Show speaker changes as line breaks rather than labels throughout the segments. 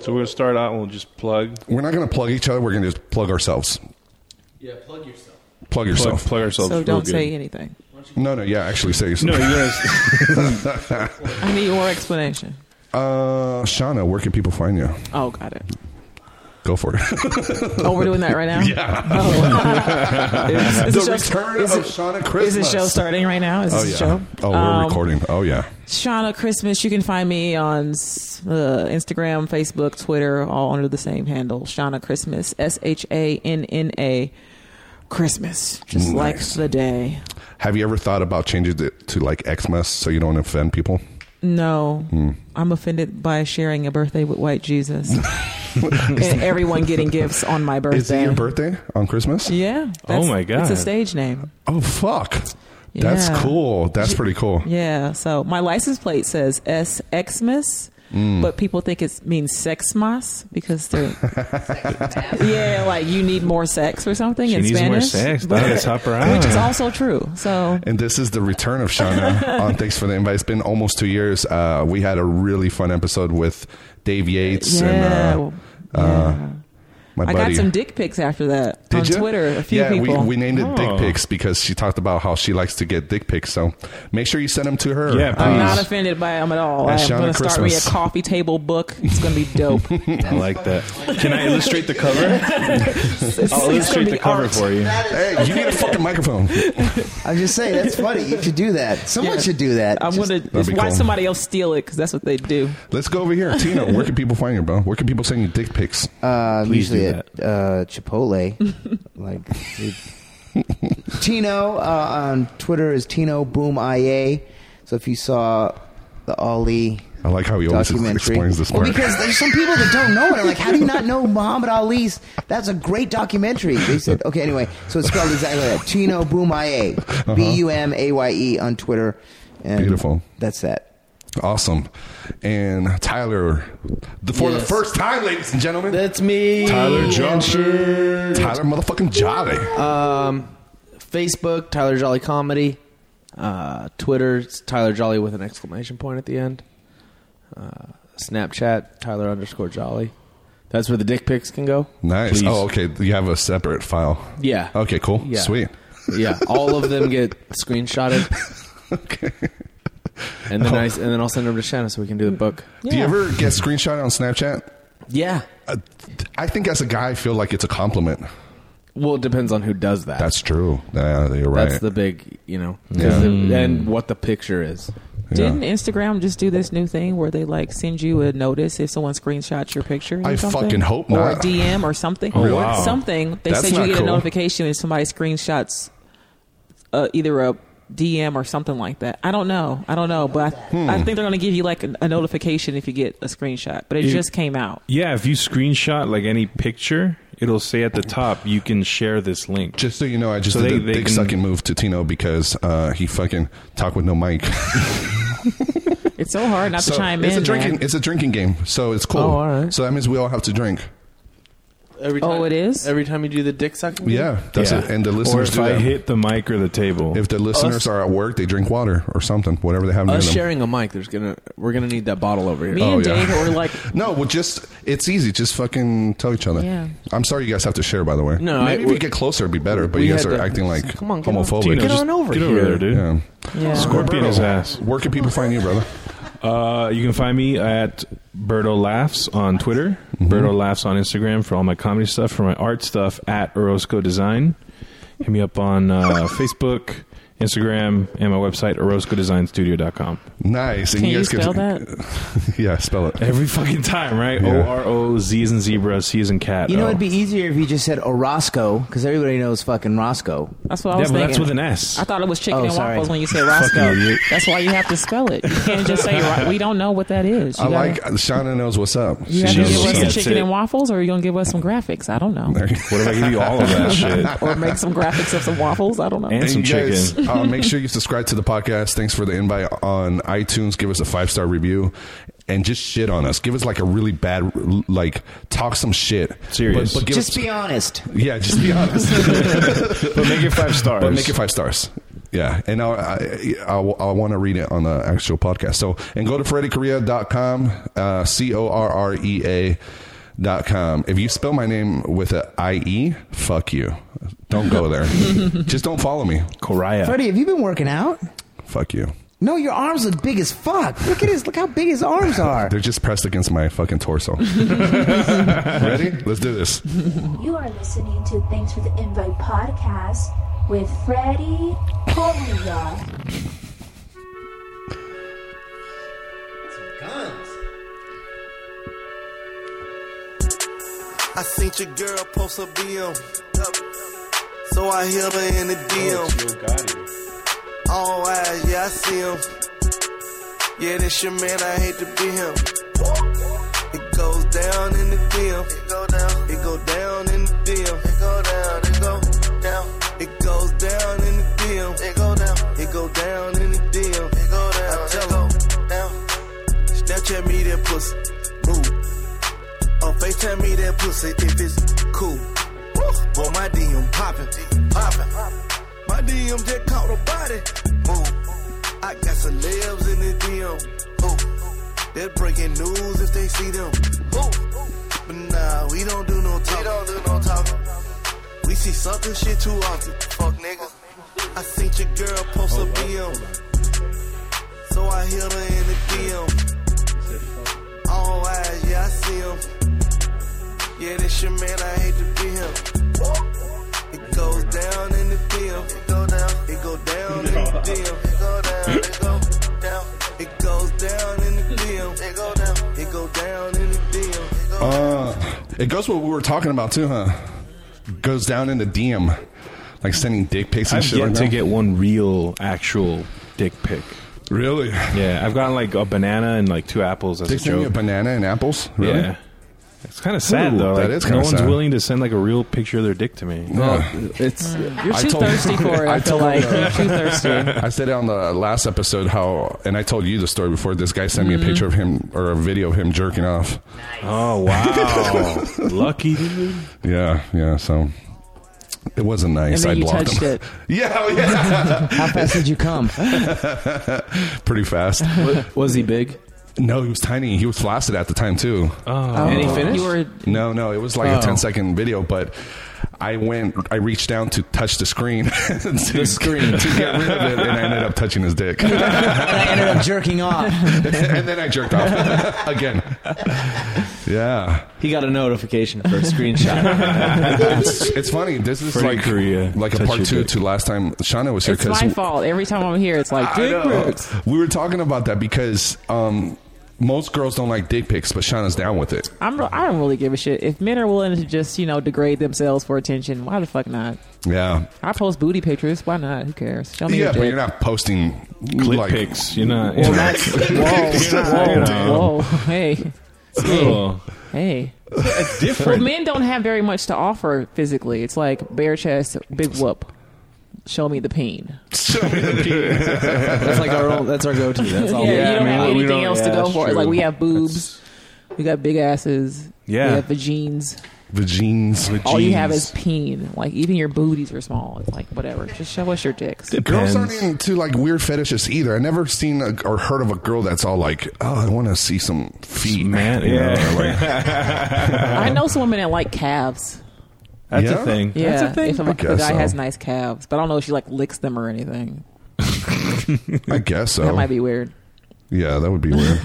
So we're gonna start out and we'll just plug,
We're not going to plug each other. We're going to just plug ourselves.
Yeah, plug yourself.
Plug
plug,
yourself.
plug ourselves.
So
real
don't
good.
say anything.
No, no, yeah, actually say
No,
yourself.
you guys.
I need your explanation.
Uh, Shauna, where can people find you?
Oh, got it.
Go for it.
Oh, we're doing that right now? Yeah. Oh. is,
the
is the show,
return
is
of
it-
Shauna
is
Christmas.
the show starting right now? Is
Oh,
this
yeah.
a show?
Oh, we're
Um,
recording. Oh, yeah.
Shauna Christmas. You can find me on s- uh, Instagram, Facebook, Twitter, all under the same handle. Shauna Christmas. S H A N N A. Christmas. Just like
Nice.
the day.
Have you ever thought about changing it to like Xmas so you don't offend people?
No,
Hmm.
I'm offended by sharing a birthday with white Jesus and everyone getting gifts on my birthday.
Is it your birthday on Christmas?
Yeah. that's-
Oh my God.
It's a stage name.
Oh, fuck. That's
Yeah.
cool. That's pretty cool.
Yeah. So my license plate says S Xmas,
Mm.
but people think it means sexmas because they're yeah, like you need more sex or something
She
in
needs more
Spanish.
sex.
but-
Dog, let's hop around.
Which is also true. So
And this is the return of Shauna on Thanks for the Invite. It's been almost two years. Uh, we had a really fun episode with Dave Yates
yeah,
and uh,
well, yeah.
my
I
buddy.
got some dick pics after that
Did
on
you?
Twitter. A few
yeah,
people.
we, we named it
Oh.
Dick Pics because she talked about how she likes to get dick pics. So make sure you send them to her.
Yeah,
I'm
please.
not offended by them at all.
At
I'm
Shauna
going to start me a
Christmas.
coffee table book. It's going to be dope.
I like that. Can I illustrate the cover? I'll illustrate the cover for you.
Um, Hey, you need a fucking microphone.
I'm just saying that's funny. You should do that. Someone
Yeah.
should do that.
I'm
Just-
going to watch
be cool.
somebody else steal it because that's what they do.
Let's go over here. Tina, where can people find you, bro? Where can people send you dick pics?
uh,
Please
usually
do
at uh, Chipotle. like it- Tino uh, on Twitter is Tino Boom IA. So if you saw the Ali
I like how he always
documentary,
explains this
well,
part.
because there's some people that don't know it. I'm like, how do you not know Muhammad Ali's? That's a great documentary. They said, okay, anyway. So it's spelled exactly like that. Tino Boom IA, B U M A Y E on Twitter. And
Uh-huh. Beautiful.
That's that.
Awesome. And Tyler, the, for the
Yes.
first time, ladies and gentlemen,
That's me.
Tyler
and
Johnson.
shit.
Tyler motherfucking Jolly.
Um, Facebook, Tyler Jolly Comedy. Uh, Twitter, it's Tyler Jolly with an exclamation point at the end. Uh, Snapchat, Tyler underscore Jolly. That's where the dick pics can go.
nice.
please.
Oh, okay. You have a separate file.
Yeah.
Okay, cool.
Yeah.
Sweet.
Yeah. All of them get screenshotted. okay.
Oh.
And then I, and then I'll send them to Shannon so we can do the book.
Do you
Yeah.
ever get screenshot on Snapchat?
Yeah.
Uh, th- I think as a guy, I feel like it's a compliment.
Well, it depends on who does that.
That's true. Yeah, you're right.
That's the big, you know, 'cause
Yeah.
the- and what the picture is.
Yeah.
Didn't Instagram just do this new thing where they like send you a notice if someone screenshots your picture? Or
I
something?
fucking hope
or
not. Oh,
a DM or something.
Really? wow.
Something they
That's
said you
not
get
cool.
a notification if somebody screenshots uh, either a DM or something like that. I don't know. I don't know, but I, I
Hmm.
think they're going to give you like a, a notification if you get a screenshot. But it
You-
just came out.
Yeah, if you screenshot like any picture, it'll say at the top you can share this link.
Just so you know, I just
So
did
they-
a
they
big
can-
sucking move to Tino because uh, he fucking talked with no mic.
It's so hard not
so
to chime
it's
in.
a drinking.
man.
It's a drinking game. So it's cool.
Oh, all right.
So that means we all have to drink.
Every
Oh, it is?
Every time you do the dick sucking. thing?
Yeah, that's
Yeah.
it. And the
or
listeners
if
do
I
that.
hit the mic or the table,
if the listeners
Us-
are at work, they drink water or something, whatever they have near
Us
them.
sharing a mic, there's gonna we're gonna need that bottle over here.
Me
Oh,
and
yeah.
Dave were like,
No, well, just it's easy. Just fucking tell each other.
Yeah.
I'm sorry you guys have to share. By the way,
No, I-
maybe if we get closer, it'd be better. But you
we
guys
had
are
to-
acting like
Come on, get on.
homophobic.
Tino,
Get
just
on over
get over
here.
there, dude.
yeah.
yeah.
Scorpion his ass.
Where can people find you, brother?
Uh, you can find me at Berto Laughs on Twitter,
Mm-hmm.
Berto Laughs on Instagram for all my comedy stuff, for my art stuff at Orozco Design. Hit me up on uh, Facebook, Instagram, and my website, OrozcoDesignStudio.com.
Nice. And
Can
you
you
guys
spell
can,
that?
Yeah, spell it.
Every fucking time, right?
Yeah.
O R O Z is in zebra, C is in cat. Oh.
You know,
O.
it'd be
Oh.
easier if you just said Orozco, because everybody knows fucking Roscoe.
That's what I
yeah,
was
but
thinking.
that's with an S.
I thought it was chicken
Oh,
and
sorry.
waffles when you said Roscoe.
Fucking idiot.
That's why you have to spell it. You can't just say Ro- we don't know what that is. You
I
gotta-
like uh, Shauna knows what's up.
You have to
knows
give
what she
us some
gets
chicken
it.
and waffles, or are you gonna give us some graphics? I don't know.
what if I give you all of that shit?
Or make some graphics of some waffles. I don't know.
And some
you guys,
chicken.
uh, make sure you subscribe to the podcast. Thanks for the invite on iTunes. Give us a five star review and just shit on us. Give us like a really bad, like talk some shit.
Serious.
But, but give
Just
us,
be honest.
yeah, just be honest.
But make it five stars.
but make it five stars. Yeah, and I I, I, want to read it on the actual podcast. So and go to freddykorea.com, uh, c o r r e a dot com. If you spell my name with a i e, fuck you. Don't go there. Just don't follow me.
Coraya.
Freddie, have you been working out?
Fuck you.
No, your arms look big as fuck. Look at his. Look how big his arms are.
They're just pressed against my fucking torso. Ready? Let's do this.
You are listening to Thanks for the Invite podcast with Freddie Correa.
I seen your girl post a BM. So I hit her in the DM. All eyes, yeah, I see him. Yeah, this your man, I hate to be him. It goes down in the DM. It go down. It go down in the DM. It go down. It go down. It goes down in the DM. It go down. It go down in the DM. It go down. I tell him. Down. Snapchat me that pussy. Move. On FaceTime me that pussy if it's cool. Boy, my DM poppin', poppin'. My DM just caught a body. Move. I got celebs in the DM. Ooh. They're breaking news if they see them. Ooh. But nah, we don't do no talking. We don't do no talking. We see something shit too often. Fuck niggas. I seen your girl post a DM. So I hit her in the DM. All eyes, yeah, I see him. Yeah, this your man, I hate to be him. It goes down in the field. It go down. It go down in the field. It go down. It go down. It goes down in the field. It go down. It go down in the field. It go
Uh, it goes what we were talking about too, huh? Goes down in the DM, like sending dick pics and
I've
shit
yet
like
to
that.
get one real, actual dick pic.
really?
Yeah, I've gotten like a banana and like two apples as
They
a
send you a
joke.
banana and apples? Really?
Yeah. It's kind of sad
Ooh,
though.
that
Like,
is
no
kinda
one's
sad.
willing to send like a real picture of their dick to me.
Oh.
Yeah.
It's
You're
I
too
told-
thirsty for it.
I
I, feel
told,
like you're too thirsty.
I said on the last episode how, and I told you the story before. This guy sent me
Mm-hmm.
a picture of him or a video of him jerking off.
Oh wow, lucky dude.
Yeah, yeah. So it wasn't nice.
And then
I
you
blocked
touched
him.
it.
Yeah, oh, yeah.
How fast did you come?
Pretty fast.
was he big?
No, he was tiny. He was flaccid at the time too.
Oh.
And he finished?
You were
No, no, it was like
Oh.
a 10 second video, but I went, I reached down to touch the screen, to,
The screen.
to get rid of it, and I ended up touching his dick,
And I ended up jerking off.
and then I jerked off again. Yeah,
He got a notification for a screenshot.
it's, it's funny. This is
Freddie
like
Korea,
like a
touch
part
your
two
dick.
to last time Shauna was here
It's
because
my fault. Every time I'm here, it's like
I
dick
know.
pics.
we were talking about that because um, most girls don't like dick pics, but Shauna's down with it.
I'm. re- I don't really give a shit. If men are willing to just you know degrade themselves for attention, why the fuck not?
Yeah,
I post booty pictures. Why not? Who cares? Show me
yeah,
your dick.
but you're not posting
Clit
like,
pics. You're not. you
Well,
know.
that's whoa, whoa, whoa. Hey,
Oh,
hey.
that's
Well,
different.
men don't have very much to offer physically. It's like bare chest, big whoop. Show me the peen.
that's like our own, that's our go-to. That's all.
yeah,
we
you don't
I mean,
have
we
anything
don't-
else
yeah,
to go
that's
for. It's
true.
like we have boobs, we got big asses,
Yeah.
we have vagines.
the jeans.
All you have is peen. Like even your booties are small. It's like whatever. Just show us your dicks.
Girls aren't
Depends.
into like weird fetishes either. I never seen a, or heard of a girl that's all like, "Oh, I want to see some feet,
Man,
You know,
yeah.
like-
I know some women that like calves.
That's
Yeah?
a thing.
Yeah,
That's a thing?
if a, if a
guess
guy
so.
has nice calves, but I don't know if she like licks them or anything.
I guess so.
That might be weird.
Yeah, that would be weird.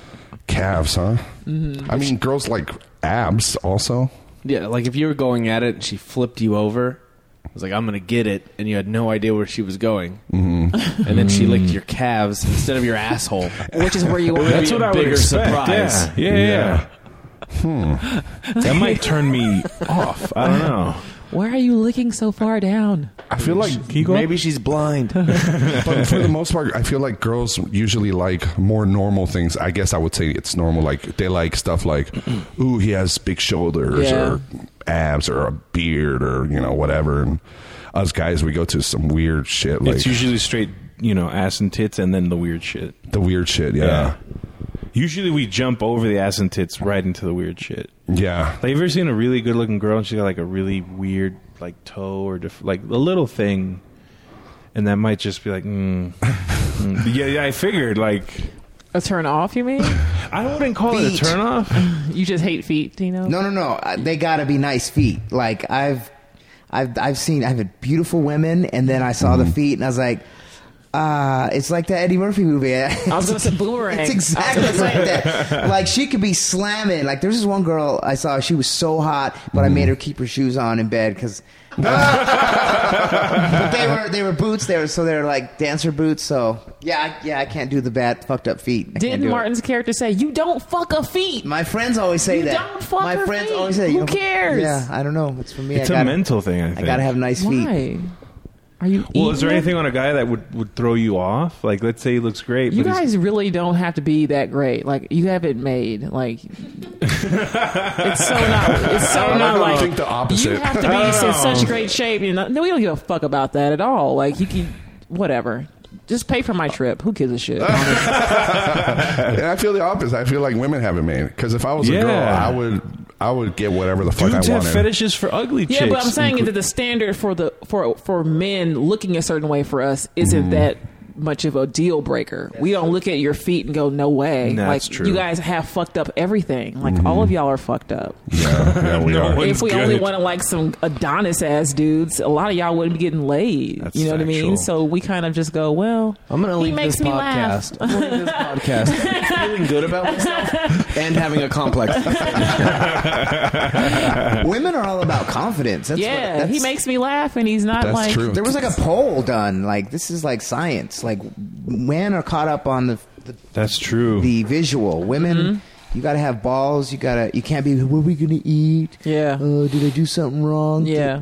Calves, huh?
Mm-hmm.
I mean, girls like abs also.
Yeah, like if you were going at it and she flipped you over, I was like, I'm gonna get it, and you had no idea where she was going, mm-hmm. and then she licked your calves instead of your asshole.
Which is where you want.
That's what I would
Bigger
expect,
surprise. Yeah, yeah. yeah. That might turn me off. I don't know.
Why are you licking so far down?
I feel like,
Can you go
Maybe she's blind.
but for the most part, I feel like girls usually like more normal things. I guess I would say it's normal. Like they like stuff like, "Ooh, he has big shoulders,"
Yeah.
or abs, or a beard, or you know, whatever. And us guys, we go to some weird shit. Like
It's usually straight, you know, ass and tits, and then the weird shit.
the weird shit. Yeah.
Usually we jump over the ass and tits right into the weird shit.
Yeah.
Like, have you ever seen a really good looking girl and she got like a really weird like toe or diff- like a little thing, and that might just be like, mm, mm. yeah, yeah. I figured like
A turn off, you mean?
I wouldn't call it
Feet.
a turnoff.
you just hate feet, Tino?
No, no, no. Uh, They gotta be nice feet. Like I've, I've, I've seen. I've had beautiful women, and then I saw the
Mm-hmm.
feet, and I was like, uh, it's like that Eddie Murphy movie.
I was going to say boomerang.
It's exactly like that. Like she could be slamming. Like there's this one girl I saw. She was so hot, but I made her keep her shoes on in bed because. but they were they were boots. They were so they were like dancer boots. So yeah, I, yeah, I can't do the bad fucked up feet. I can't do
Didn't
it.
Martin's character say, you don't fuck a feet?
My friends always say
You
that.
don't fuck
My
her
friends
feet.
always say,
Who
you know,
cares?
Yeah, I don't know. It's for me.
It's
I
a
gotta,
mental thing. I,
I
think.
gotta have nice feet.
Why? Are you
Well, is there
eating
anything
them?
on a guy that would, would throw you off? Like, let's say he looks great.
You
but he's-
guys really don't have to be that great. Like you have it made. Like it's so not. It's so
I don't
not
know.
like
Think the opposite.
You have to
I don't
be in
know.
such great shape. You know, no, we don't give a fuck about that at all. Like you can, whatever. Just pay for my trip. Who gives a shit? honestly?
and I feel the opposite. I feel like women have it made because if I was a girl,
Yeah.
I would I would get whatever the fuck
dudes
I
have
wanted.
fetishes for ugly chicks.
yeah, but I'm saying
You
that the standard for the for for men looking a certain way for us
Mm-hmm.
isn't that much of a deal breaker. we don't look at your feet and go, no way.
Nah,
like
that's true.
you guys have fucked up everything. Like all of y'all are fucked up.
Yeah, yeah, we
No
are.
one-
if we
Good.
only wanted like some Adonis ass dudes, a lot of y'all wouldn't be getting laid.
That's
you know what I mean?
factual.
So we kind of just go, well,
I'm gonna
he
leave
makes
this
me
podcast. I'm gonna leave this podcast feeling good about myself and having a complex.
Women are all about confidence. That's what,
Yeah,
that's,
he makes me laugh, and he's not
That's
like
true.
There was like a poll done. Like this is like science. Like men are caught up on the the,
That's true.
the visual. Women,
Mm-hmm.
you gotta have balls. You gotta. You can't be. What are we gonna eat?
Yeah.
Uh, did I do something wrong?
yeah.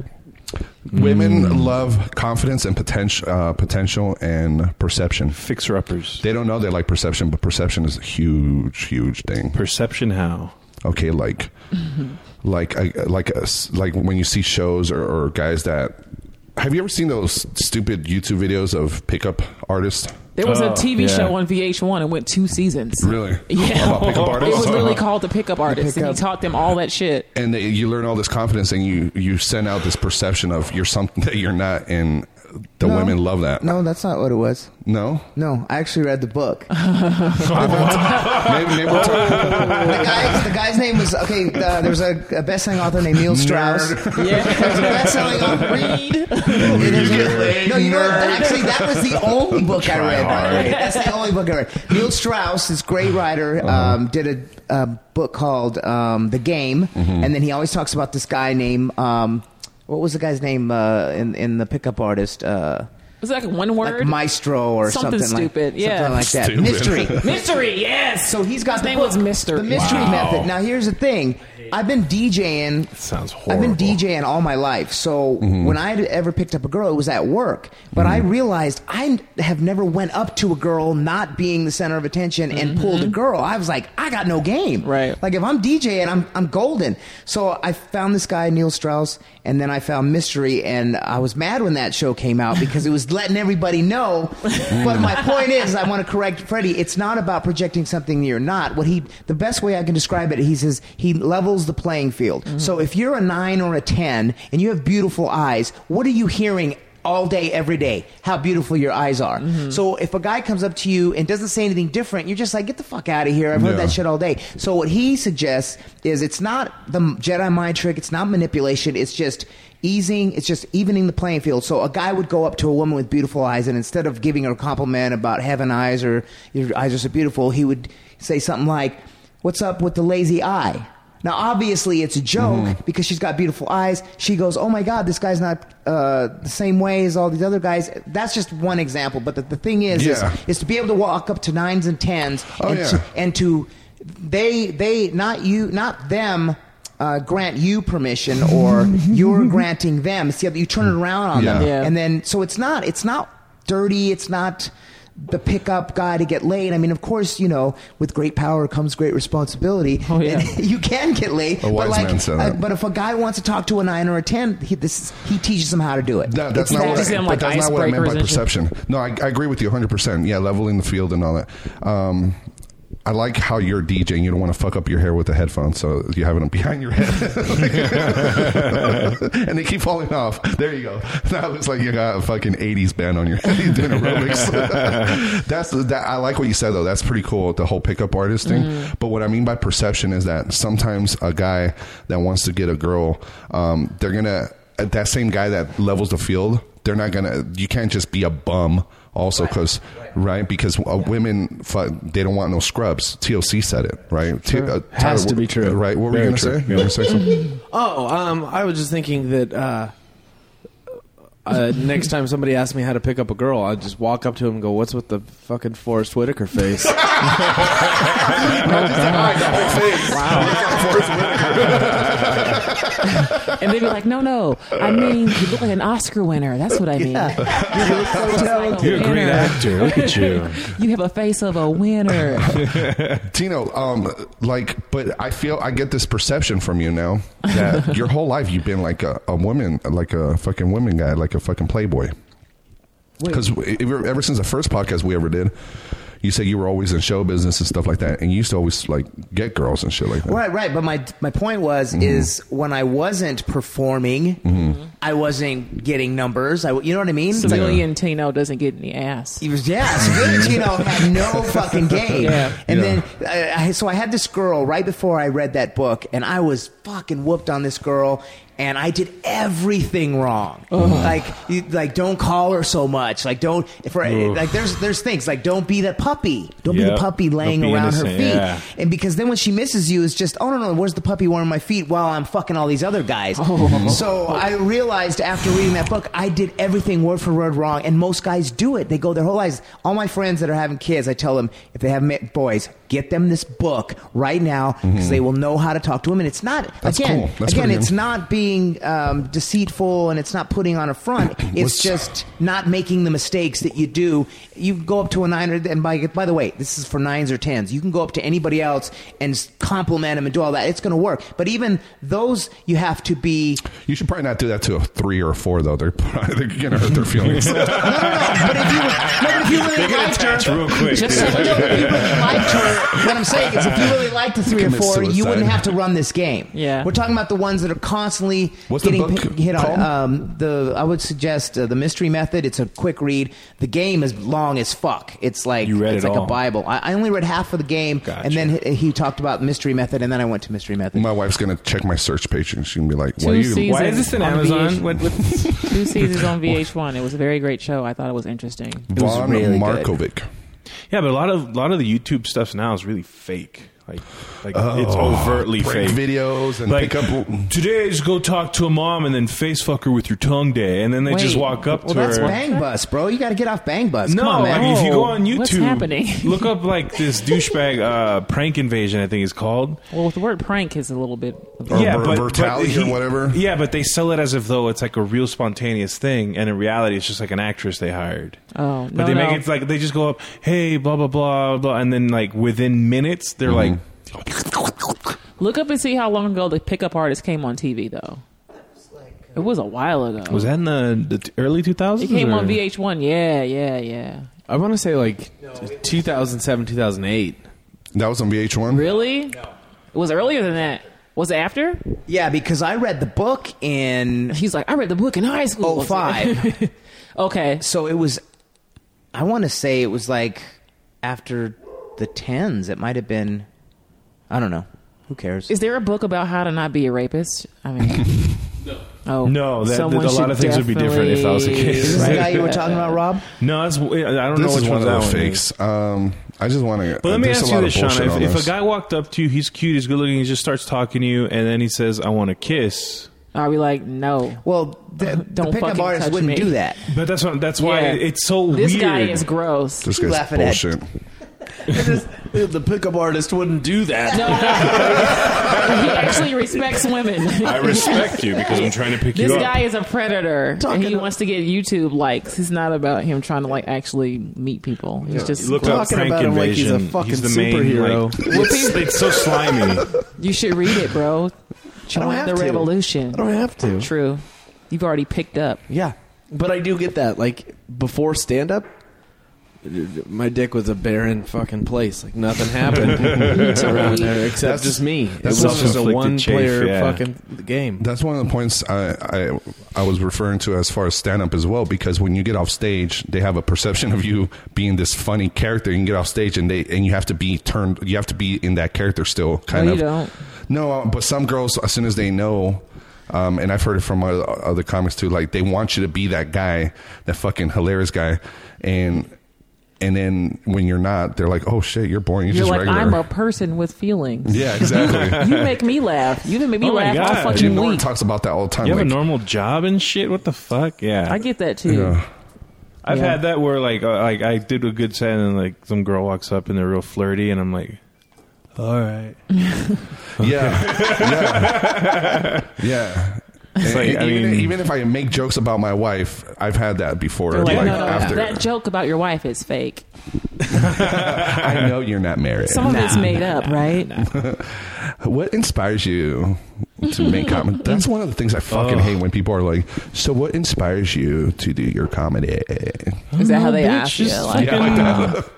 Women
Mm.
love confidence and potential, uh, potential and perception.
Fixer uppers.
They don't know they like perception, but perception is a huge, huge thing.
Perception how?
Okay, like, like, I, like, a s like when you see shows or, or guys that. Have you ever seen those stupid YouTube videos of pickup artists?
There was
Oh,
a TV
yeah.
show on VH1 and went two seasons.
Really?
Yeah,
About pickup
it
artists?
was literally called the Pickup Artist, and
Pickup.
he taught them all that shit.
and they, you learn all this confidence and you you send out this perception of you're something that you're not and the
No.
women love that
No, that's not what it was.
no
No, I actually read the book.
Oh.
maybe, maybe we're talking-
the, guy, the guy's name was okay. Uh, there was a, a best-selling author named Neil Strauss. There's a best-selling author. There's a- no, you know what? Actually, that was the only book I read. by the way. That's the only book I read. Neil Strauss, this great writer, um, did a, a book called um, The Game, and then he always talks about this guy named. Um, what was the guy's name uh, in in the pickup artist? Uh,
Was that like one word?
like Maestro or something,
Something stupid,
like,
yeah.
something like that. Mystery.
mystery, yes.
So he's got
His
the
name
book,
was Mister.
The mystery
Wow.
method. Now here's the thing. I've been DJing.
Sounds
I've
horrible. Mm-hmm.
been DJing all my life. So when I had ever picked up a girl, it was at work. But I realized I have never went up to a girl not being the center of attention and pulled a girl. I was like, I got no game.
Mm-hmm. Right.
Like if I'm DJing, I'm I'm golden. So I found this guy Neil Strauss, and then I found Mystery, and I was mad when that show came out because it was letting everybody know. but my point is, I want to correct Freddie. It's not about projecting something you're not. What he the best way I can describe it, he says he levels the playing field. So if you're a nine or a ten and you have beautiful eyes, what are you hearing? all day, every day, how beautiful your eyes are. So if a guy comes up to you and doesn't say anything different, you're just like, get the fuck out of here. I've heard
Yeah.
that shit all day. So what he suggests is it's not the Jedi mind trick. It's not manipulation. It's just easing. It's just evening the playing field. So a guy would go up to a woman with beautiful eyes, and instead of giving her a compliment about heaven eyes or your eyes are so beautiful, he would say something like, "What's up with the lazy eye?" Now, obviously, it's a joke because she's got beautiful eyes. She goes, "Oh my God, this guy's not uh, the same way as all these other guys." That's just one example. But the, the thing is, is-
Yeah.
is, to be able to walk up to nines and tens
Oh,
and,
yeah.
to, and to they they not you not them uh, grant you permission or you're granting them. It's the other you turn it around on them,
Yeah.
Yeah.
and then so it's not it's not dirty. It's not the pickup guy to get laid. I mean, of course, you know, with great power comes great responsibility.
Oh, yeah.
And you can get laid,
A
but
wise
like,
man said
uh,
that.
but if a guy wants to talk to a nine or a ten, he, this he teaches them how to do it.
No, that's
It's
not
that-
what,
Just
I,
them,
but
like,
that's not what I meant
icebreakers
by
and shit.
perception. No, I, I agree with you 100%. Yeah, leveling the field and all that. Um, I like how you're DJing. You don't want to fuck up your hair with the headphones, so you have it behind your head, and they keep falling off. There you go. That looks like you got a fucking '80s band on your head You're doing aerobics. That's that. I like what you said though. That's pretty cool. The whole pickup artist thing. But what I mean by perception is that sometimes a guy that wants to get a girl, um, they're gonna that same guy that levels the field. They're not gonna. You can't just be a bum also because right. because uh, women fuck, they don't want no scrubs toc said it right T- uh,
Has to
wh-
be true.
right what
Very
were you
true.
gonna say you gonna say something
Oh, um, I was just thinking that uh, uh, next time somebody asks me how to pick up a girl, I just walk up to him and go, "What's with the fucking Forrest Whitaker face?"
And they'd be like, no, no. I mean, you look like an Oscar winner. That's what I mean. You look so just like a
You're a great
winner.
actor. Look at you.
You have a face of a winner.
tino um like but i feel i get this perception from you now that your whole life you've been like a, a woman like a fucking woman guy like a fucking playboy because ever, ever since the first podcast we ever did you said you were always in show business and stuff like that and you used to always like get girls and shit like that
Right, right. But my my point was
Mm-hmm.
is when I wasn't performing, I wasn't getting numbers. I, you know what I mean? It's like-
Civilian Tino doesn't get any ass.
He was yeah, Sorrentino had no fucking game.
Yeah.
And
Yeah.
then I, I, so I had this girl right before I read that book, and I was fucking whooped on this girl, and I did everything wrong.
Uh-huh.
Like you, like don't call her so much. Like don't for like there's there's things like don't be the puppy. Don't be
Yep.
the puppy
Don't
laying
be
around her
innocent,
feet.
yeah.
And because then when she misses you, it's just, oh no, no, where's the puppy wearing my feet while I'm fucking all these other guys?
Oh.
So I realized after reading that book, I did everything word for word wrong. And most guys do it. They go their whole lives. All my friends that are having kids, I tell them, if they have ma- boys, get them this book right now because they will know how to talk to women. It's not,
Mm-hmm. That's
again,
cool. That's
again,
pretty
it's
good.
not being um, deceitful and it's not putting on a front.
What's-
It's just not making the mistakes that you do. You go up to a nine, or- and by, by the way, this is for nines or tens. You can go up to anybody else and s- compliment them and do all that. It's going to work. But even those, you have to be.
You should probably not do that to a three or a four, though. They're probably, they're gonna hurt their feelings.
No, no, no. But if you, no, but if you
They
really
get
liked her.
attached real quick.
Just
dude.
so you know, if you really liked her, what I'm saying is, if you really liked the three or
Commit
four, you
suicide.
wouldn't have to run this game.
Yeah.
we're talking about the ones that are constantly
What's the
getting
book
p- hit
called?
on. Um, the I would suggest uh, the mystery method. It's a quick read. The game is long as fuck. It's like
You read
it's
it
like
all.
a bible. I, I only read half of the game,
Gotcha.
and then he, he talked about mystery method, and then I went to mystery method.
My wife's gonna check my search page and she's gonna be like, "Why
Two
you?"
seasons.
Why is this an
On
Amazon?
VH1.
What, what?
Two seasons on VH1. It was a very great show. I thought it was interesting.
It was
Von
really good.
Markovic.
Yeah, but a lot of a lot of the YouTube stuff now is really fake. Like, like it's overtly fake.
break Oh. videos and
like,
pick up-
today is go talk to a mom and then face fuck her with your tongue day, and then they just
Wait.
walk up to
Well, that's
her.
Bang Bus, bro. You got to get off Bang Bus.
No,
Come on, man.
I mean, if you go on YouTube,
What's happening?
look up like this douchebag uh, prank invasion. I think it's called.
Well, the word prank is a little bit.
Or ver- Vertali or whatever.
Yeah, but they sell it as if though it's like a real spontaneous thing, and in reality, it's just like an actress they hired.
Oh,
but
no,
they make
no.
it like they just go up, hey, blah blah blah blah, and then like within minutes, they're like.
Mm-hmm.
Look up and see how long ago the pickup artist came on TV, though. It was a while ago.
Was that in the, the t- early 2000s?
It came on
or-
VH1. Yeah, yeah, yeah.
I want to say like 2007, 2008.
That was on VH1.
Really? No. It was earlier than that. Was it after?
yeah, because I read the book in
He's like, I read the book in high school.
05.
okay.
so it was i want to say it was like after the tens it might have been i don't know who cares
Is there a book about how to not be a rapist? I mean, no. Oh,
No, that-
someone
that a lot
should
of things would be different if I was a kid.
definitely-
Is this the guy you were talking about rob
No, that's, I don't know
This
which
is one
one
of
that one
the
is.
fakes. Um, I just want to.
But let me
there's
ask
a lot
you
of
this, Sean.
bullshit
If,
on
if
this.
a guy walked up to you, he's cute, he's good looking, he just starts talking to you, and then he says, I want to kiss.
Are we like, no.
well the, the
Uh, Don't
pickup
fucking
artist
touch
wouldn't
me.
do that
But that's what, that's why
Yeah.
it's so
this
weird.
guy is gross.
this
you
guy's
laughing at-
bullshit.
The pickup artist wouldn't do that.
No, no. he actually respects women.
I respect you because I'm trying to pick
This
you up.
guy is a predator, and he
Talking-
wants to get YouTube likes. It's not about him trying to like actually meet people. He's just
Look up
Talking
Prank
about him like he's a
Invasion.
fucking
the main,
superhero.
like- it's, it's so slimy.
You should read it, bro. Join
have
the
to.
revolution.
I don't have to.
True. You've already picked up.
Yeah, but I do get that. Like before stand up, my dick was a barren fucking place. Like nothing happened around there except
That's-
just me.
that's
it was just a
self-inflicted
one
chafe,
player
yeah.
fucking game.
That's one of the points I, I I was referring to as far as stand up as well, because when you get off stage, they have a perception of you being this funny character. You can get off stage and they and you have to be turned. You have to be in that character still, kind
No,
of.
you don't.
No, uh, but some girls, as soon as they know. Um, and I've heard it from other, other comics too. Like they want you to be that guy, that fucking hilarious guy, and and then when you're not, they're like, "Oh shit, you're boring. You're,
You're
just
like,
regular."
I'm a person with feelings.
yeah, exactly.
You make me laugh. You've been making me
Oh my God.
laugh all
Jim
fucking
Norton
week.
talks about that all the time.
You have
like,
a normal job and shit. What the fuck? Yeah,
I get that too.
Yeah.
I've
Yeah.
had that where like uh, like I did a good set and like some girl walks up and they're real flirty and I'm like, all right.
Yeah. yeah. Yeah. And-
like,
and
I
even,
mean-
even if I make jokes about my wife, I've had that before.
They're
Like,
like, no, no,
after
that joke about your wife is fake.
I know you're not married.
Some of it's made up, right?
What inspires you to make comedy? That's one of the things I fucking hate when people are like, "So what inspires you to do your comedy?"
Is that how they
bitch,
ask you?
just
Like,
Yeah, like
Mm.
that.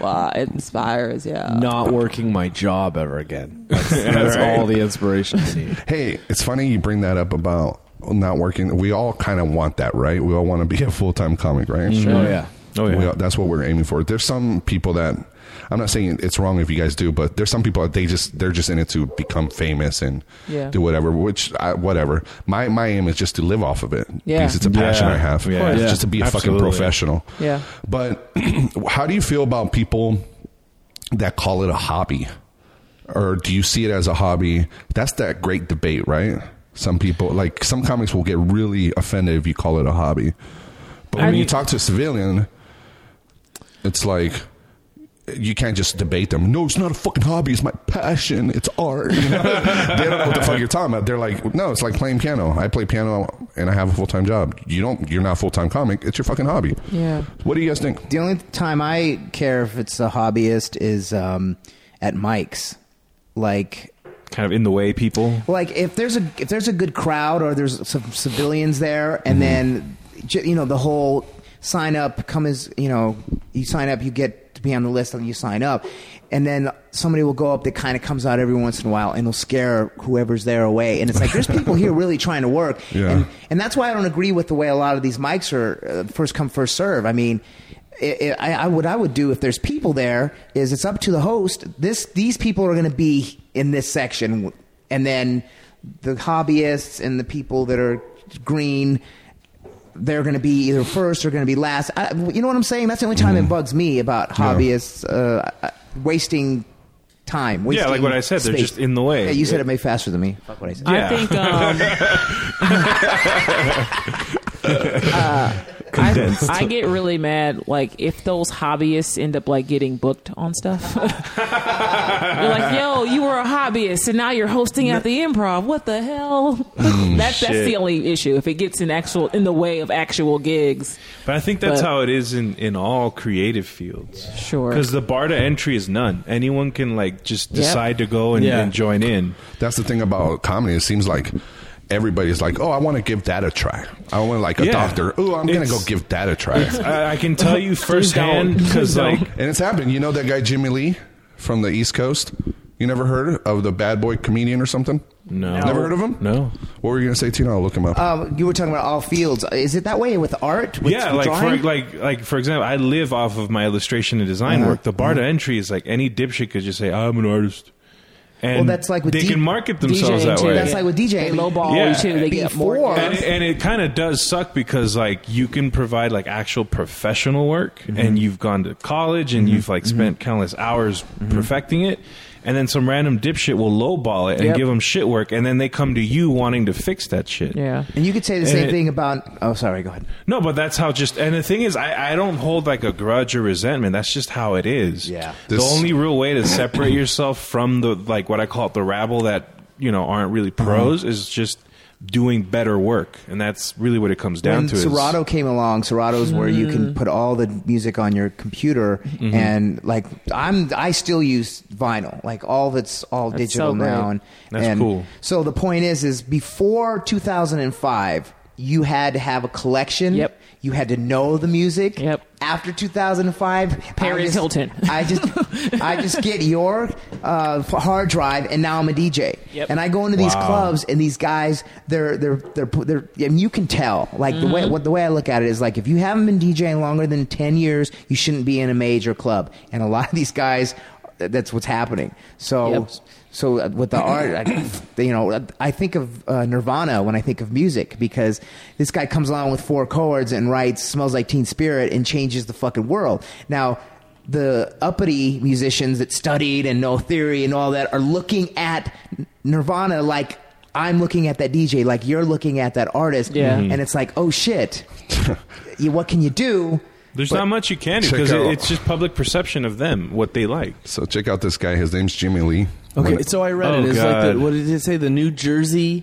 well, it inspires, yeah.
Not working my job ever again. That's, that's all the inspiration I need.
Hey, it's funny you bring that up about not working. We all kind of want that, right? We all want to be a full time comic, right?
Oh yeah.
Oh yeah.
We all- that's what we're aiming for. There's some people that I'm not saying it's wrong if you guys do, but there's some people that they just they're just in it to become famous and
Yeah.
do whatever. Which I, whatever. My my aim is just to live off of it
Yeah.
because it's a passion
Yeah.
I have.
Of course.
It's
Yeah.
just to be a
Absolutely.
fucking professional.
Yeah.
But how do you feel about people that call it a hobby, or do you see it as a hobby? That's that great debate, right? Some people like some comics will get really offended if you call it a hobby. But when you talk to a civilian, it's like you can't just debate them. No, it's not a fucking hobby. It's my passion. It's art. You know? they don't know what the fuck you're talking about. They're like, no, it's like playing piano. I play piano and I have a full time job. You don't. You're not a full time comic. It's your fucking hobby.
Yeah.
What do you guys think?
The only time I care if it's a hobbyist is um, at Mike's. Like,
kind of in the way people.
like if there's a if there's a good crowd or there's some civilians there, and then then you know the whole sign up come as you know you sign up you get to be on the list and you sign up, and then somebody will go up that kind of comes out every once in a while and will scare whoever's there away, and it's like there's people here really trying to work,
Yeah.
and, and that's why I don't agree with the way a lot of these mics are uh, first come first serve. I mean, it, it, I, I what I would do if there's people there is it's up to the host. This these people are going to be in this section, and then the hobbyists and the people that are green. They're going to be either first or going to be last. I, you know what I'm saying? That's the only
Mm-hmm.
time it bugs me about hobbyists uh, uh, wasting time. Wasting
like what I said, they're
space.
just in the way.
Yeah, you said it way faster than me. Fuck what I said.
Yeah.
I think um, I,
Condensed.
I get really mad like if those hobbyists end up like getting booked on stuff. you're like, yo, you were a hobbyist and now you're hosting at the improv. What the hell? that, that's
Mm, shit.
the only issue. If it gets in actual in the way of actual gigs.
But I think that's
But-
how it is in, in all creative fields.
Sure.
Because the bar to entry is none. Anyone can like just
Yep.
decide to go and,
Yeah.
and join in.
That's the thing about comedy. It seems like everybody's like, oh, I want to give that a try. I want to like a
Yeah.
doctor. Oh, I'm gonna
It's-
go give that a try.
I, I can tell you firsthand because like
and it's happened. You know that guy Jimmy Lee from the East Coast. You never heard of the bad boy comedian or something?
No.
Never heard of him?
No.
What were you gonna say, Tina? I'll look him up.
Um, you were talking about all fields. Is it that way with art? With
yeah,
with
like for,
drawing?
like like for example, I live off of my illustration and design
Uh-huh.
work. The bar to
Mm-hmm.
entry is like any dipshit could just say, "I'm an artist," and
Well, that's like with
they
D-
can market themselves
DJing
that
too.
way.
That's like with DJing.
They lowball
Yeah.
you too. They get more.
Before-
and, and it kind of does suck because like you can provide like actual professional work
Mm-hmm.
and you've gone to college and you've like spent countless hours
Mm-hmm.
perfecting it and then some random dipshit will lowball it and
Yep.
give them shit work and then they come to you wanting to fix that shit
Yeah.
and you could say the
and
same
it-
thing about. Oh, sorry. Go ahead.
no but that's how just and the thing is i, I don't hold like a grudge or resentment that's just how it is
Yeah.
the
This-
only real way to separate yourself from the like what i call it the rabble that you know aren't really
Uh-huh.
pros is just doing better work and that's really what it comes down
When
to is-
Serato came along, Serato's where you
Hmm.
can put all the music on your computer,
Mm-hmm.
and like I'm, I still use vinyl. Like all of it's all
That's
digital
so great.
now. And,
That's
and
cool.
So the point is, is before 2005, you had to have a collection.
Yep.
You had to know the music.
Yep.
after 2005,
Paris
I just-
Hilton.
I just I just get your uh, hard drive, and now I'm a DJ.
Yep.
And I go into these
Wow.
clubs, and these guys, they're they're they're they're, and you can tell. Like the
Mm-hmm.
way what the way I look at it is like if you haven't been DJing longer than 10 years, you shouldn't be in a major club. And a lot of these guys, that's what's happening. So.
Yep.
So uh, with the art, I, you know, I think of uh, Nirvana when I think of music because this guy comes along with four chords and writes "Smells Like Teen Spirit" and changes the fucking world. Now, the uppity musicians that studied and know theory and all that are looking at Nirvana like I'm looking at that DJ, like you're looking at that artist,
Yeah. Mhm.
and it's like, oh shit, you, what can you do?
There's not much you can do
Check
because it,
out-
it's just public perception of them, what they like.
So check out this guy. His name's Jimmy Lee.
Okay,
When-
so I read
Oh,
it. It's like
God.
the, what did it say? The New Jersey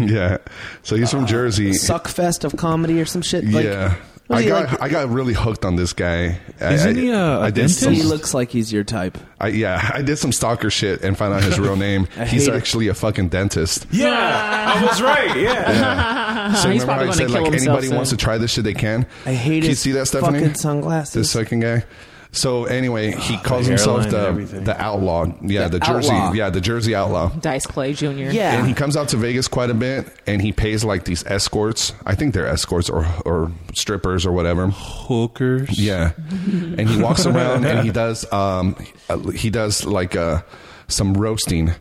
yeah. So he's from Jersey.
Suckfest of comedy or some shit. Like,
yeah.
what
I
is he
got
like?
I got really hooked on this guy. I-
Isn't
I,
he, uh,
I
a
did some,
He
dentist?
looks like he's your type.
I, yeah, I did some stalker shit and found out his real name.
I
He's
hate it.
actually a fucking dentist.
Yeah, I was right. Yeah.
So
He's
remember how I
probably gonna
said
kill
like
himself
anybody wants to
soon.
try this shit, they can.
I hate
Can you
his
see that, Stephanie?
fucking sunglasses.
This second guy. So anyway, he
Ah,
calls
the
himself
hairline and
the
everything.
the outlaw. Yeah, the,
The
Jersey.
outlaw.
Yeah, the Jersey outlaw.
Dice Clay Jr.
Yeah.
And he comes out to Vegas quite a bit, and he pays like these escorts. I think they're escorts or or strippers or whatever.
Hookers.
Yeah, and he walks around and he does um uh, he does like uh some roasting.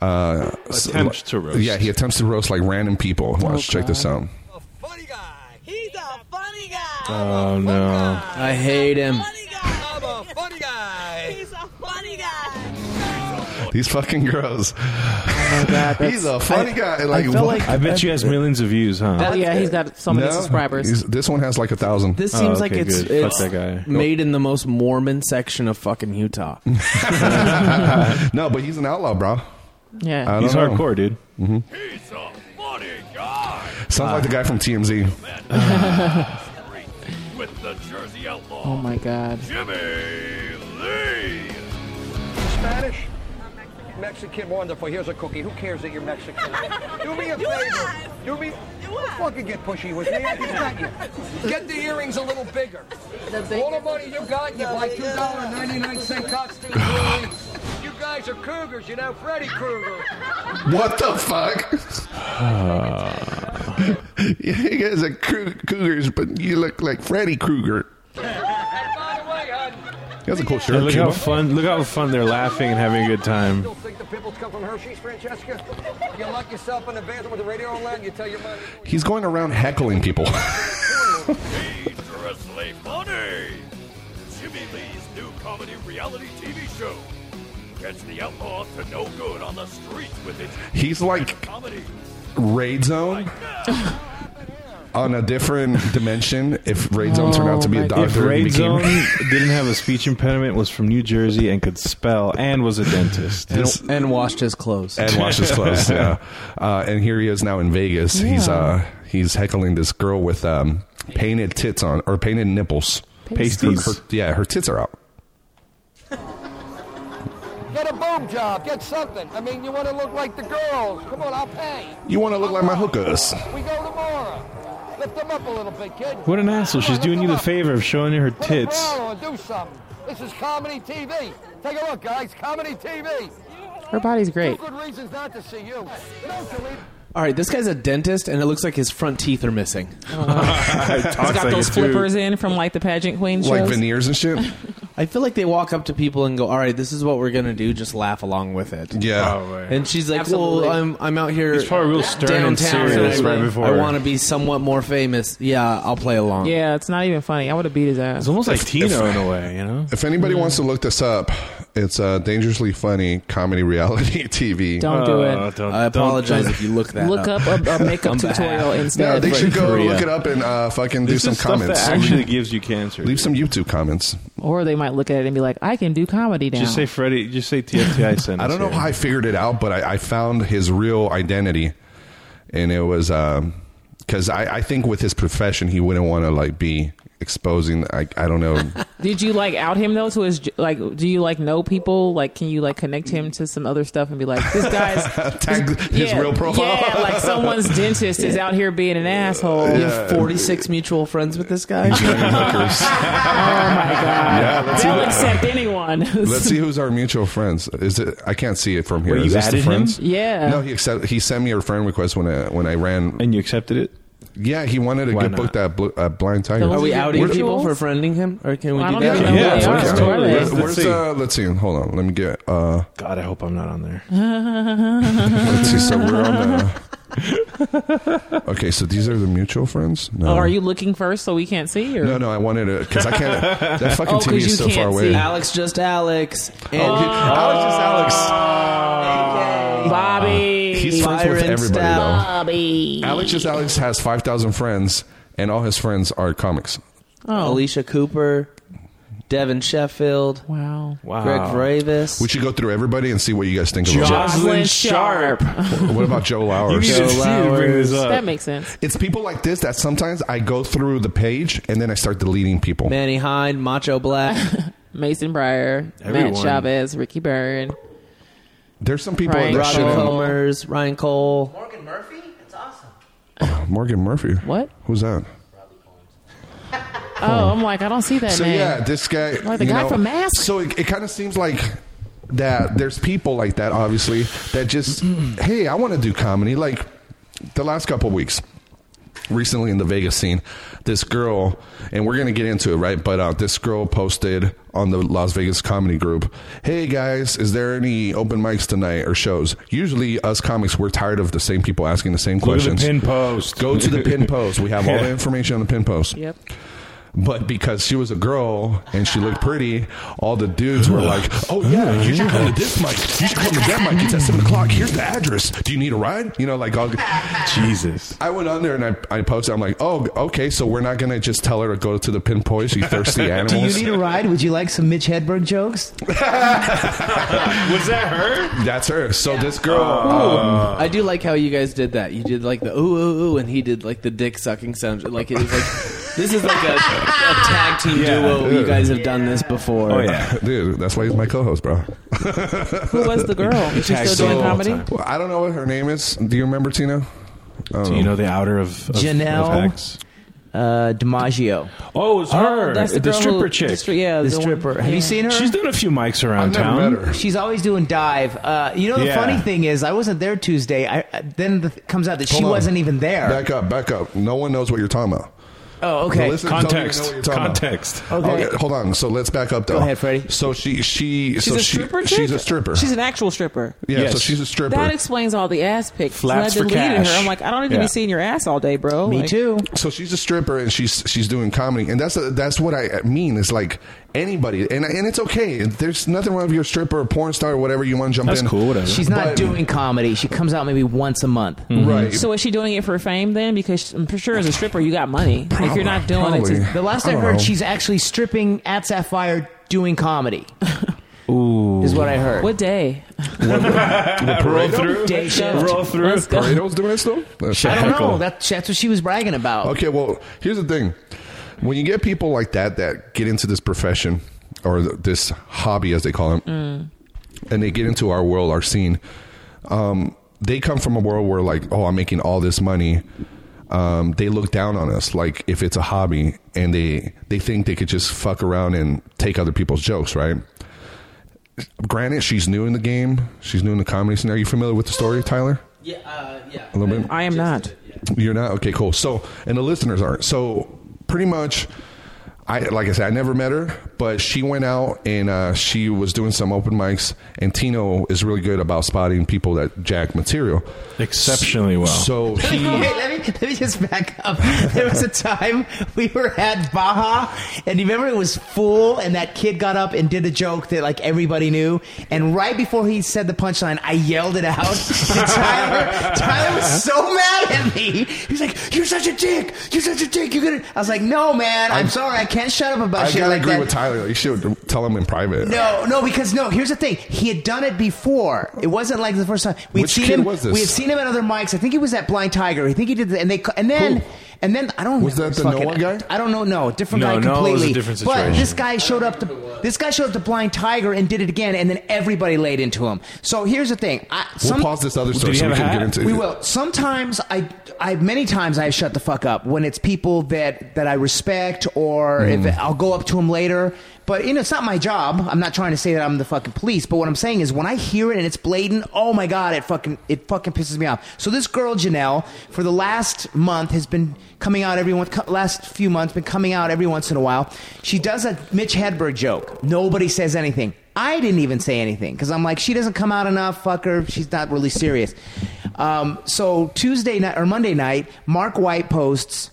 Uh, s-
Attempts to roast.
Yeah, he attempts to roast like random people.
Oh,
Watch, check this out.
funny guy. He's a funny guy.
Oh, no.
I hate him. Oh,
I'm a funny guy. He's a funny guy.
These fucking girls. He's a funny guy. and, Like,
I felt
what-
like
I bet you has millions of views, huh?
Oh yeah, he's got so many subscribers.
he's- this one has like a thousand.
this
Oh,
seems like
okay,
it's,
good. Fuck
it's
that guy.
made in the most Mormon section of fucking Utah.
no, but he's an outlaw, bro.
Yeah.
I
He's
don't know.
hardcore, dude.
He's a funny guy.
Sounds like the guy from TMZ.
With the Jersey Outlaw,
oh my god.
Jimmy Lee.
Spanish? Mexican, wonderful. Here's a cookie. Who cares that you're Mexican? Do me a
You
favor.
are.
Do me.
You are.
Fucking get pushy with me. I just got you. Get the earrings a little bigger. All the money you got, you buy two dollar ninety nine cent costume jewelry. You guys are Cougars, you know, Freddy Krueger.
What the fuck? you guys are Krug- Cougars, but you look like Freddy Krueger.
And by the way, hon,
He has a cool
Yeah,
shirt.
look
Cuba.
how fun! Look how fun they're laughing and having a good time.
still think the pimples come from Hershey's, Francesca? You lock yourself in the bathroom with the radio on loud, you tell your mom.
He's going around heckling people.
Dangerously funny. Jimmy Lee's new comedy reality TV show gets the outlaw to no good on the streets with its
He's like
comedy.
Raid Zone on a different dimension. If Raid Zone turned out to be a
Oh, my-
doctor,
If
and
Raid
became-
Zone didn't have a speech impediment, was from New Jersey and could spell and was a dentist.
This-
and washed his clothes.
and wash his clothes. yeah, uh, and here he is now in Vegas. He's uh, he's heckling this girl with um, painted tits on or painted nipples.
Pasties.
Her- her- yeah, her tits are out.
Get a boob job. Get something. I mean, you want to look like the girls. Come on, I'll pay.
You want to look like my hookers?
We go tomorrow. Lift them up a little bit, kid.
What an asshole! She's doing you the favor of showing you her
Put a
tits.
frown on, do something. This is comedy TV. Take a look, guys. Comedy TV.
Her body's great.
Two good reasons not to see you. Don't delete.
All right, this guy's a dentist, and it looks like his front teeth are missing.
He's got those flippers in from like the pageant queen shows.
Like veneers and shit.
I feel like they walk up to people and go, "All right, this is what we're gonna do. Just laugh along with it."
Yeah,
Oh,
And she's like,
Absolutely.
"Well, I'm I'm out here.
He's probably real stern and
downtown
serious
and I-
right before.
I want to be somewhat more famous. Yeah, I'll play along.
Yeah, it's not even funny. I would have beat his ass.
It's almost like
If-
Tino
if-
in a way, you know.
If anybody wants to look this up, it's uh, dangerously funny comedy reality TV.
Don't do it.
Oh, don't,
I apologize if you look that
Look
up.
up a, a makeup tutorial
No,
instead.
they should go
Korea.
look it up and uh, fucking do
This
some
is stuff
comments.
that actually gives you cancer.
Leave
dude.
some YouTube comments.
or they might look at it and be like, I can do comedy now.
Just say Freddie. Just say TFTI. Sent
I
us
don't know
here.
how I figured it out, but I, I found his real identity, um, and it was because I, I think with his profession he wouldn't want to like be exposing. I I don't know.
Did you like out him though to his like? Do you like know people? Like, can you like connect him to some other stuff and be like, this guy's
Tag his
yeah,
real profile.
Yeah, like someone's dentist is out here being an asshole.
We have 46 mutual friends with this guy.
Young hookers.
Oh my god,
Yeah, let's see
they'll
what-
accept anyone.
Let's see who's our mutual friends. Is it? I can't see it from here.
Wait, you
Is this the
added him?
friends?
Yeah.
No, he accept, he sent me a friend request when I when I ran.
And you accepted it?
Yeah, he wanted to
Why
get
not?
booked at Bl- uh, Blind Tiger.
Are we
Those are
outing
the
people for
mutuals?
friending him, or can we
I
do
don't
that?
even know
Yeah,
who
it's
they are.
okay.
Who are
Let's-
they?
let's
Where's
see.
uh? Let's see. Hold on. Let me get. uh
God, I hope I'm not on there.
Let's see. So we're on the. Okay, so these are the mutual friends. No,
Oh, are you looking first so we can't see? Or?
No, no. I wanted to because I can't. That fucking
Oh, 'cause
TV
you
is so far
can't
away.
see.
Alex, just Alex, and
Oh, he- Alex is Alex.
Bobby.
He's friends with
Byron
everybody
Stout.
though.
Bobby.
Alex is Alex has five thousand friends, and all his friends are comics.
Oh,
Alicia Cooper, Devin Sheffield,
Wow.
Wow.
Greg Vravis.
We should go through everybody and see what you guys think of them.
Jocelyn Sharp.
What about Joe
You
Lowers?
need
Joe
to you need to bring this up.
That makes sense.
It's people like this that sometimes I go through the page and then I start deleting people.
Manny Hine, Macho Black,
Mason Breyer,
Everyone.
Matt Chavez, Ricky Barron.
There's some people
Right.
that
Robin
Should've-
shouldn't.
Comers, Ryan Cole.
Morgan Murphy? That's awesome.
Morgan Murphy.
What?
Who's that?
Oh, I'm like, I don't see that
So
name.
yeah, this guy.
Like the
you
guy
know,
from Mask?
So it, it kind of seems like that. There's people like that, obviously, that just
Mm-hmm.
hey, I want to do comedy. Like the last couple weeks, recently in the Vegas scene, this girl, and we're gonna get into it, right? But uh, this girl posted on the Las Vegas comedy group, "Hey guys, is there any open mics tonight or shows?" Usually, us comics, we're tired of the same people asking the same
Look at the
questions.
pin post.
Go to the pin post. We have all the information on the pin post
Yep.
but because she was a girl and she looked pretty, all the dudes were like, "Oh yeah, you should come to this mic. You should come to that mic. It's at seven o'clock. Here's the address. Do you need a ride?" You know, like all,
Jesus.
I went on there and I, I posted. I'm like, "Oh, okay. So we're not gonna just tell her to go to the pin post. You thirsty
Do you
animals."
need a ride? Would you like some Mitch Hedberg jokes?
Was that her?
That's her. So this girl,
Oh.
I do like how you guys did that. You did like the ooh ooh ooh, and he did like the dick sucking sound. Like it was like this is like a, a tag team
Yeah.
duo. You guys have done this before.
Oh, yeah.
um, dude, that's why he's my co-host, bro.
Who was the girl? Is she still
So-
doing comedy?
Well, I don't know what her name is. Do you remember Tina?
Do you know the outer of, of
Janelle.
Of hacks?
Uh, DiMaggio,
Oh, it's her.
Oh, that's the, girl
stripper
who,
chick.
The stri- yeah,
the
one-
stripper. Have
yeah.
you seen her?
She's done a few mics around
I've never
town.
met her.
She's always doing dive. Uh, you know the
Yeah.
funny thing is, I wasn't there Tuesday. I I- then the, th- comes out that she
Hold on.
wasn't even there.
Back up, back up. No one knows what you're talking about. The
oh, okay.
listeners don't even know what
Context.
you're talking about.
Context.
Okay.
Okay, hold on. So let's back up though.
ahead, Freddie.
So she she
She's
so
a
she,
stripper chick?
she's a stripper.
She's an actual stripper.
yeah,
Yes.
so she's a stripper.
That explains all the ass pics.
Flaps
and
for
I deleted
cash.
her. I'm like, I don't need to
Yeah.
be seeing your ass all day, bro.
Me
Like,
too.
so she's a stripper and she's she's doing comedy and that's that's what I mean. It's like anybody and and it's okay. There's nothing wrong if you're a stripper or porn star or whatever you want to jump
That's
in.
cool. Whatever.
She's not
But-
doing comedy. She comes out maybe once a month.
Right.
So is she doing it for fame then? Because I'm for sure as a stripper, you got money. if you're not doing
Probably.
it, to,
The last
I
I,
don't
heard,
know.
she's actually stripping at Sapphire doing comedy. Ooh, is what I heard.
what day?
roll through.
Day shift.
Roll through.
Let's go.
Pareto's doing it still? That's
I don't
cool.
know. That, that's what she was bragging about.
Okay, well, here's the thing. When you get people like that that get into this profession or th- this hobby, as they call it, and they get into our world, our scene, um, they come from a world where, like, oh, I'm making all this money. Um, they look down on us, like if it's a hobby, and they they think they could just fuck around and take other people's jokes, right? Granted, she's new in the game. She's new in the comedy scene. Are you familiar with the story, Tyler?
yeah, uh, yeah.
A little bit.
I am not.
You're not okay. Cool. So, and the listeners aren't. So, pretty much, I like I said, I never met her, but she went out and uh, she was doing some open mics. And Tino is really good about spotting people that jack material.
Exceptionally well.
So he.
Wait, let, me, let me just back up. There was a time we were at Baja, and you remember it was full, and that kid got up and did a joke that like everybody knew. And right before he said the punchline, I yelled it out. And Tyler, Tyler was so mad at me. He's like, "You're such a dick! You're such a dick! You're gonna." I was like, "No, man. I'm,
I'm-
sorry. I can't shut up about
I
shit
gotta
like
agree
that."
with Tyler. You should tell him in private.
No, no, because no. Here's the thing: he had done it before. It wasn't like the first time. We'd
Which
seen
kid
him.
was this?
We had seen him at other mics. I think he was at Blind Tiger. I think he did, the, and they ca- and then
Who?
And then I don't
Was
remember
that
his
the
fucking-
Noah guy?
I don't know. No, different
No,
guy
Noah was a
completely.
different
But
situation.
this guy showed up to this guy showed up to Blind Tiger and did it again, and then everybody laid into him. So here's the thing. I,
We'll
some,
pause this other
Did
story
he
so we
have a
can
hat?
get into
we will. Sometimes I, I many times I shut the fuck up when it's people that that I respect, or if I'll go up to them later. But you know, it's not my job. I'm not trying to say that I'm the fucking police. But what I'm saying is, when I hear it and it's blatant, oh my god, it fucking it fucking pisses me off. So this girl Janelle, for the last month, has been coming out every one, co- last few months, been coming out every once in a while. She does a Mitch Hedberg joke. Nobody says anything. I didn't even say anything because I'm like, she doesn't come out enough. Fuck her. She's not really serious. Um, so Tuesday night or Monday night, Mark White posts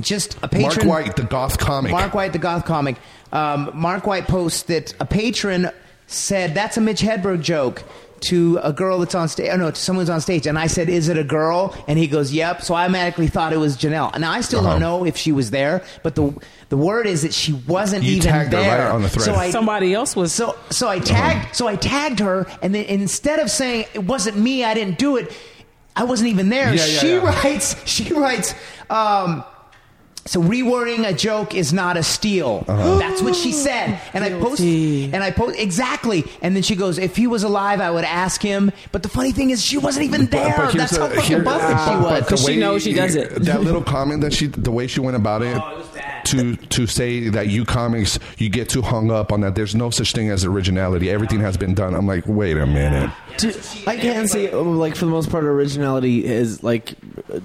just a
Mark
patron.
White, the goth comic.
Mark White, the goth comic. Um, Mark White posts that a patron said that's a Mitch Hedberg joke to a girl that's on stage. Oh no, to someone who's on stage. And I said, "Is it a girl?" And he goes, "Yep." So I automatically thought it was Janelle. Now I still
Uh-huh.
don't know if she was there, but the the word is that she wasn't
You
even
tagged her
there.
right on the thread.
So I,
Somebody else was.
so so
Uh-huh.
I tagged so I tagged her, and then instead of saying it wasn't me, I didn't do it, I wasn't even there.
Yeah, yeah,
she
yeah.
writes she writes. Um, so rewording a joke is not a steal.
Uh-huh.
That's what she said, and I post
Guilty.
and I post exactly. And then she goes, "If he was alive, I would ask him." But the funny thing is, she wasn't even there.
here's
That's
the-
how
here-
fucking busted she
but- but
was.
the
She
way-
knows she does it. Oh,
That little comment that she, the way she went about it, to to say that you comics, you get too hung up on that. There's no such thing as originality. Everything has been done. I'm like, wait a minute.
Dude, I can't say oh, like for the most part originality is like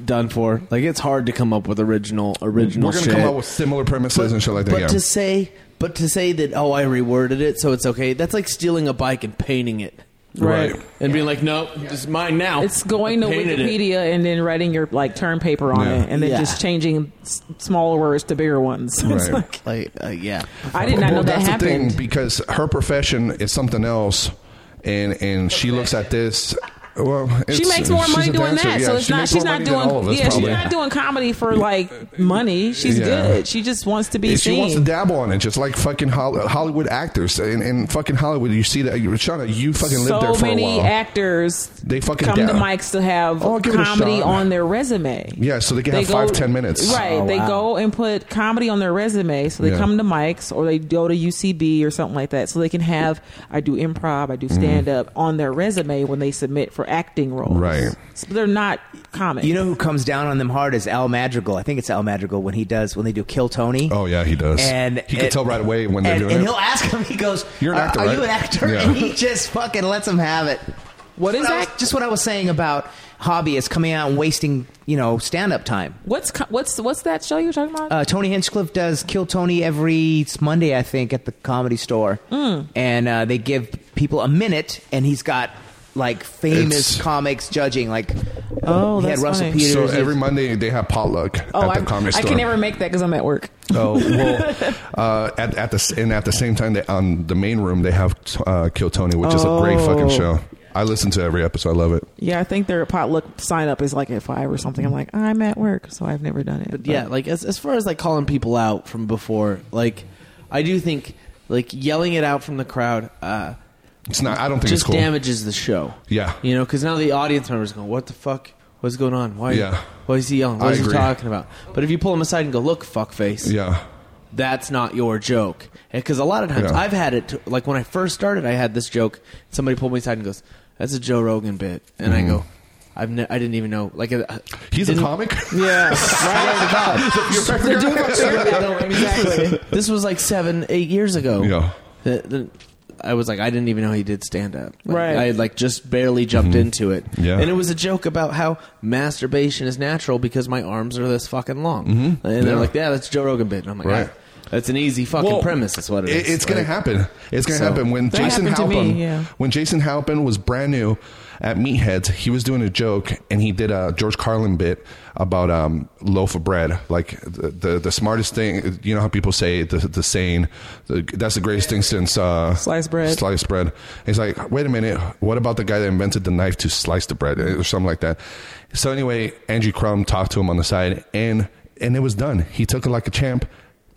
done for. Like it's hard to come up with original original.
We're gonna
shit.
come up with similar premises and shit like that.
But
yeah.
to say, but to say that oh I reworded it so it's okay. That's like stealing a bike and painting it.
Right. Right.
And being like, no, it's mine now.
It's going to
I painted it.
Wikipedia and then writing your like term paper on
Yeah.
it, and then
Yeah.
just changing s- smaller words to bigger ones. It's
Right.
like
Like uh, yeah,
I did not
Well,
know that
that's
happened.
the thing because her profession is something else, and and she looks at this. Well,
she
it's-
makes more
she's
money
a
doing
dancer.
that,
Yeah,
so it's
she
not.
makes
She's
more
not
money than all
doing.
of us,
yeah,
probably.
she's not doing comedy for like money. She's
Yeah.
good. She just wants to be
If
seen.
she wants to dabble on it, just like fucking Hol- Hollywood actors. In, in fucking Hollywood, you see that. Shauna, you fucking
so
lived there for
many
a while.
actors
They fucking
come to
dab.
mics to have
Oh, give it a
comedy
shot.
on their resume.
Yeah, so they can have five, 10 minutes.
Right.
Oh,
they
wow.
go and put comedy on their resume. So they
Yeah.
come to mics or they go to UCB or something like that. So they can have I do improv, I
Mm-hmm.
do stand up on their resume when they submit for acting roles.
Right.
So they're not comics.
You know who comes down on them hard is Al Madrigal. I think it's Al Madrigal when he does when they do Kill Tony.
oh yeah, he does.
and
he can
and-
tell right away when they're
and,
doing
and
it.
he'll ask him. He goes,
You're an
"Are-
actor,
are,
right?"
you an actor?"
Yeah.
And he just fucking lets him have it.
What is
What I was-
that?
Just what I was saying about hobbyists coming out and wasting, you know, stand-up time.
What's co- what's what's that show you're talking about?
Uh, Tony Hinchcliffe does Kill Tony every Monday, I think, at the Comedy Store,
Hmm.
and uh, they give people a minute, and he's got like famous
It's-
comics judging, like
Oh,
he had
that's
Russell
funny.
Peters.
so every Monday they have potluck
oh,
at the
I'm-
comedy
I
store.
can never make that because I'm at work.
Oh well, uh, at, at the and at the same time, they, on the main room they have uh, Kill Tony, which is a great fucking
Oh.
show. I listen to every episode. I love it.
Yeah, I think their potluck sign up is like at five or something. I'm like, I'm at work, so I've never done it.
but yeah. Like as as far as like calling people out from before, like I do think like yelling it out from the crowd. uh
It's not. I don't think it's
just
cool.
damages the show.
Yeah.
you know, because now the audience members going, "What the fuck? What's going on? Why?
Yeah.
Why is he yelling?
I
What is he
agree.
talking about?" But if you pull them aside and go, "Look, fuckface,
Yeah.
that's not your joke," because a lot of times
Yeah.
I've had it. To, like when I first started, I had this joke. Somebody pulled me aside and goes, "That's a Joe Rogan bit," and I go, "I've ne- I didn't even know." Like I-
Mm. He's
didn't-
a comic.
Yeah, right.
They're doing a fair battle, exactly.
this was like seven, eight years ago.
Yeah.
The- the- I was like, I didn't even know he did stand up. Like,
Right.
I had like just barely jumped into it.
Mm-hmm. Yeah.
And it was a joke about how masturbation is natural because my arms are this fucking long. And
Mm-hmm. Yeah.
they're like, yeah, that's Joe Rogan bit. And I'm like,
Right.
"Ah, that's an easy fucking
Well,
premise. Is what it is.
It, it's gonna
Like,
happen. It's gonna
So-
happen when
That
Jason
happened to
Halpin.
me, yeah.
When Jason Halpin was brand new at Meatheads, he was doing a joke and he did a George Carlin bit about um loaf of bread, like the the, the smartest thing. You know how people say the the saying, the, that's the greatest thing since uh,
Sliced bread.
Sliced bread. And he's like, wait a minute, what about the guy that invented the knife to slice the bread or something like that? So anyway, Andrew Crum talked to him on the side and and it was done. He took it like a champ.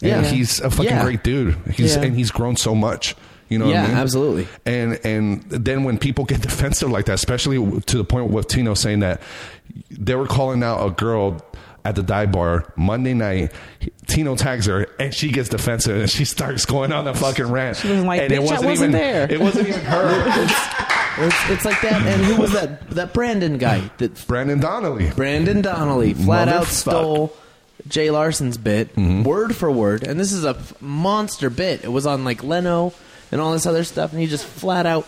And
Yeah.
he's a fucking
Yeah.
great dude. He's
Yeah.
and he's grown so much. You know, what
Yeah,
I mean?
absolutely.
And and then when people get defensive like that, especially to the point with Tino saying that they were calling out a girl at the dive bar Monday night. Tino tags her and she gets defensive and she starts going on a fucking rant. She
was like,
and
"Bitch, I wasn't
even,
there."
It wasn't even her.
It's, it's like that. And who was that? That Brandon guy. That
Brandon Donnelly.
Brandon Donnelly flat out
Motherfuck. Mm-hmm.
stole Jay Larson's bit word for word, and this is a f- monster bit. It was on like Leno and all this other stuff, and he just flat out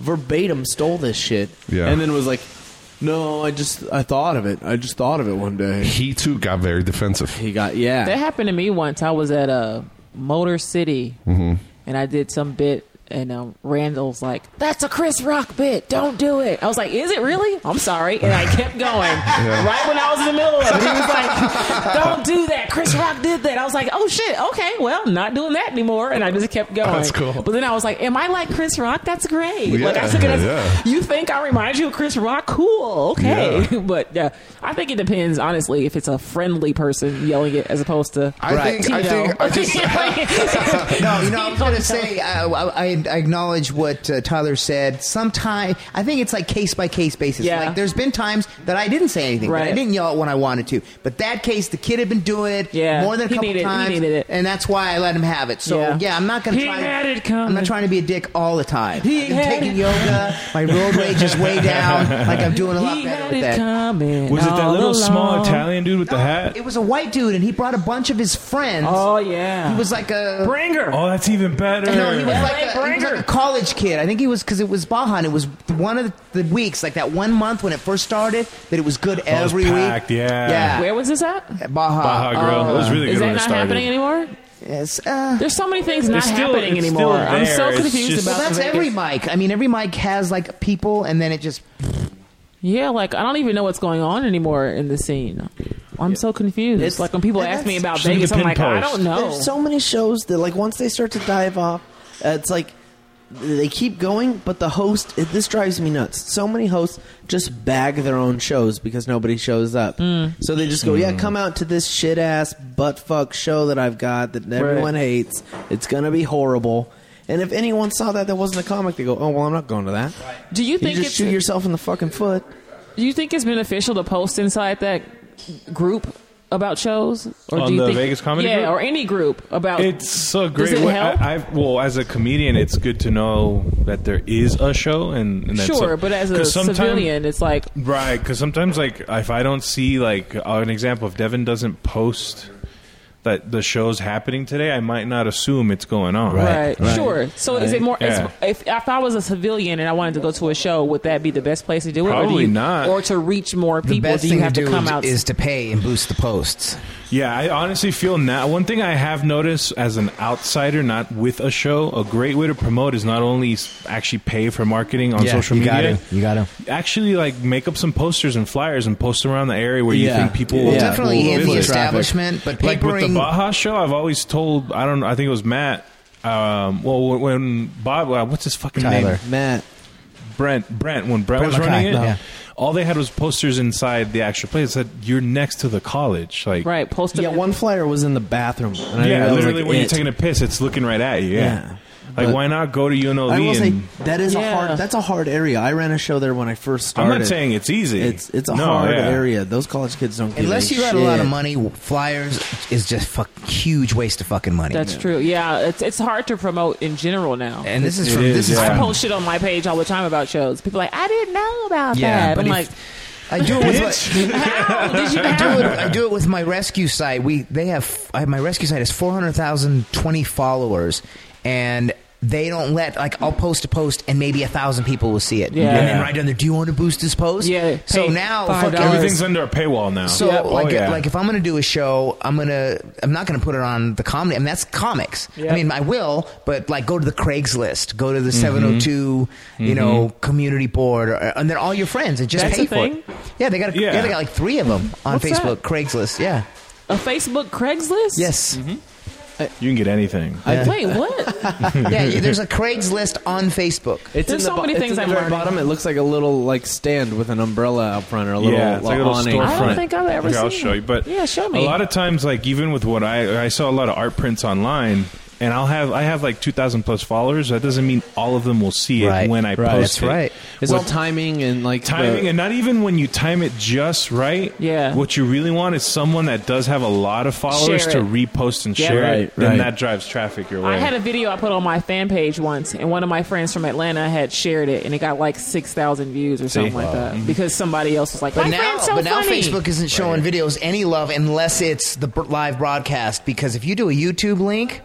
verbatim stole this shit.
Yeah.
and then was like, "No, I just I thought of it. I just thought of it one day."
He too got very defensive.
He got yeah.
That happened to me once. I was at uh, Motor City,
Mm-hmm.
and I did some bit, and um, Randall's like, "That's a Chris Rock bit. Don't do it." I was like, "Is it really? I'm sorry," and I kept going. Right when I was in the middle of it, he was like, "Don't do that. Chris Rock did that." I was like, "Oh shit. Okay, well, not doing that anymore," and I just kept going.
That's cool.
But then I was like, "Am I like Chris Rock? That's great." like I
Yeah,
took it as,
yeah.
"You think I remind you of Chris Rock? Cool. Okay."
Yeah.
but yeah, I think it depends, honestly, if it's a friendly person yelling it as opposed to
I think- I think- I just-
just
No, you know, I was going to say, uh, I, I I acknowledge what uh, Tyler said. Sometime, I think it's like case by case basis.
Yeah.
Like, there's been times that I didn't say anything, that I
Right.
didn't yell out when I wanted to. But that case, the kid had been doing it
Yeah.
more than a
He
couple
needed- he
times.
needed it.
And that's why I let him have it. So, yeah,
Yeah.
I'm not going to
He
try.
had it
I'm
coming.
not trying to be a dick all the time.
He
I'm
had
taking
it.
yoga. My road rage is way down. Like, I'm doing a lot
he
better
had
with
it
that.
coming.
Was it that
all
little small
along.
Italian dude with the hat?
It was a white dude, and he brought a bunch of his friends.
Oh yeah,
He was like a.
bringer.
Oh, that's even better.
No, he was
Yeah.
like, a,
Like
he was like
Bringer.
a college kid. I think he was because it was Baja. And it was one of the weeks, like that one month when it first started, that it was good
it was
every
packed,
week.
yeah.
Where was this at?
Yeah, Baja.
Baja Grill.
Uh,
It was really good
Is that
when
not
it started.
happening anymore?
Yes. Uh,
There's so many things not
It's still-
happening
it's still
anymore. I'm so
there. It's
confused
just-
about
well, that's
Vegas.
every mic. I mean, every mic has like people, and then it just
Yeah, like I don't even know what's going on anymore in the scene. I'm so confused. It's like when people
And
ask me about
that's-
Vegas, I'm like, I
pinpost.
don't know.
There's so many shows that like once they start to dive off, uh, it's like they keep going, but the host it, this drives me nuts. So many hosts just bag their own shows because nobody shows up.
Hmm.
So they just go,
Hmm.
yeah, come out to this shit ass butt fuck show that I've got that everyone hates. It's gonna be horrible. And if anyone saw that that wasn't a comic, they go, oh well, I'm not going to that.
do you
You
think
just
it's
shoot yourself in the fucking foot.
Do you think it's been official to post inside that group about shows, or
On
do you
the
think,
Vegas comedy
Yeah,
group?
or any group about
It's so great.
Does it
Well,
help?
I, I, well, as a comedian, it's good to know that there is a show, and, and that's
sure,
it.
but as a
'Cause sometime-
civilian, it's like
right? Because sometimes, like, if I don't see, like, uh, an example, if Devin doesn't post that the show's happening today, I might not assume it's going on.
right, sure. So is it more? is-
Yeah.
If if I was a civilian and I wanted to go to a show, would that be the best place to do it? or do
Probably
you,
not.
Or to reach more people, do you have to, come out?
to pay and boost the posts.
Yeah, I honestly feel now. One thing I have noticed as an outsider, not with a show, a great way to promote is not only s- actually pay for marketing on social media.
You got to.
actually like make up some posters and flyers and post them around the area where
Yeah.
you think people
Well,
will
definitely
will
in the
visit.
establishment, but
like with the
papering-
Baja show, I've always told I don't know. I think it was Matt. Um, well, when Bob, uh, what's his fucking name?
Tyler.
Matt,
Brent. Brent. When Brent,
Brent
was running it,
McKay, yeah.
all they had was posters inside the actual place. That said, you're next to the college. Like,
right, post
yeah,
it.
one flyer was in the bathroom. And I
Yeah,
that was,
literally
like,
when you're
it.
taking a piss, it's looking right at you.
Yeah.
Yeah. Like,
But-
why not go to UNLV?
I will
E and,
say that is a
Yeah.
hard. That's a hard area. I ran a show there when I first
I'm
started.
not saying it's easy.
It's it's a
No,
hard
yeah.
area. Those college kids don't. Give
Unless
a
you got a lot
shit.
of money, flyers is just fuck huge waste of fucking money.
That's true. Yeah, it's it's hard to promote in general now.
and this is
It
from this
is,
is
yeah.
I
from
post shit on my page all the time about shows. People are like, I didn't know about
yeah.
that.
But
I'm
if-
like,
I do it with
Bitch.
my,
how did you
I do
have
it. I do it with my rescue site. We they have I, my rescue site is 420 followers, and they don't let like I'll post a post and maybe a thousand people will see it.
Yeah.
And then right down there, do you want to boost this post?
Yeah,
So
pay
now
five
fucking-
dollars.
Everything's under a paywall now.
So
Yep.
like
oh, yeah.
like if I'm gonna do a show, I'm gonna I'm not gonna put it on the comedy. I mean that's comics.
Yep.
I mean I will, but like go to the Craigslist, go to
Mm-hmm.
the 702, you know, community board, or, uh, and then all your friends and just
That's
pay
a
for
thing?
it. Yeah, they got a,
Yeah.
yeah they got like three of them on
What's
Facebook, Craigslist. Yeah,
a Facebook Craigslist?
yes,
Mm-hmm.
you can get anything.
Wait, what?
yeah. you- There's a Craigslist on Facebook.
It's
There's
in the
so
bo-
many
it's
things
in the
I've
very
learned.
bottom. It looks like a little like stand with an umbrella out front or a little uh,
yeah, it's like a little
awning.
storefront.
I don't think I've ever
Here, I'll
seen
show
it.
you. But
Yeah, show me.
A lot of times, like even with what I I saw a lot of art prints online, and I'll have I have like two thousand plus followers. That doesn't mean all of them will see it
Right.
when I
Right.
post
That's
it.
right.
It's
With
all timing and like the-
timing, and not even when you time it just right.
Yeah.
What you really want is someone that does have a lot of followers
Share
to
it.
repost and
Yeah.
share it.
Right,
Then
right.
that drives traffic your way.
I had a video I put on my fan page once, and one of my friends from Atlanta had shared it, and it got like six thousand views or something like that
Mm-hmm.
because somebody else was like,
But
"My
now,
friend's so
but now
funny."
Facebook isn't showing videos any love unless it's the br- live broadcast because if you do a YouTube link,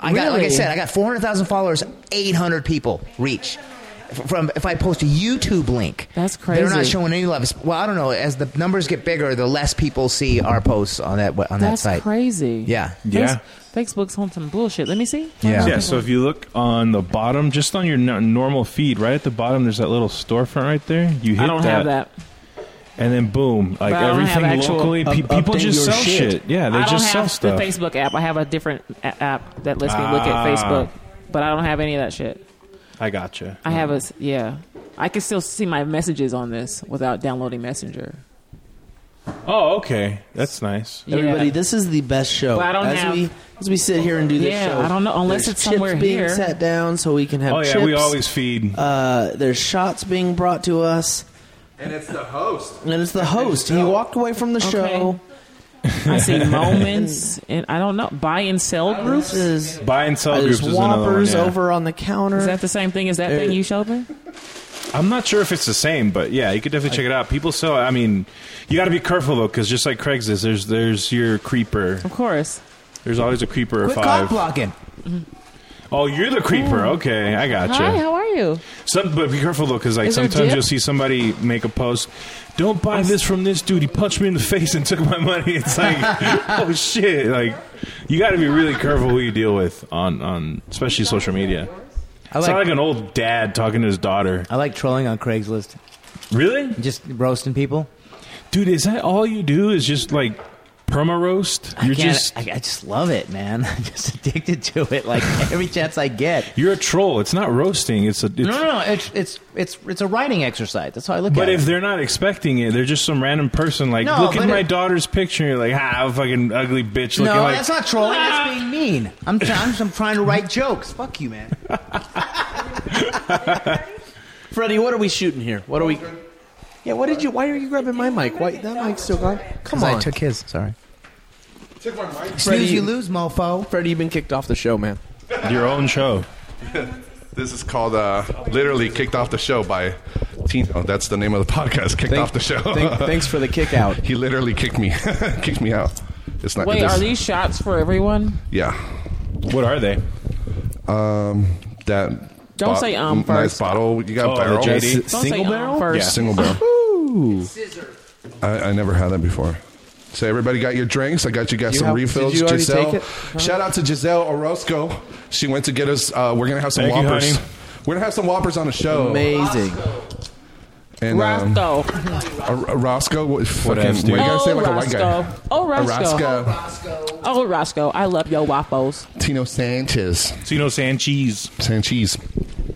I got like I
Really?
said, I got four hundred thousand followers, eight hundred people reach. F- From if I post a YouTube link,
That's
They're not
crazy.
showing any love. It's- Well, I don't know. As the numbers get bigger, the less people see our posts on that
That's
on that site.
crazy.
Yeah.
Yeah.
Face- Facebook's on some bullshit. Let me see.
Yeah.
Yeah, so if you look on the bottom, just on your n- normal feed, right at the bottom, there's that little storefront right there. You hit
I don't
that,
have that.
and then boom, like
I don't have
everything
actual-
locally, pe-
Up-
people
update
just
your
sell shit.
shit.
Yeah, they
I don't
just sell
have
stuff.
the Facebook app. I have a different a- app that lets me look
Ah.
at Facebook, but I don't have any of that shit.
I gotcha.
I have a s- yeah. I can still see my messages on this without downloading Messenger.
Oh, okay, that's nice.
Everybody,
Yeah.
this is the best show.
But I don't
as
have-
we as we sit here and do this
Yeah,
show.
I don't know, unless
there's
it's somewhere
chips being
here.
set down so we can have.
Oh yeah,
chips.
we always feed.
Uh, there's shots being brought to us,
And it's the host.
and it's the host. He walked away from the show.
I see moments, and I don't know buy and sell groups.
This is
Buy and sell
there's
groups is another one.
whoppers
yeah.
over on the counter.
Is that the same thing as that thing you showed me?
I'm not sure if it's the same, but yeah, you could definitely check it out. People sell. I mean, you got to be careful though, because just like Craigslist, there's there's your creeper.
Of course.
There's always a creeper or
Quit cock
five.
blocking.
Oh, you're the creeper. Okay, I gotcha.
Hi, how are you?
Some, but be careful though, because like
Is there
sometimes
dip?
you'll see somebody make a post. Don't buy this from this dude. He punched me in the face and took my money. It's like, oh shit! Like, you got to be really careful who you deal with on on especially social media.
I
It's not
like,
like an old dad talking to his daughter.
I like trolling on Craigslist,
Really,
just roasting people.
dude? Is that all you do? Is just like perma roast? You're
I can't-
just
I, I just love it, man. I'm just addicted to it. Like every chance I get.
you're a troll. It's not roasting. It's a it's,
No, no, no. It's it's it's it's a writing exercise. That's how I look
But
at
if
it.
they're not expecting it, they're just some random person like,
No,
look at
but
my
it-
daughter's picture. And you're like, ah, I'm a fucking ugly bitch. Looking
no,
like,
that's not trolling. That's being mean. I'm, try- I'm I'm trying to write jokes. Fuck you, man.
Freddie, what are we shooting here? What are we? Yeah, what did you? Why are you grabbing my mic? Why that mic's still gone? Come on,
I took his. Sorry.
Took my mic.
Freddie,
Snooze, you lose, mofo.
Freddie, you've been kicked off the show, man.
your own show.
This is called uh, literally kicked off the show by Tino. That's the name of the podcast. Kicked
Thank-
off the show.
thank- thanks for the kick out.
he literally kicked me, kicked me out. It's not.
Wait,
this-
are these shots for everyone?
Yeah.
What are they?
Um, that.
Don't say, um,
n- Nice
first.
bottle. You got
Oh, the
barrel.
JD.
S-
Don't
Single
say um
barrel?
first.
Single barrel. I, I never had that before. So everybody got your drinks. I got you got
You
some
have-
refills.
did you already
Giselle.
take it?
Shout out to Giselle Orozco. She went to get us. Uh, we're gonna have some
Thank you,
whoppers.
honey.
we're gonna have some whoppers on the show.
Amazing.
And, um,
Roscoe.
A, a Roscoe? What, fucking,
else, dude?
why you gotta say it like
Oh,
a white guy?
Roscoe. Oh,
A
Roscoe.
Roscoe.
Oh, Roscoe. I love your waffles.
Tino Sanchez.
Tino Sanchez.
Sanchez.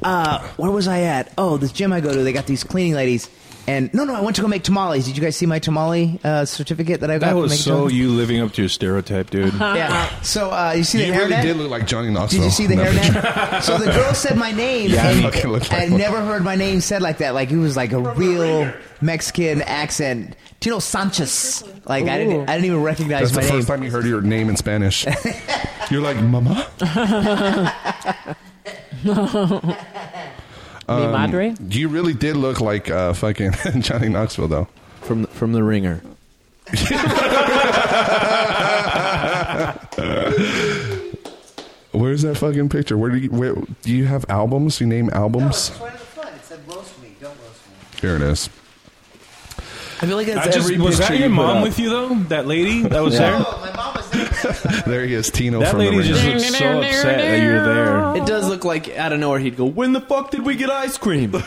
Uh, where was I at? Oh, this gym I go to. They got these cleaning ladies. And no, no, I went to go make tamales. Did you guys see my tamale uh, certificate that I got?
That
for
was
making
so
tamales?
you living up to your stereotype, dude.
Yeah. So uh, you see the
You really
hairnet?
did look like Johnny Knoxville.
Did you see the
No.
hairnet? so the girl said my name.
Yeah, I
and
fucking looked like
I had
one.
never heard my name said like that. Like it was like a real Mexican accent. Tino Sanchez. Like I didn't, I didn't even
That's
recognize
the
my name.
first time you heard your name in Spanish. You're like, Mama?
Mi madre.
You really did look like uh, fucking Johnny Knoxville, though.
From from the ringer.
Where's that fucking picture? Where do you where, do you have albums? You name albums? Here it is.
I feel like that's
I just,
every
was
picture
that
you
your
put
mom
up.
with you though? That lady that was
Yeah.
there.
There he is, Tino
That
from
lady
the
just
Ringer.
looks so upset that you're there.
It does look like out of nowhere he'd go, "When the fuck did we get ice cream?"
Look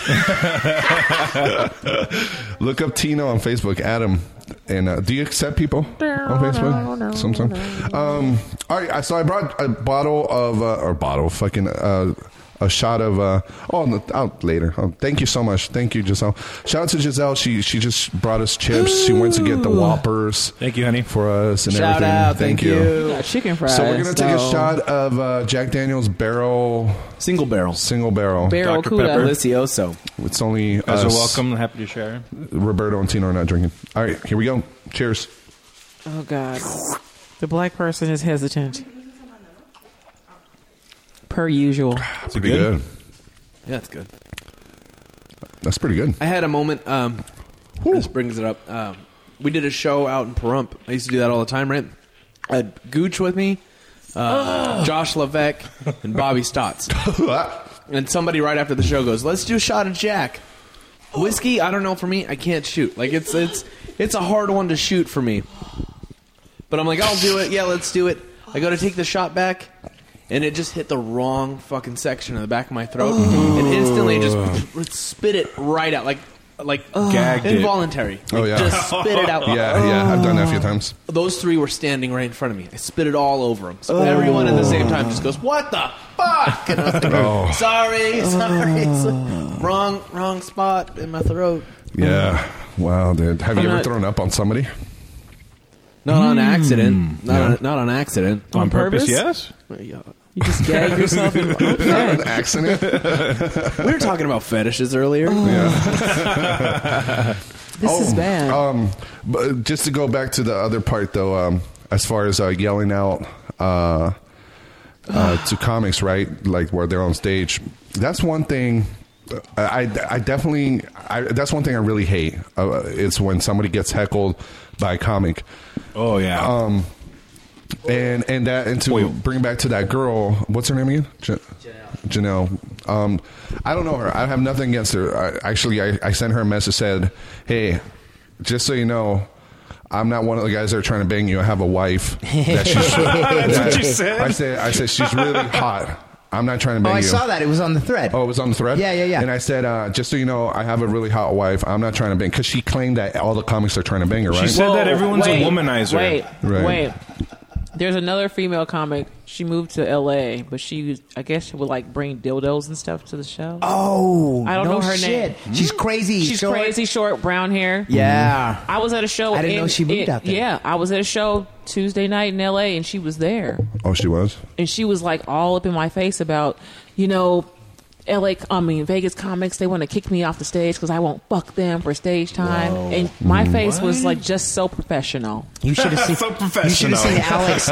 up Tino on Facebook, Adam. And uh, do you accept people on Facebook? Sometimes. Um, all right, I- so I brought a bottle of uh, or bottle, fucking uh, a shot of uh, oh no, out later. Oh, thank you so much. Thank you, Giselle. Shout out to Giselle. She she just brought us chips. She went to get the Whoppers.
Thank you, honey.
for us and
Shout
everything.
out. Thank, you.
Got chicken fries.
So we're gonna take a
so-
shot of uh, Jack Daniel's barrel
Single barrel.
single barrel.
Barrel
Dr.
Cuda.
Pepper.
Delicioso.
It's only
You guys
us.
are welcome. Happy to share.
Roberto and Tino are not drinking. All right, here we go. Cheers.
Oh God, the black person is hesitant. Per usual.
That's
it good?
Yeah, that's good.
That's pretty good.
I had a moment. Um, this brings it up. Um, we did a show out in Pahrump. I used to do that all the time, right? I had Gooch with me, uh, Josh Levesque, and Bobby Stotts. and somebody right after the show goes, "Let's do a shot of Jack." Whiskey, I don't know. For me, I can't shoot. Like it's it's it's a hard one to shoot for me. But I'm like, I'll do it. Yeah, let's do it. I go to take the shot back, and it just hit the wrong fucking section of the back of my throat, and instantly
Oh.
just spit it right out, like like
Gagged it.
involuntary.
Oh,
Like,
yeah.
just spit it out.
Yeah, yeah. I've done that a few times.
Those three were standing right in front of me. I spit it all over them. So everyone at the same time just goes, "What the fuck?" And I was like,
Oh.
"Sorry, sorry, sorry. wrong, wrong spot in my throat."
Yeah. Wow, dude. Have you
I'm
ever
not-
thrown up on somebody?
Not on accident. Not on, not on accident.
On,
On
purpose?
purpose?
Yes.
You just gag yourself. And, okay.
An accident?
We were talking about fetishes earlier.
yeah.
This is bad.
Um, but just to go back to the other part, though, um, as far as uh, yelling out uh, uh, to comics, right? Like where they're on stage. That's one thing. uh, I, I definitely I, that's one thing I really hate. Uh, it's when somebody gets heckled by a comic.
Oh yeah.
Um, and and that and to
Wait.
bring back to that girl, what's her name again? Ja- Janelle. Um, I don't know her. I have nothing against her. I, actually, I, I sent her a message said, "Hey, just so you know." I'm not one of the guys that are trying to bang you. I have a wife. That she's, That's
what you said?
I said. I said she's really hot. I'm not trying to
Oh,
bang
I
you.
saw that. It was on the thread.
Oh, it was on the thread.
Yeah, yeah, yeah.
And I said, uh, just so you know, I have a really hot wife. I'm not trying to bang because she claimed that all the comics are trying to bang her. Right?
She said that everyone's
wait,
a womanizer.
Wait,
Right.
wait. There's another female comic. She moved to L.A., but she, I guess, she would like bring dildos and stuff to the show.
Oh,
I don't
no
know her
shit.
name. Mm.
She's crazy.
She's
short.
crazy, short, brown hair.
Yeah.
I was at a show.
I didn't
in-
know she moved
it-
out there.
Yeah, I was at a show Tuesday night in L.A. and she was there,
oh, she was.
and she was like all up in my face about, you know. LA, I mean Vegas comics. They want to kick me off the stage because I won't fuck them for stage time. And
Mm.
my face was like just so professional.
You should have seen.
So
you should
professional.
have seen Alex.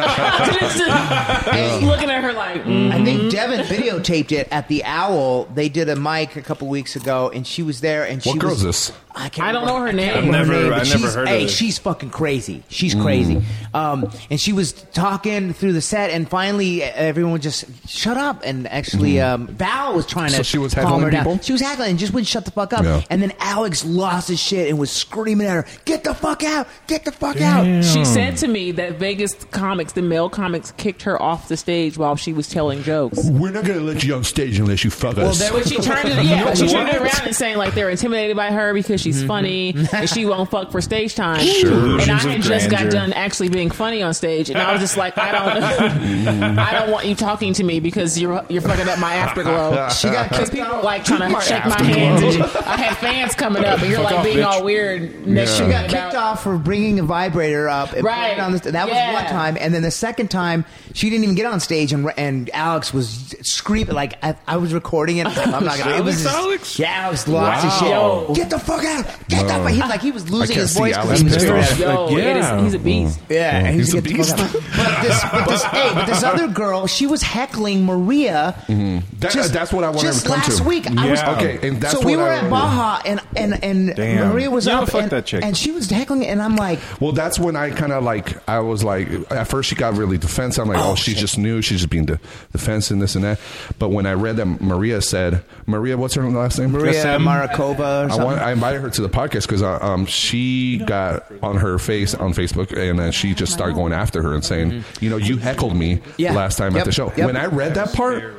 Just- just looking at her like, mm.
I think Devin videotaped it at the Owl. They did a mic a couple weeks ago, and she was there. And
What
she
girl's
was,
this?
I, can't
I don't
remember-
know her name.
can't remember
I've never-
but
I've never
she's-
heard of
Hey,
it.
she's fucking crazy. She's crazy. Um, and she was talking through the set, and finally e, everyone just shut up. And actually, um, Val was trying
So
to
she was
calm her
heckling
down.
people?
She was heckling and just wouldn't shut the fuck up.
Yeah.
And then Alex lost his shit and was screaming at her, "Get the fuck out! Get the fuck out!"
She said to me that Vegas comics, the male comics, kicked her off the stage while she was telling jokes.
We're not going to let you on stage unless you fuck us.
But she turned it, yeah, she turned it around and saying like they're intimidated by her because she's funny and she won't fuck for stage time.
Mm-hmm. Sure.
and I
Illusions of
had just got
grandeur.
done actually being funny on stage, and I was just like, I don't, I don't want you talking to me because you're you're fucking up my afterglow.
She got
because people were like trying to shake my hands. And I had fans coming up, and you're like being all weird. Next,
She
you
got kicked off for bringing a vibrator up. And
Right.
putting it On the, that
Yeah.
was one time, and then the second time, she didn't even get on stage, and and Alex was screaming like I, I was recording it. I'm not gonna. It
Alex,
was just-
Alex?
Yeah, Alex lost his shit.
Yo.
Get the fuck out! Get the fuck! He was like he was losing
can't
his
see
voice. 'cause
Alex
he was
pissed
screaming
off.
at her.
Yo,
Like,
it is-
yeah.
he's a beast.
Yeah, he was
He's a
get the
beast.
fuck out. But this, but this, hey, but this other girl, she was heckling Maria.
Mm-hmm. That- that's what I wanted
Just
to come
last
to.
week, I was
Yeah.
Okay, and that's
so we
what
were
I-
at Baja, and and and
Damn.
Maria was
Yeah,
up,
fuck
and,
that chick.
and she was heckling, and I'm like,
Well, that's when I kind of like I was like at first she got really defensive. I'm like, oh, she's just new. She's just being de- defensive and this and that. But when I read that Maria said Maria, what's her last name?
Sam.
Marakova or
I, want, I invited her to the podcast because um, she got on her face on Facebook and then she just started going after her and saying, you know, you heckled me
Mm-hmm. Yeah.
last time at
Yep,
the show.
yep.
When I read that part,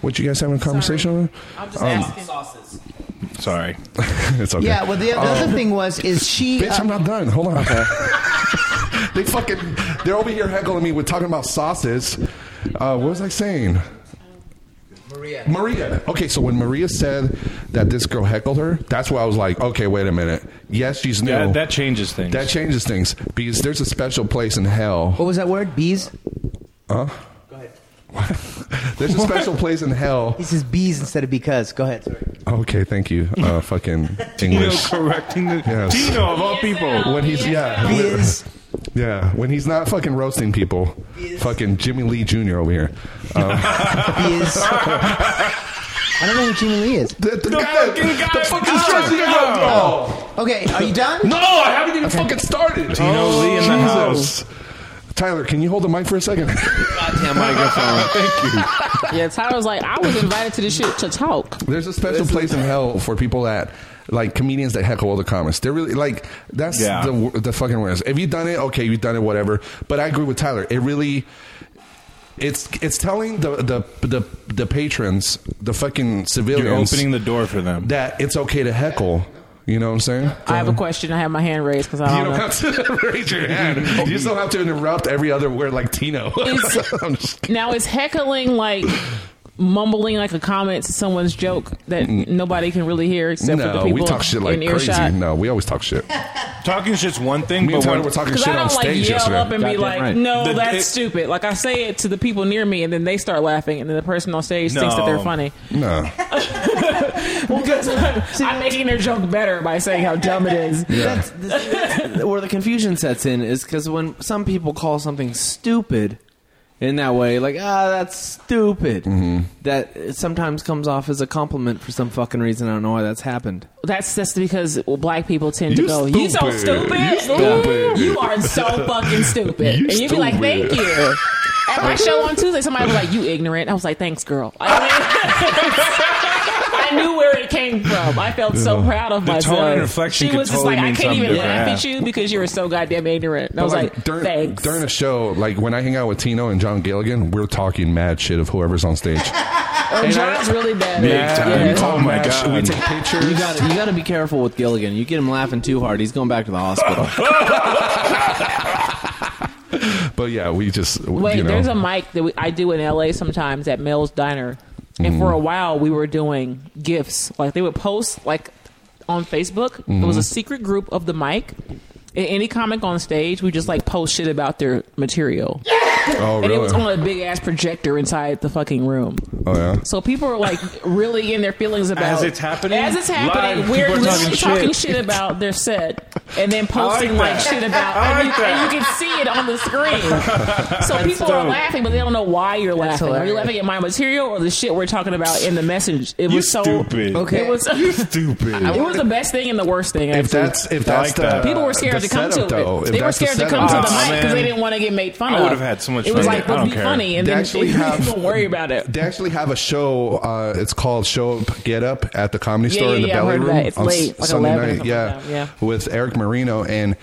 what you guys having a conversation? over?
I'm just asking.
Sorry.
it's okay.
Yeah, well, the, the
Uh,
other thing was, is she.
Bitch,
um,
uh,
I'm not done. Hold on. they fucking, they're over here heckling me with talking about sauces. Uh, what was I saying?
Maria.
Maria. Okay, so when Maria said that this girl heckled her, that's why I was like, okay, wait a minute. Yes, she's new.
That, that changes things.
That changes things because there's a special place in hell.
What was that word? Bees?
There's a special place in hell.
He says bees instead of because. Go ahead.
Okay, thank you. Uh, fucking
Dino
English.
correcting the
Yes.
Dino of all people.
When he's yeah, when-
Bees.
yeah, when he's not fucking roasting people, fucking Jimmy Lee Jr. over here. Um,
Bees. I don't know who Jimmy Lee is.
The, the guy-
fucking guy-
the fucking
Oh,
starts-
no.
Okay, are you done?
No, I haven't even fucking started.
Dino Lee in the house.
Jesus. Tyler, can you hold the mic for a second?
Goddamn microphone.
Thank you.
Yeah, Tyler's like, I was invited to this shit to talk.
There's a special place in hell for people that like comedians that heckle other comics. They're really like that's
Yeah.
the the fucking worst. If you've done it, okay, you've done it, whatever. But I agree with Tyler. It really. It's it's telling the the the, the patrons the fucking
You're
civilians
opening the door for them.
that it's okay to heckle. You know what I'm saying?
I have a question. I have my hand raised because I
You
don't
don't
know.
have to raise your hand. You still have to interrupt every other word like Tino.
Is-
I'm just-
Now is heckling like mumbling like a comment to someone's joke that nobody can really hear except for the
no,
people
we talk shit like
in
crazy.
earshot?
No, we always talk shit.
Talking shit's one thing,
Me and
but
Tyler
when
were talking
Because
shit
I
on
don't like
stage
yell
yesterday.
up and be
Goddamn
like,
right.
"No,
The-
that's
it-
stupid." Like I say it to the people near me, and then they start laughing, and then the person on stage thinks that they're
No.
funny.
no.
Because I'm making their joke better by saying how dumb it is.
That's, that's- where the confusion sets in is because when some people call something stupid in that way, like ah, that's stupid, that it sometimes comes off as a compliment for some fucking reason. I don't know why that's happened.
That's that's because well, black people tend
You
to go, "You so
stupid.
stupid!
You
Ooh,
stupid."
you are so fucking stupid!"
You
and you'd be like,
stupid.
"Thank you." At my show on Tuesday, somebody was like, "You ignorant." I was like, "Thanks, girl." I, I knew where it came from. I felt so proud of
The
myself.
tone and reflection
she
could
was just
totally
like, "I
mean
can't even
something
laugh
different.
at you because you were so goddamn ignorant." And I was like,
during,
"Thanks."
during a show, like when I hang out with Tino and John Gilligan, we're talking mad shit of whoever's on stage.
oh, John's really bad.
Big time.
Yeah.
You talk- Oh my
Mad shit.
God.
We take pictures.
You got you got to be careful with Gilligan. You get him laughing too hard, he's going back to the hospital.
But yeah, we just
Wait,
You know,
there's a mic that we, I do in LA sometimes at Mel's Diner. And for a
Mm-hmm.
while, we were doing gifts. Like they would post like on Facebook. There
Mm-hmm.
was a secret group of the mic. And any comic on stage, we just like post shit about their material.
oh
And
really?
it was on a big ass projector inside the fucking room.
oh yeah.
So people are like really in their feelings about
As it's happening?
As it's happening,
Live,
we're
people are
literally
talking
talking,
shit.
shit about their set and then posting
like
like,
that.
shit about
I
and,
like
you,
that.
and you can see it on the screen. So people are
dope.
laughing, but they don't know why you're laughing. Are you
hilarious.
laughing at my material or the shit we're talking about in the message? It
You
was so
stupid.
It was it
Stupid.
was the best thing and the worst thing.
if
actually.
uh,
that's if that's
like
the
that.
People were scared
the
to come
setup,
to it.
Though, if
they were
that's the
scared to come
setup, Ah,
to the
setup. Aw,
mic because they
man.
didn't want to get made fun
I
of.
would've had so much
It was
fun.
like,
I
let's
don't
be
care.
funny, and
They
then
actually have-
don't worry about it.
They actually have a show. Uh, it's called Show Up Get Up at the Comedy
Yeah,
Store
yeah,
in the
yeah, I've
Belly
heard of
Room
that. It's
on
late,
S-
like
Sunday
11 or
night.
something
Yeah,
like that, yeah.
with Eric Marino and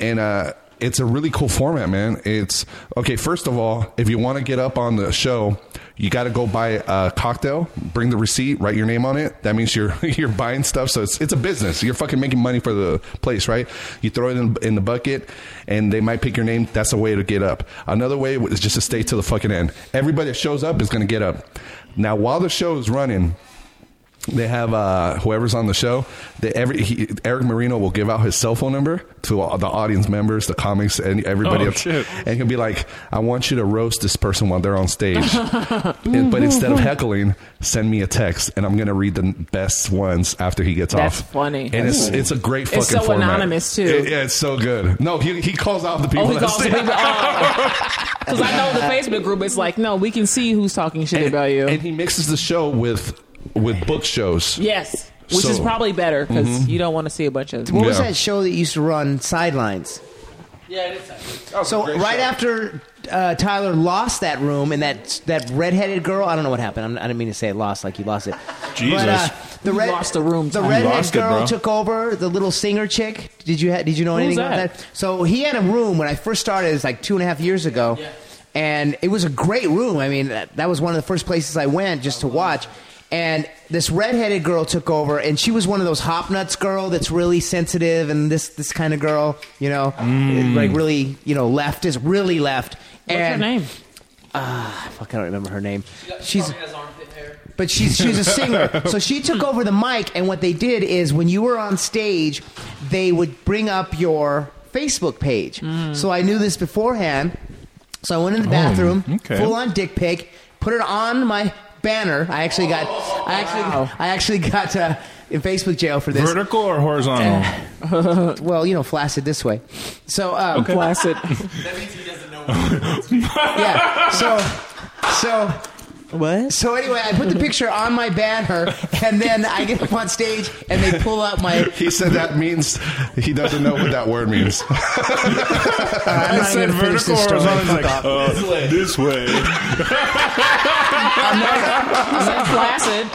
and uh, it's a really cool format, man. It's okay. First of all, if you want to get up on the show, you got to go buy a cocktail, bring the receipt, write your name on it. That means you're you're buying stuff, so it's it's a business. You're fucking making money for the place, right? You throw it in, in the bucket, and they might pick your name. That's a way to get up. Another way is just to stay till the fucking end. Everybody that shows up is going to get up. Now, while the show is running, they have uh, whoever's on the show. They, every he, Eric Marino will give out his cell phone number to all the audience members, the comics, and everybody
Oh,
else,
shit.
and he'll be like, "I want you to roast this person while they're on stage, and, but instead of heckling, send me a text, and I'm gonna read the best ones after he gets
That's
off."
funny.
and it's it's a great fucking.
It's so
format.
anonymous, too.
It- yeah, it's so good. No, he, he calls out the people.
Oh, he
that
calls
say-
the people. Because I know the Facebook group is like, no, we can see who's talking shit about you.
and he mixes the show with with book shows.
yes, which is
So-
probably better because you don't want to see a bunch of.
What was
Yeah.
that show that used to run Sidelines? Yeah, it is. So right after uh, Tyler lost that room and that that redheaded girl, I don't know what happened. I'm, I didn't mean to say lost like you lost it.
Jesus.
But, uh, the
You
red,
lost the room,
The
Tyler.
You
redhead
lost it,
girl
bro.
took over. The little singer chick. Did you ha- did you know
Who's
anything
that?
about that? So he had a room when I first started. It was like two and a half years ago, and it was a great room. I mean, that, that was one of the first places I went just to watch. And this redheaded girl took over, and she was one of those hop nuts girl that's really sensitive, and this this kind of girl, you know, like really, you know, left is really left.
Mm. What's her
and ah,
name?
fuck, I don't remember her name. She's
But she's she's a singer, so she took over the mic. And what they did is, when you were on stage, they would bring up your Facebook page. So I knew this beforehand. So I went in the bathroom,
okay.
full on dick pic, put it on my banner. I actually got, I actually, I actually got uh, in Facebook jail for this.
Vertical or horizontal?
Well, you know, flaccid this way. So um,
Placid.
yeah. So so
what?
so anyway, I put the picture on my banner, and then I get up on stage, and they pull up my.
He said that means he doesn't know what that word means.
I'm
I
not
said
even gonna finish
vertical
this
or
story.
horizontal. It's like,
Fuck off.
uh, this way.
You said placid.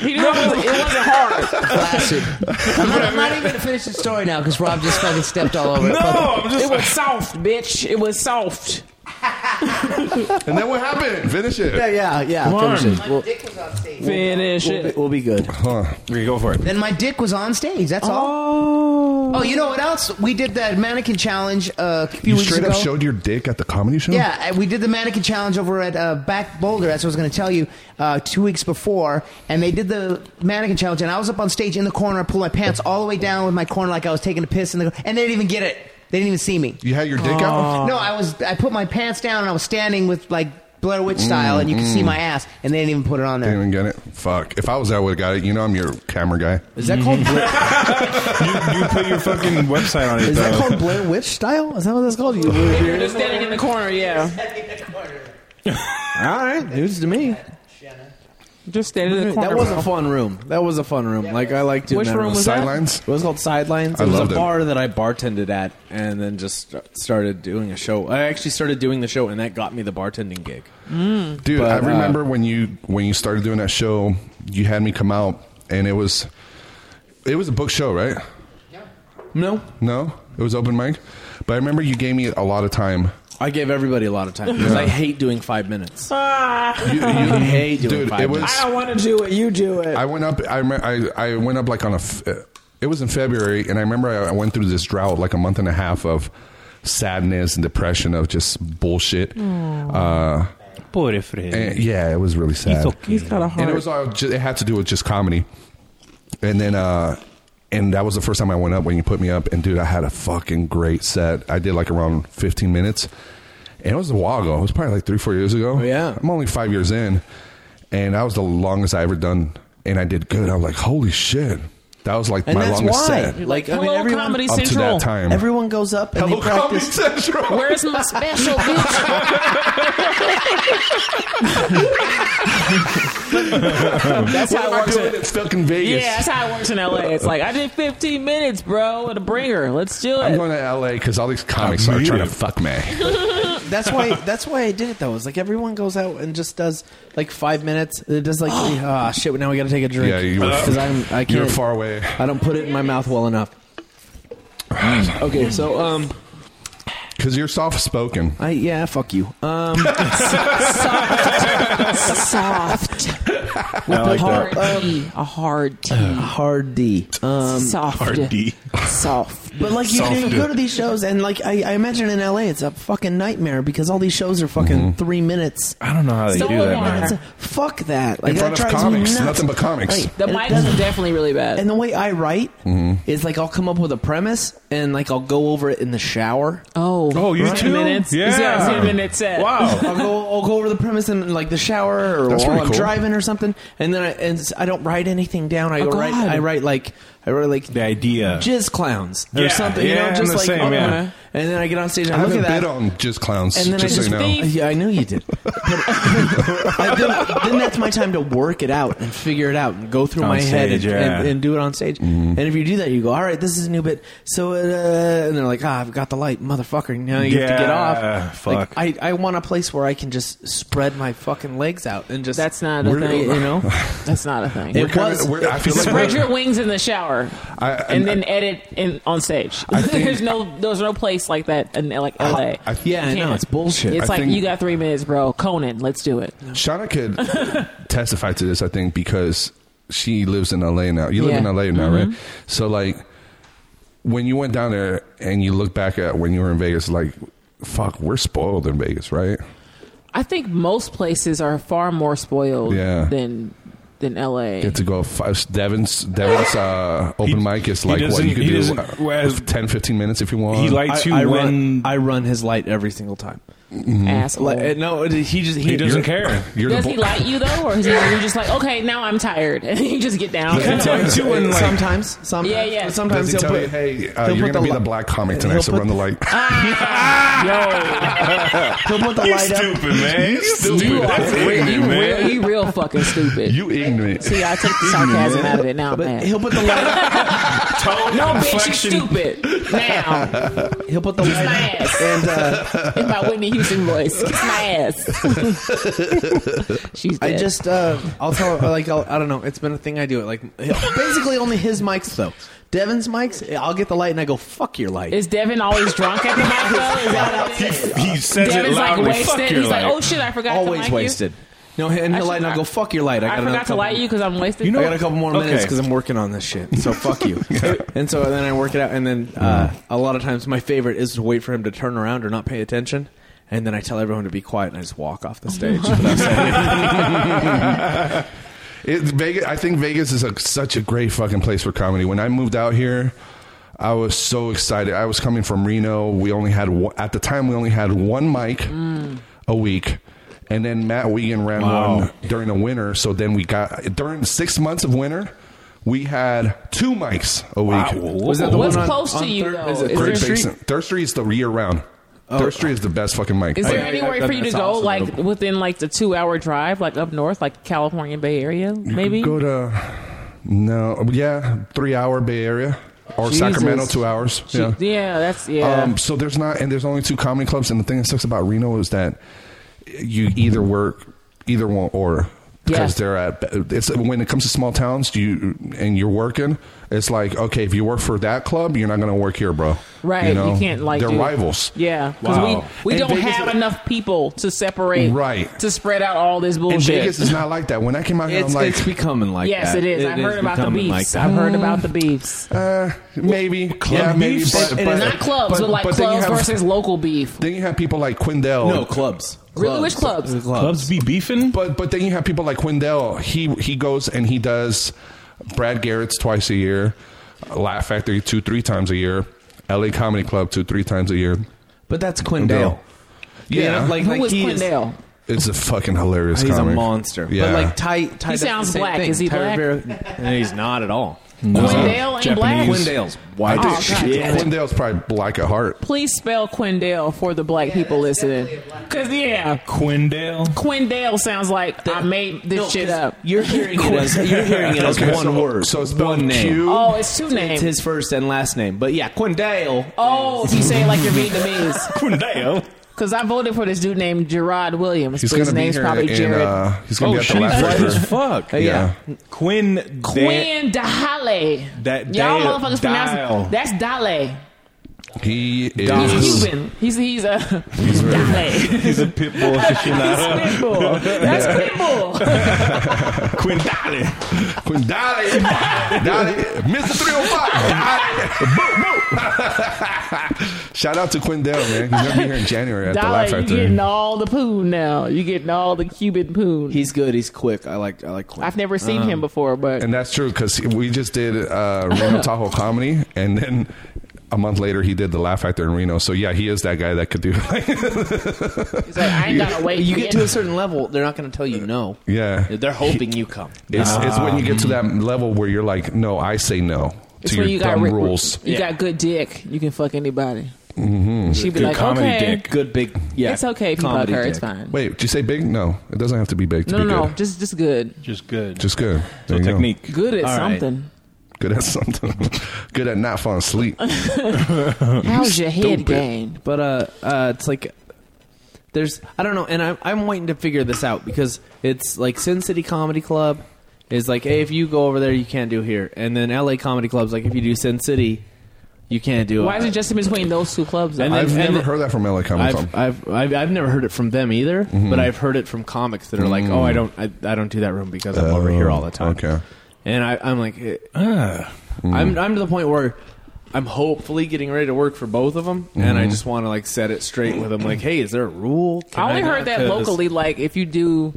He knew it, was, it wasn't hard.
Flaccid. I'm not, I'm not even gonna finish the story now because Rob just fucking stepped all over it.
No,
oh,
Fuck
I'm just, it was soft, bitch. It was soft.
and then what happened? Finish it.
Yeah, yeah, yeah.
Warm.
Finish it.
it.
We'll,
Dick was on stage.
Finish
we'll, be,
it.
we'll be good.
Okay, go for it.
Then my dick was on stage. That's all.
Oh.
Oh, you know what else? We did that mannequin challenge uh, a few
You
weeks
straight
ago.
up showed your dick at the comedy show?
Yeah, and we did the mannequin challenge over at uh, Back Boulder. That's what I was going to tell you uh, two weeks before. And they did the mannequin challenge, and I was up on stage in the corner. I pulled my pants all the way down with my corner like I was taking a piss, in the, and they didn't even get it. They didn't even see me.
You had your dick out?
No, I was. I put my pants down, and I was standing with like Blair
Mm,
Witch style, and you could see my ass, and they didn't even put it on
Didn't
there.
even get it? Fuck. If I was that, would have got it. You know I'm your camera guy.
Is that called Blair,
You, you put your fucking website on it,
is that
though.
called Blair Witch style? Is that what that's called? You
You're just standing in the corner, yeah.
All right, news to me.
Just standing in the corner.
That was
bro.
a fun room. That was a fun room. Like I liked doing
Which
that
room was that?
Sidelines?
It was called Sidelines.
I
it was
loved it.
a bar that I bartended at, and then just st- started doing a show. I actually started doing the show, and that got me the bartending gig.
Dude,
But,
I
uh,
remember when you when you started doing that show, you had me come out and it was it was a book show, right?
No,
No? It was open mic. But I remember you gave me a lot of time.
I gave everybody a lot of time because I hate doing five minutes. I
Ah,
You, you
hate doing
dude,
five
it was
minutes.
I don't want to do it. You do it.
I went up. I, rem- I I went up like on a. F- it was in February, and I remember I I went through this drought, like a month and a half of sadness and depression of just bullshit.
Mm.
Uh,
Poor Fred.
and yeah, it was really sad.
He's got a
And
heart.
it was all. ju- It had to do with just comedy, and then. uh and that was the first time I went up when you put me up. And dude, I had a fucking great set. I did like around 15 minutes. And it was a while ago. It was probably like three, four years ago.
yeah.
I'm only five years in. And that was the longest I ever done. And I did good. I was like, holy shit. That was like
and
my
that's
longest
why.
set.
Like I mean,
Hello,
everyone,
Comedy
Up to
Central.
that time.
everyone goes up and
Hello,
they practice.
Comedy Central.
Where's my special bitch? that's how it
I'm
works.
doing
in-
it stuck in Vegas.
Yeah, that's how it works in LA. It's like I did 15 minutes, bro, at a bringer. Let's do
I'm
it.
going to LA because all these comics are trying to fuck me.
That's why. That's why I did it though. It's like everyone goes out and just does like five minutes. And it does like ah shit. Now we got to take a drink.
Yeah, you were-
Uh,
because I'm I
You're
can't.
far away.
I don't put it in my mouth well enough. Okay, so um,
Because you're soft spoken.
I yeah, fuck you. Um,
Soft.
I like
hard
that.
T. A hard T.
hard D. Um,
Soft.
Hard D.
Soft.
but like you,
Soft
you
D.
go to these shows and like I, I imagine in LA it's a fucking nightmare because all these shows are fucking
Mm-hmm.
three minutes.
I don't know how they
So
do that,
am I.
man.
It's a- fuck that. Like
In front
that
of
drives me
comics,
nuts.
nothing but comics.
Right.
The
And it
mics
doesn't-
are definitely really bad.
And the way I write
Mm-hmm.
is like I'll come up with a premise and like I'll go over it in the shower.
oh,
Oh, you
two
too?
minutes.
Yeah.
He's got a two minute set.
Wow.
I'll go. I'll go over the premise in like the shower or
That's
while
pretty
I'm
cool.
driving or something, and then I, and s- I don't write anything down. I
Oh,
write.
God.
I write like I write like
The idea.
jizz clowns or
Yeah,
something. you
yeah,
know,
I'm
just
the
like
same,
oh,
yeah.
uh, and then I get on stage and
I
I look
have a
at that.
bit on Jizz Clowns,
and then
just
I
so
just
you know.
think-
Uh, yeah, I know you did. But, I- then, then that's my time to work it out and figure it out and go through
On
my head and,
stage, yeah.
and, and do it on stage. And if you do that, you go, all right, this is a new bit. So, uh, and they're like, ah, I've got the light, motherfucker. Now you have to get
Yeah,
off.
fuck.
Like, I, I want a place where I can just spread my fucking legs out and just.
That's not a
We're-
thing.
you know?
That's not a thing.
It
Kinda-
was.
we're- I feel like
Spread
we're-
your wings in the shower,
I-
and
I-
then edit in, on stage.
think-
there's no there's no place like that in like LA.
I-
yeah, I know.
Can't.
It's bullshit.
It's
I
like
think-
you got three minutes, bro. Conan, let's do it.
Shauna could testify to this, I think, because she lives in LA now. You live
Yeah.
in LA now,
Mm-hmm.
right? So, like, when you went down there and you look back at when you were in Vegas, like, fuck, we're spoiled in Vegas, right?
I think most places are far more spoiled
Yeah.
than than L.A.
Get to go five. Devin's Devin's uh, open mic is
he
like what
doesn't-
you could
he
do
doesn't-
uh,
whereas-
10, 15 minutes if you want.
He likes you
I, I
when
run, I run his light every single time.
asshole.
Like, uh, no, it- he just he,
he doesn't
you're-
care.
You're
Does
the
he
bo-
like you though, or is he you're just like, okay, now I'm tired, and you just get down?
Does he tell you too when, like-
sometimes, sometimes,
Yeah, yeah.
Sometimes
Does he
he'll
tell
put,
you, hey, uh,
he'll
you're
put
gonna be
li-
the black comic
he'll
tonight, so
put
run the light.
He'll put the
You
light up.
stupid man. You
You
stupid.
are
That's
real,
ignorant,
you real,
man.
you real fucking stupid.
you ignorant.
See, I took the sarcasm out of it now,
But
man.
he'll put the light.
Tone,
No, bitch, you
inflection.
stupid. Now,
He'll put the light
my
up.
ass.
And uh,
in my Whitney Houston voice, kiss my ass. She's
I
dead.
just, uh, I'll tell, like, I'll, I don't know. It's been a thing I do. It like basically only his mics though. Devin's mics, I'll get the light and I go, "Fuck your light."
is Devin always drunk at the mic though? Is that what it is?
He, he says it
Devin's like
loudly. Fuck
wasted.
your
He's like,
life.
oh shit, I forgot. to
always
like
wasted. No, and he'll
Actually,
light and I'll
I-
go, "Fuck your light." I, got
You. I
another
forgot to
couple-
light you because I'm wasted.
I got a couple more
Okay.
minutes because I'm working on this shit. So fuck you. And so then I work it out, and then uh, a lot of times my favorite is to wait for him to turn around or not pay attention, and then I tell everyone to be quiet and I just walk off the stage. without saying anything.
It, Vegas, I think Vegas is a, such a great fucking place for comedy. When I moved out here, I was so excited. I was coming from Reno. We only had one, at the time we only had one mic a week, and then Matt Wiegand ran
Wow.
one during the winter. So then we got during six months of winter, we had two mics a week.
Was that the
What's
one on-
close to
on
you,
third-
though?
is it
Is
third
Third
street?
Street, Third Street is the year round. Third Street is the best fucking mic.
Oh. Is
Like,
there
Oh, yeah,
anywhere
that-
for you to
that's
go,
awesome.
like within like the two hour drive, like up north, like California Bay Area, maybe?
Go to no, yeah, three hour Bay Area or
Jesus.
Sacramento, two hours.
yeah. that's yeah.
Um, so there's not, and there's only two comedy clubs. And the thing that sucks about Reno is that you either work either one or because
Yeah.
they're at. It's when it comes to small towns, you and you're working. It's like okay, if you work for that club, you're not going to work here, bro.
right, you, can't like
they're
do-
rivals.
Yeah, because
Wow.
we, we
And
don't
Vegas
have
is-
enough people to separate,
Right.
To spread out all this
And
bullshit.
Vegas is not like that. When I came out here,
It's,
I'm like,
it's becoming like
yes,
that.
it is. I've heard about the
becoming
beefs.
like that.
I've heard about the beefs.
uh, maybe club, yeah, maybe,
beefs.
but,
And- and
but-
Not clubs, but, like
then you
clubs
have-
versus local beef.
Then you have people like Quindell.
No clubs.
Really? Which clubs?
Clubs be beefing?
But but then you have people like Wendell. He he goes and he does Brad Garrett's twice a year, Laugh Factory two three times a year, L.A. Comedy Club two three times a year.
But that's Quindale.
Yeah,
You know, like,
Who
like
was
he
Quindell?
it's a fucking hilarious.
He's
comic.
a monster.
Yeah,
But like Ty, Ty
He
does the
sounds
same
black.
thing.
Is he
Ty
black?
Rivera- No, he's not at all.
Quindale ain't black.
Japanese.
Quindale's
I
white.
Oh,
think
God damn it.
Wendell's probably black at heart.
Please spell Quindale for the black people listening. Because yeah,
Quindale.
Quindale sounds like I made this
No,
shit
'cause
up.
You're hearing it as you're hearing it as
Okay,
one
so-
word.
So it's spelled
one name.
Q.
Oh, it's two
It's
names.
his first and last name. But yeah, Quindale.
oh, if you say it like you're Vietnamese,
Quindale.
because I voted for this dude named Gerard Williams.
He's
but
gonna
his
be
name's
here
probably
in.
Jared.
Uh, he's gonna
Oh,
be at
she's
the Laugh
white
Factory.
as fuck.
Yeah.
Quinn.
Quinn Dahale.
That
Y'all
Dale-
motherfuckers
Dial.
pronounce that's Dale.
he
He's
is.
Cuban. He's he's a Dale.
He's a pit bull aficionado.
Pitbull. That's Pitbull.
Quindale.
Daddy, Daddy, Mr. 305. Daddy. Boo, boo. Shout out to Quindell, man. He's gonna be here in January at the Laugh
Dale, you
Factory.
getting all the poon now. You getting all the Cuban poon.
He's good. He's quick. I like. I like. Quinn.
I've never seen him before, but
Um, And that's true because we just did uh, Reno Tahoe comedy, and then a month later he did the Laugh Factor in Reno. So yeah, he is that guy that could do.
he's like, I ain't gotta wait.
You
for
get to a certain level, they're not going to tell you no.
yeah,
They're hoping you come.
it's, it's when you get to that level where you're like, no, I say no
Ah. It's
to your
when you got
dumb
ri-
rules. Mm-hmm.
You
Yeah.
got good dick. You can fuck anybody. She'd be
Good
like,
comedy
okay,
dick.
Good big. Yeah,
it's okay if you fuck
comedy
her.
dick.
It's fine.
Wait, did you say big? No, it doesn't have to be big to
no,
be
no, no.
good.
Just, just good.
Just good.
Just good. There
so
you go.
technique.
Good at
All right.
something.
Good at something. good at not falling asleep.
How's your head
stupid.
game?
But uh, uh, it's like there's I don't know, and I'm I'm waiting to figure this out because it's like Sin City Comedy Club is like, hey, if you go over there, you can't do here, and then L.A. Comedy Club's like, if you do Sin City, you can't do.
Why is it just in between those two clubs?
And
though?
then-
I've never
the-
heard that from LA Comic Con.
I've, I've I've I've never heard it from them either,
Mm-hmm.
but I've heard it from comics that are like, oh, I don't I, I don't do that room because I'm over here all the time.
Oh, okay. Mm-hmm.
and I, I'm like, eh,
Ah.
I'm I'm to the point where I'm hopefully getting ready to work for both of them, and
Mm-hmm.
I just want to like set it straight with them. Like, hey, is there a rule? Can
I only
not
heard that
just-
locally. Like if you do,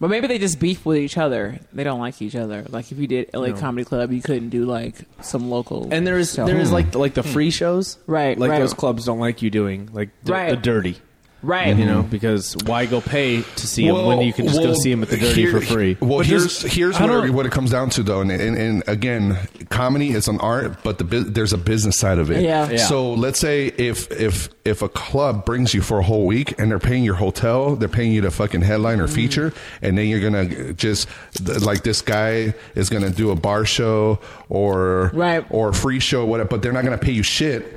but maybe they just beef with each other. They don't like each other. Like if you did LA Comedy Club, you couldn't do like some local.
And there is
show.
there is
Mm-hmm.
like like the free shows,
Hmm. Right,
Like
right.
those clubs don't like you doing like the,
Right.
the dirty,
right.
you know,
Mm-hmm.
because why go pay to see them when you can just go see them at the dirty
here-
for free?
Well,
But
here's
there's-
here's
I
what
don't-
it, what it comes down to, though, and, and, and again, comedy is an art, but the bus- there's a business side of it.
Yeah. Yeah.
So let's say if if if a club brings you for a whole week and they're paying your hotel, they're paying you to fucking headline or feature, and then you're gonna just th- like this guy is gonna do a bar show or
Right.
or a free show, whatever, but they're not gonna pay you shit,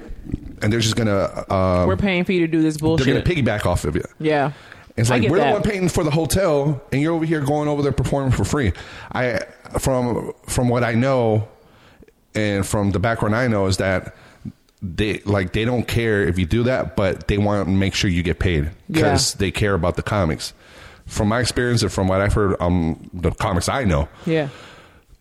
and they're just gonna uh,
We're paying for you to do this
they're
bullshit.
gonna piggyback off of you.
yeah.
It's
I
like
get
we're the
that.
one paying for the hotel, and you're over here going over there performing for free. I from from what I know, and from the background I know is that they like they don't care if you do that, but they want to make sure you get paid because
Yeah.
they care about the comics. From my experience and from what I've heard, um, the comics I know.
Yeah.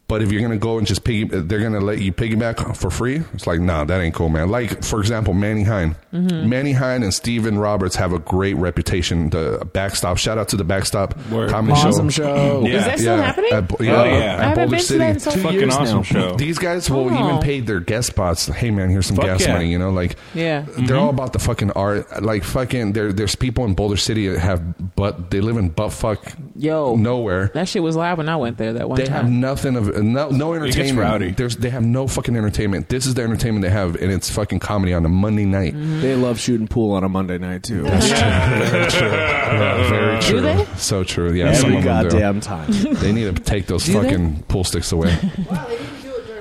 But if you're gonna go and just piggy, they're gonna let you piggyback for free. It's like, nah, that ain't cool, man. Like for example, Manny Hine,
Mm-hmm.
Manny Hine and Steven Roberts have a great reputation. The backstop, shout out to the backstop
Word.
comedy
Awesome
show.
show.
Yeah.
Is that still
Yeah.
happening?
At Bo-
Oh, yeah.
yeah, at
I
haven't
Boulder
been to that
City.
in so Two long.
Fucking
years
awesome
now.
show.
These guys will
Oh.
even pay their guest spots. Hey man, here's some
Fuck
gas
yeah.
money. You know, like
Yeah.
they're all about the fucking art. Like fucking, there, there's people in Boulder City that have, but they live in butt fuck
Yo.
nowhere.
That shit was live when I went there that one
They have
time.
nothing of no, no
gets
entertainment.
rowdy.
There's they have no fucking entertainment. This is the entertainment they have, and it's fucking comedy on a Monday night.
Mm-hmm.
They love shooting pool on a Monday night too.
Very true. Yeah,
Uh,
very true.
they?
So true. Yeah, some
Every
of them do.
goddamn time.
They need to take those
they?
fucking pool sticks away.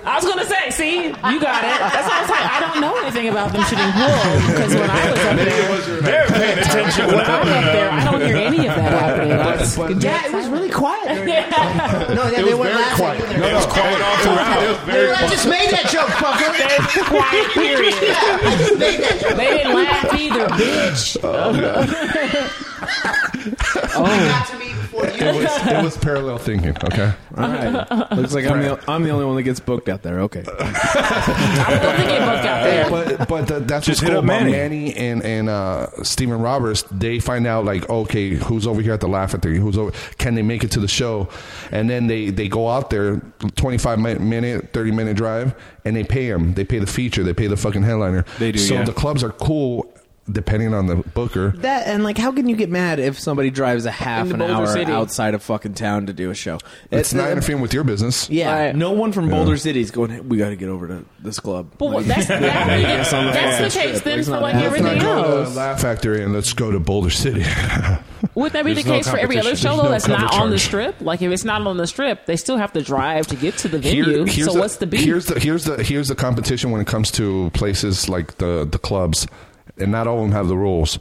I was gonna say, see, you got it. That's why I was like, I don't know anything about them shooting wool because when I was up there,
They're paying attention
when I'm up there, I don't hear any of that happening. I was-
Yeah, it was really quiet. No, they, they
was
weren't
very
laughing.
quiet.
No, no, I just made that joke, fucker.
quiet period. They didn't laugh either, bitch.
Oh.
Got to me before you.
It was, it was parallel thinking. Okay.
All right. Looks like I'm the, I'm the only one that gets booked out there. Okay.
I don't think it booked out there.
But but the, that's
Just
what's
hit
cool
up
about
Manny.
Manny and and uh, Stephen Roberts. They find out like okay, who's over here at the Laugh Factory? Who's over? Can they make it to the show? And then they they go out there, twenty five minute, thirty minute drive, and they pay them. They pay the feature. They pay the fucking headliner.
They do,
So
yeah.
the clubs are cool depending on the booker.
That and like, how can you get mad if somebody drives a half
Into
an
Boulder
hour
City.
outside of fucking town to do a show?
It's not interfering with your business.
Yeah,
Right.
no one from Boulder City is going. "Hey, We got to get over to this club.
But what- that's, that, that's,
on the
the
fast
case then
trip.
for
Let's
Let's not
like
not
everything
go to
else.
the Laugh Factory and let's go to Boulder City.
Wouldn't that be
There's
the
no
case for every other
competition.
There's
show though?
no
that's not
cover
on the
charge.
strip. Like if it's not on the strip, they still have to drive to get to the
Here-
venue.
here's
so
the-
what's the beef?
Here's the here's the here's the competition when it comes to places like the the clubs, and not all of them have the rules.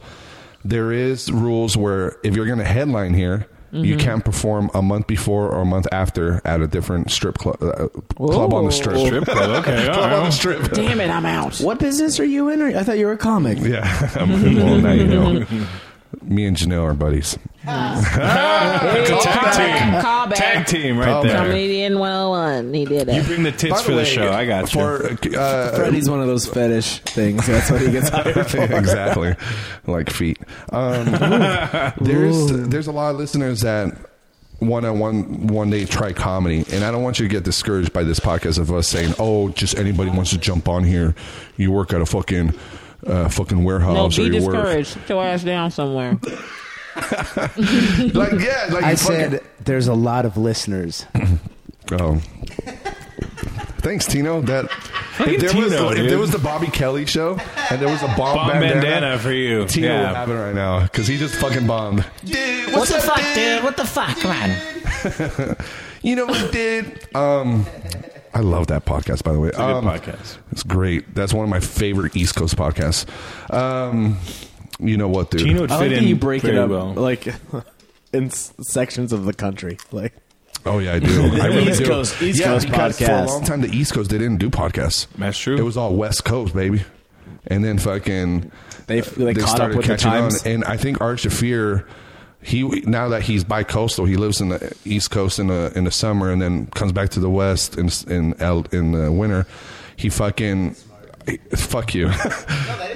There is rules where if you're going to headline here,
Mm-hmm.
you can't perform a month before or a month after at a different strip club uh, club on the strip.
Strip club. Okay. All
Club on the
right.
strip.
Damn it, I'm out.
What business are you in? Or, I thought you were a comic.
Yeah. well, now you know. Me and Janelle are buddies.
Tag team.
Call back.
Tag team right
Call back.
there.
Comedian 101. He did
You
it.
bring the tits for the show. I got you.
for, uh,
Freddie's one of those fetish things. That's what he gets hired for.
exactly, like feet. Um, there's there's a lot of listeners that want to one one day try comedy, and I don't want you to get discouraged by this podcast of us saying, "Oh, just anybody wants to jump on here." You work at a fucking uh, fucking
No,
warehouse,
be
or you work
discouraged. Put your ass down somewhere.
like yeah, like
I
you fucking-
said, there's a lot of listeners.
Oh. Thanks, Tino. That if there, was
Tino,
the, if there
dude.
was the Bobby Kelly show and there was a bomb,
Bomb
bandana,
bandana for you.
Tino
Yeah.
would have it right now because he just fucking bombed. Dude, what's, up, dude?
What the fuck, man?
You know what, dude? Um, I love that podcast. By the way, it's
good
um,
podcast.
It's great. That's one of my favorite East Coast podcasts. Um, you know what, dude?
Tino would
I like
fit
that
in
you break it
very
up
well.
like in s- sections of the country. Like
Oh yeah, I do. I really
East
do.
Coast- East
yeah,
Coast
because For a
podcast.
long time, the East Coast they didn't do podcasts.
That's true.
It was all West Coast, baby. And then fucking
They- they caught up with the times.
and I think Art Shafir. He now that he's bi-coastal, he lives in the East Coast in the in the summer, and then comes back to the West in in L- in the winter. He fucking Fuck you.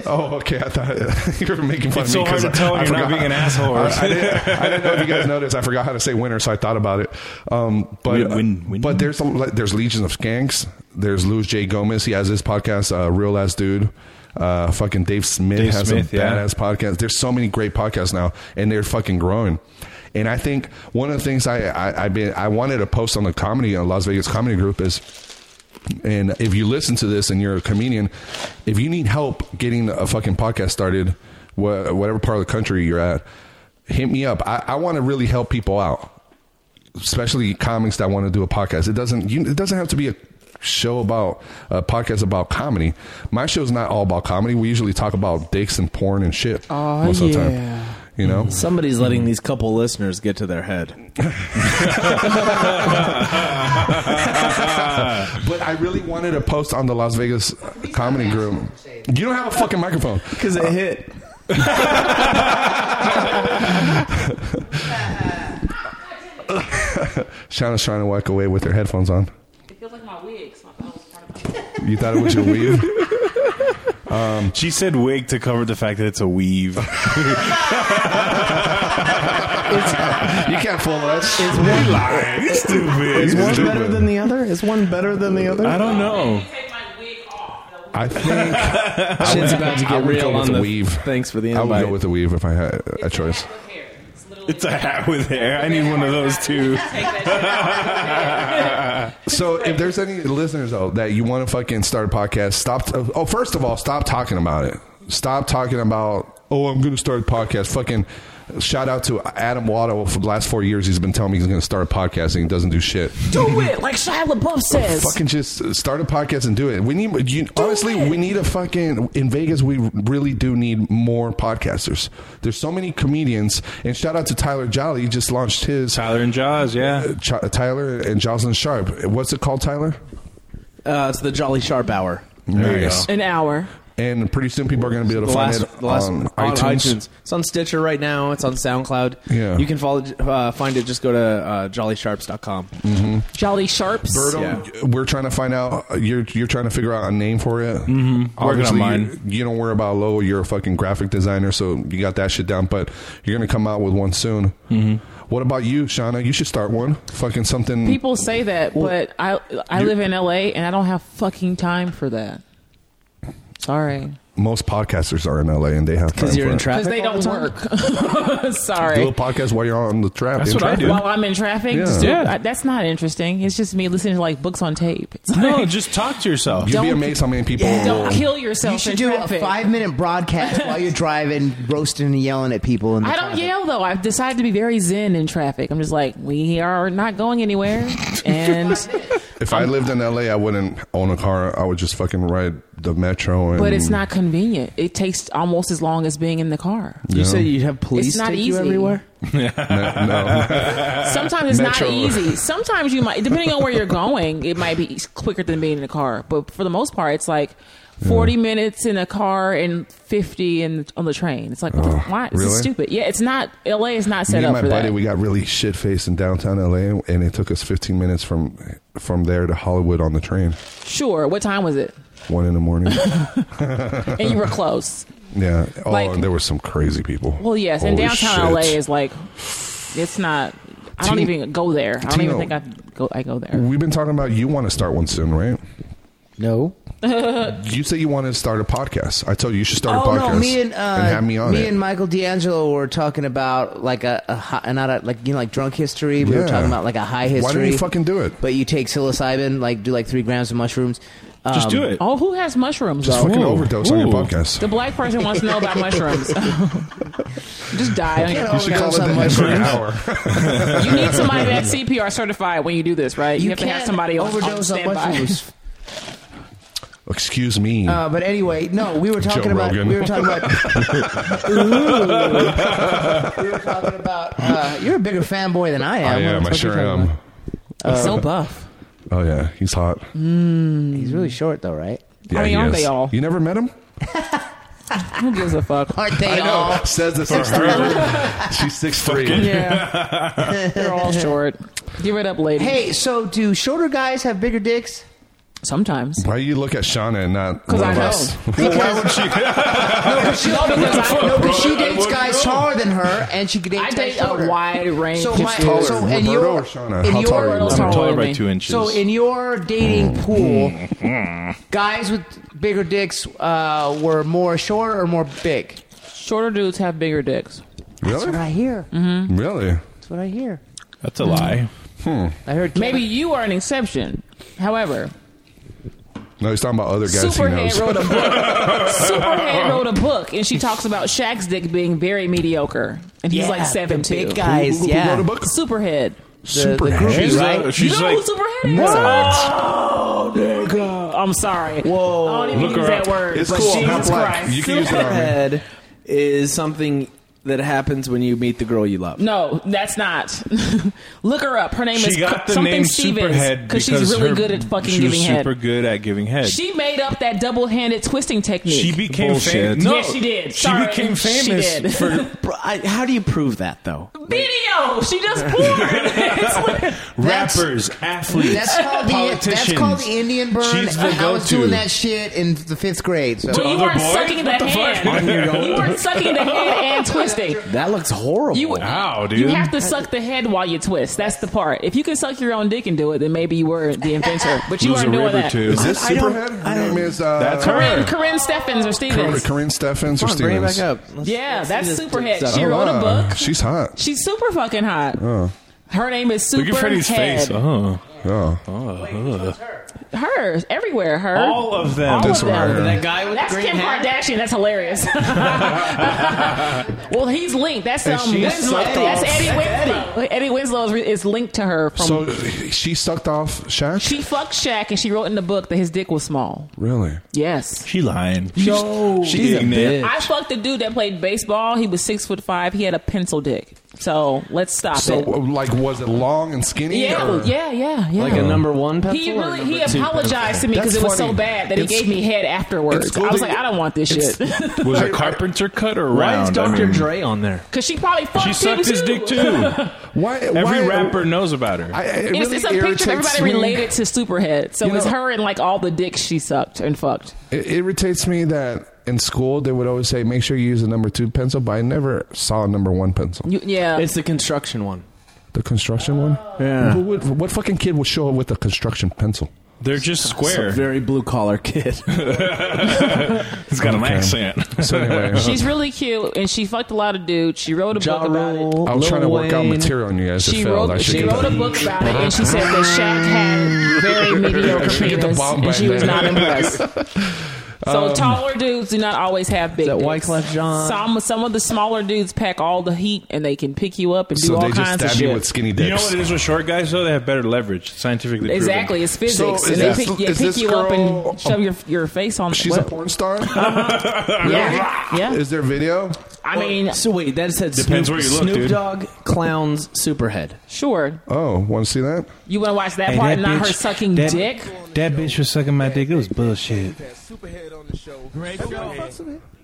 oh, okay. I thought you were making fun
It's
of me.
so hard
'cause
to tell
I,
when you're not
forgot-
being an asshole,
I,
right?
I didn't, I didn't know if you guys noticed. I forgot how to say winner, so I thought about it. Um,
Win-
but
win- win.
but there's a, there's Legion of Skanks. There's Louis J. Gomez. He has his podcast, uh, Real Ass Dude. Uh, fucking Dave Smith
Dave
has
Smith,
a
yeah.
badass podcast. There's so many great podcasts now, and they're fucking growing. And I think one of the things I, I I've been I wanted to post on the comedy on Las Vegas Comedy Group is and if you listen to this and you're a comedian, if you need help getting a fucking podcast started, wha- whatever part of the country you're at, hit me up. I, I want to really help people out, especially comics that want to do a podcast. It doesn't you, it doesn't have to be a show about a podcast about comedy. My show's not all about comedy. We usually talk about dicks and porn and shit
Aw,
most of the
Oh,
yeah.
time. You know,
Somebody's letting these couple listeners get to their head.
but I really wanted to post on the Las Vegas comedy group. You don't have a fucking microphone.
Because it hit.
Shauna's trying to walk away with her headphones on.
It feels like my wig. So I thought it was part of my
You thought it was your weave?
She said wig to cover the fact that it's a weave.
you can't fool us.
You're stupid.
Is one better than the other? Is one better than the other?
I don't know.
Take my wig off. though.
I think
Shit's about to
I
get
would
real
go with
on
a
the
weave.
Thanks for the
I
invite.
would go with a weave if I had a choice.
Hat with hair. It's literally.
It's a hat with hair. I need one of those too.
Take that shit off.
So if there's any listeners though that you want to fucking start a podcast, stop. Oh, first of all, stop talking about it. Stop talking about. Oh, I'm going to start a podcast. Fucking shout out to Adam Waddle for the last four years. He's been telling me he's going to start a podcast and he doesn't do shit.
Do it like Shia LaBeouf says.
Fucking just start a podcast and do it. We need you, honestly. We need a fucking in Vegas. We really do need more podcasters. There's so many comedians. And shout out to Tyler Jolly. He just launched his uh,
Tyler and Jaws, yeah.
Ch- Tyler and Jocelyn Sharp. What's it called, Tyler?
Uh, it's the Jolly Sharp Hour.
you
nice.
An hour.
And pretty soon people are going to be able to
The
find
last,
it
the last
on,
on,
iTunes.
iTunes. It's on Stitcher right now. It's on SoundCloud.
Yeah.
You can follow, uh, find it. Just go to uh, jollysharps.com.
Jolly Sharps.
Berto,
Yeah.
we're trying to find out. You're you're trying to figure out a name for it. Mm-hmm.
Working on
Obviously,
mine.
You, you don't worry about low. You're a fucking graphic designer, so you got that shit down. But you're gonna come out with one soon. Mm-hmm. What about you, Shauna? You should start one. Fucking something.
People say that, but I I
you-
live in LA and I don't have fucking time for that. Sorry,
Most podcasters are in LA and they have time
Because you're
for
in
it.
traffic.
because they
all
don't
the time?
work.
Do a
Sorry.
podcast while you're on the trap.
That's
in
what I
traffic.
do.
While I'm in traffic,
Yeah.
just do-
Yeah.
I- that's not interesting. It's just me listening to like books on tape. It's
No,
like,
just talk to yourself.
You'd be
Don't-
amazed how many people.
don't
will-
kill yourself.
You should
in
do
traffic.
a five minute broadcast while you're driving, roasting and yelling at people. In the
I don't
traffic.
yell though. I've decided to be very zen in traffic. I'm just like, we are not going anywhere, and
If I lived in LA, I wouldn't own a car. I would just fucking ride the metro. And
but it's not convenient. It takes almost as long as being in the car.
You say you have police
It's not
take you
easy.
everywhere?
No, no.
Sometimes it's
Metro.
not easy. Sometimes you might, depending on where you're going, it might be quicker than being in a car. But for the most part, it's like 40 minutes in a car and 50 in on the train. It's like, what the- why? This
really?
is stupid. Yeah, it's not, LA is not set
Me
up
and my
for
buddy,
that.
we got really shit faced in downtown LA, and it took us 15 minutes from from there to Hollywood on the train,
sure. What time was it?
one in the morning.
And you were close.
yeah. Oh,
Like-
and there were some crazy people.
Well, yes. and
Holy
downtown
shit.
LA is like, it's not, I don't
Teen-
even go there. I don't
Tino.
even think I go, I go there.
We've been talking about you want to start one soon, right?
No.
You say you want to start a podcast. I told you you should start
oh
a podcast
no, me and, uh,
have me on it.
and Michael D'Angelo were talking about like a, a hi- not a like you know like drunk history. We
Yeah.
were talking about like a high history.
Why don't you fucking do it?
But you take psilocybin, like do like three grams of mushrooms. Uh,
Just do it.
Oh, who has mushrooms
Just
though?
fucking
Ooh.
overdose on your
Ooh.
podcast.
The black person wants to know about mushrooms. Just die. on your
you should call
overdose
it
on
the extra hour.
You need somebody that's CPR certified when you do this, right? You, have to
can't
have somebody on-
overdose
on,
on
standby.
mushrooms.
Excuse me.
Uh, but anyway, no, we were talking
Joe
about
Rogan.
we were talking about. Ooh. we were talking about. Uh, you're a bigger fanboy than I am.
I
What the
am. I
fuck you
sure
talking
am.
about?
so buff.
Oh yeah, he's hot.
He's really short though, right?
Yeah,
I mean,
he
aren't
is.
they all?
You never met him?
Who gives a fuck?
Aren't they all?
Says this six three. She's six three.
Yeah, they're all short. Give it up, lady.
Hey, so do shorter guys have bigger dicks?
Sometimes.
Why do you look at Shauna and not
'Cause
one
I
of
know.
us?
Why would she?
She, because I, no, but she
Bro, I
dates
wouldn't
guys
know.
taller than her, and she dates
I
guys
date
shorter.
a wide range
So
of
my-
people.
so in
Roberto
your
or Shauna?
in
How tall
your
are you?
I'm
Taller
taller
than
by
me.
two inches.
so in your dating pool, guys with bigger dicks uh, were more short or more big.
Shorter dudes have bigger dicks.
That's what
Really?
I hear.
Really?
That's what I hear.
That's a lie.
I heard
Maybe you are an exception. However,
No, he's talking about other guys he
Superhead
knows.
wrote a book. Superhead wrote a book, and she talks about Shaq's dick being very mediocre, and he's
Yeah,
like seven
the big
two.
guys.
Who
yeah,
wrote a book?
Superhead.
Super
She's, uh,
right?
she's
you know
like,
who Superhead is? Oh, nigga. I'm sorry. Whoa. I don't even
Look
use
her
that
up.
word.
It's
but
cool. I'm not
Jesus
black.
Christ.
You can use it on me.
Head is something that happens when you meet the girl you love.
No, that's not. Look her up. Her name
she
is
got the
something
name
Stevens
Superhead
because she's really
her-
good at fucking
she was
giving head.
super good at giving head.
She made up that double-handed twisting technique.
She became
Bullshit.
famous. No,
Yes, she did.
She
Sorry.
became
She
famous
did.
for
Bro, I, how do you prove that though?
Video. She does porn. It's like-
That's-
rappers, athletes,
That's called the
politicians.
that's called the Indian burn.
She's the
I was
go-to.
doing that shit in the fifth grade. So.
To
Well, you
other
weren't
boys?
sucking the
What the fuck?
hand. You weren't sucking the head and twisting.
That looks horrible.
You
Wow, dude.
You have to suck the head while you twist. That's the part. If you can suck your own dick and do it, then maybe you were the inventor. But you
Lose a
aren't doing
rib or
that.
two.
Is this
I don't-
Superhead?
I
Her name
don't-
is uh,
That's her.
Corinne, Corinne Steffens or
Corinne,
Stevens.
Corinne Steffens or
Come on, bring it
Stevens? Oh,
back up. Let's-
Yeah,
let's
that's
see this
Superhead.
dick
She
suck.
wrote a
wow.
book.
She's hot.
She's super fucking hot. Her name is Super
Look at Freddie's
Head.
face. Oh,
Oh,
Hers everywhere. Her.
all of them.
All
This
of
one right
them.
here.
That guy with
Oh, That's
the green
Kim
hat.
Kardashian. That's hilarious. well, he's linked. That's
And
um,
she
Winslow.
sucked
That's
off-
Eddie Winslow. Eddie Winslow is, is linked to her from.
so she sucked off Shaq.
she fucked Shaq, and she wrote in the book that his dick was small.
really?
Yes.
She lying.
No.
She getting there.
I fucked a dude that played baseball. He was six foot five. He had a pencil dick. So let's stop
So uh,
it.
like, was it long and skinny?
Yeah,
or-
yeah, yeah, yeah.
Like a number one pencil. or
he
a
really
number
he
two
apologized to me because
That's
it was so
funny.
bad that he
It's-
gave me head afterwards.
it's cool
I was
that
like,
you-
I don't want this
it's-
shit.
Was a carpenter cut or
Why is
round? I
Dr.
mean,
Dre on there?
Because she probably fucked
She
him
sucked his dick too.
Why?
Every
why-
rapper knows about her.
I, it
It's,
really
it's a picture of
irritates
everybody
me.
related to Superhead. So
You
it's
know-
her and like all the dicks she sucked and fucked.
It irritates me that in school they would always say, "Make sure you use a number two pencil," but I never saw a number one pencil.
You, yeah.
It's the construction one.
The construction one.
Yeah.
Who would, what fucking kid would show up with a construction pencil?
They're just
Some
square.
very blue collar kid.
He's got an
Okay.
accent.
So anyway,
She's really cute and she fucked a lot of dudes. She wrote a
Ja
book about it.
Rule,
I was
Lil
trying to work out
Wayne.
material and you guys.
She
just failed. I
wrote,
should
she
get
wrote
the-
a book about it and she said that Shaq had very mediocre
She get the
penis
bomb
and she was not
bandana.
impressed.
Um,
So taller dudes do not always have big.
that
dicks.
Wyclef Jean?
Some some of the smaller dudes pack all the heat and they can pick you up and do
So
all
they just
kinds of
stab you
shit.
with skinny dicks.
You know what it is with short guys though? They have better leverage, scientifically proven.
exactly, it's physics.
is
and
this-
they pick, yeah,
is
pick
this
you up
girl-
and shove your your face on.
She's a
what?
porn star.
yeah, yeah.
Is there video?
I mean,
So wait, that said
Depends
Snoop,
where you look,
Snoop
dude.
Dogg clowns Superhead.
sure.
Oh, want to see that?
You want to watch that part, and not her sucking dick.
That bitch was sucking my dick. It was bullshit.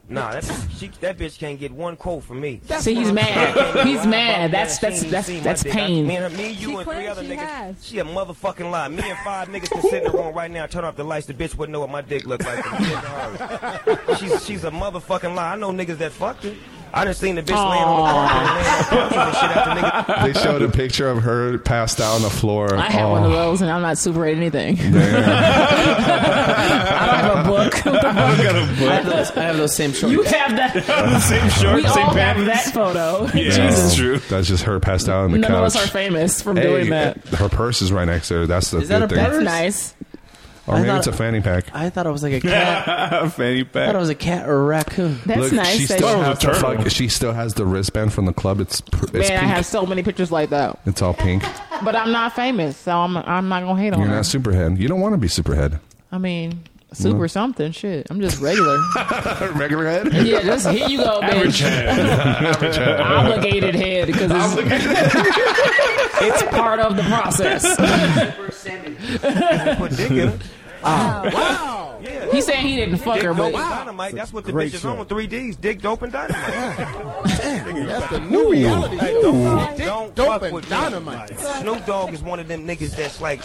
Nah, that bitch, she, that bitch can't get one quote from me.
See, he's mad. He's mad. That's that's that's that's
Me
pain.
and, her, me, you, and three other niggas.
has.
She a motherfucking lie. Me and five niggas can sit in the room right now, turn off the lights. The bitch wouldn't know what my dick looked like. from here to her. she's she's a motherfucking lie. I know niggas that fucked her. I done seen the bitch laying on the carpet, laying on the couches and shit after niggas.
They showed a picture of her passed out on the floor.
I had
Oh,
one of those, and I'm not super at anything. I don't have a book.
I got a
I
butt.
have those, I have those same shorts.
you have that.
the same shorts,
We all
same
have that
pants.
photo.
Yeah, that's true.
That's just her passed out on the
None of
couch.
us are famous from
Hey,
doing that.
her purse is right next to her. That's the
Is that
good
a
thing.
That's
purse?
nice.
Or maybe
I
it's a
thought-
fanny pack.
I thought it was like a cat.
Fanny
I thought
pack.
it was a cat or a raccoon.
That's
Look,
nice.
She
that
still,
you-
Oh,
has the
turtle.
fuck- she still has the wristband from the club. It's, pr- it's
Man,
pink.
I have so many pictures like that,
it's all pink.
but I'm not famous, so I'm I'm not gonna hate on
You're
her.
not Superhead. You don't want to be Superhead.
I mean, super something. Shit, I'm just regular.
Regular head?
yeah, just here you go, bitch. Obligated head because it's, it's part of the process.
Put dick in her.
He's saying Uh, he didn't fuck her,
Dick dope and
but
dynamite. That's what the bitch is on with 3Ds. Dick dope and dynamite. Don't, don't fuck with dynamite. Snoop Dogg is one of them niggas that's like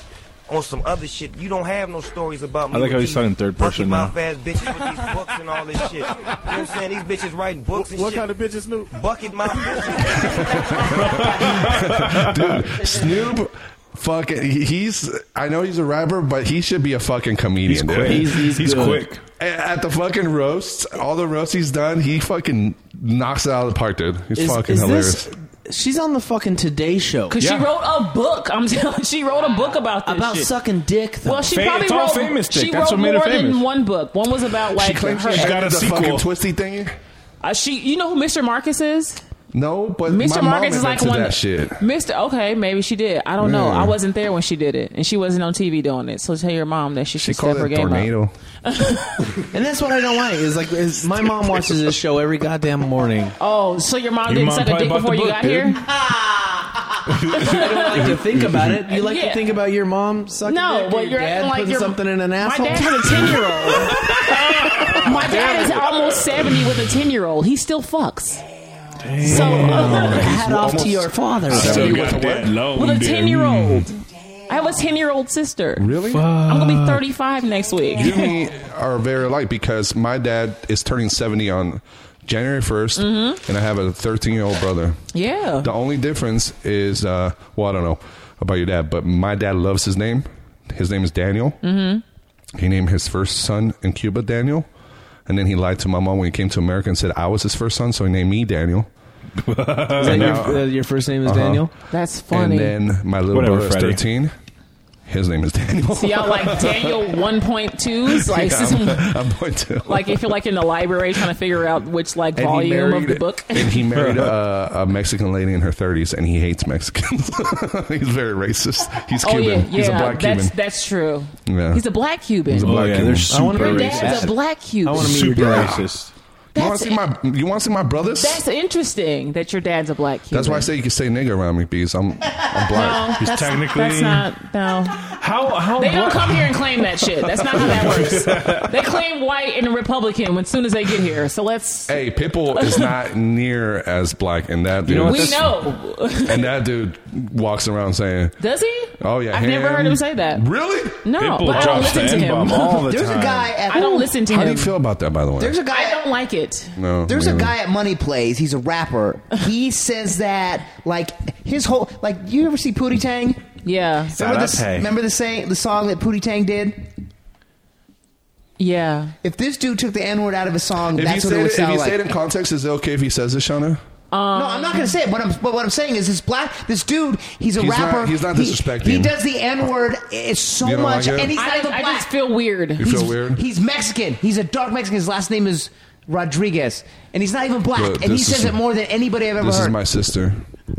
on some other shit. You don't have no stories about me.
I like
with
how he's
these
talking third person
monkey
now.
mouth ass bitches with these books and all this shit. You know what I'm saying? These bitches writing books and
What
shit.
kind of bitch is Snoop?
Bucket mouth bitches.
Dude, Snoop. Fucking, he- he's. I know he's a rapper, but he should be a fucking comedian. dude.
He's, quick.
A- At the fucking roasts, all the roasts he's done, he fucking knocks it out of the park, dude. He's fucking hilarious.
This, she's on the fucking Today Show
Cause
Yeah.
she wrote a book. I'm telling. She wrote a book about this
about
shit.
sucking dick. Though.
Well, she
Fa-
probably
it's all
wrote.
famous dick.
She
That's
wrote
what made her
more
famous.
than one book. One was about like
She claims
her.
she
got
got
a
the
sequel.
fucking twisty thingy.
Uh, she, you know who Mr. Marcus is?
No, but
Mr.
My mom
Marcus
is
is like
to
one
that shit.
Mr. Okay, maybe she did. I don't know.
Yeah.
I wasn't there when she did it, and she wasn't on TV doing it. So tell your mom that she
She
should
called
step her
it a
game up.
tornado.
and that's what I don't like. Is like is my mom watches this show every goddamn morning.
Oh, so your mom
Your
didn't
mom
suck a
probably
dick
bought the
before you
book,
got
dude.
here?
I don't like to think about it. You like
Oh, Yeah.
to think about your mom sucking
No,
dick, or
but
your
you're
dad
acting like
putting
your-
something in an
My
asshole.
dad had a ten year old. My dad is almost seventy with a ten year old. He still fucks. So uh,
Hat off to your father.
Still got that long
with a
dick.
ten year old, I have a ten year old sister.
Really?
I'm gonna be thirty five next week.
You and me are very alike because my dad is turning 70 on January 1st,
Mm-hmm.
and I have a 13 year old brother.
Yeah.
The only difference is, uh, well, I don't know about your dad, but my dad loves his name. His name is Daniel. Mm-hmm. He named his first son in Cuba Daniel. And then he lied to my mom when he came to America and said I was his first son, so he named me Daniel.
Is that your, uh, your first name is
Uh-huh.
Daniel.
That's funny.
And then my little
Whatever,
brother
Freddie.
is 13. His name is Daniel.
So y'all like Daniel 1.2s? Like,
I'm, I'm going to.
like if you're like in the library trying to figure out which like
And he
volume of the
married-
book.
and he married a, a Mexican lady in her 30s, and he hates Mexicans. He's very racist. He's
Oh
Cuban.
yeah, yeah,
He's a black
that's
Cuban.
that's true.
Yeah.
He's a black Cuban.
He's a
Oh,
black
yeah,
Cuban.
they're
I wanna
super
be-
Your
racist.
dad's a black Cuban.
I wanna meet your
super
dad.
racist.
You want
That's,
to see my? You want to see my brothers?
that's interesting that your dad's a black Cuban.
That's why I say you can say nigga around me because I'm I'm black.
No,
He's
that's,
technically-
that's not no.
How how
They
black-
don't come here and claim that shit. That's not how that works. They claim white and Republican when soon as they get here. So let's
Hey, Pitbull is not near as black, and that dude,
know what
we know.
and that dude walks around saying,
Does he?
"Oh yeah."
I've never
him.
heard him say that.
Really?
No,
Pitbull
but I don't
drops the
listen to
N-bomb
him.
all the
There's
time.
a guy at
I don't listen to
How
him.
do you feel about that, by the way?
There's a guy.
I don't like it.
no,
There's
me
a
neither.
guy at Money Plays. He's a rapper. He says that like his whole like. You ever see Pootie Tang?
Yeah.
Remember
Sarate.
the, remember the saying the song that Pootie Tang did?
Yeah.
If this dude took the N word out of his song,
If you
that's what it
say
would
it, if
sound
you
like.
say it in context, is it okay if he says it, Shauna?
no, I'm not gonna say it. But, I'm, but what I'm saying is, this black, this dude, he's a
He's not-
rapper.
he's not
He-
disrespecting.
He, does the N word it's so
You don't
much,
like it?
and he's not
I,
even
I
black.
just feel weird.
You feel
he's,
weird?
He's Mexican. He's a dark Mexican. His last name is Rodriguez, and he's not even black.
Look,
and he
this is-
says it more than anybody I've ever
This
heard.
is my sister.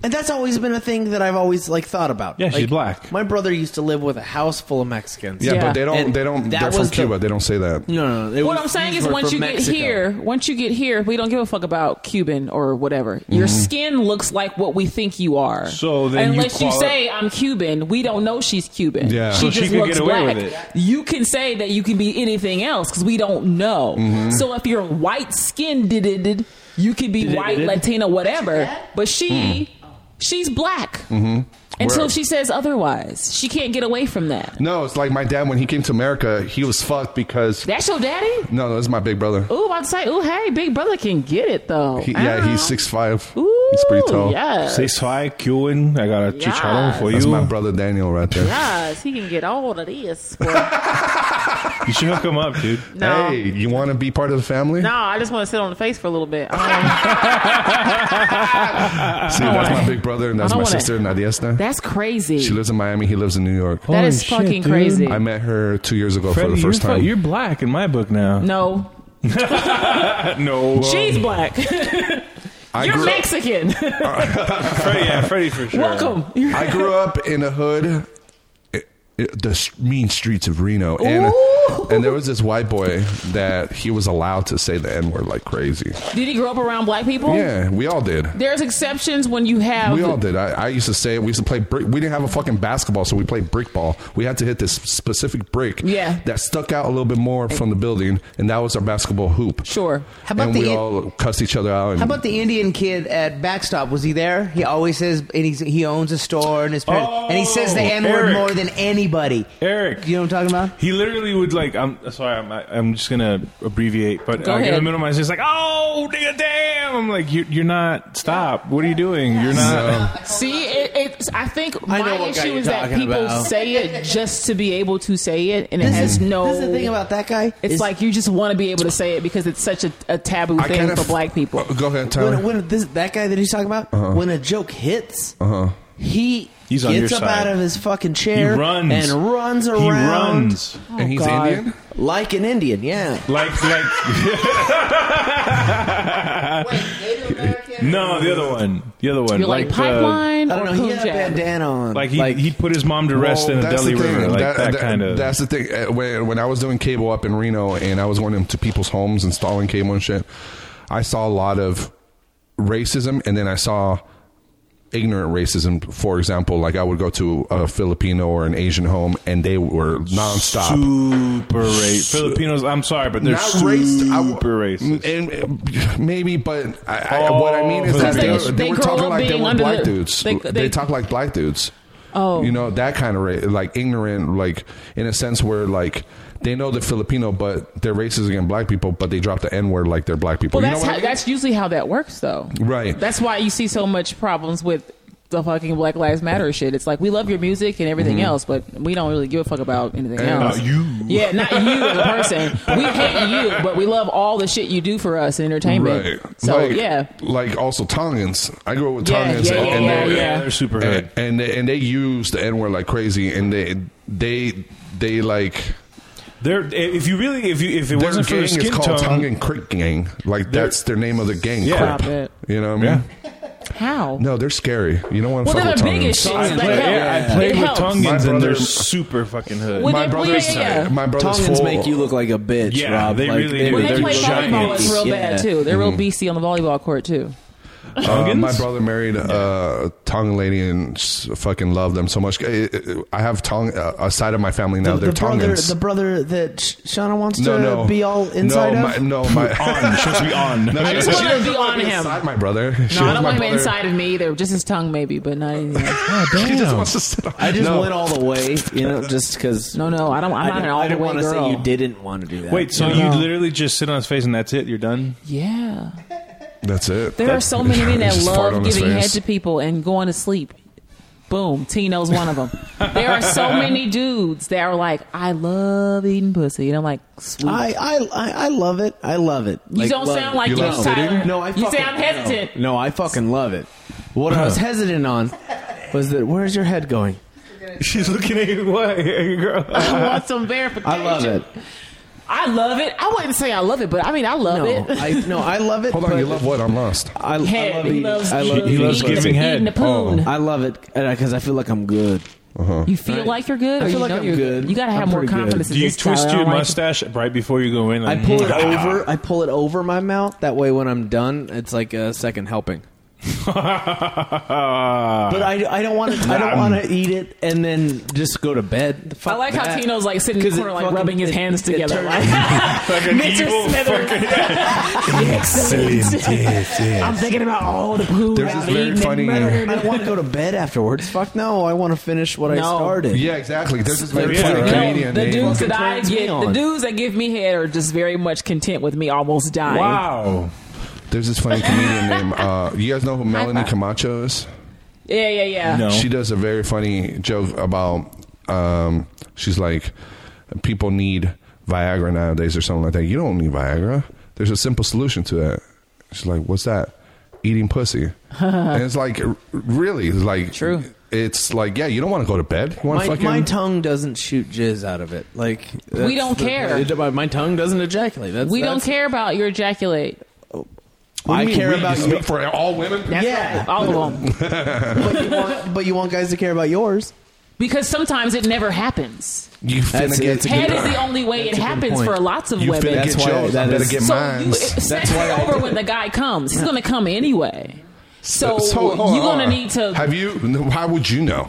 And that's always been a thing that I've always like thought about.
Yeah, she's
Like,
black.
My brother used to live with a house full of Mexicans.
Yeah,
Yeah.
but they don't.
And
they don't.
that
They're from
was the-
Cuba. They don't say that.
No, no, no. It
What
was-
I'm saying
these
is,
were
once
from
you
Mexico.
get here, once you get here, we don't give a fuck about Cuban or whatever. Your skin looks like what we think you are.
Mm-hmm. So then you
unless you,
quali-
say I'm Cuban, we don't know she's Cuban.
Yeah.
she
So
just
she could
looks
get away
black.
with it.
You can say that you can be anything else because we don't know.
Mm-hmm.
So if you're white skinned, you could be white, Latina, whatever. But she,
Hmm.
she's black.
Mm-hmm.
Until
Where-
she says otherwise, she can't get away from that.
No, it's like my dad when he came to America. He was fucked because
That's your daddy.
no, no, this is my big brother.
Ooh, about to say, ooh, hey, Big Brother can get it though.
He, yeah,
Ow.
he's six five.
Ooh,
he's pretty tall.
Yes.
Say hi, Cuban. I got a
Yes.
chicharron for
That's
you.
my brother Daniel right there.
Yes, he can get all of this. Well,
You should hook him up, dude.
no,
Hey, you want to be part of the family?
no, I just want to sit on the face for a little bit. Um,
See, that's my big brother and that's
I
my
don't wanna-
sister Nadiesta.
that's crazy.
She lives in Miami. He lives in New York.
that is
Holy shit,
fucking
dude.
crazy.
I met her two years ago
Freddie,
for the
you're,
first
fu-
time.
you're black in my book now.
no,
No,
she's black.
I
You're
grew,
Mexican.
Freddie, yeah, Freddie for sure.
Welcome. You're-
I grew up in a hood, i- i- the s- mean streets of Reno, and
Ooh.
and there was this white boy that he was allowed to say the n word like crazy.
Did he grow up around black people?
Yeah, we all did.
There's exceptions when you have.
We all did. I, I used to say it. We used to play brick. We didn't have a fucking basketball, so we played brick ball. We had to hit this specific brick
Yeah.
that stuck out a little bit more from the building, and that was our basketball hoop.
Sure.
How about
and we
the-
all cussed each other out. And
How about the Indian kid at backstop? Was he there? He always says, and he's, he owns a store and his parents,
Oh,
and he says the N word
Eric.
more than
anybody.
Eric.
You know what I'm talking about?
He literally would like. I'm sorry. I'm, I'm just gonna abbreviate, but
Go
I get in
ahead.
the middle of my. It's like, oh, nigga, damn! I'm like, you, you're not. Stop. What are you doing? You're not.
See, it, it's, I think
I know
my
what guy
issue
you're
is that
talking
people
about.
say it just to be able to say it, and it has no.
That's the thing about that guy.
Oh. It's
is
like you just want to be able to say it because it's such a, a taboo
I
thing
kinda
for
f-
black people.
Uh, Go ahead, Tyler.
when, when this that guy that he's talking about when a joke hits,
Uh-huh.
he
Uh-huh. He's on
gets
your
up
side.
out of his fucking chair
He runs.
and runs around
He runs
and he's
God.
Indian.
like an Indian. Yeah,
like like. no, the other one. The other one.
You're like,
the-
uh,
pipeline
I don't
or
know. He had a
Punjab?
bandana on.
like he he put his mom to rest
Well,
in a
that's
Delhi
the thing.
river, like that, kind of.
That's the thing. Uh, When when I was doing cable up in Reno, and I was going into people's homes installing cable and shit, I saw a lot of racism, and then I saw ignorant racism. For example, like I would go to a Filipino or an Asian home, and they were nonstop.
super racist. Filipinos, I'm sorry, but they're super
raced- I-
racist.
m- and- uh, maybe, but I, I,
Oh,
what I mean is that
Because
they,
they-
they,
they
were
grow
talking
up
like they
being
were
under
black
the-
dudes. They,
they- they-
talk like black dudes.
Oh.
you know that kind of ra- like ignorant, like in a sense where like they know they're Filipino, but they're racist against black people, but they drop the N word like they're black people.
Well,
you know
that's
what
how,
I mean?
that's usually how that works, though.
Right.
That's why you see so much problems with the fucking Black Lives Matter shit. It's like we love your music and everything else, but we don't really give a fuck about anything
Mm-hmm. And
else.
not you.
Yeah, not you as a person. We hate you, but we love all the shit you do for us in entertainment.
Right.
So
like,
yeah,
Like also Tongans. I grew up with
Yeah,
Tongans
yeah,
and-
yeah,
and
yeah,
they,
yeah.
they're super
and,
hood.
and they, and they use the N word like crazy and they they they like
They're if you really if you if it
Their
wasn't for
gang
their skin
is
tone,
called Tongan Creek Gang. Like
They're-
that's their name of the gang.
Yeah.
Crip.
Stop it.
You know what I mean?
how?
No, they're scary. You don't want to
well, they're
fuck
the
with
biggest shit.
Tongans.
I
so
play,
that
yeah,
helps.
I played
It
with
helps.
Tongans
My
and they're
brother-
super fucking hood.
When
My
they- well, yeah,
brother's uh,
yeah, yeah.
my brother's
Tongans
full.
make you look like a bitch.
Yeah,
Rob.
they
like,
really do.
When they
They're
play volleyball,
giants.
it's real bad too. They're
Mm-hmm.
real beastie on the volleyball court too.
Uh, my
Tongans?
brother married uh, a Tongan lady and s- fucking loved them so much. I I have Tong uh, a side of my family now.
The,
they're
the brother,
Tongans.
the brother that Sh- Shauna wants
no,
to
no,
be all inside
no, My, no,
of.
my
on, supposed to be on.
No,
I
she-
just
she
want him to
doesn't
be
wanna
on him.
Inside my brother. She
No, I
wants
don't
my
want him
brother-
inside of me either. Just his tongue, maybe, but not anything.
She just wants to sit on.
I just
no.
went all the way, you know, just because.
No, no, I don't. I'm
I
not
didn't,
an all
I
the
didn't
way
want to
girl.
say you didn't want to do that.
Wait, so
You
you
know?
literally just sit on his face and that's it? You're done?
Yeah.
That's it.
There are
That's-
so many men that
Just fart
love
on his
giving head
face.
to people and going to sleep. Boom, Tino's one of them. there are so many dudes that are like, I love eating pussy, and I'm like, sweet.
I, I, I, I love it. I love it.
you don't
love
sound
it.
like
You
you,
love
Tyler.
No, I
you
fucking-
sound hesitant.
No, I fucking love it. What I was hesitant on was that where's your head going?
She's looking at you. What, girl?
I want some verification.
I love it.
I love it. I wouldn't say I love it, but I mean, I love
No,
it.
I, no, I love it.
Hold on,
but
you love what? I'm lost.
I, I love
Head. he
eating-
loves,
I love
he
eating
loves
pussy.
eating,
giving head.
eating the poon.
I love it because I feel like I'm good.
you feel like you're good. or
Oh. feel
you
like
know
I'm
you're
good.
You gotta
I'm
have more
pretty good.
confidence. in
Do you
this, Tyler. I
twist
don't
your
like it.
mustache right before you go in?
I
Like,
pull it over. I pull it over my mouth. That way, when I'm done, it's like a second helping. But I, I don't want to. I don't want to eat it and then just go to bed. Fuck
I like how
that.
Tino's like sitting in the
'Cause it
corner, like
fucking-
rubbing his
it-
hands
it
together,
turns-
like, Mr. Smithers. Excellent. I'm thinking about all the poo.
There's
I've
this very
eaten and
funny-
murdered.
I don't want to go to bed afterwards. Fuck no. I want to finish what I
No.
started.
Yeah, exactly. There's this very
Yeah,
funny
right.
comedian.
the
named-
dudes that
fucking
I
turns me
get, the
on.
dudes that give me head, are just very much content with me almost dying.
Wow.
Oh, There's this funny comedian named. Uh, you guys know who Melanie Camacho is?
Yeah, yeah, yeah.
No.
She does a very funny joke about. Um, she's like, people need Viagra nowadays or something like that. You don't need Viagra. There's a simple solution to that. She's like, what's that? Eating pussy. and it's like, r- really, it's like
True.
It's like, yeah, you don't want to go to bed. You want
My,
to fucking.
my tongue doesn't shoot jizz out of it. Like that's
don't
the-
care.
it- my, my tongue doesn't ejaculate. That's,
We don't
that's-
care about your ejaculate.
What do
I
you mean
care
we?
about
You
you.
speak for all women.
yeah,
All of them.
but, you want, but you want guys to care about yours.
Because sometimes it never happens.
You finna
That's-
get.
that's a good-
Head is the only way it
a good
happens
point.
for lots of
you
women.
finna
That's
get
why
yours. I
that
better
is-
get
So
mine.
you, sex
why
is
I-
over when the guy comes. He's going to come anyway. So,
hold on, hold
you're going to
on.
need to.
Have you? Mm. How would you know?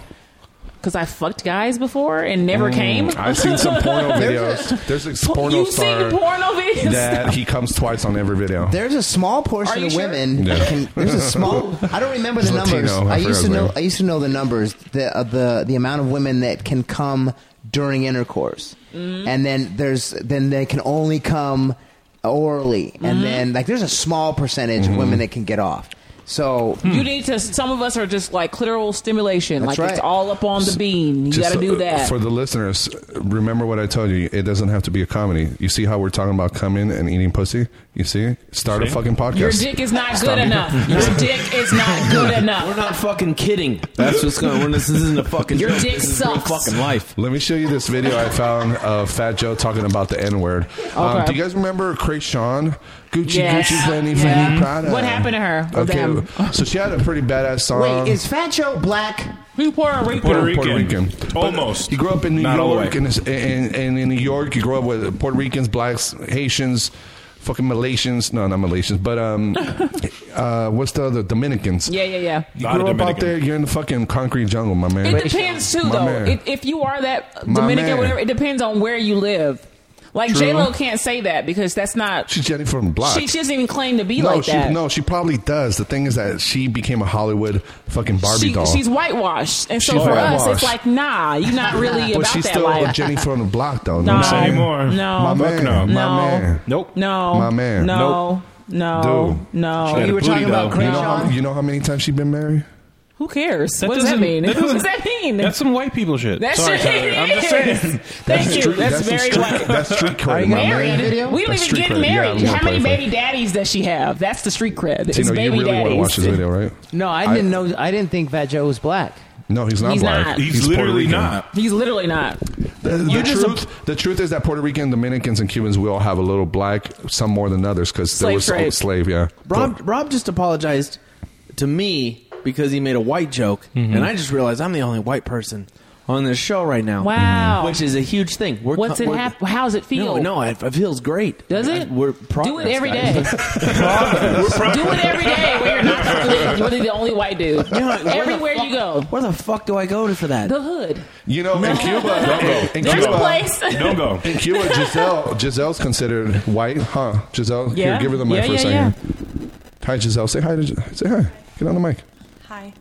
because I fucked guys before and never came.
Hmm. I've seen some porno videos. There's this porno
You've
star
seen porno videos.
that he comes twice on every video.
There's a small portion
you
of
sure?
women.
Yeah.
that Can, there's a small. I don't remember the
He's Latino.
numbers.
I
I, used to
forgot his
know.
name.
I used to know the numbers. The uh, the the amount of women that can come during intercourse,
Mm.
and then there's then they can only come orally, and
Mm-hmm.
then like there's a small percentage of
Mm-hmm.
women that can get off. So
Mm.
You need to. Some of us are just like clitoral stimulation,
That's
like it's
right.
all up on the bean. You got
Just,
to do
uh,
that.
For the listeners, remember what I told you. It doesn't have to be a comedy. You see how we're talking about coming and eating pussy? You see? Start a
See?
fucking podcast.
Your dick is not good enough. Your dick is not good
We're
enough.
not fucking kidding. That's what's going. on. This isn't a fucking.
Your
joke.
dick
this is real
sucks.
fucking life.
Let me show you this video I found of Fat Joe talking about the N word. Um,
Okay.
do you guys remember Craig Sean? Gucci,
Yes.
Gucci, Fanny,
Yeah.
Fanny, Prada.
What happened to her? Or them?
so she had a pretty badass song.
wait, is Fat Joe black?
Who Puerto Rico?
Puerto
Puerto
Rican.
Rican. But
Almost.
You grew up in New
Not all the
York,
way.
and, and, and in New York, you grew up with Puerto Ricans, blacks, Haitians, fucking Malaysians. No, not Malaysians, but um, uh, what's the other Dominicans?
Yeah, yeah, yeah.
You
Lot of
grew up out
Dominican.
there. You're in the fucking concrete jungle, my man.
It depends too,
My
though.
man.
It, if you are that
My
Dominican,
man.
whatever, it depends on where you live. Like
True.
J Lo can't say that because that's not.
She's Jenny from the Block.
She, she doesn't even claim to be
no,
like
she,
that.
no, she probably does. The thing is that she became a Hollywood fucking Barbie
She-
doll.
she's whitewashed, and so
She's
for us,
whitewashed.
it's like, nah, you're not really
but
about
she's
that
still
life.
Jenny from the Block, though. Know
Nah.
what I'm saying?
Anymore.
No.
My man,
Fuck no.
my
No.
man.
Nope.
No,
My man.
no, no,
Dude.
no.
She had
You
a
were
booty
talking about
though.
Craig
You know, how,
Sean?
you know how many times she been married?
Who cares? what does that
doesn't-
mean? what does
doesn't-
that mean?
That's some white people shit.
That's
Sorry,
shit.
Tyler. I'm just saying.
Thank you.
street-
that's,
some
very
street,
white.
That's street cred, my
married.
man.
We don't
That's
even
street cred.
get
Yeah,
married.
I'm gonna
How
play
many
for
baby daddies does she have? That's the street cred. It's
Tino, you
baby
really want to
daddies.
watch this video, right?
No, I didn't know. I didn't think Fat Joe was black.
No, he's not
He's
black.
not.
He's,
Puerto
literally
Rican.
not.
He's literally not.
The, the
You're just a-
truth, the truth is that Puerto Rican, Dominicans, and Cubans, we all have a little black, some more than others, because there
Slave
was
trade.
a slave, yeah.
Rob Rob just apologized to me because he made a white joke, and I just realized I'm the only white person on this show right now.
Wow.
which is a huge thing. We're
What's
co-
it
we're-
hap- how's it feel?
No, no, it, it feels great.
Does
I-
it?
We're
do it
progress,
every
guys.
day. do it every day when you're not fucking- you're the only white dude.
You know, where the
Everywhere
fuck-
you go,
Where the fuck do I go to for that?
the hood.
You know, in Cuba, in
There's
Cuba,
a place.
Don't go.
in Cuba, Giselle, Giselle's considered white, huh? Giselle,
Yeah.
here, give her the mic
Yeah,
for a
yeah,
second.
yeah.
Hi, Giselle. Say hi. To, Gi- say hi. Get on the mic.
Hi.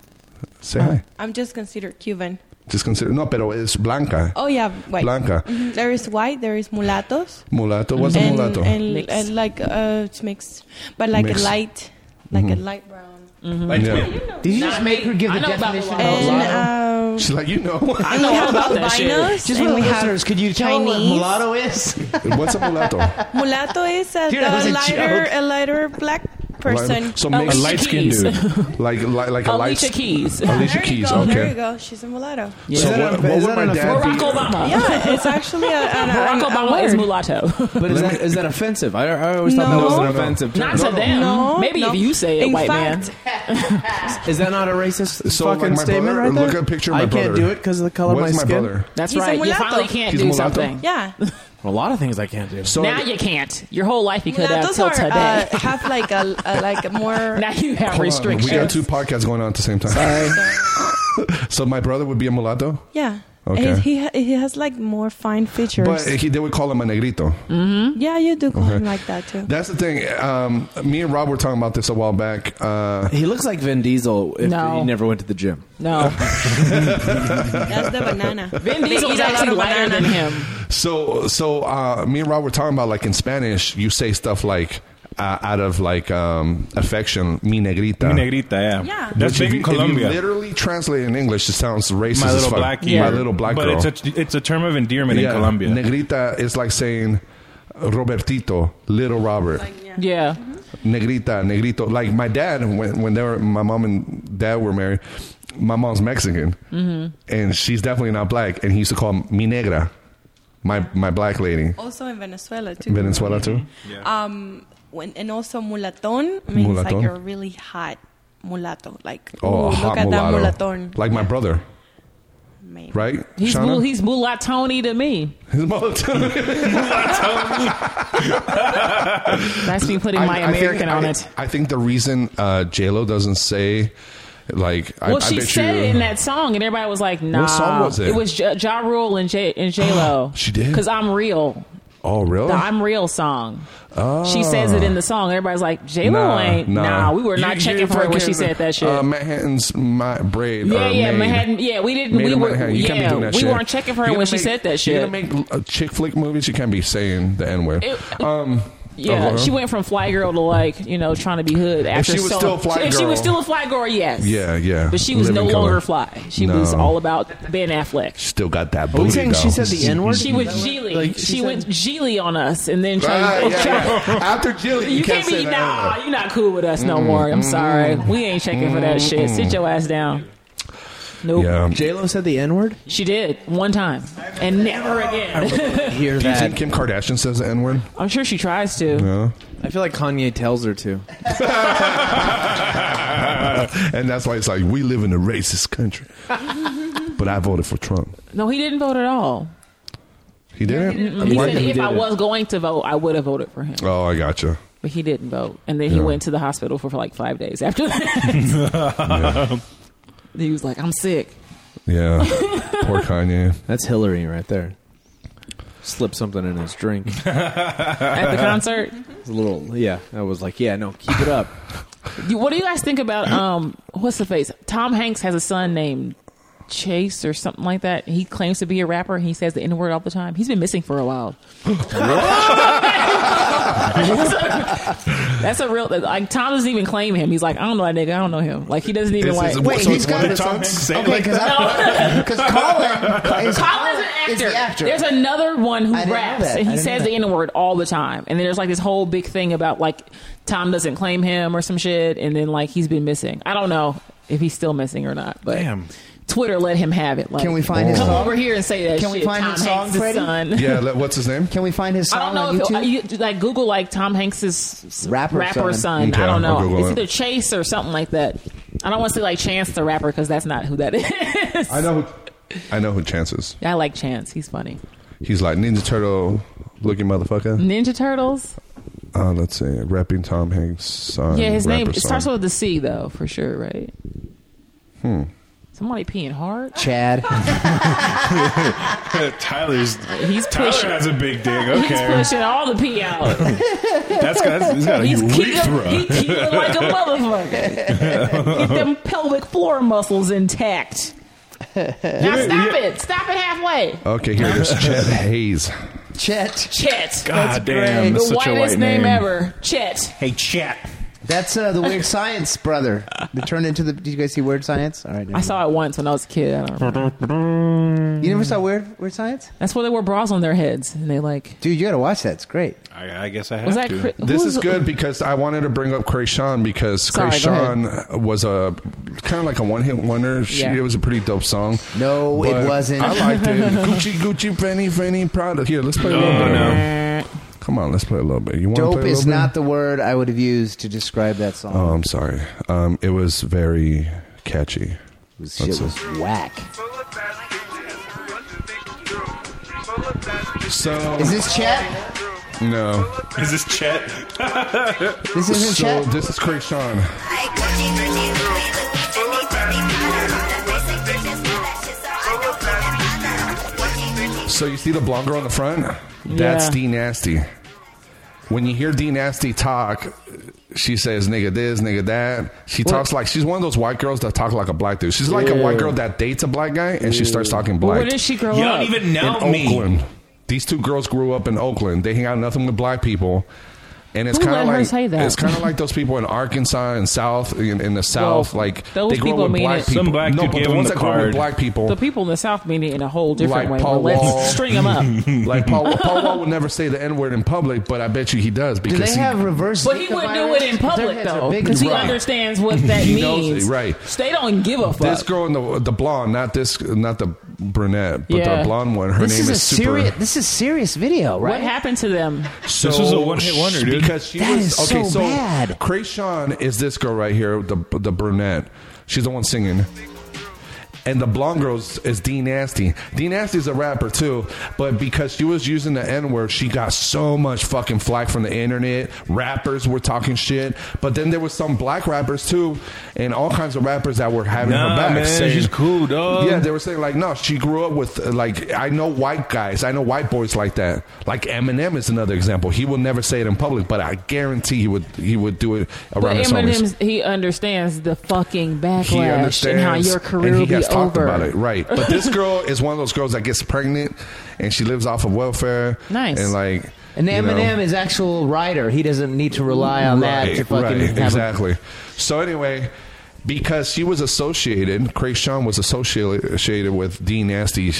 Say hi.
I'm just considered Cuban.
Just consider. No, pero es blanca.
Oh yeah, white.
Blanca.
Mhm. There is white. There is mulatos.
Mulato. What's a
and,
mulato?
And,
Mixed.
and like uh, it's mixed, but like
Mixed. Mm-hmm.
a light, like a light brown.
yeah.
Did you just
Not
make
me.
her give
I
the
know about uh,
definition?
the
of
And
mulatto?
um,
She's like, you know.
I know
we
all
have
about that shit.
albinos,
Just for
and
the
we have
listeners, could you tell what
Chinese.
mulatto is?
What's a mulato?
mulato is a,
Dude, that was a
a lighter,
joke.
a lighter black person.
Like, so
Alicia
mixed,
light-skinned
Keys.
dude.
like like like a light.
Alicia Keys.
Alicia
there you
Keys.
go.
okay.
There you go. She's a mulatto.
So
Is that
what,
on-
what
is
would
that
my
on a
dad
Barack
be?
Obama.
Yeah, it's actually a, an,
Barack
an,
Obama
a
is
word.
mulatto.
But is that, is that offensive? I, I always thought that
No.
was an
No,
no.
offensive term.
Not to them.
No,
Maybe
no.
if you say it,
In
white
fact,
man.
Is that not a racist
So, like,
fucking
my
statement
brother-
right there?
look at a picture of
I
my
can't
brother.
do it because of the color
What
of
is
my,
my
skin.
brother?
That's
He's a
right. You
mulatto.
finally can't
He's a
do
mulatto?
something.
Yeah.
A lot of things I can't do.
So
Now you can't. Your whole life you could have
Mulatos
till
are,
today.
uh, have like a, a like a more.
now you have
hold on,
restrictions.
we got two podcasts going on at the same time. so my brother would be a mulatto,
Yeah.
Okay.
And he ha- he has like more fine features.
but he, they would call him a negrito.
Mm.
yeah, you do call him like that too.
That's the thing. Um, me and Rob were talking about this a while back. Uh,
He looks like Vin Diesel if
No.
he never went to the gym.
no.
That's the banana.
Vin Diesel is actually lighter than him.
so so uh, me and Rob were talking about like in Spanish, you say stuff like uh, out of like um, affection, mi negrita.
Mi negrita, yeah.
Yeah.
That's big
Which if
in
you- if you
Colombia.
literally translate in English, it sounds racist.
My
as
little
fuck.
black
my
yeah.
little black
but
girl.
it's a it's a term of endearment in
Yeah,
Colombia.
Negrita is like saying Robertito, little Robert.
Yeah.
Negrita, Negrito. Like my dad, when when they were my mom and dad were married, my mom's Mexican,
Mm-hmm.
and she's definitely not black. And he used to call me negra, my my black lady.
Also in Venezuela too.
Venezuela too.
Um, when, and also mulaton means
Mulatón.
like a really hot mulatto. Like
Oh, a
ooh, look
hot
at that
mulatto.
mulaton.
Like my brother,
Man.
right?
He's
Shauna?
mul- he's mulatoni to me.
His mother too.
That's me putting my
think-
American on
I-
it.
I think the reason uh, J Lo doesn't say Like, I,
Well,
I
she
bet
said
you,
it in that song, and everybody was like, "Nah."
song was it?
It was ja, ja Rule and J and J Lo.
She did?
because I'm real.
Oh, really?
The I'm real song.
Oh.
She says it in the song. Everybody's like, "J Lo ain't." Nah. we were not
You-
checking
you
for her when she
fucking,
said that shit.
Uh, Manhattan's my uh, braid.
yeah,
or
yeah,
maid.
Manhattan. Yeah, we didn't.
Maid
we
of
were.
Manhattan. You can't be
Yeah,
doing that
we
shit.
weren't checking for her
You're
when
gonna
she
make-
said that
You're
shit.
gonna make uh, chick flick movies. You can't be saying the n word.
It-
Um,
Yeah,
okay.
she went from fly girl to like you know trying to be hood. After
she was
so-
still a fly
if she
girl.
was still a fly girl, yes.
Yeah, yeah.
But she was
Living
no
color.
longer fly. She was
No.
all about Ben Affleck.
Still got that
Are
booty.
we saying she
though.
said the N word?
She was Geely.
Like,
she
she said-
went Geely on us, and then tried.
Ah, yeah, yeah. After Jilly, you,
You, can't,
say
be
that Mm,
nah.
word.
You're not cool with us no more. I'm sorry. We ain't checking for that shit. Sit your ass down. Nope.
Mm, Yeah.
J Lo said the N word.
She did one time and never again.
Hear
Do you
that?
think Kim Kardashian says the N word?
I'm sure she tries to.
No.
I feel like Kanye tells her to.
and that's why it's like we live in a racist country. but I voted for Trump.
No, he didn't vote at all.
He didn't.
He
Why
said
did-
if I was going to vote, I would have voted for him.
oh, I gotcha.
But he didn't vote. And then he
Yeah.
went to the hospital for, like five days after that. he was like, I'm sick.
Yeah. Poor Kanye.
That's Hillary right there. Slipped something in his drink. It's
At the concert.
a little, yeah. I was like, yeah, no, keep it up.
You- What do you guys think about, um, what's the face? Tom Hanks has a son named Chase or something like that. He claims to be a rapper. He says the N word all the time. He's been missing for a while. That's a real, like, Tom doesn't even claim him. He's like, I don't know that nigga. I don't know him. Like, he doesn't even
This
like.
is-
Wait,
So
he's
it's one
got
of
a
Tom
son.
Hanks saying
Okay,
like
because Colin is,
Colin's an actor.
is the actor.
There's another one who
I didn't know
raps
that.
and
I didn't
he
know
says the
that.
N word all the time. And then there's like this whole big thing about like Tom doesn't claim him or some shit. And then like he's been missing. I don't know if he's still missing or not. But
Damn.
Twitter let him have it. Like,
Can we find his
come
song?
over here and say that?
Can we
shit.
find
Tom
his song,
Hanks'
Freddie?
son.
Yeah, le- what's his name?
Can we find his
I
song
don't know if
on
you,
YouTube?
you like Google like Tom Hanks's
Rapper
rapper, rapper
son.
son.
Okay,
I don't
I'll
know.
Google
It's
it.
either Chase or something like that. I don't want to say like Chance the rapper because that's not who that is.
I know. Who, I know who Chance is.
I like Chance. He's funny.
He's like Ninja Turtle looking motherfucker.
Ninja Turtles.
Uh, let's see, rapping Tom Hanks. Son,
Yeah, his name
rapper
it starts
son.
with the C though, for sure, right? Hmm.
Hmm.
Somebody peeing hard.
Chad.
Tyler's.
He's
Tyler
pushing.
has a big dick.
He's
Okay,
pushing all the pee out.
that's got, he's got a
He's keeling,
urethra.
he keeling like a motherfucker. Get them pelvic floor muscles intact. Now stop it! Stop it halfway.
Okay, here it is. Chet Hayes.
Chet.
Chet.
God damn, that's
the
such a
whitest
white
name.
name
ever. Chet.
Hey, chat.
That's uh, the Weird Science brother. They turned into the. Did you guys see Weird Science? All right.
I saw it once when I was a kid. I don't remember.
You never saw Weird Weird Science?
That's where they wore bras on their heads, and they like.
Dude, you gotta watch that. It's great.
I, I guess I have
Was that?
to.
Chris- who
This
was
is
the-
good because I wanted to bring up Krayshawn because
Sorry, go
Krayshawn was a kind of like a one-hit wonder. She,
Yeah.
It was a pretty dope song.
No, it
But
wasn't.
I liked it. Gucci, Gucci, Fanny, Fanny, Prada. Here, let's play a little bit. Come on, let's play a little bit. You want to
Dope
play a
is
little
not
bit?
the word I would have used to describe that song.
Oh, I'm sorry. Um, it was very catchy.
It was- shit was whack.
So
Is this Chet?
no.
Is this Chet?
This isn't
So
Chet.
this is Krayshawn. So you see the blonde girl in the front? That's
Yeah.
D Nasty. When you hear D Nasty talk, she says nigga this, nigga that. She talks like she's one of those white girls that talk like a black dude. She's like a white girl that dates a black guy and she starts talking black.
Where did she grow
You
up?
don't even
in
know me.
Oakland. These two girls grew up in Oakland. They hang out nothing with black people. And it's
Who
kind of
let her
like
say that?
it's kind of like those people in Arkansas and South in, in the South, like
those
they grow
people
up with
mean
black
it.
people.
Some
black
no,
dude
but
gave
the
them
ones
the
that grow up with
card.
black people,
The people in the South mean it in a whole different
Like
way.
Paul
but let's
Wall.
string them up.
like Paul, Paul Wall would never say the N word in public, but I bet you he does
Do
because
they
he,
have reverse?
But he
Zika
wouldn't do
virus?
it in
Their
public
heads are
though,
big
because
as
he
rocks.
understands what that
He knows
means.
it, right.
They don't give a
this
fuck.
girl in the the blonde, not this, not the brunette, but
Yeah.
the blonde one. Her
This
name
is
is,
a
Super.
serious. This is serious video, right?
What happened to them?
So
This was a one-hit wonder,
sh-
dude.
Because she
That
was
is
okay.
so
So,
bad.
Krayshawn is this girl right here, the the brunette. She's the one singing, and the blonde girl is, is D Nasty. D Nasty's a rapper too, but because she was using the N word, she got so much fucking flack from the internet. Rappers were talking shit, but then there was some black rappers too, and all kinds of rappers that were having
Nah,
her back.
man,
saying-
she's cool, dog.
Yeah, they were saying like, no, she grew up with uh, like I know white guys, I know white boys like that. Like Eminem is another example. He will never say it in public, but I guarantee he would he would do it around
But
his homies.
Eminem, he understands the fucking
He
backlash and
understands,
how your career
and he
will be
has talked
over.
about it, right? But this girl is one of those girls that gets pregnant, and she lives off of welfare.
Nice.
and like
And
you know.
Eminem is actual writer. He doesn't need to rely on that to fucking
right,
have a-
exactly. so anyway, because she was associated, Cray Sean was associated with D Nasty.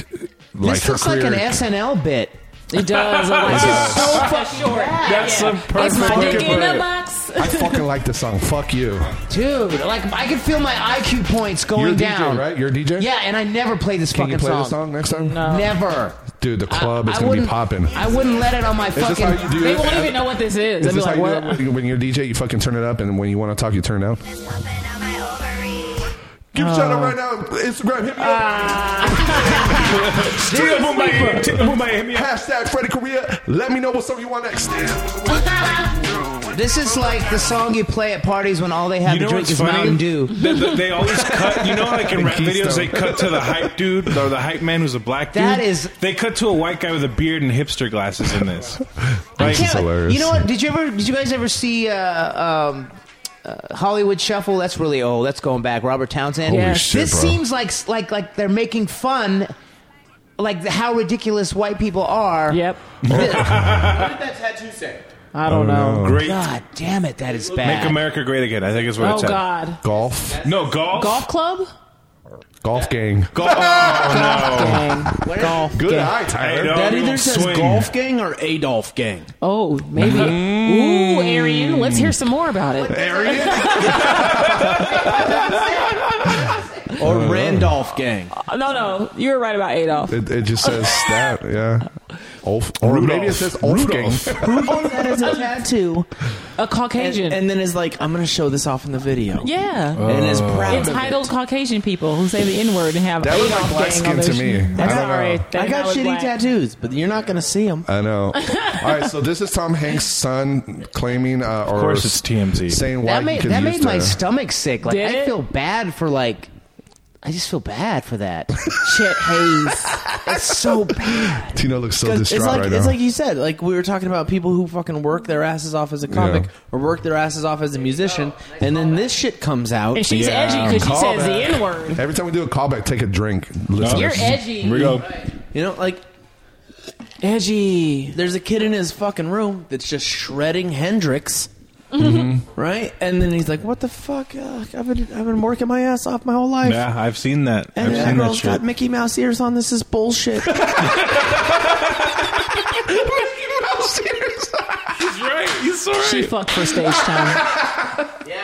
Like
this
her
looks like an
career-
SNL bit.
It does. I'm like,
It
it's
does.
so fucking short.
That's
yeah.
a perfect
It's my dick
fucking
in a
word.
box.
I fucking like the song. Fuck you.
Dude, like I can feel my IQ points going
You're a DJ,
down.
right? You're a DJ?
Yeah, and I never played this
Can
fucking
you play
song.
this song next time?
Never.
Dude, the club
I-
is
I
gonna be
wouldn't-
popping.
I wouldn't let it on my
this
fucking.
how you do
They
it?
won't even know what this
Is
is. They'll be
this
like,
how you do
what?
it when- when you're DJ? You fucking turn it up, and when you want to talk, you turn it down. Give a shout out right now, Instagram. Hit me up.
Straight up on my ear. Take the boom by ear, hit me up.
Hashtag Freddy Korea. Let me know what song you want next.
This is like the song you play at parties when all they have
You know
to drink
what's
is
funny?
Mountain Dew.
They, they- they always cut. You know, like in
And
rap videos, they
Keystone.
cut to the hype dude or the hype man who's a black dude.
That is-
They cut to a white guy with a beard and hipster glasses in this.
I
Like,
can't-
hilarious.
You know what? Did you ever? Did you guys ever see uh, um, uh, Hollywood Shuffle? That's really old. That's going back. Robert Townsend.
Holy Yes. shit,
this
bro.
seems like like like they're making fun. Like how ridiculous white people are.
Yep.
that tattoo say?
I don't
Oh,
know.
great.
God damn it, that is bad.
Make America great again. I think is what
Oh
it's at.
God.
Golf,
No golf.
Golf club?
golf gang.
Golf. Oh,
Golf.
Good eye,
no. Hey,
Tyler.
dog,
That
you
either
don't
says
swing.
golf gang or Adolf gang.
Oh, maybe. Ooh, Arian. Let's hear some more about it.
Or Randolph gang.
Oh, No, no, you were right about Adolf.
It, it just says that, yeah. Olf, or maybe it says Olf gang.
Oh, that is a tattoo.
A
And,
Caucasian.
and then is like, I'm going to show this off in the video.
yeah.
Oh.
And is proud of
Entitled Caucasian people who say the N word and have
That was
Adolf
like black
gang on
skin to
their-
me.
I'm
I don't
sorry.
know.
it.
That
I got
was
shitty
black.
tattoos, but you're not going to see them.
I know. All right, so this is Tom Hanks' son claiming, uh, or
Of course, it's TMZ.
saying why
that
he
made
could
that
use
made my
the-
stomach sick. Like
Did
I
it?
feel bad for like. I just feel bad for that.
Chet Hayes.
That's so bad.
Tino looks so
'Cause
distraught
it's like
right
it's
now.
like you said, like we were talking about people who fucking work their asses off as a comic
Yeah.
or work their asses off as a musician, and then this shit comes out.
And she's
Yeah.
edgy because she
Call
says the
back.
N word.
Every time we do a callback, take a drink. Listen,
You're edgy.
Here we go.
You know, like
Edgy.
there's a kid in his fucking room that's just shredding Hendrix.
Mm-hmm.
Right, and then he's like, "What the fuck? Uh, I've been I've been working my ass off my whole life,
Yeah, I've seen that.
and
I've
that
seen that
girl's
shit.
got Mickey Mouse ears on. This is bullshit."
He's right. He's so
She fucked for stage time. yeah.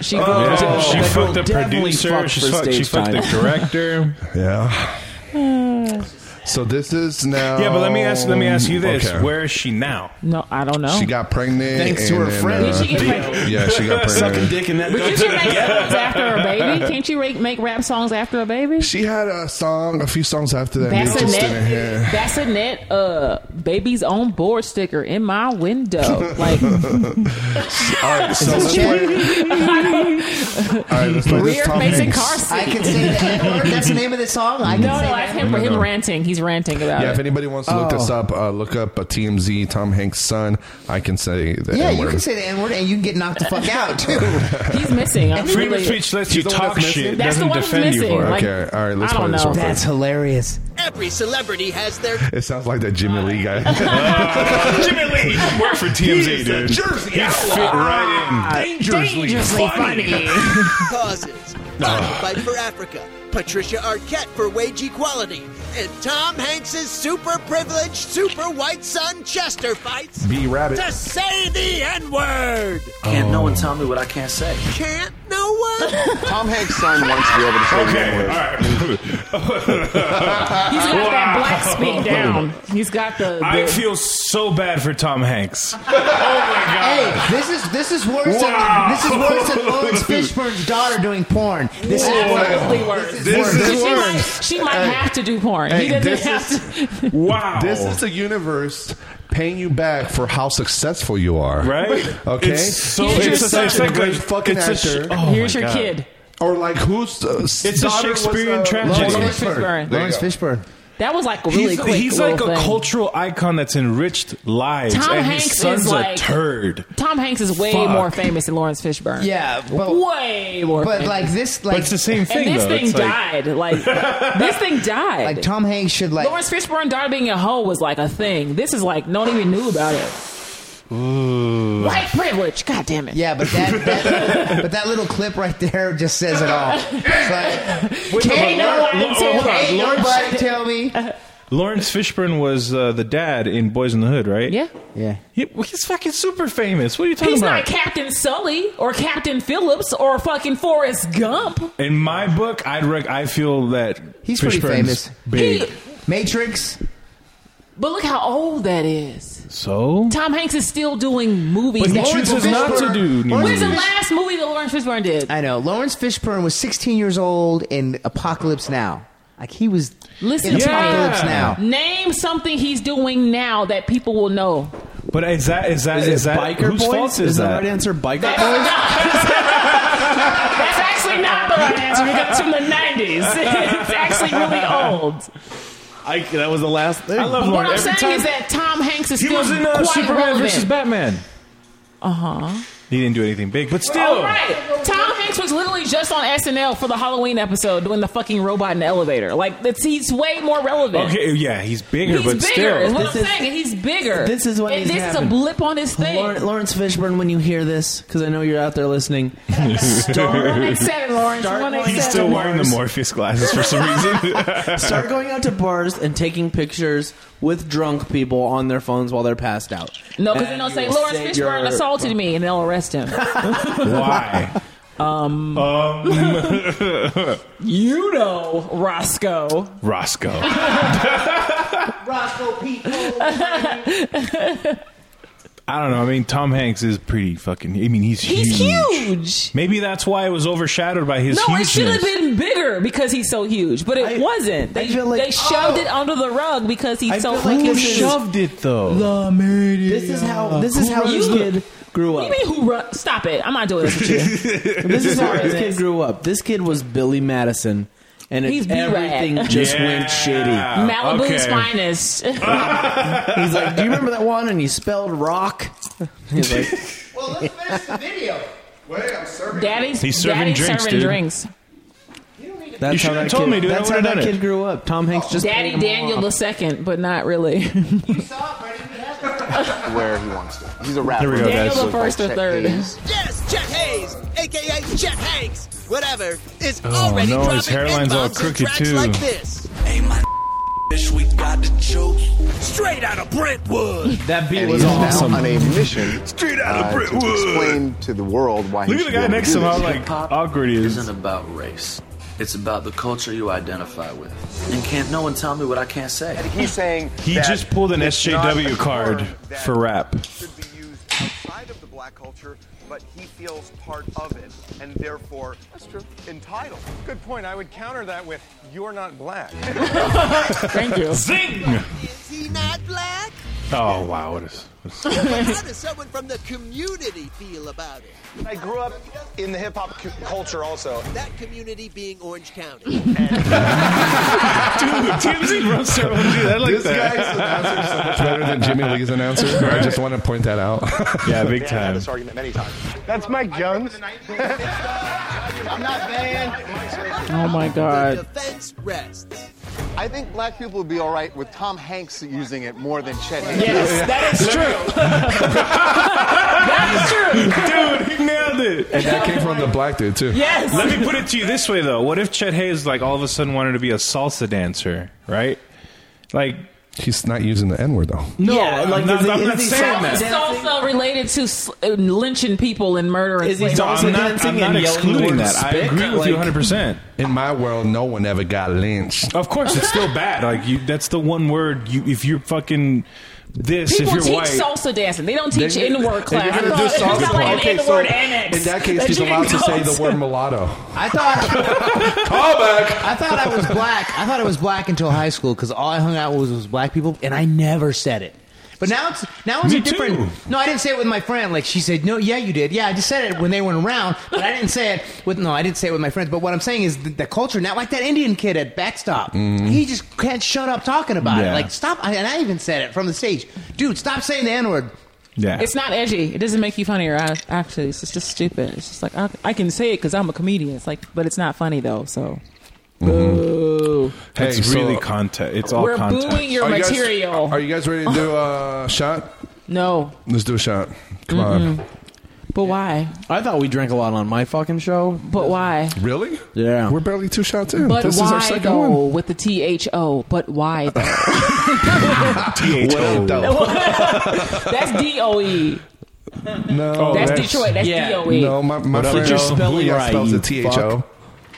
She
Uh,
grows
Yeah,
up.
she
that girl
fucked the
definitely
producer.
fucked
she
for
fucked, she
stage
fucked the director.
Yeah. So this is now.
yeah, but let me ask. Let me ask you this:
Oh, Okay.
Where is she now?
No, I don't know.
she got pregnant.
Thanks to her
and then,
friend.
Did she get pregnant?
uh, yeah, she got
Sucking
pregnant.
dick in that.
Can't you make songs after a baby? Can't you make, make rap songs after a baby?
She had a song, a few songs after that. and
That's
they
a
just didn't
net.
hit.
That's a net. Uh, baby's on board sticker in my window. Like,
All right, so let's play. All right, let's play this
rear
Tom
facing
Hanks.
car
I
seat.
can say the N-word. That's the name of the song. I can
No, no,
say that.
that's him for him ranting. He's ranting about
Yeah, if
it.
anybody wants to look
Oh.
this up, uh, look up a TMZ Tom Hanks son. I can say the
Yeah, you
N-word.
can say the N word and you can get knocked the fuck out too.
He's missing. I'm
Freedom of
really-
speech lets you
the one
talk
that's missing?
shit.
That's the
doesn't
one who's
defend you
missing.
for it.
Like,
Okay, all right, let's
I
play
don't
this
know.
one first.
That's hilarious.
Every celebrity has their
It sounds like that Jimmy Lee guy.
Jimmy Lee worked for TMZ, dude.
Jersey
he fit right in.
Dangerously,
Uh, funny.
causes. Bonnie Fight for Africa, Patricia Arquette for wage equality, and Tom Hanks's super privileged, super white son Chester fights
B Rabbit.
to say the N word.
Can't no one tell me what I can't say.
Can't no one.
Tom Hanks' son wants to be able to say the
Okay, all
N-word.
right.
He's got that black
Wow.
speak down. He's got the.
I
the-
feel so bad for Tom Hanks. Oh my god.
Hey, this is this is worse
Wow.
than this is worse than Lawrence Fishburne's daughter doing porn. This
Absolutely worse.
is
This
She
is
might,
worse.
she might
Hey.
have to do porn.
Hey,
he doesn't
this
have
is-
to.
Wow.
This is the universe paying you back for how successful you are.
Right?
Okay.
It's so
Here's your son.
such a good
It's a
fucking
sh-
actor.
oh my
Here's your
God.
kid.
Or like who's uh,
It's a Shakespearean tragedy.
Lawrence Fishburne.
There you
Lawrence
go.
Fishburne.
That was like a really
He's,
quick.
he's like
little
a
thing.
cultural icon that's enriched lives,
Tom
and
Hanks
his son's
is like-
a turd.
Tom Hanks is way
Fuck.
more famous than Lawrence Fishburne.
Yeah, but-
way more.
But
famous.
like this,
But
like
it's the same thing,
and this
though.
thing
It's like-
died. Like, this thing died.
like Tom Hanks should like.
Lawrence Fishburne died being a hoe was like a thing. This is like no one even knew about it. White privilege. God damn it.
yeah, but that, that but that little clip right there just says it all. It's like,
Can't nobody
Lawrence-
tell
hold on,
me.
Ain't nobody tell me.
Lawrence Fishburne was uh, the dad in Boys in the Hood, right?
Yeah.
Yeah.
He- he's fucking super famous. What are you talking
He's
about?
not Captain Sully or Captain Phillips or fucking Forrest Gump.
in my book, I'd rec- I feel that
He's pretty
Fishburne's
famous.
Big.
He-
Matrix.
but look how old that is.
so
Tom Hanks is still doing movies.
But he
that-
Lawrence
chooses not to
Fishburne-
do new
When's the
movies.
last movie that Lawrence Fishburne did?
I know. Lawrence Fishburne was 16 years old in Apocalypse Now. Like he was
Listen
in
to
Apocalypse
me.
Now.
Name something he's doing now that people will know.
But is that is that is,
Is it
that
biker
whose
boys?
fault is,
the
that?
right answer? Biker
That's
boys.
not- That's actually not the right answer because it's from the 90s. It's actually really old.
I, that was the last thing.
I love
What
Lawrence.
I'm
Every time
saying is that Tom Hanks is
he
still
was in uh,
quite
Superman
relevant.
versus Batman.
Uh huh.
He didn't do anything big, but still.
All right. Tom Hanks was literally just on SNL for the Halloween episode doing the fucking robot in the elevator. Like, that's, he's way more relevant.
Okay, yeah, he's bigger,
He's
but
bigger. Is
still.
what
This
I'm
is-
saying. He's bigger.
This is what
And
needs to
this is a
happen.
blink on his thing.
Lawrence, Lawrence Fishburne, when you hear this, because I know you're out there listening, start,
187, Lawrence.
Start-
187.
He's still wearing the Morpheus glasses for some reason.
start going out to bars and taking pictures with drunk people on their phones while they're passed out.
No, because
And
then they'll
you
say
will
Lawrence
save
Fishburne
your-
assaulted me, and they'll arrest him.
Why? Um, um,
you know, Roscoe.
Roscoe.
Roscoe people.
I don't know. I mean, Tom Hanks is pretty fucking. I mean, he's
He's
huge.
huge.
Maybe that's why it was overshadowed by his
No, it
hugeness.
should have been bigger because he's so huge, but
I-
it wasn't.
I
They,
feel like-
they shoved it under the rug because he's
I
so
feel like
fucking
this
huge.
is-
shoved it though.
This is how this is how this
You-
kid grew
What
up.
do you mean who run? Stop it! I'm not doing this with you.
This is how this
Sorry.
kid grew up. This kid was Billy Madison, and
He's
it,
B-Rad.
everything just
Yeah.
went shitty.
Malibu's
Uh, okay.
finest.
He's like, "Do you remember that one?" And he spelled rock. He's like,
well, let's finish the video.
Wait, I'm serving.
Daddy's,
He's serving
Daddy's
drinks,
serving
dude.
drinks.
"That's
You
how
should've
that
told
kid,
me, dude. I
That's how
would've
that
done it.
kid grew up." Tom Hanks just
Daddy
played him
Daniel
off.
the second, but not really.
where he wants to. He's a rapper.
There we go, Daniel guys. the
Looked like
first or
Chet
third.
Hayes.
Yes, Chet Hayes, aka Chet Hanks, whatever, is
Oh,
already
no,
dropping
his hairline's all
N-bombs and
crooked,
tracks
too.
Like this.
Hey, my bitch, we got the jokes straight out of Brentwood.
That beat
And
was
he's
awesome.
now on a mission
Straight out
uh,
of
to
Brentwood.
explain to the world why
Look
he
at the
should
guy
be able
next to him.
do
How
this.
like awkward he is.
isn't about race. It's about the culture you identify with. And can't no one tell me what I can't say.
He's saying
He
that
just pulled an
it's not
SJW
a
card
term that
for rap.
Should be used outside of the black culture, but he feels part of it and therefore entitled.
Good point. I would counter that with, "You're not black."
Thank you.
Zing!
Is he not black?
Oh wow, what is? What is
How does someone from the community feel about it?
I grew up in the hip hop c- culture also.
That community being Orange County.
TMZ roasts everyone do that like
This guy's announcer is so much better than Jimmy Lee's announcer. I just want to point that out.
Yeah, big
I've had
time.
this argument many times.
That's Mike Jones.
I'm not banned.
Oh my god.
defense rests.
I think black people would be all right with Tom Hanks using it more than Chet Hayes.
Yes, that is true. that is true.
Dude, he nailed it.
That came from the black dude too.
Yes.
Let me put it to you this way though: What if Chet Hayes like all of a sudden wanted to be a salsa dancer, right? Like,
He's not using the N word though.
No,
Yeah,
like
I'm not-
is he,
I'm
is
not
he
saying
salsa
that.
It's
dancing?
also related to s- uh, lynching people and murdering.
Is he
slaves.
no,
salsa
I'm not,
dancing
I'm not
and yelling the
excluding
word
that. I
spick?
agree with you
Like-
100. percent
In my world, no one ever got lynched.
Of course, it's still bad. Like, you, that's the one word. You, if you're fucking this
People
if
teach
you're white.
salsa dancing. They don't teach in word class.
If you're
I
gonna do
thought-
salsa
it's not like
class-
an
okay,
N
so
word annex.
In that case,
that
he's
you can
allowed to
go
say the
to.
word mulatto.
I thought
callback.
I thought I was black. I thought I was black until high school because all I hung out with was, was black people, and I never said it. But now it's now it's
Me
a different.
too.
No, I didn't say it with my friend. Like she said, no, yeah, you did. Yeah, I just said it when they weren't around, but I didn't say it with. No, I didn't say it with my friends. But what I'm saying is the, the culture now, like that Indian kid at backstop, he just can't shut up talking about
Mm-hmm. Yeah.
it. Like stop, I, and I even said it from the stage, dude. Stop saying the N word.
yeah.
It's not edgy. It doesn't make you funnier. I, actually, it's just stupid. It's just like I, I can say it because I'm a comedian. It's like, but it's not funny though. So,
Mm-hmm.
boo.
Hey,
it's
so-
really content. It's all
We're
content.
booing your
you guys-
material.
are you guys ready to do a shot?
No,
Let's do a shot. Come on.
but why?
I thought we drank a lot on my fucking show.
But why?
Really?
Yeah.
We're barely two shots in.
But
this
why
is our second
though?
one.
With the T H O. But why? though?
Well, though.
That's D O E.
No.
Oh,
That's Detroit. That's
yeah.
D O E.
No, my, my
What up,
friend
though?
Spelling
Booyah
right,
spells
you
it T-H-O.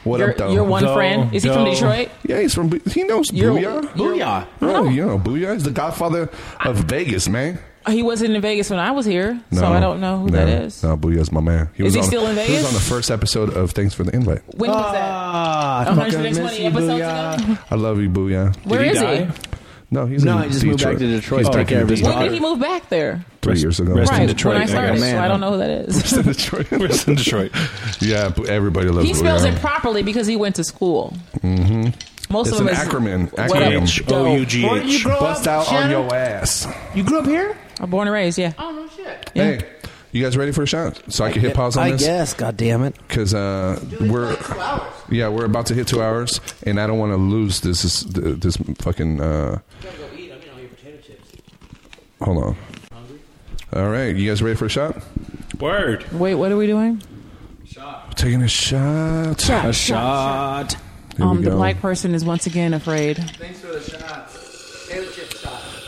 What
Your,
up, though?
your one
Though,
friend. Is he from
though.
Detroit?
yeah, he's from. Bo- He knows
You're-
Booyah.
Booyah.
Oh, you know Booyah. He's the godfather of Vegas, man.
Oh, He wasn't in Vegas when I was here, so I don't know who
no,
that is.
No, Booyah's my man. He
Is he
on,
still in
He was
Vegas?
on the first episode of Thanks for the Invite.
When was that?
Ah, fucking
120
miss you,
episodes
Booyah.
ago.
I love you, Booyah.
Where
he
is he?
die?
No, he's
No,
in
he just
Detroit.
moved back to Detroit
He's
to
back
take care
in
of his
When
Detroit
did he move back there?
Three years ago.
Rest in
Right
Detroit,
when I
like a
started, so
man,
I don't
huh?
know who that is.
in Detroit.
It's in Detroit.
yeah, but everybody loves.
he spells
Booyah.
it properly because he went to school. Mm-hmm. Most
It's an
of them is
acronym.
What up?
Acronym.
H O U G
Where did you
H.
grow
Bust
up,
out on
Shannon?
your ass.
You grew up here?
I'm born and raised. Yeah.
Oh no shit.
Hey, you guys ready for a shot? So I can hit pause on
I
this.
guess. God damn it.
because uh, we're yeah we're about to hit two hours, and I don't want to lose this this, this fucking. Uh, hold on. All right, you guys ready for a shot?
Word.
Wait, what are we doing?
Taking a shot.
Shot,
A
Shot.
Here
um,
we
the
go.
black person is once again afraid.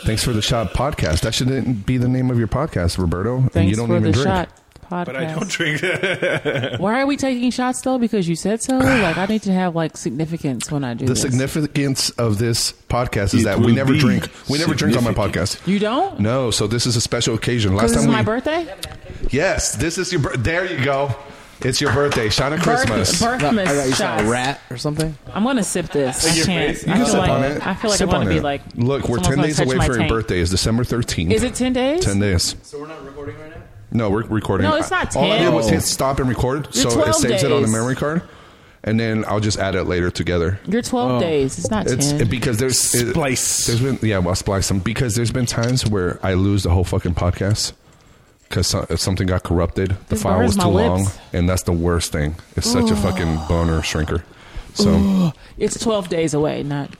Thanks for the shot podcast. That shouldn't be the name of your podcast, Roberto. and
Thanks
you don't
for
even
the
drink.
shot podcast.
But I don't drink.
Why are we taking shots though? Because you said so. Like I need to have like significance when I do
The
this.
significance of this podcast is
It
that we
will
never
be
drink. We never drink on my podcast.
you don't?
No, so this is a special occasion. Last time
Because it's
we,
my birthday.
Yes, this is your. Bir- there you go. It's your birthday. Shauna Christmas.
Birth,
I thought you
birthmas
saw
shots.
a rat or something.
I'm gonna sip this. I can't.
You can
I feel
sip
like
on it.
I feel like
Sip
I want
on
to be
it.
like.
Look, we're
someone's
ten
gonna
days
touch
away
my
for your
tank.
birthday. Is December thirteenth?
Is it ten days?
Ten days.
So we're not recording right now?
No, we're recording.
No, it's not
All I
10.
did was hit stop and record, so it
12
saves it on the
days.
memory card, and then I'll just add it later together.
You're twelve days. It's not
Oh. It's
ten.
it- because there's it-
Splice.
there's been yeah, well, splice them because there's been times where I lose the whole fucking podcast because something got corrupted. The
This
file
burns
was too
my
long,
lips.
and that's the worst thing. It's such a fucking boner shrinker. So.
it's twelve days away. Not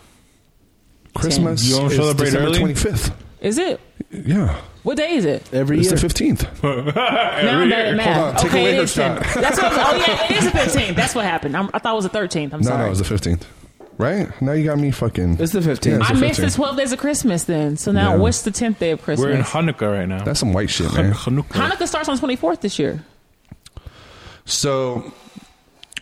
Christmas
You don't
is
celebrate
December
early?
25th.
is it?
Yeah.
What day is it?
Every
it's
year.
the 15th.
Now I'm bad at math.
Hold on, take
okay,
away
it
her
is 10.
shot.
That's what I was, oh yeah, it is the 15th. That's what happened. I'm, I thought it was the 13th. I'm
No,
sorry.
no, it's the 15th. Right? Now you got me fucking.
It's the 15th.
Yeah,
I
it's the
missed the 12 days of Christmas then. So now
Yeah.
what's the 10th day of
We're in
Christmas?
Hanukkah right now.
That's some white shit,
Han-
man.
Hanukkah.
Hanukkah starts on 24th this year.
So,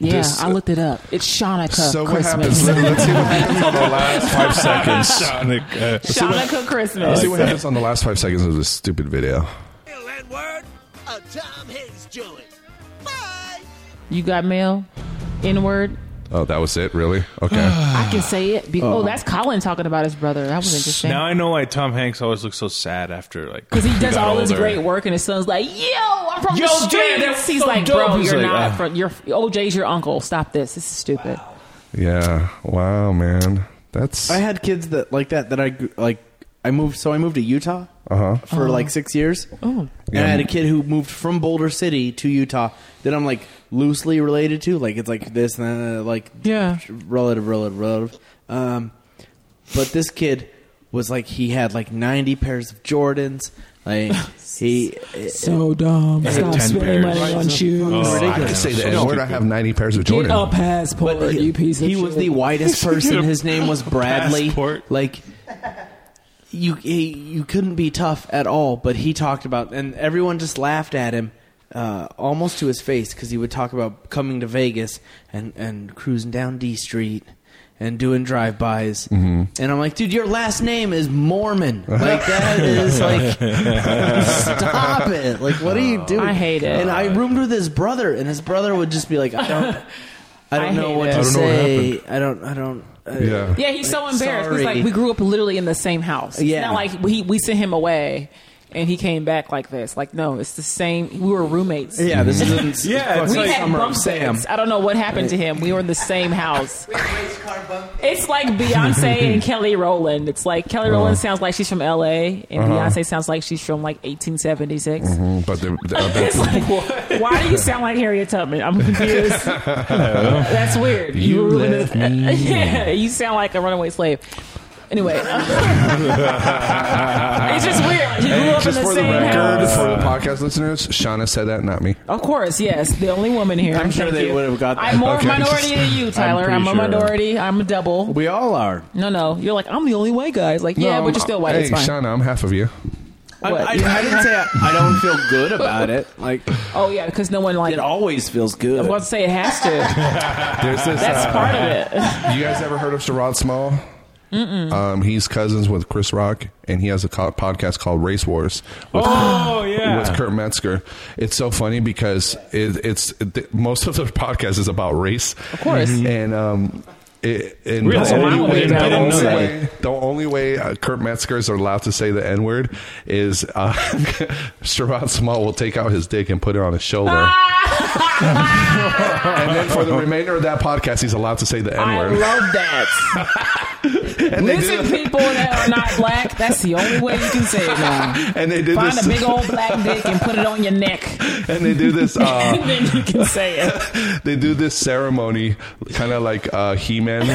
Yeah,
This-
I looked it up. It's Shanukkah
so what happens?
Christmas.
Let, let's see what happens on the last five seconds.
Hanukkah.
Shanukkah
Let's
Christmas.
see what happens on the last five seconds of this stupid video.
You got mail? N-word?
Oh, that was it? Really? Okay.
I can say it. Be- oh, that's Colin talking about his brother. That was interesting.
Now I know why Tom Hanks always looks so sad after like
Because he does
got
all his
older.
great work, and his son's like, "Yo, I'm from
Yo,
the
Dad,
streets."
that was
He's
so
like,
dope.
"Bro,
He's
you're
like,
not
ah.
from your OJ's your uncle. Stop this. This is stupid."
yeah. Wow, man. That's.
I had kids that like that that I gr- like. I moved, so I moved to Utah
Uh-huh.
for like six years.
Oh.
And I had a kid who moved from Boulder City to Utah that I'm like loosely related to. Like it's like this and that, like
Yeah.
relative, relative, relative. Um, but this kid was like he had like 90 pairs of Jordans. Like he,
So dumb.
Stop 10 spending pairs. Oh, money on
shoes.
I could say the N word. I have 90 pairs of Jordan.
passport,
but he, he was the whitest person. His name was Bradley.
Passport.
Like you, he, you couldn't be tough at all. But he talked about, and everyone just laughed at him. Uh, almost to his face because he would talk about coming to Vegas and, and cruising down D Street and doing drive bys.
Mhm.
And I'm like, dude, your last name is Mormon. Like that is like, stop it. Like, what are you doing?
I hate it.
And I roomed with his brother, and his brother would just be like, I don't, I don't
I
know
hate
what
it.
to
I don't know what
say. I don't, I don't. uh,
Yeah.
Yeah, he's so
like,
embarrassed. 'cause,
sorry.
like we grew up literally in the same house.
Yeah.
It's not like we we sent him away and he came back like this. Like no, it's the same. We were roommates.
Yeah, this isn't.
Yeah, it's
we
like
had
Summer
bunk
of Sam.
beds. I don't know what happened to him. We were in the same house. It's like Beyonce and Kelly Rowland. It's like Kelly
Uh-huh.
Rowland sounds like she's from L.A. and
Uh-huh.
Beyonce sounds like she's from like 1876.
hmm But the, the,
It's like, why do you sound like Harriet Tubman? I'm confused. That's weird.
You
were really-
left me.
yeah, you sound like a runaway slave. Anyway, it's just weird. Like, you grew up in
just
the
for the
same
record,
house.
for the podcast listeners, Shauna said that, not me.
Of course, yes. The only woman here.
I'm sure
Thank
they
you.
would have got that.
I'm more
Okay.
minority than you,
I'm
Tyler.
pretty
I'm, a
sure.
minority. I'm a double.
We all are.
No, no. You're like, I'm the only white guy. It's like, yeah,
No,
but you're still white.
Um, Hey,
it's fine.
Shauna, I'm half of you.
I,
What?
I, I didn't say I, I don't feel good about it. Like
Oh, yeah, because no one like.
it
I
always feels good.
was about to say it has to.
There's this,
That's
uh,
part of it.
You guys ever heard of Sherrod Small? Um, he's cousins with Chris Rock, and he has a co- podcast called Race Wars. With,
Oh, yeah.
with Kurt Metzger. It's so funny because it, it's it, most of the podcast is about race, of
course.
and. Um, it, and
Really?
the, only
Wow,
way,
I didn't- I
the,
didn't
only
know that.
way, the only way uh, Kurt Metzger is allowed to say the N word is uh, Sherrod Small will take out his dick and put it on his shoulder.
Ah.
and then for the remainder of that podcast, he's allowed to say the N
I
word.
love that.
And they
Listen,
did,
people that are not black, that's the only way you can say it now.
and they did
Find
this,
a big old black dick and put it on your neck,
and they do this.
and
Uh,
then you can say it.
they do this ceremony, kind of like uh, He-Man,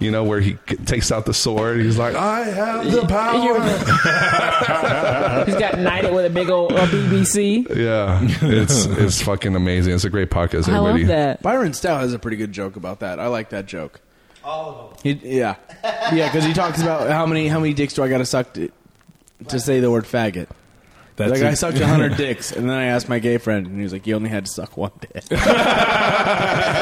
you know, where he k- takes out the sword. He's like, "I have the power."
He's got knighted with a big old uh, BBC.
Yeah, it's it's fucking amazing. It's a great podcast,
I
everybody.
love that.
Byron Stout has a pretty good joke about that. I like that joke. All of them. He, yeah, yeah, because he talks about how many how many dicks do I got to suck to, to say the word faggot.
That's
like I
it.
sucked hundred dicks, and then I asked my gay friend, and he was like, "You only had to suck one dick."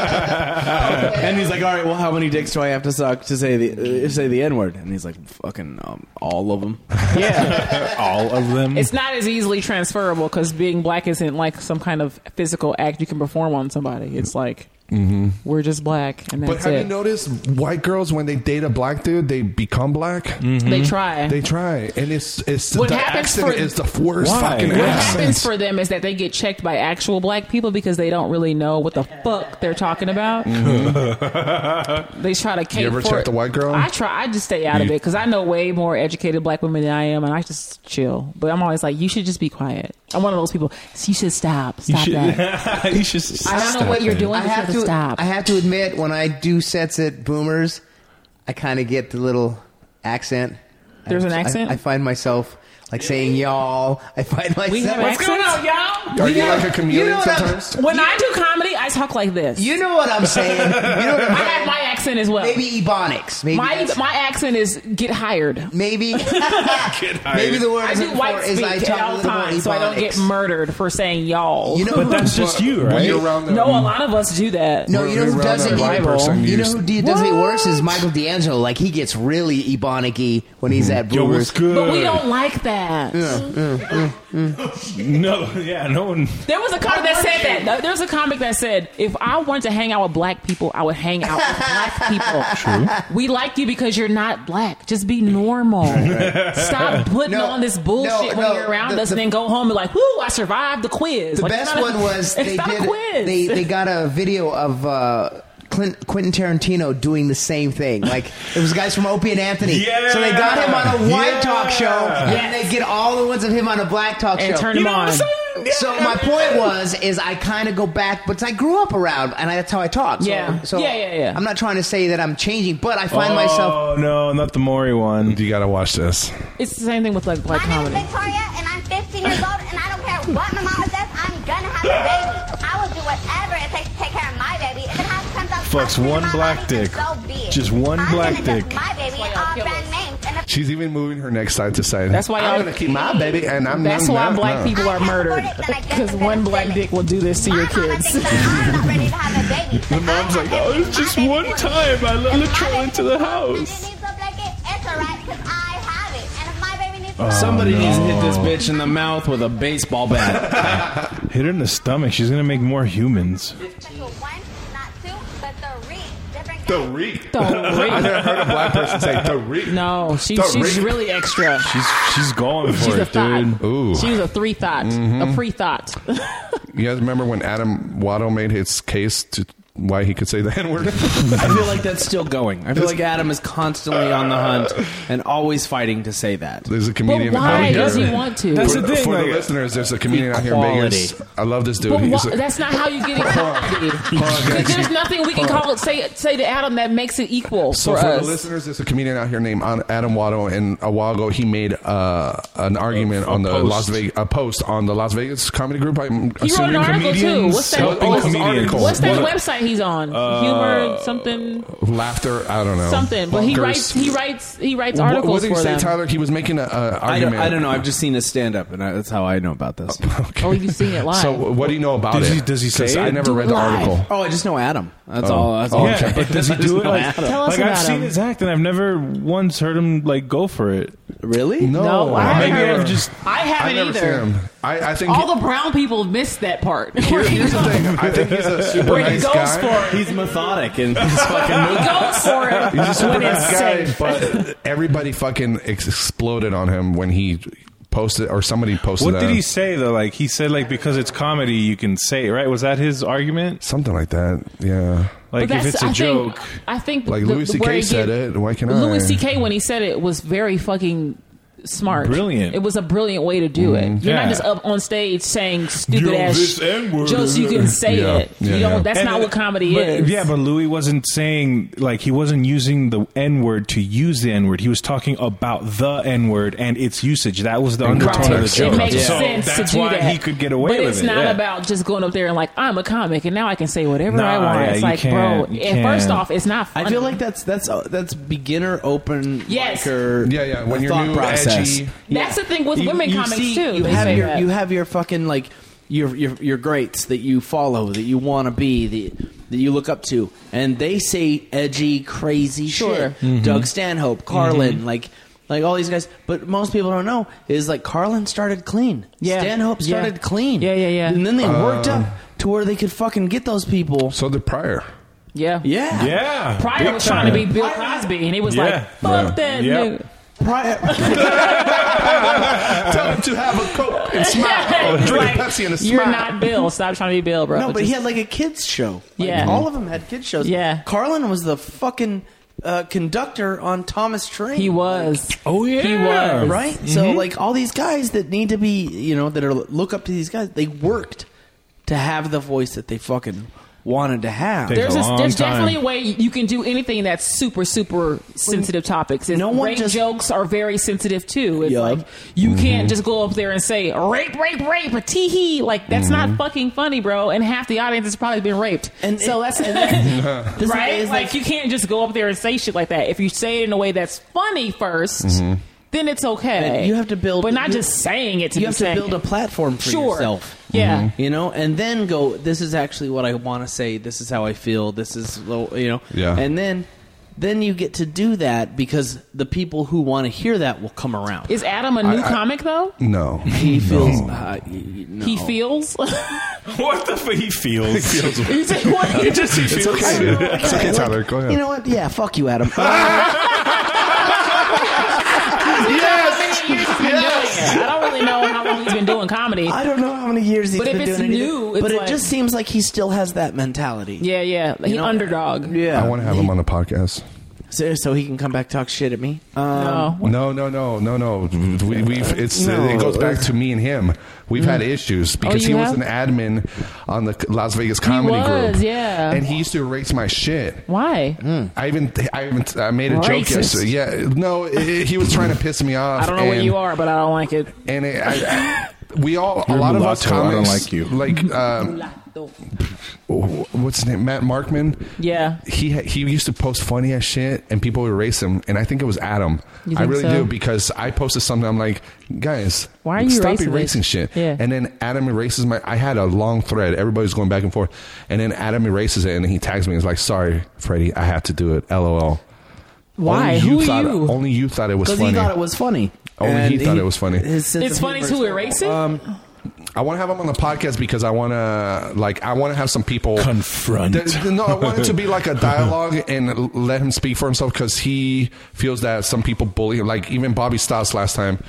and he's like, "All right, well, how many dicks do I have to suck to say the uh, say the n word?" And he's like, "Fucking um, all of them."
Yeah,
all of them.
it's not as easily transferable because being black isn't like some kind of physical act you can perform on somebody. It's like we're just black, and that's
Mm-hmm. But have
it.
you noticed white girls when they date a black dude, they become black?
they try.
Mm-hmm. They try, and it's it's
What
the
happens
accent
for-
is the worst
Why?
fucking
What
what
accent.
happens for them is that they get checked by actual black people because they don't really know what the fuck they're talking about. they try to
Mm-hmm.
cater
ever
for
check
it.
the white girl?
I try. I just stay out of
You-
it because I know way more educated black women than I am, and I just chill. But I'm always like, you should just be quiet. I'm one of those people. You should stop.
you
Stop
should,
that.
you should s-
I don't know what you're doing.
I
but you
have to.
stop.
I have to admit, when I do sets at Boomers, I kind of get the little accent.
There's
I-
an
I-
accent?
I, find myself like saying y'all. I find myself.
we have
What's going on?
accents? y'all?
Are
You
you
know-
like a comedian
you know what I'm-
sometimes?
When I do comedy, I talk like this.
You know what I'm saying. You know what I'm
I
saying.
have my accent as well.
Maybe ebonics. Maybe
my
that's-
my accent is get hired.
maybe maybe the word
I
I'm
do
looking
white
for is
speak
I
at
talk a
all
little more
times, so I don't get
ebonics.
murdered for saying y'all.
You know
But
who-
that's just you,
When
right?
you're around the-
no, a lot of us do that.
No, you know
We're
who
around
doesn't
a white
get
person
You know
used-
who d- doesn't get worse is Michael D'Angelo. Like he gets really ebonic-y when
Hmm.
he's at
Yo, what's
Brewers.
good?
but we don't like that.
No, yeah, no one.
There was a comic that said that. No, There was a comic that said, if I wanted to hang out with black people, I would hang out with black people. True. We like you because you're not black. Just be normal. Stop putting
No,
on this bullshit
no,
when
no,
you're around
the-
us
the-
and then go home and like, whoo, I survived the quiz.
The
Like, it's
best
not a-
one was
it's
they
not
did
a quiz.
they they got a video of uh, Clint, Quentin Tarantino doing the same thing. Like it was guys from Opie and Anthony.
Yeah.
So they got him on a white
Yeah.
talk show, and
Yes.
they get all the ones of him on a black talk
and
show.
turn them on.
so my point was is I kind of go back, but I grew up around, and I, that's how I talk. So,
Yeah.
So
Yeah, yeah, yeah.
I'm not trying to say that I'm changing, but I find
oh,
myself.
no, not the Maury one.
You gotta watch this.
It's the same thing with like black
My name's
comedy.
Victoria, and I'm 15 years old, and I don't care what my mama says. I'm gonna have a baby. I will do whatever it takes to take care of my baby. If it has comes out
Fucks
contrary to
one
my
black
body, then
dick.
So be it.
Just one
I'm
black
gonna give
dick.
My baby and all brand names. And if
She's even moving her neck side to side.
That's why
I'm
y'all-
gonna keep my baby, and I'm.
That's
I'm
why
not-
black
no.
people are murdered because one black dick will do this to your kids.
The mom's like, oh, it's just one time I let Latrell into the house.
Uh. Oh,
Somebody needs to hit this bitch in the mouth with a baseball bat.
Hit her in the stomach. She's gonna make more humans.
The reek.
Tariq.
I never heard a black person say the reek.
No, she,
The
she's
reek.
really extra.
She's she's going for
She's a
it, dude.
thought.
Ooh. Mm-hmm.
She was a three thought, a pre thought.
You guys remember when Adam Waddle made his case to why he could say the N word?
I feel like that's still going. I feel like Adam is constantly on the hunt and always fighting to say that.
There's a comedian.
But
out
why
here.
does he want to? That's
for
the thing,
for
like-
the listeners, there's a comedian out here in
Equality.
Vegas. I love this dude.
But
He's
wha-
a-
that's not how you get equality. Because there's nothing we can call it, say say to Adam that makes it equal
so
for,
for the
us.
listeners, there's a comedian out here named An- Adam Waddle, and a while ago he made uh, an argument on the
post.
Las Vegas a post on the Las Vegas comedy group. I'm
He
assuming
wrote an article too.
comedians,
What's that?
helping
what's-
comedians.
What's that
What-
website he's on?
Uh,
Humor something
laughter. I don't know
something. But he
Bonkers.
writes he writes he writes
What-
articles
What, did he
for
say,
them.
Tyler? He was making an
I don't,
argument.
I don't know. I've just seen his stand up, and I, that's how I know about this.
Okay.
Oh, you've seen it live.
So what do you know about
Does
it?
he- does he say
'Cause I
it?
never read the
Live.
article.
Oh, I just know Adam. That's
Oh.
all. That's
Oh,
all.
okay.
Yeah, but does he
I just
do it?
know
Like,
Adam.
Tell us
like I've
about
seen
him.
his act, and I've never once heard him like go for it.
Really?
No, I haven't
Maybe
heard.
I've just-
I
I've
haven't
never
either.
seen him. I, I think
All the brown people missed that part. Where he
here's the
goes-
thing. I think he's a super
Where he
nice
goes
guy.
for it.
He's methodic and he's fucking.
He goes for it
He's a super
when
nice
it's
guy,
safe.
but everybody fucking ex- exploded on him when he posted or somebody posted.
What
that.
did he say though? Like he said, like because it's comedy, you can say it, right? Was that his argument?
Something like that. Yeah.
Like
But
if
that's-
it's a
I
joke,
Think, I think
Like Louis C.K.
where
said
get-
it, why can't I?
Louis C.K. when he said it was very fucking smart,
Brilliant.
It was a brilliant way to do
Mm-hmm.
it. You're
Yeah.
not just up on stage saying stupid
Yo,
ass
this
sh-
N-word.
jokes. You can say
Yeah,
it.
yeah,
you don't.
yeah.
That's
And-
not what comedy
but-
is.
Yeah, but Louis wasn't saying like he wasn't using the N word to use the N word. He was talking about the N word and its usage. That was the
And
undertone of the
context.
joke.
It makes
so
sense
that's
to do
why
that.
he could get away
but
with
it's
it.
not
yeah.
about just going up there and like I'm a comic and now I can say whatever I
Nah,
want.
yeah,
it's
you
like, bro.
can't- you
And first
can't.
off, it's not. Funny.
I feel like that's that's uh, that's beginner open
Yes.
micer
Yeah, yeah, when you're
thought
new,
process.
edgy.
That's the thing with women comics, too.
You
They
have
say
your
that.
you have your fucking like your your your greats that you follow that you want to be that that you look up to, and they say edgy, crazy
Sure.
shit.
Mm-hmm.
Doug Stanhope, Carlin, like. Like all these guys, but most people don't know is like Carlin started clean.
Yeah.
Stanhope
Yeah.
started clean.
Yeah, yeah, yeah.
And then they worked
Uh.
up to where they could fucking get those people.
So did Pryor.
yeah,
Yeah.
Yeah,
Pryor
big
was
time.
trying to be Bill Cosby, and he was
Yeah.
like, "Fuck
Yeah.
that
Yep.
nigga."
Pryor,
Uh,
Tell him to have a coke and smile.
He's
Drink
like,
a Pepsi and a
You're
smile.
not Bill. Stop trying to be Bill, bro.
No, but
Just-
he had like a kids show. Like,
Yeah.
all of them had kids shows.
Yeah.
Carlin was the fucking uh, conductor on Thomas Train.
He was. Mm-hmm.
Oh, yeah.
He was.
right. So like all these guys that need to be, you know, that are look up to these guys. They worked to have the voice that they fucking wanted to have.
They-
There's,
a
a,
long
there's
time.
definitely a way you can do anything that's super, super sensitive topics. It's
no one
rape
just-
jokes are very sensitive too. It's
Yeah.
like you can't just go up there and say rape, rape, rape, a tee hee. Like that's not fucking funny, bro. And half the audience has probably been raped.
And
And so
it-
that's
and that- this is-
right.
is
Like, you can't just go up there and say shit like that. If you say it in a way that's funny 1st
Mm-hmm.
then it's okay.
And you have to build-
but not
you-
just saying it to
you
be
have to
saying
build
it.
a platform for
Sure.
yourself. Mm-hmm.
Yeah. Mhm.
you know, and then go. This is actually what I want to say. This is how I feel. This is lo- you know,
Yeah.
And then, then you get to do that because the people who want to hear that will come around.
Is Adam a new
I-
comic though?
No.
he feels
No.
uh, y- y- no.
He feels.
what the fuck he feels.
You say, what?
He just he feels.
I don't know.
It's okay,
Like,
Tyler. Go ahead.
You know what? Yeah, fuck you, Adam. Uh,
yes. I don't really know how long he's been doing comedy.
I don't know how many years he's
But if
been
it's
doing it either,
new, it's
but it
like-
just seems like he still has that mentality.
Yeah, yeah. He
know-
underdog.
yeah.
I want to have him on the podcast.
so, so he can come back talk shit at me. Um,
No.
No, no, no, no, no. We, we've it's it goes back to me and him. We've had issues because
Mm. Oh, you
he was
have?
an admin on the Las Vegas comedy
was,
group.
yeah.
and he used to erase my shit.
Why?
I even I even I made a joke yesterday.
Racist.
Yeah, no, it, it- he was trying to piss me off.
I don't know where
and-
you are, but I don't like it.
And it, I, I- we all a
You're
lot of us
mulatto. I
comics
don't like you.
Like uh, what's his name? Matt Markman.
Yeah.
He ha- he used to post funny ass shit, and people would erase him. And I think it was Adam.
You
I
think
really
so?
do because I posted something. I'm like, guys,
Why are you
stop
erasing
erasing
this?
shit?
Yeah.
And then Adam erases my. I had a long thread. Everybody's going back and forth, and then Adam erases it, and he tags me. He's like, "Sorry, Freddie, I had to do it. LOL."
Why?
Only
Who are
thought,
you?
Only you thought it was
Because
funny.
he thought it was funny.
Only he thought it was funny.
It's funny to erase it.
Uh,
I want to have him on the podcast because I want to like I want to have some people
Confront.
Th- th- no, I want it to be like a dialogue and l- let him speak for himself because he feels that some people bully him. Like even Bobby Stoss last time,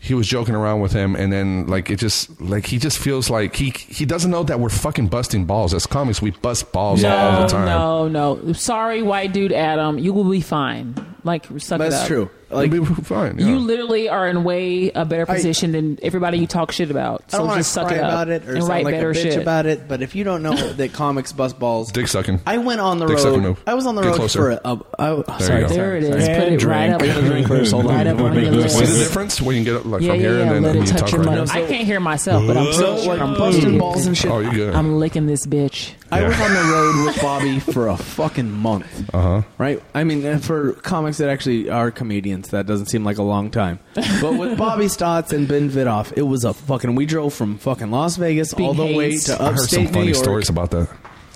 he was joking around with him, and then like it just like he just feels like he he doesn't know that we're fucking busting balls as comics. We bust balls all
no,
the time.
no, no. Sorry, white dude, Adam. You will be fine. Like suck it
That's
up.
true. Like,
We're fine. yeah.
You literally are in way a better
I-
position than everybody you talk shit about.
I
So
don't want
just
to
suck
cry
it up
about it or
and
sound
write
like
better
a bitch
shit.
about it, but if you don't know that comics bust balls,
dick sucking.
I went on the
Dick sucking
road.
move.
I was on the
Get
road
closer.
for a. a I,
you
sorry,
go.
sorry,
There it
sorry.
is. Put it right up.
I gotta drink first. Hold on.
Right up on your
What's
lips.
the difference when you get up, like
yeah,
from here
yeah, yeah.
and then
Let
you
it touch
talk
your
right
mouth.
now?
I can't hear myself, but I'm so
So, like,
I'm
busted
licking
balls and shit.
Oh, you good?
I'm licking this bitch.
I
Yeah.
was on the road with Bobby for a fucking month.
Uh huh.
Right? I mean, and for comics that actually are comedians, that doesn't seem like a long time. But with Bobby Stotts and Ben Vidoff, it was a fucking. We drove from fucking Las Vegas all the
Being
way
hazed.
I
to
heard some
upstate
funny
New York.
stories about that.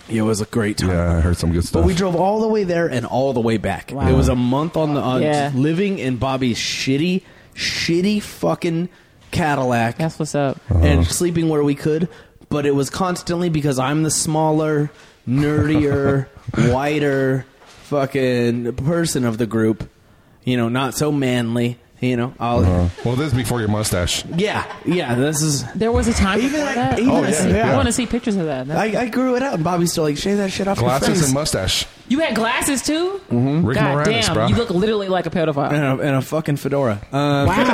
It was a great time.
Yeah, I heard some good stuff.
But we drove all the way there and all the way back.
Wow.
It was a month on the on
Yeah.
living in Bobby's shitty, shitty fucking Cadillac
That's what's up.
and sleeping where we could. But it was constantly because I'm the smaller, nerdier, whiter fucking person of the group. You know, not so manly. You know, I'll.
Uh, well, this is before your mustache.
Yeah, yeah. This is.
There was a time
Even
before
I-
that.
even
I
I
wanna
said
see-
that.
I want to see pictures of that. That's-
I, I grew it out, and Bobby's still like, shave that shit off your
Glasses
face.
and mustache.
you had glasses too.
Rick
God
Moranis,
damn,
bro.
you look literally like a pedophile.
and, a, and a fucking fedora. Um,
Wow,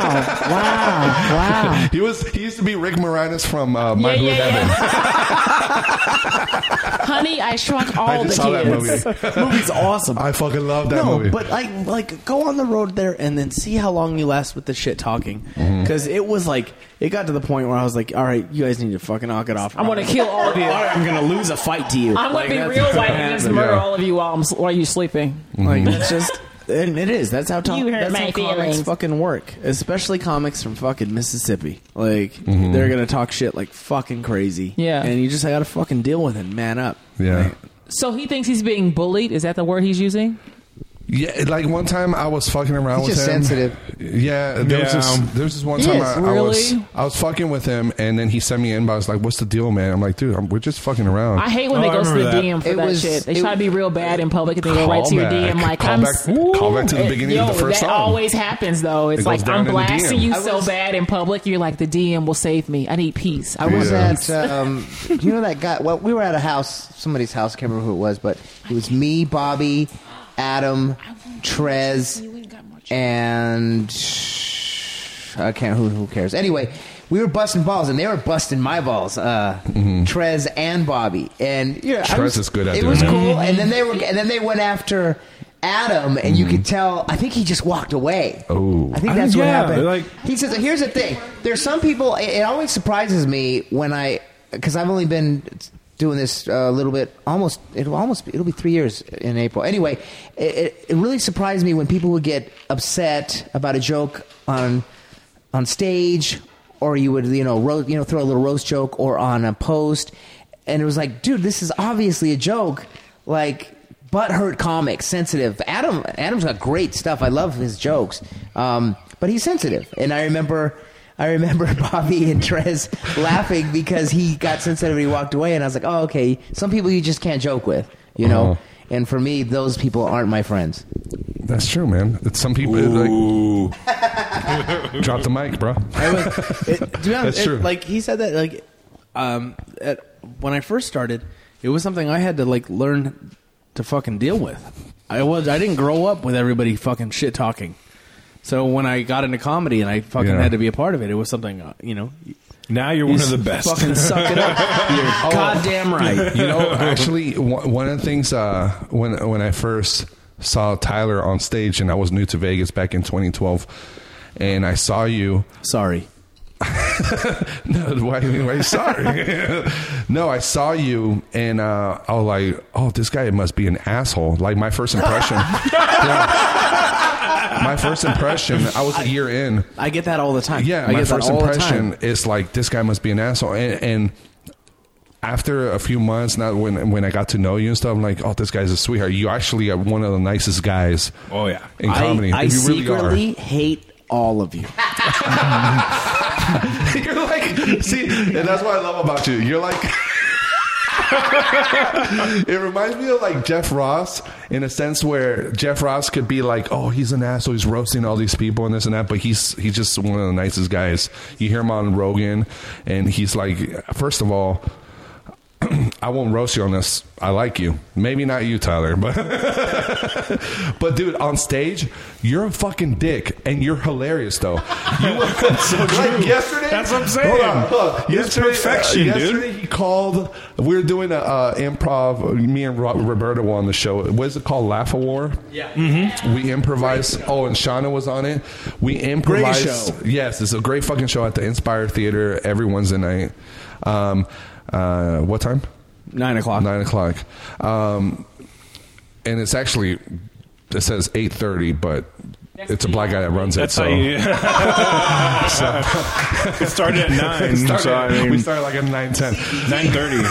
wow, wow.
He was. He used to be Rick Moranis from uh, My Blue Heaven.
Honey, I shrunk all
I
the
just
kids.
saw that movie.
movie's awesome.
I fucking love that
no,
movie.
but like, like go on the road there and then see how long you last with the shit talking.
Mm-hmm.
Because it was like it got to the point where I was like, all right, you guys need to fucking knock it off.
I'm gonna kill all of you.
All right, I'm gonna lose a fight to you.
I'm
Like,
gonna
that's
be real
what's
white
gonna
and just
happen.
murder
Yeah.
all of you while I'm while you're sleeping.
Mm-hmm.
Like that's just. And it is. That's how, to-
You
that's
hurt my
how comics
feelings.
fucking work. Especially comics from fucking Mississippi. Like,
Mm-hmm.
they're going to talk shit like fucking crazy.
Yeah.
And you just got to fucking deal with it. Man up.
yeah.
So he thinks he's being bullied. Is that the word he's using?
Yeah, like one time I was fucking around
He's
with
just
him.
sensitive.
Yeah, there was
Yeah.
this, there was this one
He
time
is,
I, I was
really?
I was fucking with him, and then he sent me an inbox like, "What's the deal, man?" I'm like, "Dude, I'm, we're just fucking around."
I hate when
Oh,
they
I
go to the
remember that.
DM for
It
that
was-
shit. They
it-
try to be real bad in public and they go right to your
Call back.
DM like,
Call
I'm
back-
s-
call back to the
It-
beginning of
yo,
the first
That
song.
always happens though. It's
goes
like
down
I'm
in the
blasting
DM.
you
I
so
was-
bad in public. You're like, the DM will save me. I need peace.
I was
Yeah.
at, um, you know that guy. Well, we were at a house, somebody's house. I can't remember who it was, but it was me, Bobby, Adam, Trez, and I can't. Who, who cares? Anyway, we were busting balls, and they were busting my balls. Uh, Trez and Bobby, and yeah, I
Mm-hmm. Trez
was-
is good at
it.
doing
was
that.
cool,
Mm-hmm.
and then they were, and then they went after. Adam and you could tell. I think he just walked away.
Oh.
I think
I-
that's
Mm-hmm.
what
Uh, yeah,
happened.
like-
He says, "Here's the thing. There's some people. It, it always surprises me when I, because I've only been doing this uh, a little bit. Almost, it'll almost be, it'll be three years in April. Anyway, it, it, it really surprised me when people would get upset about a joke on on stage, or you would you know ro- you know throw a little roast joke, or on a post, and it was like, dude, this is obviously a joke. Like butthurt comic, sensitive. Adam Adam's got great stuff. I love his jokes, um, but he's sensitive. And I remember, I remember Bobby and Trez laughing because he got sensitive and he walked away. And I was like, oh, okay. Some people you just can't joke with, you know.
Uh-huh.
And for me, those people aren't my friends.
That's true, man. It's some people like drop the mic, bro.
I was, it, to be honest,
That's
it-
true.
like he said that like um, at, when I first started, it was something I had to like learn to fucking deal with. I was I didn't grow up with everybody fucking shit talking. So when I got into comedy and I fucking
Yeah.
had to be a part of it, it was something uh, you know. you
Now you're one of
just
the best.
Fucking suck it up. You're goddamn right.
Oh, You know, actually, one one of the things uh, when when I first saw Tyler on stage, and I was new to Vegas back in 2012, and I saw you.
Sorry.
no, why, why you sorry? no, I saw you and uh, I was like, oh, this guy must be an asshole. Like my first impression. Yeah. My first impression, I was a year in.
I get that all the time.
Yeah,
I
my
get that
first
all the
impression
time.
is like this guy must be an asshole, and, and after a few months, not when when I got to know you and stuff, I'm like, oh, this guy's a sweetheart. You actually are one of the nicest guys.
Oh yeah,
in comedy,
I, I
you
secretly hate all of you.
You're like, see, and that's what I love about you. You're like. it reminds me of like Jeff Ross in a sense where Jeff Ross could be like, "Oh, he's an asshole. He's roasting all these people and this and that," but he's he's just one of the nicest guys. You hear him on Rogan, and he's like, first of all." I won't roast you on this. I like you. Maybe not you, Tyler, but but dude, on stage, you're a fucking dick, and you're hilarious though. You were so Like yesterday,
That's what I'm saying.
Hold on, hold on. uh,
It's perfection, dude.
yesterday he called. We were doing a uh, improv. Me and Ro- Roberta were on the show. What is it called? Laugh a War. Yeah. Mm-hmm. We improvised. Oh, and Shauna was on it. We improvised.
show.
Yes, it's a great fucking show at the Inspire Theater every Wednesday night. Um, uh, what time?
Nine o'clock.
Nine o'clock. Um, and it's actually it says eight thirty, but it's a black guy that runs
That's
it.
how
so.
you. it started at nine.
It started-
so I mean,
we started like at nine ten,
nine thirty.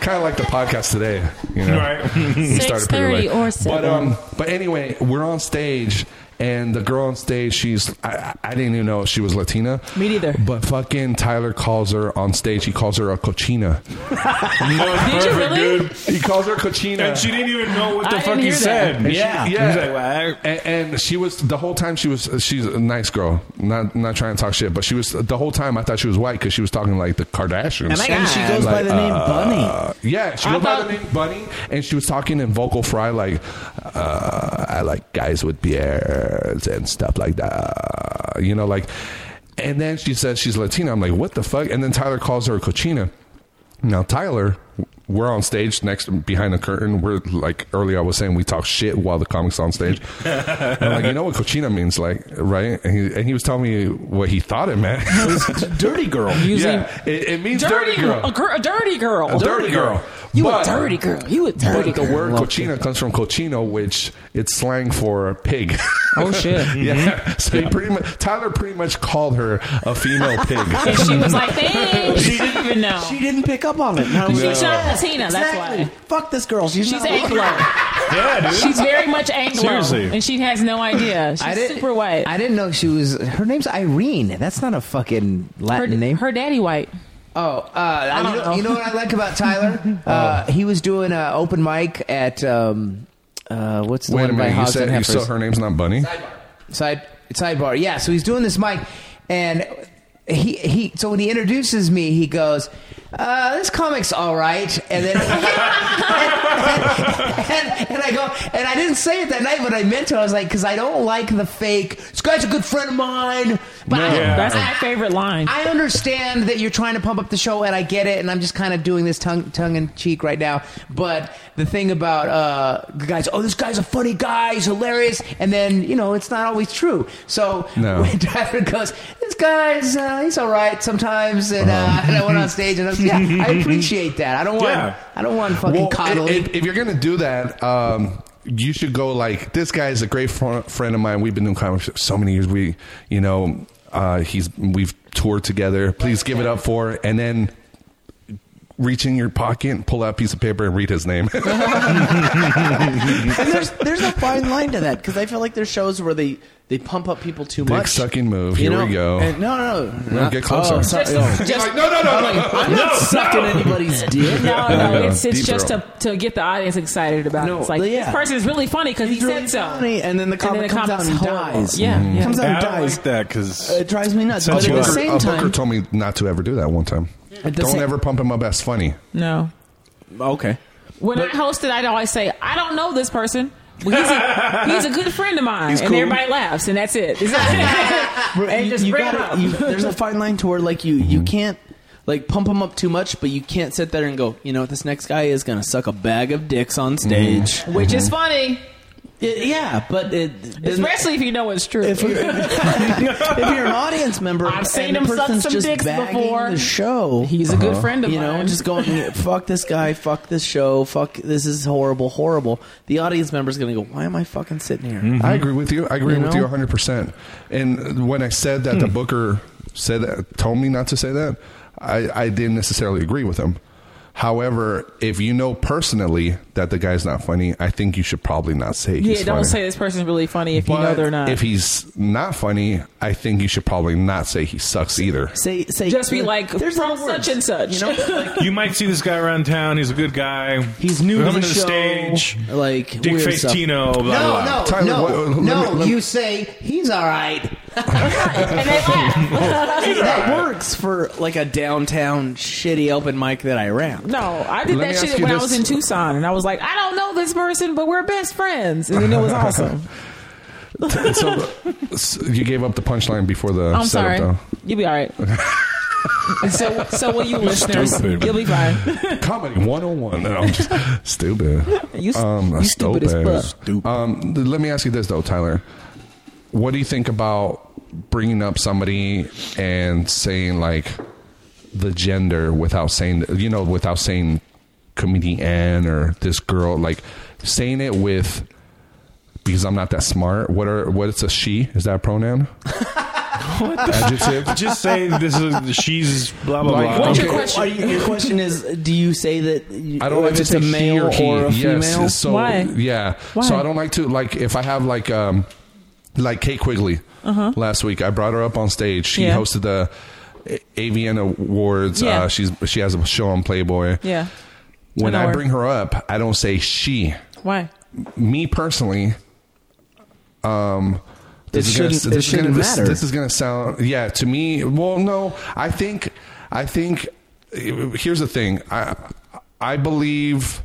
kind of like the podcast today. You know,
Right.
We started
6:30
pretty late.
or 7.
But um, but anyway, we're on stage. And the girl on stage, she's, I, I didn't even know she was Latina.
Me neither.
But fucking Tyler calls her on stage, he calls her a cochina.
Did you really?
He calls her cochina.
And she didn't even know what the
I
fuck
didn't
he
hear that.
said.
yeah,
She,
yeah.
He's like, well, I-
and, and she was the whole time she was she's a nice girl. Not not trying to talk shit, but she was the whole time I thought she was white because she was talking like the Kardashians.
And, I, and she goes by
Like,
the name
uh, yeah, she
I
went by
thought-
the name Bunny, and she was talking in vocal fry like, uh, "I like guys with beards and stuff like that," you know, like. And then she says she's Latina. I'm like, "What the fuck?" And then Tyler calls her a cochina. Now Tyler, we're on stage next behind the curtain. We're like earlier, I was saying we talk shit while the comics on stage. And I'm like, you know what cochina means, like, right? And he, and he was telling me what he thought it meant.
dirty girl.
Usually,
yeah, it, it means dirty,
dirty,
girl.
A, gir- a dirty girl.
A dirty girl.
You
But-
a dirty girl. You a dirty
But the
girl.
word cochina comes from cochino, which it's slang for pig.
Oh, shit.
yeah. So he pretty much Tyler pretty much called her a female pig.
And she was like, "Dang, she didn't even know."
Bunny. She didn't pick up on it. No,
She's not Latina. That's
exactly.
why.
Fuck this girl. She's,
She's
not
Anglo.
Yeah, dude.
She's very much Anglo,
Seriously.
and she has no idea. She's
I didn't-
super white.
I didn't know she was. Her name's Irene. That's not a fucking
her,
Latin name.
her daddy white.
Oh, uh, I
don't
you, know,
know.
you know what I like about Tyler? uh, he was doing an open mic at um, uh, what's the
Wait a
one by
minute, you
Hobbs
said
and
you
Heifers?
said her name's not Bunny?
Side sidebar. Yeah, so he's doing this mic, and he he. So when he introduces me, he goes. Uh, this comic's all right, and then and, and, I go, and I didn't say it that night, but I meant to. I was like, because I don't like the fake. This guy's a good friend of mine, but I,
That's
Uh-uh.
my favorite line.
I understand that you're trying to pump up the show, and I get it, and I'm just kind of doing this tongue tongue in cheek right now. But the thing about uh, the guys, oh, this guy's a funny guy, he's hilarious, and then you know it's not always true. So
No.
when Tyler goes, this guy's uh, he's all right sometimes, and
Uh-huh.
uh, and I went on stage, and I was, yeah, I appreciate that. I don't want
Yeah.
I don't want fucking coddling.
if, if you're gonna do that, um, you should go like this guy is a great fr- friend of mine. We've been doing comics for so many years. We, you know, uh, he's we've toured together. Please give it up for, and then reach in your pocket, and pull out a piece of paper, and read his name.
And there's there's a fine line to that because I feel like there's shows where they they pump up people too
Dick
much.
sucking move.
You
Here we
know?
go.
And- no, no, no. Not-
get closer.
oh, sorry. Oh.
Just-
Like, no, no, no, no, no.
I'm not sucking anybody's dick.
no, no, it's, it's
Deep
just
throat.
to, to get the audience excited about
No,
it. It's like
yeah.
this person is really funny because he
He's really
said so.
funny, and then the comic comes out
comic's
and
horrible.
dies.
Yeah,
Mm-hmm.
yeah.
Comes out and
I don't
dies.
like that because
It drives me nuts.
Sounds
But at the
like-
same
uh, Booker
time,
told me not to ever do that one time.
At the
Don't
same-
ever pump him up as funny.
no.
okay.
When I hosted, I'd always say, "I don't know this person." Well, he's, a, he's a good friend of mine,
He's
and
cool.
everybody laughs, and that's it. It's not- and
you,
just
you
bring
gotta-
it up. Mm.
you- there's a fine line to where like you you can't like pump them up too much, but you can't sit
Mm. Mm-hmm.
there and go, you know, this next guy is gonna suck a bag of dicks on stage.
which is funny.
It- yeah, but it,
Especially if you know it's true.
If you're, if you're an audience member,
I've seen
and
him
the
suck
person's
some
just
dicks
bagging
before.
The show.
He's a good Uh-huh. friend of
you know,
mine.
just going, fuck this guy, fuck this show, fuck this is horrible, horrible. The audience member's gonna go, why am I fucking sitting here?
Mm-hmm.
I agree with you. I agree
You
with
know?
you 100%. And when I said that the booker said that, told me not to say that, I, I didn't necessarily agree with him. However, if you know personally that the guy's not funny, I think you should probably not say
yeah,
he's
don't
funny.
say this person's really funny if you know
But
they're not.
If he's not funny, I think you should probably not say he sucks either.
Say, say,
just be like from such and such. You know,
you might see this guy around town. He's a good guy. He's new
to
coming
the
the
show.
stage.
Like
Dick
weird stuff.
Factino. Blah, blah,
no,
blah.
no, no,
what- let
no.
me- let me-
you say he's all right.
that works for like a downtown shitty open mic that I ran.
no, I did
Let me
that
ask
shit
you
when I
this.
was in Tucson, and I was like, I don't know this person, but we're best friends, and then it was awesome.
so, so you gave up the punchline before the setup,
I'm sorry,
though.
you'll be all right. And so, so will you listeners?
Stupid.
You'll be fine.
Comedy 101. No, I'm just stupid. Um,
You st- you stupid as fuck.
Stupid. Um, th- let me ask you this, though, Tyler. What do you think about bringing up somebody and saying, like, the gender without saying, you know, without saying comedian or this girl, like, saying it with, because I'm not that smart. What are, what's a she? Is that a pronoun? Adjective?
Just say this is she's blah blah
Like,
blah.
what's
Okay.
your
Are you, your question is, do you say that? You,
I don't
if
like to
it's
say
a male
he or,
or,
he.
a
yes.
female.
So
Why?
yeah.
Why?
So I don't like to like if I have like um like Kate Quigley
Uh-huh.
last week. I brought her up on stage. She
Yeah.
hosted the AVN Awards.
Yeah.
Uh, she's she has a show on Playboy.
Yeah.
When
I know
I
her.
bring her up, I don't say she.
Why?
Me personally, um. This
It
is gonna,
shouldn't- it
this is gonna,
shouldn't
this,
matter.
this is gonna sound yeah to me. Well, no, I think I think here's the thing. I I believe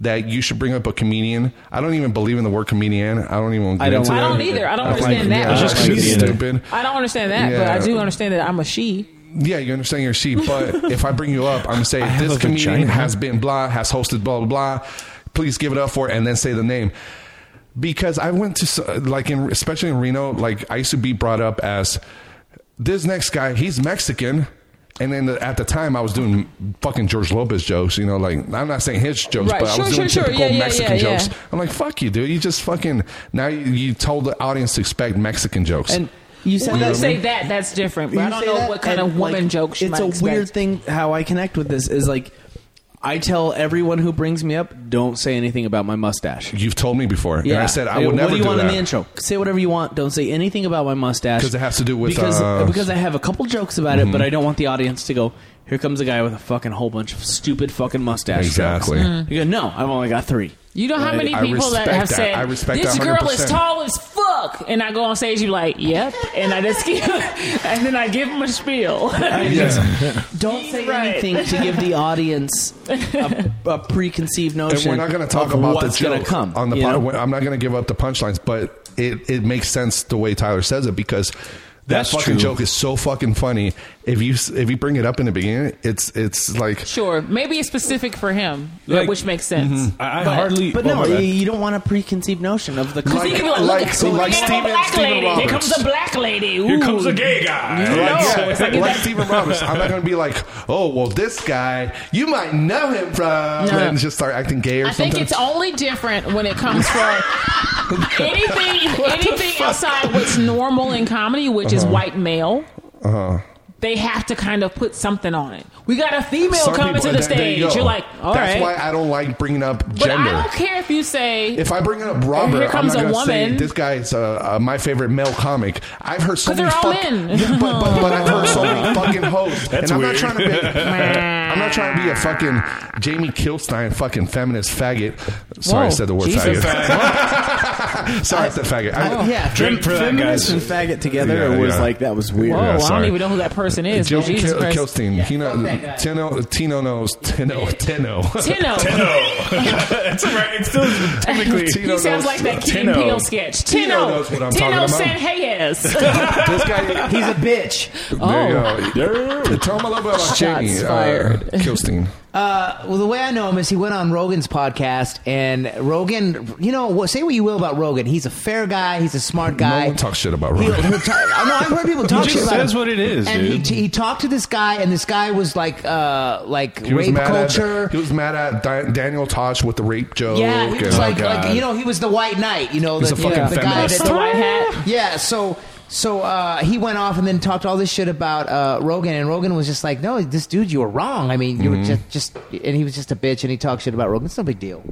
that you should bring up a comedian. I don't even believe in the word comedian. I don't even. Get
I don't
into
like
I don't
that.
either. I don't
like
understand
comedian.
that.
I think it's stupid.
I don't understand that, but I
Yeah.
do understand that I'm a she.
Yeah, you understand your sheep, but if I bring you up, I'm gonna say
have
this
a
comedian
vagina.
has been blah, has hosted blah blah blah. Please give it up for it, and then say the name. Because I went to s- like in especially in Reno, like I used to be brought up as this next guy. He's Mexican. And then the, at the time, I was doing fucking George Lopez jokes, you know, like I'm not saying his jokes,
Right,
but I
sure,
was doing
sure, sure.
typical
Yeah, yeah,
Mexican
yeah, yeah.
jokes. I'm like, fuck you, dude. You just fucking now you, you told the audience to expect Mexican jokes.
And you said
When
that
you say that, that's different. But I
You
don't
say
know
that,
what kind
and,
of woman
like,
joke she
It's
might
a
expect.
weird thing how I connect with this is like I tell everyone who brings me up, don't say anything about my mustache.
You've told me before, and I said I
Like,
would
what
never
do you want
that.
in the intro? Say whatever you want. Don't say anything about my mustache
'Cause it has to do with,
because
uh,
because I have a couple jokes about
Mhm.
it, but I don't want the audience to go. Here comes a guy with a fucking whole bunch of stupid fucking mustache.
Exactly.
jokes."
Mm.
You go, no, I've only got three.
Mm-hmm. You know how
Right?
many
I
people that
respect
have said
I respect
this
that
girl is
100%.
tall as fuck, and I go on stage, you like, yep, and I just give, and then I give them a spiel.
Don't say
Right.
anything to give the audience a, a preconceived notion.
and we're not going to talk
of
about the
what's gonna
joke
come
on the
you
pod.
know?
I'm not going to give up the punchlines, but it it makes sense the way Tyler says it because
That's
that fucking
true.
joke is so fucking funny. If you if you bring it up in the beginning, it's it's like
sure, maybe it's specific for him,
Like-
which makes sense.
Mhm.
mm-hmm.
I- I hardly-
But
Oh,
no,
my
you,
bad.
you don't want a preconceived notion of the
Because he could be like, look,
like-
here
like
comes a
Steven-
black
Steven
lady. Here
Roberts.
comes a black lady. Ooh.
Here comes a gay guy.
You
Like,
know,
yeah,
it's like,
like, Stephen Roberts. I'm not going to be like, oh, well, this guy, you might know him from,
No.
and just start acting gay or
I
something.
think it's only different when it comes for anything
What the
anything
fuck?
outside what's normal in comedy, which is
Uh-huh.
white male.
uh,
They have to kind of put something on it. We got a female
some
coming
people-
to the
there- there
stage.
you go.
You're like, all right.
That's why I don't like bringing up
but
gender.
I don't care if you say
If I bring up Robert,
Here comes
I'm
a
not gonna Say,
woman.
this guy's uh, uh, my favorite male comic. I've heard so
'Cause they're
many.
all
fuck-
in.
Yeah, but, but, but I've heard so many fucking hoes,
That's
and I'm
weird.
not trying to be. I'm not trying to be a fucking Jamie Kilstein fucking feminist faggot. Sorry, I
Whoa,
said the word
Jesus.
faggot. Sorry, I said faggot. I-
Oh, yeah,
Drink for that, guys.
feminist and faggot together
Yeah,
it was
yeah.
like that was weird.
Whoa,
Yeah,
I don't
sorry.
even know who that person is.
Joe
but Jesus
Kil-
Christ.
Kilstein. he know, Tino, Tino knows. Tino. Tino.
Tino.
it's right. It's still technically.
Tino
he
knows-
sounds like that Key and
Tino.
Peele sketch.
Tino
Tino.
knows what I'm
Tino
talking about.
said, hey, yes.
this guy.
He's a bitch.
There you
Oh.
go. Tell him a little bit about
Shots
Jamie uh,
fired.
Kilstein.
Uh, well, the way I know him is he went on Rogan's podcast, and Rogan, you know, what- say what you will about Rogan, he's a fair guy, he's a smart guy.
No one talks shit about Rogan.
He'll- he'll ta- I know, I've heard people
He
talk
just
shit about
says
him.
what it is,
and
dude.
He, he talked to this guy, and this guy was like, uh, like
He was
rape
mad
culture.
At, he was mad at Di- Daniel Tosh with the rape joke.
Yeah, he was
and-
like,
Oh,
like
God.
you know, he was the white knight, you know,
He's
the,
a fucking
yeah, the guy
feminist.
that
The white
hat. Yeah, so so uh, he went off and then talked all this shit about uh, Rogan, and Rogan was just like, "No, this dude, you were wrong. I mean, you
Mhm.
were just just," and he was just a bitch, and he talked shit about Rogan. It's no big deal.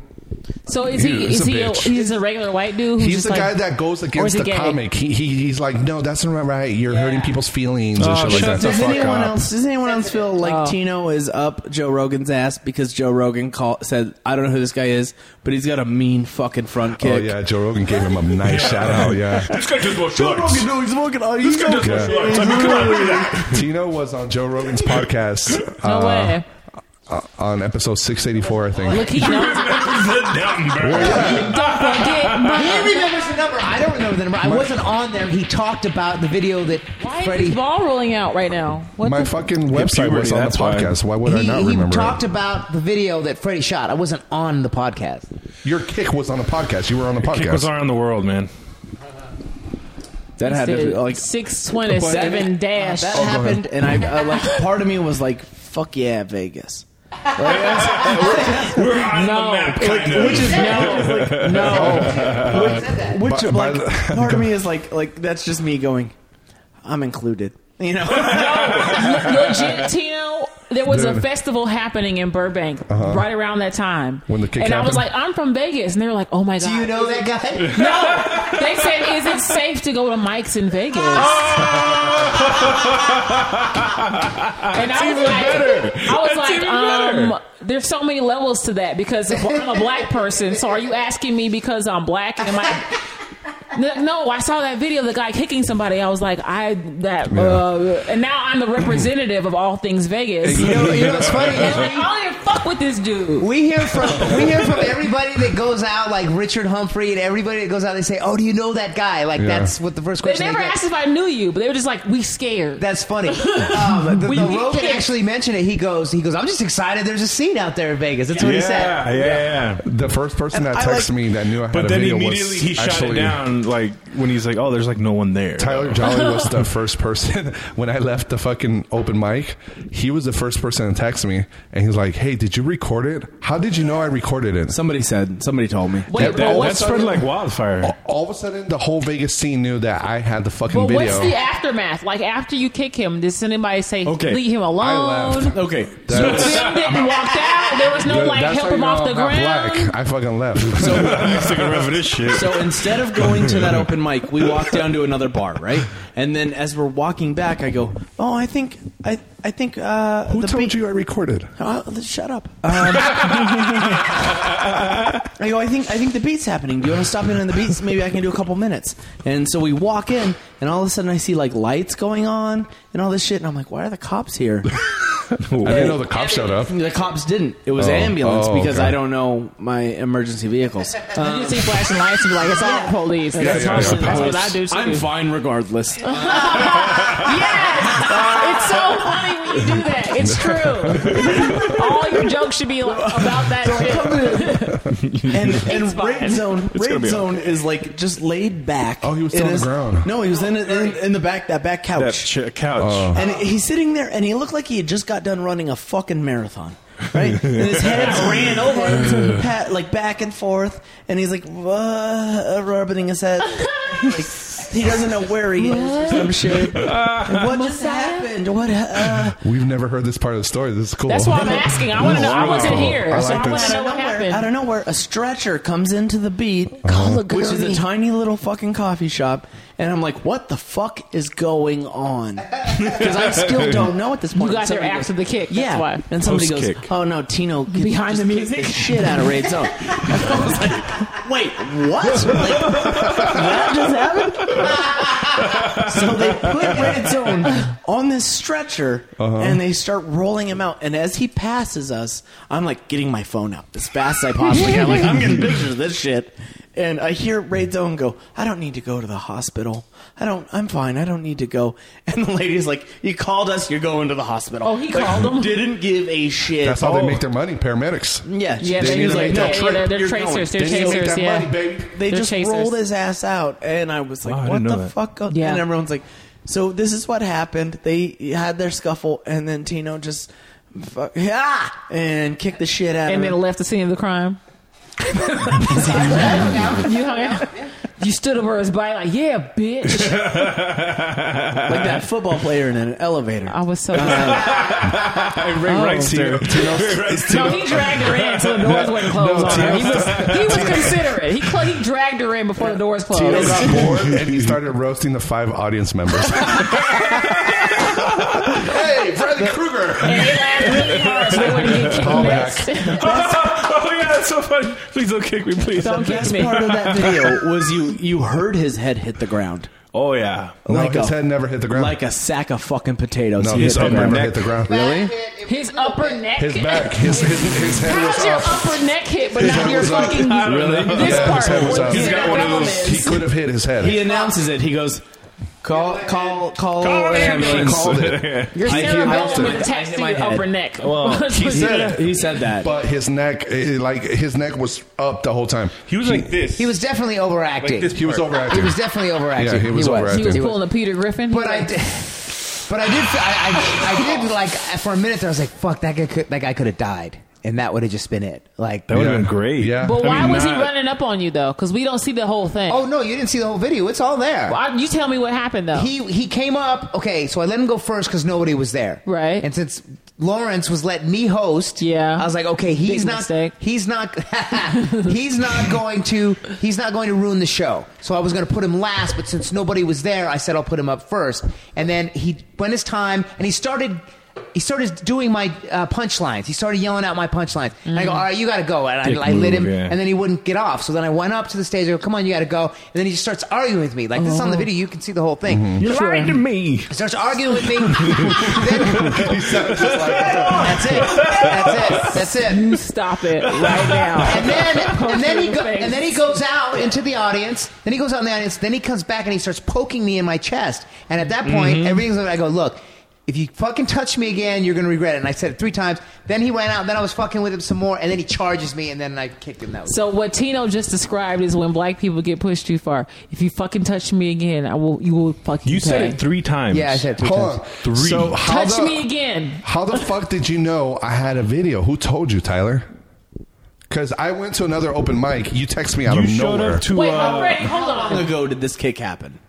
So is he?
He's
Is
a
he? A,
bitch.
he's a regular white dude. Who's
He's
just
the
like,
guy that goes
or is
against
he
the
gay?
comic. He, he he's like, no, that's not right. You're hurting people's feelings and shit like that. The
Does
fuck
anyone
up.
else? Does anyone else feel like
Oh.
Tino is up Joe Rogan's ass because Joe Rogan call, said, "I don't know who this guy is, but he's got a mean fucking front kick."
Oh yeah, Joe Rogan gave him a nice shout out. Yeah.
This guy just wants Joe Rogan, no, he's fucking. Oh, he's
Yeah.
He's really-
Tino was on Joe Rogan's podcast.
No
uh,
way.
uh, on episode 684, I think.
Look, he knows. Don't forget my-
He remembers the number. I don't remember the number. I wasn't on there. He talked about the video that
Why is
Freddie
this ball rolling out right now? What
My
the-
fucking website
puberty,
was on the
that's why.
podcast. Why, would I
he,
not
he
remember?
talked
it?
about the video that Freddie shot. I wasn't on the podcast.
Your kick was on the podcast. You were on the podcast.
Kick was around the world, man.
That had to be, like Oh,
six
Oh,
twenty-seven dash.
That happened, and I uh, like part of me was like, "Fuck yeah, Vegas."
We're on
No.
the map, kind of.
Which is no, no. Which,
By-
which
by
like
the-
part of me is like, like that's just me going, I'm included. You know,
legit, Tino. There was a
Dude.
festival happening in Burbank
Uh-huh.
right around that time.
When the kick
and I was like,
happened?
I'm from Vegas, and they were like, Oh my god,
Do you know that guy?
No, they said, Is it safe to go to Mike's in Vegas? and I was like, I was like, um, there's so many levels to that because I'm a black person. So are you asking me because I'm black? Am I? No, No, I saw that video of the guy kicking somebody. I was like, I that, uh, and now I'm the representative of all things Vegas.
You know, you know what's funny?
And like, I don't even fuck with this dude.
We hear from we hear from everybody that goes out, like Richard Humphrey and everybody that goes out. They say, "Oh, do you know that guy?" Like
Yeah.
that's what the first
They
question.
never
get.
asked if I knew you, but they were just like, we scared.
That's funny. Um, the,
We
the
get
Rogan
kicked.
actually mentioned it. He goes, he goes. I'm just excited. There's a scene out there in Vegas. That's what he said.
yeah, yeah.
the first person that
I
texted
like-
me that knew I had
But
a
then
video
immediately
was
he shot
actually
it down, like when he's like, "Oh, there's like no one there."
Tyler Jolly was the first person when I left the fucking open mic. He was the first person to text me, and he's like, "Hey, did you record it? How did you know I recorded it?"
somebody said, somebody told me.
Wait,
that, that,
but
that
what's,
spread like wildfire.
All- All of a sudden, the whole Vegas scene knew that I had the fucking
but
video.
what's the aftermath? Like after you kick him, does anybody say
Okay.
leave him alone?
I left.
Okay,
So
That's-
Jim didn't walk out. There was no
Dude,
like
that's
help
how you
him
know
off the
I'm not
ground.
Black. I fucking left.
He's taking around for this shit.
So instead of going to that open mic, we walk down to another bar, right? And then as we're walking back, I go, "Oh, I think I I think uh,
Who
the
told
beat-
you I recorded?
Uh, let's- shut up. Um, I go. I think. I think the beat's happening. Do you want to stop in on the beats? Maybe I can do a couple minutes. And so we walk in, and all of a sudden I see like lights going on and all this shit, and I'm like, why are the cops here?
I didn't know the cop showed up.
the cops didn't. It was
Oh.
ambulance
Oh,
because
okay.
I don't know my emergency vehicles.
you see flashing lights and be like, it's all the police. that's
yeah,
awesome.
yeah.
That's what I do too.
I'm fine regardless.
Yes! it's so funny when you do that. It's true. all your jokes should be like, about that shit.
and and
fine.
Raid Zone,
gonna
Raid
be
Zone is like just laid back.
Oh, he was still
in
on the
his-
ground.
No, he was in, in in the back that back
that
couch.
ch- couch.
Oh.
and he's sitting there, and he looked like he had just got done running a fucking marathon. Right, and his head ran over, pat, like back and forth, and he's like "Whoa," rubbing his head. Like, he doesn't know where he is or some shit. what just happened? What? Uh,
We've never heard this part of the story. This is cool.
That's why I'm asking. I want to know. I wasn't
Wow.
here,
I
so
like
I want
this.
to know
out of nowhere,
what
out
happened. Uh-huh.
of nowhere, a stretcher comes into the beat, which is a tiny little fucking coffee shop, and I'm like, what the fuck is going on? Because I still don't know at this point.
You guys are
Somebody
after
goes-
the kick.
Yeah,
That's why.
and somebody
Post
goes,
kick.
"Oh no, Tino kicked-
Behind
just
the
kicked
music.
shit out of Raid Zone." I was like, "Wait, what? Like, that just happened?" so they put Raid Zone on this stretcher,
Uh-huh.
and they start rolling him out. And as he passes us, I'm like getting my phone out as fast as I possibly can. Like I'm getting pictures of this shit. and I hear Ray Doan go, "I don't need to go to the hospital. I don't. I'm fine. I don't need to go." And the lady's like, "You called us. You're going to the hospital."
Oh, he
Like,
called him?
Didn't give a shit.
That's how they
Oh.
make their money, paramedics.
Yeah,
Yeah,
they
they need
was
to
like,
make that
"No,
trip.
they're,
You're
chasers.
going.
They're
They need to make
chasers.
that
yeah,
money, baby.
they
They're
just
chasers.
rolled his ass out, and I was like,
Oh,
I
"What
didn't
the
know that.
fuck?" go-"
Yeah.
And everyone's like, "So this is what happened. They had their scuffle, and then Tino just." Fuck, yeah, and kicked the shit out
and
of
then
him.
left the scene of the crime. you, hung out? you stood over his body like, yeah, bitch.
like that football player in an elevator.
I was so.
Uh,
Ray
Oh.
Rice
Tino-
there.
No, he dragged her in until the doors wasn't closed on her. He was, he was considerate. He, cl- he dragged her in before the doors closed.
Tito got bored and he started roasting the five audience members. hey, Freddy Krueger!
and it laughed really hard, so they wouldn't get kicked
Call
next.
oh yeah, that's so funny. Please don't kick me, please.
Don't kick
Best
me.
part of that video was you you heard his head hit the ground.
Oh yeah.
No,
Like
his
a-
head never hit the ground.
Like a sack of fucking potatoes.
no,
he
his
hit the
head
ground.
never hit the ground.
Really?
His upper neck.
His back, his his, his head
How's
was
your
up.
upper neck hit, but
His
not
head
your
was up.
fucking
I don't know.
this
yeah,
part?
his head was up.
He's got one of those-
Problem
He
is-
could have hit his head.
He announces it. He goes, "Call, call, call,
Call an ambulance.
Called it.
Your
I-
cerebellum
I- I-
was
I
attached
hit
to
my
your
head.
upper neck.
Well, he said it.
He said that.
But his neck, eh, like his neck was up the whole time.
He was like this.
He was definitely overacting.
like this.
He was
part.
overacting.
He was definitely overacting.
Yeah, he was overacting.
he was
He
pulling a Peter Griffin.
But I did. But I did. I, I, I did like for a minute. There, I was like, "Fuck that guy! Could, that guy could have died, and that would have just been it." Like,
That would have
Yeah.
been great.
Yeah. uh,
But
I
why
mean, uh,
was he
not-
running up on you though? Because we don't see the whole thing.
oh no, you didn't see the whole video. It's all there.
Why- you tell me what happened though.
He he came up. Okay, so I let him go first because nobody was there.
Right.
And since Lawrence was letting me host,
Yeah.
I was like, okay, he's
Big
not
mistake.
he's not he's not going to he's not going to ruin the show. So I was going to put him last, but since nobody was there, I said I'll put him up first. And then he went his time, and he started. He started doing my uh, punchlines. He started yelling out my punchlines. And I
Mm.
go, all right, you got to go. And
Dick
I, I lit
move,
him,
yeah.
and then he wouldn't get off. So then I went up to the stage. I go, come on, you got to go. And then he just starts arguing with me. Like, this is
Oh.
on the video. You can see the whole thing.
You're lying to me.
Starts arguing with me. Then- that's it. That's it. That's it.
you stop it right now.
And then, and then he go,
Face.
and then he goes out into the audience. Then he goes out in the audience. Then he comes back and he starts poking me in my chest. And at that point,
Mm-hmm.
everything's. I go, look, if you fucking touch me again, you're gonna regret it. And I said it three times. Then he ran out. And then I was fucking with him some more. And then he charges me. And then I kicked him. That was.
So what Tino just described is when black people get pushed too far. If you fucking touch me again, I will. You will fucking.
You said
pay.
it three times.
yeah, I said it three
Hold
times.
on.
Three.
So how
Touch
the,
me again.
How the fuck did you know I had a video? Who told you, Tyler? Because I went to another open mic. You text me out
You
of
showed
nowhere.
up to.
Wait,
uh,
oh, Freddie, hold
How long
on.
ago did this kick happen?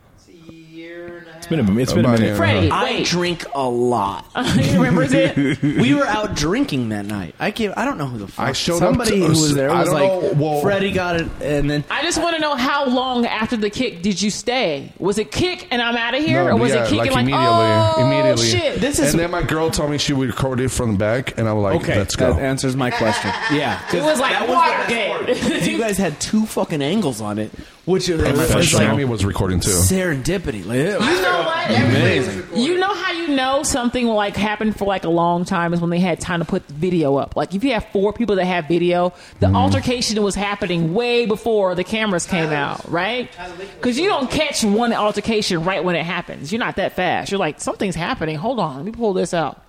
it's been a, it's been a
About
minute.
a-
Freddie,
I
wait.
drink a lot.
he remembers it.
we were out drinking that night. I can't. I don't know who the fuck.
I showed up
Somebody
to-
who was there
I
was
don't
like,
know, well-
Freddie got it, and then
I just want to know how long after the kick did you stay? Was it kick and I'm out of here,
No,
or was
yeah,
it kicking like,
immediately,
oh
immediately.
shit?
This is-
and then my girl told me she recorded from the back, and I was like, "Let's go."
That answers my question. Yeah, 'cause
It was like
that the
Watergate.
best part, is you guys had two fucking angles on it, which it
and my
was,
friend
like
Sammy was recording too.
serendipity. Like, it
You
was
know what?
amazing.
You know how you know something like happened for like a long time is when they had time to put video up. Like if you have four people that have video, the altercation was happening way before the cameras came out, right? Because you don't catch one altercation right when it happens. You're not that fast. You're like something's happening. Hold on, let me pull this out,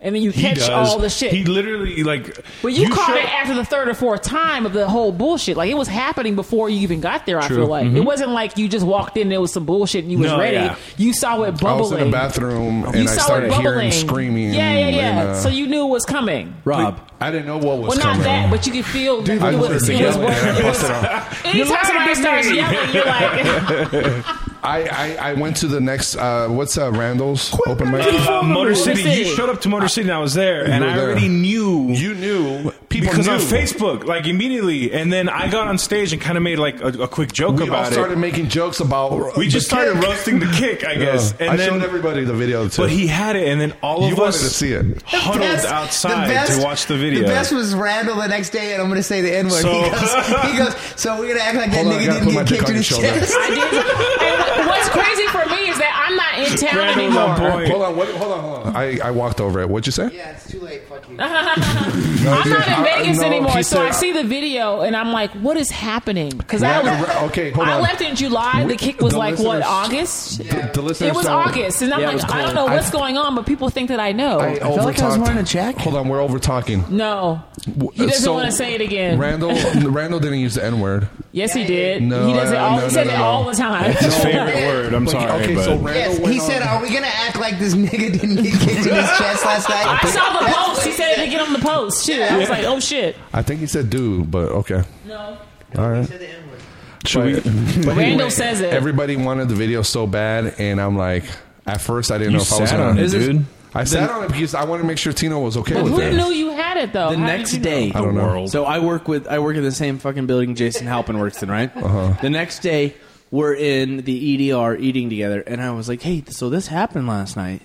and then you
He
catch
does.
all the shit.
He literally like.
but you, caught
showed-
it after the third or fourth time of the whole bullshit. Like it was happening before you even got there. I
True.
feel like
Mhm.
it wasn't like you just walked in. There was some bullshit and you was
No,
ready.
yeah.
You saw it bubbling.
I was in the bathroom, and
you
I
saw
started
it bubbling.
hearing screaming.
Yeah, yeah, yeah.
and, uh,
so you knew it was coming.
Rob,
I didn't know what was
Well, not
coming.
that, but you could feel that
I
it
wanted
was.
to
It was
yell
working.
and I
It was-
busted out.
Anytime somebody starts yelling, you're like,
I, I, I went to the next uh, what's uh, Randall's open mic.
Uh, Motor City.
Motor City.
You showed up to Motor City, and I was there, and
were
I
there.
already knew
You knew people
because
knew.
on Facebook, like immediately, and then I got on stage and kind of made like a, a quick joke
we all
about
started
it.
making jokes about.
we
the
just started
kick.
roasting the kick, I guess,
Yeah.
and
I
then
showed everybody the video too.
but he had it, and then all
you
of
wanted
us
to see it.
huddled
best-
outside
the best-
to watch the video.
The best was Randall the next day, and I'm going to say the N word.
So-
he, goes, he goes, so we're going to act like
Hold on,
that
I
nigga
gotta
didn't
put my
get
dick on
kicked in
your
his
shoulder.
chest.
I did. And what's what's crazy for me is that I'm not in town anymore.
Hold on, what, hold on, hold on. I, I walked over it. What'd you say?
Yeah, it's too late. Fuck you.
I'm not in Vegas
no,
anymore,
he
so
said-
I see the video and I'm like, what is happening? Because I
Rather-
left,
okay, hold
I
on.
left in July. The kick was
The
like what
listeners-
August.
The- the listeners
it was
don't-
August, and I'm
Yeah, it was
like, I
cold.
don't know what's
I-
going on, but people think that I know.
I overtalked. Hold on, we're over talking.
no, he doesn't want to say it again.
Randall, Randall didn't use the N word.
yes, he did.
No,
he does it
no,
all.
no,
he says
no,
it
no.
all the time.
It's his favorite word. I'm sorry, Okay, but- so Randall
yes, he said, "Are we gonna act like this nigga didn't get kicked in his chest last night?"
I saw the
That's
post.
what
He said it to get on the post. Shit, I was
Yeah.
like, oh shit.
I think he said dude, but okay.
No.
All right. Should we?
Randall says it.
Everybody wanted the video so bad, and I'm like, at first I didn't
You
know if I was
sat
gonna-
on it, Is this- dude.
I sat on it because I wanted to make sure Tino was okay
But
with
who
it.
knew you had it though?
The
How did
next
you know?
day,
I don't know. World.
So I work with I work in the same fucking building Jason Halpin works in, right?
Uh-huh.
The next day, we're in the EDR eating together, and I was like, "Hey, so this happened last night.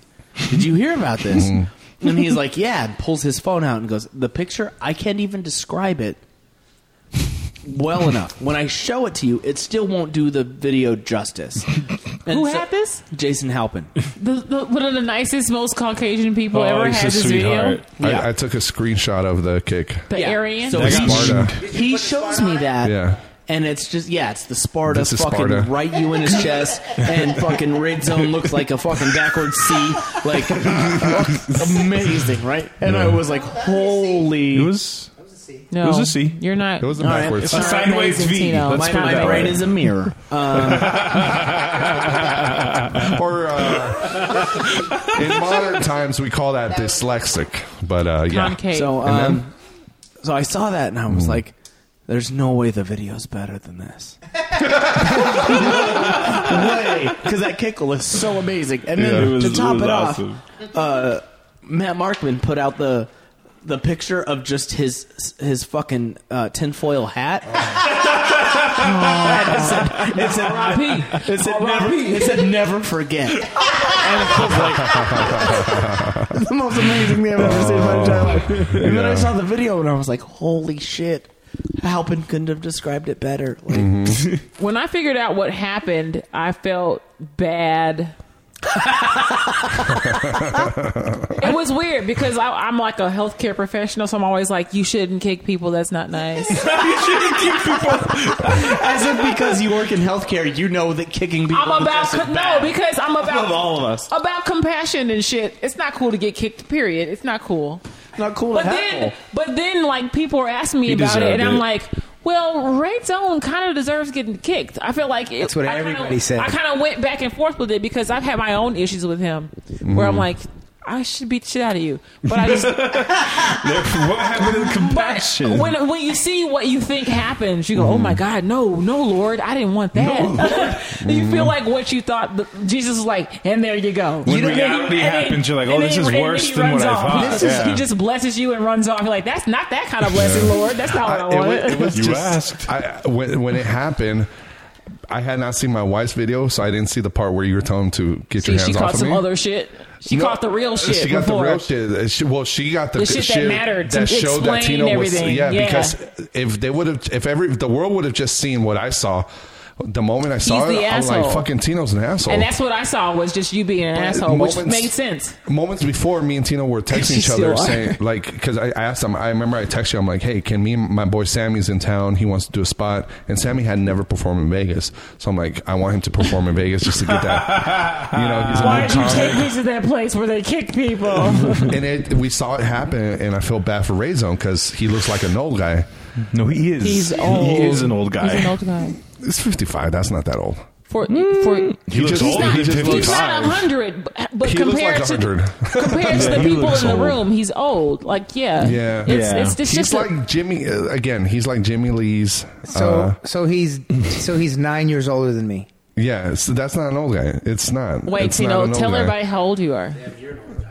Did you hear about this?"
Mhm.
Mm-hmm.
and he's like, "Yeah," and pulls his phone out and goes, "The picture. I can't even describe it." Well enough. When I show it to you, it still won't do the video justice.
Who had this?
Jason Halpin.
The, the, one of the nicest, most Caucasian
Oh,
people ever had this video.
I, I took a screenshot of the kick.
The Aryan.
So
That
he,
got Sparta.
he shows me that.
Yeah.
And it's just yeah, it's the Sparta
This
fucking
is Sparta.
right you in his chest, and fucking red zone looks like a fucking backwards C, like amazing, right? And I
Yeah.
was like, holy,
It was.
No,
It was a C.
You're not.
It wasn't All right. backwards. It's a sideways V. Let's
my
put it
my
that
brain
way.
is a mirror. Um,
or uh, in modern times we call that dyslexic. But uh, yeah.
So,
And then-
um, so I saw that and I
Hmm.
was like, "There's no way the video's better than this." way, because that kickle is so amazing. And then
Yeah, it was-
to top
it
it,
was
off,
awesome.
uh, Matt Markman put out the the picture of just his his fucking uh, tinfoil hat. And it said, it said, it said never, it said never forget. And it was like the most amazing thing I've ever seen in my entire life. And then I
yeah.
saw the video and I was like, holy shit. Halpin couldn't have described it better. Like,
When I figured out what happened, I felt bad. It was weird because I, I'm like a healthcare professional, so I'm always like, "You shouldn't kick people. That's not nice."
As if because you work in healthcare, you know that kicking people.
I'm
in the
about
chest is
co- no
bad.
because I'm about
Above all of us.
about compassion and shit. It's not cool to get kicked. Period. It's not cool.
Not cool.
But
at
then,
all.
but then, like people are asking me
He
about it,
deserved
and I'm
it.
like, well, Red Zone kind of deserves getting kicked. I feel like it,
That's what
I kinda-
everybody said.
I kind of went back and forth with it because I've had my own issues with him, where I'm
Mm.
Mhm.
like. I should beat the shit out of you, but I just
what happened to compassion?
when when you see what you think happens, you go, "Oh
Mm-hmm.
my God, no, no, Lord, I didn't want that."
Mm-hmm.
you feel like what you thought. The, Jesus was like, "And there you go."
When
you don't-
reality
and then-
happens, you're like,
and
"Oh,
then
this
he-
is
and then
worse
he
than
runs
what I
off.
thought."
This is-
Yeah.
He just blesses you and runs off. You're like, "That's not that kind of blessing, Lord. That's not what I
it wa-
wanted."
It was
You
just,
asked.
I, when, when it happened, I had not seen my wife's video, so I didn't see the part where you were telling them to get
See,
your hands
she
off
caught
of
some
me.
other shit. She
No,
caught the real shit.
She got
before.
the real shit. Uh, she- well, she got the,
The shit that mattered to
that showed that
explain
Tino was.
everything.
Yeah,
Yeah.
because if they would have, if every if the world would have just seen what I saw, the moment I saw
He's
it,
the
I'm
asshole.
like, "Fucking Tino's an asshole."
And that's what I saw was just you being an
But
asshole, which
moments-
made sense.
moments before me and Tino were texting
You
each other
still are.
saying like because I I asked him I remember I texted you I'm like hey can me and my boy Sammy's in town he wants to do a spot and Sammy had never performed in Vegas so I'm like I want him to perform in Vegas just to get that you know he's a
Why
new
did you
comic.
take me to that place where they kick people?
and it, we saw it happen and I feel bad for Ray Zone because he looks like an old guy
no he is
He's old.
he is an old guy
He's an old guy.
he's 55 that's not that old
For,
Mm.
for
He looks
just-
old.
not-
He's
he's
He's
55.
not a hundred, but, but
He looks
compared
like
to
100.
compared to
Yeah,
the
he
people
looks
in the
old.
room, he's old. Like yeah,
yeah
It's, It's, it's
he's
just
like Jimmy uh, again he's like Jimmy Lee's
So,
uh,
so he's so he's nine years older than me.
Yeah, so that's not an old guy. It's not.
a, wait,
It's not
Tino,
an old
tell
guy.
everybody how old you are.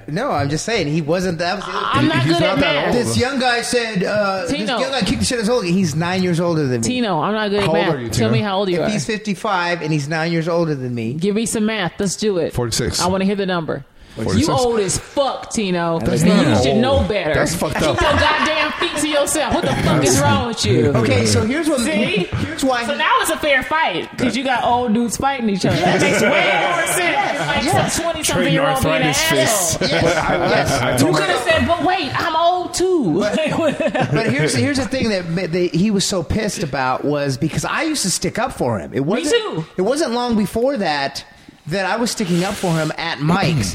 No, I'm just saying he wasn't that. Was the other
I'm
thing.
not He's good not at that math. old.
This young guy said, uh, "This
Tino.
young guy kicked the shit out of his old guy. He's nine years older than me.
Tino, I'm not good
How old
at math.
are you,
tell
Tino?
me how old you
If
are.
he's 55 and he's nine years older than me,
give me some math. Let's do it.
46.
I want to hear the number. You
46.
old as fuck, Tino.
That's
and
not
you should
old.
know better.
That's fucked
Keep
up.
your goddamn feet to yourself. What the fuck is wrong with you?
Okay, so here's what-
See?
here's why-
So now it's a fair fight because you got old dudes fighting each other. That makes way more sense. than, Like some twenty something year old being an
arthritis
asshole.
fists. Yes.
I
You
told
could
my-
have said, "But wait, I'm old too."
But here's here's the thing that, ma- that he was so pissed about was because I used to stick up for him. It wasn't
too.
it wasn't long before that that I was sticking up for him at Mike's.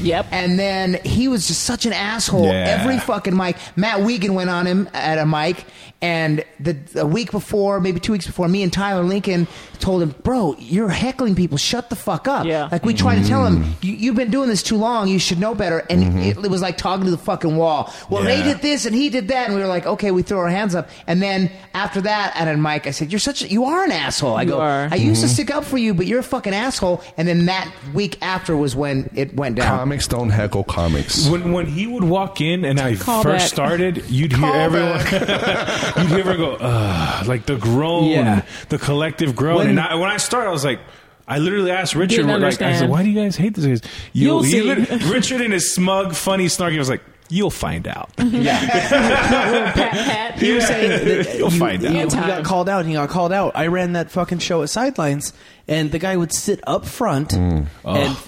Yep.
And then he was just such an asshole
Yeah.
every fucking mic. Matt Wiegand went on him at a mic, and the a week before, maybe two weeks before, me and Tyler Lincoln told him, "Bro, you're heckling people. Shut the fuck up."
Yeah.
Like we tried to tell him, you, "You've been doing this too long. You should know better." And it, it was like talking to the fucking wall. Well, they
Yeah.
did this and he did that, and we were like, okay, we throw our hands up. And then after that, and then Mike, I said, you're such, a, you are an asshole. I
You
go,
are.
I
Mm-hmm.
used to stick up for you, but you're a fucking asshole. And then that week after was when it went down.
Comics don't heckle comics.
When when he would walk in and I
Call
first
back.
started, you'd hear
Call
everyone, you'd hear everyone go, Ugh, like the groan,
Yeah.
the collective groan.
When-
and I, when I started, I was like. I literally asked Richard,
Didn't
like, I said,
understand.
"Why do you guys hate this?" He goes, You,
You'll
he
see."
lit- Richard in his smug, funny, snarky was like, "You'll find out."
pat, pat.
You were
Yeah.
saying that
You'll
you-
find
you-
out.
He,
Time.
got called out. He got called out. I ran that fucking show at Sidelines, and the guy would sit up front and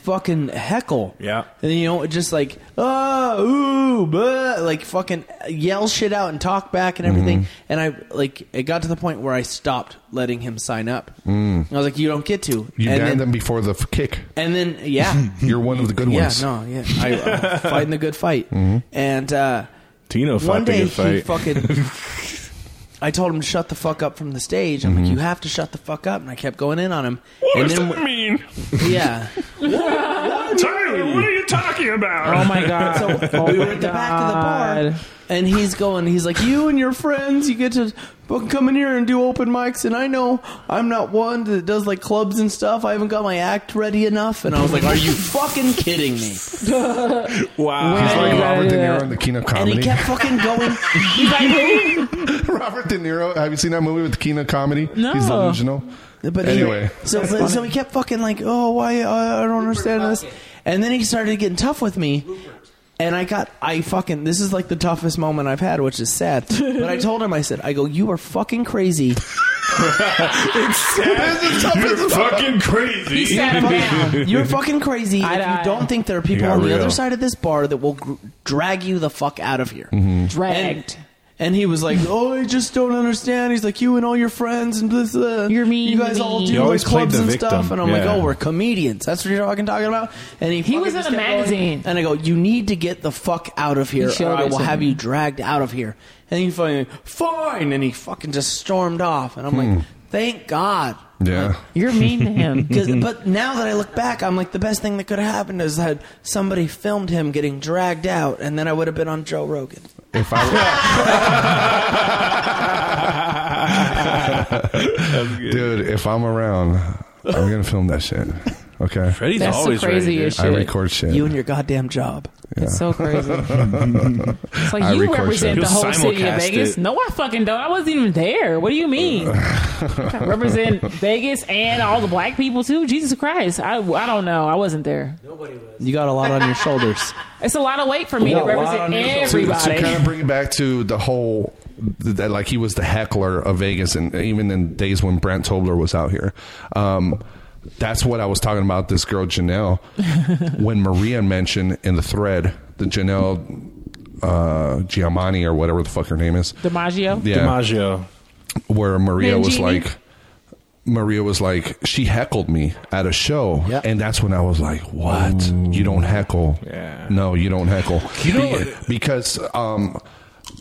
fucking heckle.
Mm. Yeah.
and you know, just like oh, ooh, blah, like fucking yell shit out and talk back and everything.
Mm-hmm.
And I like it got to the point where I stopped letting him sign up.
Mm.
I was like, you don't get to.
You
and
damn
then,
them before the f- kick.
And then yeah,
You're one of the good
yeah,
ones.
no, yeah, I, I'm fighting the good fight.
Mm-hmm.
And uh,
Tino fought
one
the
day
good
he
fight.
fucking. I told him to shut the fuck up from the stage. I'm like, you have to shut the fuck up, and I kept going in on him. and then, w-
mean?
yeah.
Tyler, what are you talking about?
Oh my god!
So
oh
we were
my
at the back of the
God.
bar, and he's going. He's like, "You and your friends, you get to fucking come in here and do open mics." And I know I'm not one that does like clubs and stuff. I haven't got my act ready enough. And I was like, "Are you fucking kidding me?"
Wow.
He's
Yeah,
like Robert De
yeah.
Niro in the Kino
And he
comedy.
kept fucking going.
Robert De Niro. Have you seen that movie with the Kino comedy?
No.
He's delusional.
But
anyway,
he, so so he kept fucking like, oh, why I, I don't understand this, and then he started getting tough with me, and I got I fucking this is like the toughest moment I've had, which is sad. but I told him, I said, I go, you are fucking crazy.
You're fucking crazy.
He sat him down.
You're fucking crazy
Eye to
if
eye.
you don't think there are people
got
on the
real.
other side of this bar that will gr- drag you the fuck out of here.
Dragged.
And, and he was like, "Oh, I just don't understand." He's like, "You and all your friends and this, uh,
You're mean,
You guys
mean.
all
He
do like
always played
clubs
the
and
victim,
stuff." And I'm like,
yeah.
"Oh, we're comedians. That's what you're fucking talking about." And he fucking
was in
just
a
kept going.
magazine.
And I go, "You need to get the fuck out of here,
He showed
or I
it
will
to
have
me.
you dragged out of here." And he fucking fine, and he fucking just stormed off. And I'm
Hmm.
like, "Thank God."
yeah.
You're mean to him.
'Cause-
Mm-hmm.
but now that I look back, I'm like the best thing that could have happened is that somebody filmed him getting dragged out, and then I would have been on Joe Rogan.
If I dude, if I'm around, I'm gonna film that shit. Okay.
Freddie's
That's the
always
craziest
craziest.
I
shit.
record shit.
You and your goddamn job.
It's so crazy. it's like
I
you
record
represent
shows.
the whole city
Simulcast
of Vegas.
it.
No, I fucking don't. I wasn't even there. What do you mean? I represent Vegas and all the black people too. Jesus Christ, I, I don't know. I wasn't there.
You got a lot on your shoulders.
It's a lot of weight for me
Yeah, a
to
lot
represent
on your shoulders.
to, to
everybody.
kind of bring it back to the whole that like he was the heckler of Vegas and even in days when Brent Tobler was out here um that's what I was talking about this girl Janelle when Maria mentioned in the thread the Janelle uh Giamani or whatever the fuck her name is
DiMaggio.
yeah
DiMaggio.
where Maria was
Mangini.
like, Maria was like, she heckled me at a show,
Yeah.
and that's when I was like, "What? You don't heckle?
Yeah.
No, you don't heckle."
You know-
Be- because um,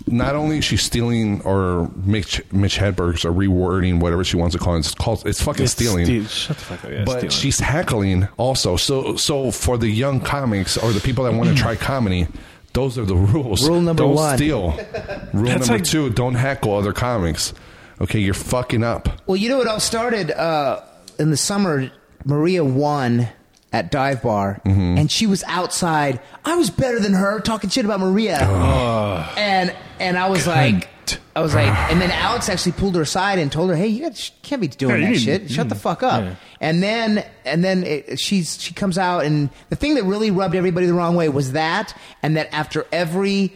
not only is she stealing or Mitch Mitch Hedberg's or rewording whatever she wants to call it, it's called it's fucking
It's
stealing.
steal- shut the fuck up. Yeah,
but
stealing.
she's heckling also. So so for the young comics or the people that want to try comedy. Those are the rules.
Rule number
Don't
one.
steal. Rule
That's
number
like-
two: Don't heckle other comics. Okay, you're fucking up.
Well, you know, it all started uh, in the summer. Maria won at dive bar,
Mm-hmm.
and she was outside. I was better than her, talking shit about Maria, and and I was like,
What?
I was like, and then Alex actually pulled her aside and told her, "Hey, you got, sh- can't be doing
Yeah, you
that
need-
shit. Shut
mm,
the fuck up."
yeah.
And then, and then it, she's she comes out, and the thing that really rubbed everybody the wrong way was that, and that after every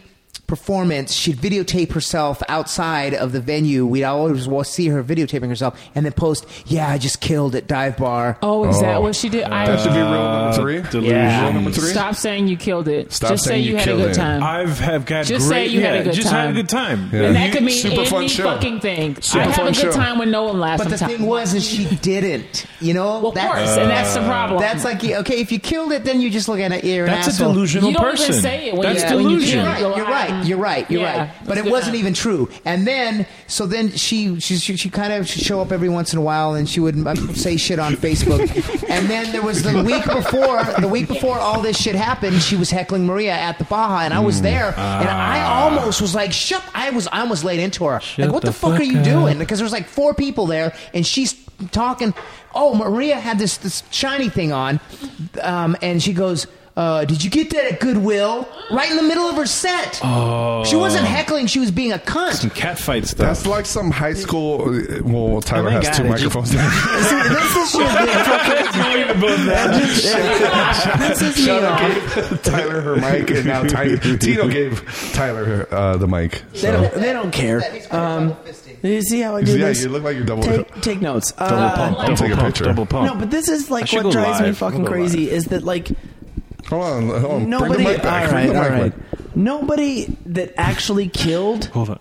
performance, she'd videotape herself outside of the venue. We'd always wa- see her videotaping herself, and then post, "Yeah, I just killed at dive bar."
Oh, is that what she did? I- That should be rule number
Uh, three.
Delusion.
Rule number three.
Stop saying you killed it.
Stop
just say
saying you
you had a
killed
good
it.
time.
I've have got
Just
Uh, great,
say you had a
yeah,
good
just
time.
had a good time.
Yeah.
And that could mean
Super fun
any
show.
fucking thing.
Super
I had
fun
a good
show.
time when Nolan laughed.
But the
sometimes.
thing was, is she didn't. You know, well,
of course, and that's the problem.
That's like okay, if you killed it, then you just look at it. You're an
That's a
asshole.
delusional
You don't even
person.
say it when
That's
you- when you
delusion.
do
You're
it.
right. You're right. You're right. You're
Yeah,
right. But
it's
it
good
wasn't
time.
even true. And then, so then she she she, she kind of should show up every once in a while, and she would uh, say shit on Facebook. and then there was the week before the week before all this shit happened, she was heckling Maria at the Baja, and I was there, and I
Mm. Ah.
almost was like, "Shut!" I was I almost laid into her.
Shut
like, what the,
the
fuck, are
fuck
you
up.
doing? Because there's like four people there, and she's talking. Oh, Maria had this this shiny thing on, um, and she goes. Uh, did you get that at Goodwill? Right in the middle of her set.
Oh.
She wasn't heckling. She was being a cunt.
Some catfight stuff.
That's like some high school. Well, Tyler
my
has
God,
two
I just-
microphones. now.
See, that's the shit that
This is me.
Tyler
off.
gave Tyler her mic, and now Ty- Tino gave Tyler uh, the mic.
They
So.
don't, they don't care. Um, you see how I do
Yeah,
this?
you look like you're double.
take, take notes. Uh,
double pump,
I'll
double
take a
pump,
picture.
double pump.
No, but this is
I
like
should go
what drives me
live.
fucking
I'll go
crazy is that like
Hold on, hold on.
nobody.
Oh, Bring the mic back.
all right,
Bring the
all
mic
right.
back.
Nobody that actually killed
Hold on.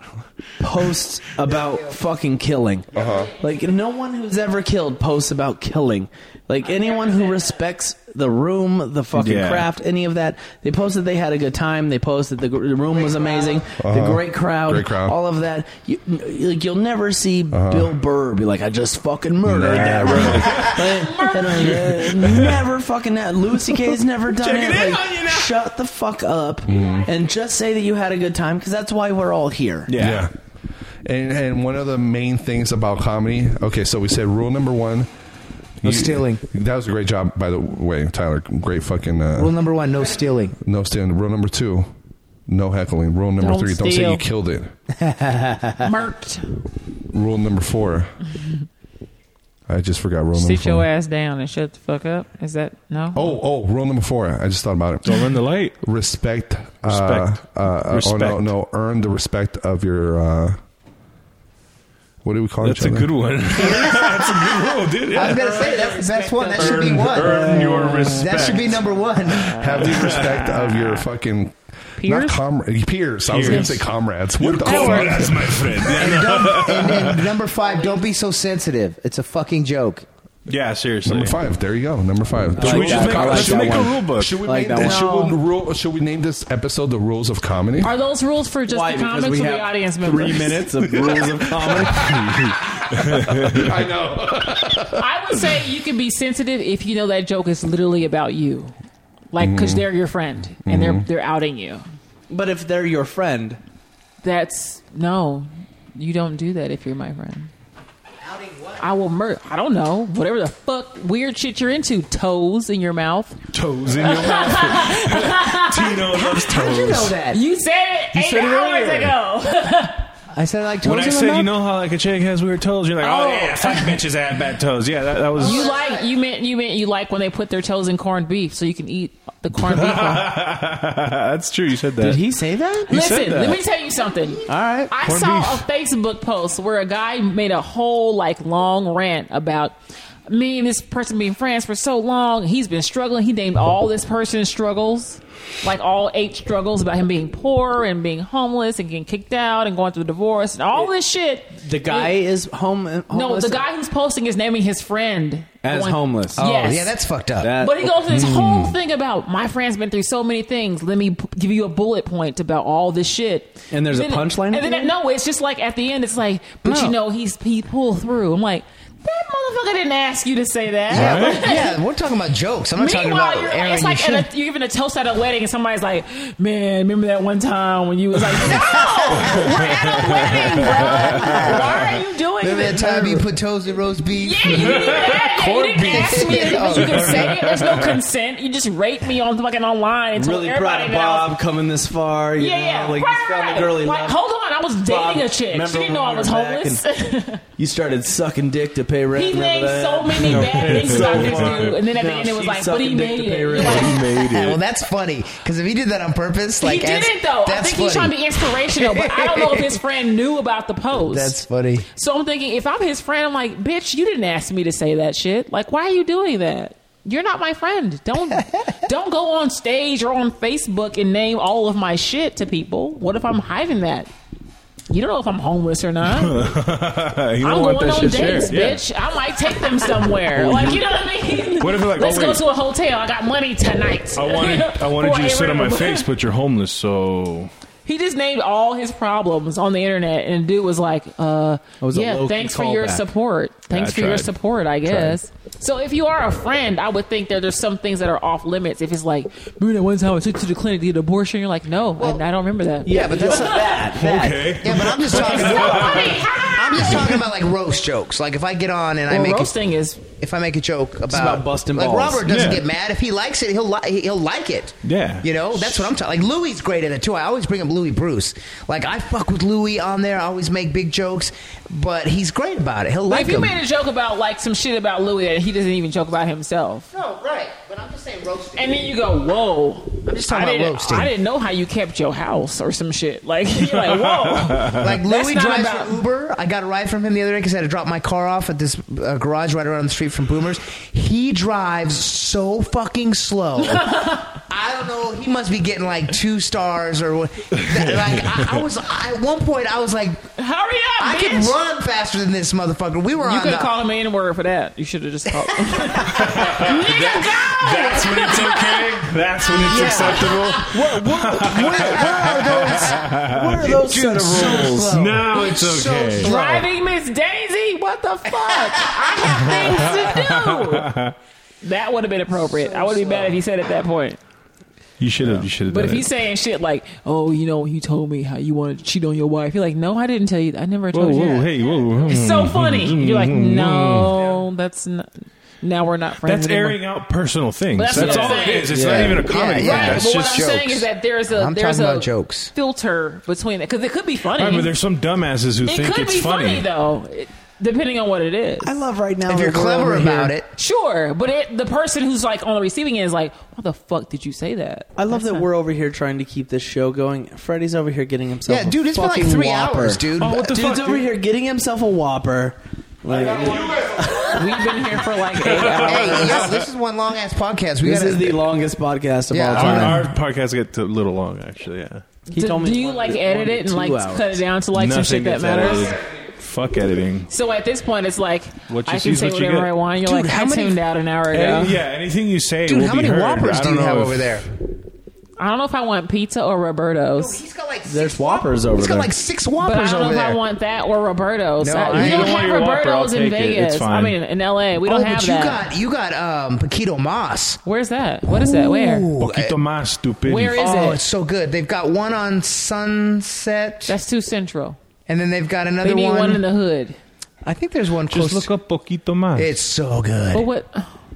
posts about fucking killing.
Uh-huh.
Like no one who's ever killed posts about killing. Like anyone who respects the room, the fucking
Yeah.
craft, any of that, they post that they had a good time. They post that the, gr- the room was amazing,
Uh-huh.
the great crowd,
Great crowd.
all of that. You, n- like you'll never see
Uh-huh.
Bill Burr be like, "I just fucking murdered that
Never.
room." Like, I don't- uh, never fucking that. Louis C.K.'s never done
Check
it.
it in
Like,
on you now. Mm-hmm.
shut the fuck up and just say that you had a good time because that's why we're all here.
Yeah.
Yeah. And and one of the main things about comedy. Okay, so we said rule number one.
No stealing.
That was a great job, by the way, Tyler. Great fucking. Uh,
Rule number one: no stealing.
no stealing. Rule number two. No heckling. Rule number
Don't
three. Don't say
steal.
you killed it.
Murked.
Rule number four. I just forgot rule number
Sit
four.
your ass down and shut the fuck up. Is that no?
Oh, oh, rule number four. I just thought about it.
Don't run the light.
respect.
Respect.
Uh, uh, Oh no,
Respect.
no, earn the respect of your. Uh, what do we call
That's
each
a
other?
good one. that's a good rule, dude.
I was
Yeah.
gonna say that's that's one. That should be
Earn-
one.
earn your
That should be
respect.
number one.
Have the respect of your fucking not
Peers?
comrades. Peers. I was going
Peers.
to say comrades. What the
Oh,
fuck?
that's my friend.
And,
Yeah,
don't, and then number five: don't be so sensitive. It's a fucking joke.
yeah seriously.
Number five. There you go. Number five.
Should we just
I like
make,
that. I
let's
like
make
that
a
one.
rule book?
should we
like
name
that
this,
one.
should we rule, should we name this episode the rules of comedy?
Are those rules for just
Why?
the
Because
comics or
we
the
have
audience members?
Three minutes of rules of comedy.
I know.
I would say you can be sensitive if you know that joke is literally about you, like because they're your friend and they're they're outing you.
but if they're your friend,
That's no, you don't do that if you're my friend. I will mur. I don't know. Whatever the fuck weird shit you're into, toes in your mouth.
Toes in your mouth. Tino loves toes.
Did you know that?
You said it eight
said it
hours
earlier.
ago.
I said like toes
When I
in the
said,
mouth?
you know how like a chick has weird toes, you're like, oh,
Oh.
yeah, fuck bitches that have bad toes. Yeah, that, that was.
you like you meant you meant you like when they put their toes in corned beef, so you can eat the corned beef. While-
that's true. You said that.
did he say that?
He said
Listen,
that.
let me tell you something.
All right.
I
Corned
saw
beef.
a Facebook post where a guy made a whole like long rant about me and this person being friends for so long. He's been struggling. He named all this person's struggles, like all eight struggles about him being poor and being homeless and getting kicked out and going through a divorce and all this shit.
The guy is home. uh,
No,
homeless?
the guy who's posting is naming his friend
As homeless.
Yes.
Oh,
Oh, yeah, that's fucked up.
That-
But he goes through
mm.
this whole thing about my friend's been through so many things. Let me p- give you a bullet point about all this shit.
And there's a
then-
punchline at
And
the
then
end? Oh.
no, it's just like at the end, it's like, but
No.
you know, he's he pulled through. I'm like, That motherfucker didn't ask you to say that.
Yeah, we're, yeah, we're talking about jokes. I'm not talking
Meanwhile,
about
you're,
airing
it's like
your
at a, you're giving a toast at a wedding, and somebody's like, "Man, remember that one time when you was like, no, we're at a wedding, bro. Why are you doing
Remember that
this?
time you put toes in roast beef?
Yeah, you didn't, ask- you
Corned
didn't
beef.
ask me if it was
Oh,
you could
corned
say
beef.
it. There's no consent. You just raped me on fucking online and told
really proud
everybody
of
that I was
Bob coming this far. You
yeah,
know,
yeah.
Like,
right,
you found
right.
the girl he
like,
loved.
hold on, I was
Bob,
dating a chick.
remember
She
when
didn't know I
we
was
were back
homeless.
You started sucking dick to pay rent.
he
remember
named
that?
so many bad things about this dude, and then at the
No,
end it was
she's
like, but he
sucking dick
made
to pay
it.
rent.
well, that's funny because if he did that on purpose, like
he
as-
didn't though. I
That's
think
funny.
he's trying to be inspirational, but I don't know if his friend knew about the post.
That's funny.
so I'm thinking, if I'm his friend, I'm like, bitch, you didn't ask me to say that shit. Like, why are you doing that? You're not my friend. Don't don't go on stage or on Facebook and name all of my shit to people. What if I'm hiding that? You don't know if I'm homeless or not.
you
I'm
don't want
going
that shit
on dates,
shared. Yeah.
bitch. I might take them somewhere. like you know what I mean?
What if, like,
let's
oh,
go
wait.
to a hotel? I got money tonight.
I wanted I wanted
Or
you to sit on my
room.
face, but you're homeless, so
He just named all his problems on the internet, and dude was like, uh,
was a
"Yeah,
low-key
thanks for your
callback.
support.
Yeah,
Thanks
I
for your
tried.
support, I
Tried.
guess." So if you are a friend, I would think that there's some things that are off limits. If it's like, "Remember that one time I took you to the clinic to get an abortion?" You're like, "No, I, I don't remember that."
Yeah, but that's not bad.
Okay.
Yeah, but I'm just talking about. I'm just talking about like roast jokes. Like if I get on and I
Well,
make
roasting is
if I make a joke about,
about busting
like
balls.
Robert doesn't
Yeah.
get mad if he likes it. He'll li- he'll like it.
Yeah.
You know, that's what I'm talking. Like Louis great at it too. I always bring up Louis Bruce. Like I fuck with Louis on there. I always make big jokes, but he's great about it. He'll
Like
like
if you
them.
made a joke about like some shit about Louis and he doesn't even joke about himself.
no, right. But I'm just saying roasting.
And then you go, whoa! I'm
just talking
I
about
didn't-
roasting.
I didn't know how you kept your house or some shit. Like you're like, whoa!
Like
That's
Louis
not
drives
about-
for Uber. I got a ride from him the other day because I had to drop my car off at this uh, garage right around the street from Boomers. He drives so fucking slow. I don't know. He must be getting like two stars or what. that- Like I, I was at one point, I was like,
Hurry up!
I can
bitch.
run faster than this motherfucker. We were
You
on
could
the,
have called him an word for that. You should have just called.
that's when it's okay. That's when it's
Yeah.
acceptable.
What, what, what are those set of rules?
slow.
Now it's
So
okay.
slow.
Driving Miss Daisy? What the fuck? I have things to do. That would have been appropriate. I would be mad if he said at that point.
You should have. You should have.
But
done
if he's
it.
saying shit like, "Oh, you know, you told me how you want to cheat on your wife," you're like, "No, I didn't tell you. I never
whoa,
told you."
whoa, hey, whoa,
oh, It's so funny.
mm,
You're like,
mm,
no, that's not. Now we're not friends.
That's
anymore.
airing out personal things.
But
That's,
what
all
I'm
it
saying.
is. It's not even a comedy.
Yeah,
thing.
yeah.
That's
but
just
what I'm
jokes.
saying is that there's a
I'm
there's
talking
a
about jokes.
filter between that because it could be funny.
Right, but there's some dumbasses who
it
think
could
it's
be funny, though, it- depending on what it is.
I love right now.
If you're
that we're
clever
over
about
here-
it,
Sure, but it, the person who's like on the receiving end is like, "Why the fuck did you say that?"
I love
That's
that
not-
we're over here trying to keep this show going. Freddie's over here getting himself.
yeah,
a
dude, it's been like
fucking
three
whopper.
hours, dude.
Oh, what the
Dude's
fuck?
over
dude?
here getting himself a whopper. Like,
We've been here for like eight hours.
Hey, yo, this is one long ass podcast. We
this
gotta,
is the longest podcast of
Yeah.
all
Our,
time.
our podcast gets a little long, actually. Yeah.
he
do,
told me
do you
one-
like
one
edit
to
it and
two
like
hours.
cut it down to like some shit that
gets
matters?
edited. Fuck editing.
So at this point, it's like
What you
I
see
can
is
say
what you
whatever
get.
I want. You're
Dude,
like,
how
I
many-
tuned out an hour ago.
Any- yeah, anything you say
dude,
will
how
be
many
heard.
whoppers
I
do
don't
you
know
have
if-
over there?
I don't know if I want pizza or Roberto's.
He's got like
There's whoppers over
He's got
there.
like six
But I
whoppers
don't know
over
if I
there.
want that or Roberto's. I-
No, I-
we
You
don't,
don't
want
have
your Whopper,
Roberto's
I'll
in
take it. It's
Vegas. I
fine.
mean, in LA, we don't
oh,
have
but you
that.
got you got um Paquito Moss.
Where's that? What is that? Where?
Ooh, eh,
Poquito más, stupid.
Where is
oh,
it?
it's so good. They've got one on Sunset,
That's too central.
and then they've got another
They need
one.
one, in the hood.
I think there's one close.
Just look up Poquito más.
it's so good.
But what?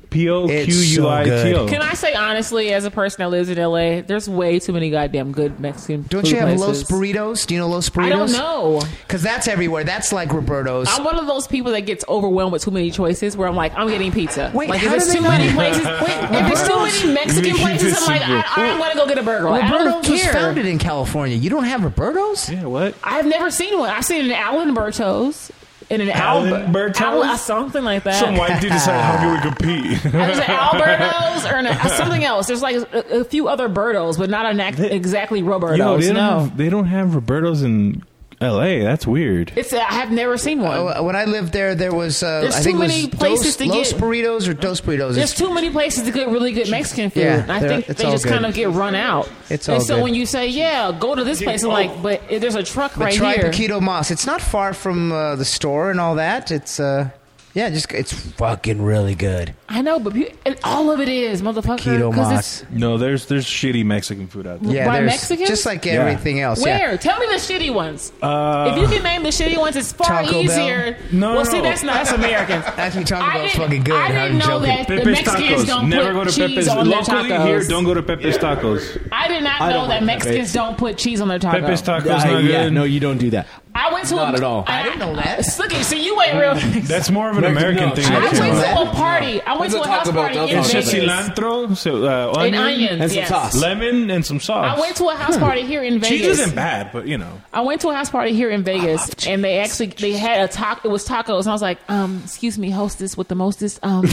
P O Q U I T O.
Can I say honestly, as a person that lives in LA, there's way too many goddamn good Mexican.
don't
food
you have
places.
Los Burritos? Do you know Los Burritos?
I don't know.
Because that's everywhere. That's like Roberto's.
I'm one of those people that gets overwhelmed with too many choices where I'm like, I'm getting pizza.
Wait,
like, if
how do
it's
they
too
know?
many places, if it's too many Mexican places, I'm like, I, I'm going to go get a burger. Like, I don't
Roberto's was
care.
founded in California. You don't have Roberto's?
Yeah, what?
I've never seen one. I've seen an Allenberto's and an
Allenberto's?
Alberto's, something like that.
Some white dude decided how can we compete?
There's an Alberto's or an, uh, something else. There's like a, a few other Bertos, but not an ac- exactly Roberto's.
Yo, they don't,
no,
have, they don't have Roberto's in L.A. That's weird.
it's I have never seen one.
Uh, when I lived there, there was uh,
There's
I think
too
it was
many places
Dos,
to
Los
get-
Burritos or Dos Burritos.
There's
It's-
too many places to get really good Mexican food.
Yeah,
and I
they're-
think
it's
they
all
just kind
good.
of get run out.
It's
and
all
so
good.
when you say, "Yeah, go to this place,"
oh.
and like, but it- there's a truck
but
right
try
here.
Paquito Moss. It's not far from uh, the store and all that. It's uh,
Yeah, just it's fucking really good.
I know, but pe- and all of it is motherfucker.
Keto
'cause
mock.
it's-
No, there's there's shitty Mexican food out there.
Yeah,
by
there's-
Mexicans,
just like everything else. yeah.
Where? Tell me the shitty ones.
Uh,
if you can name the shitty ones, it's far
Taco Bell?
easier.
No, no.
well, see, that's not that's American.
That's what Taco
I
Bell's
didn't-
fucking good.
I
I'm
didn't know
joking.
that the Mexicans don't
Never
put
go to
cheese
Pepe's.
on their
Locally
tacos.
here, don't go to Pepe's Tacos.
I did not
I
know
don't
that
like
Mexicans
Pepe's.
don't put cheese on their tacos.
Pepe's Tacos
Yeah,
not
yeah,
good.
no, you don't do that.
I went to
Not
a,
at all.
I, didn't know that. Look, at- see, you ain't real.
That's more of an
Mexican-
American
no,
thing.
I
I
that came
went
out.
to a party. I went
That's
to
a
a house
Taco Bell.
party
That's
in
It's just
Vegas.
cilantro, so, uh,
And
onion,
onions,
And some
yes.
sauce.
lemon, and some sauce.
I went to a house party here in Vegas.
Cheese isn't bad, but you know.
I went to a house party here in Vegas, and they actually they had a taco. It was tacos, and I was like, um, "Excuse me, hostess with the mostest, um,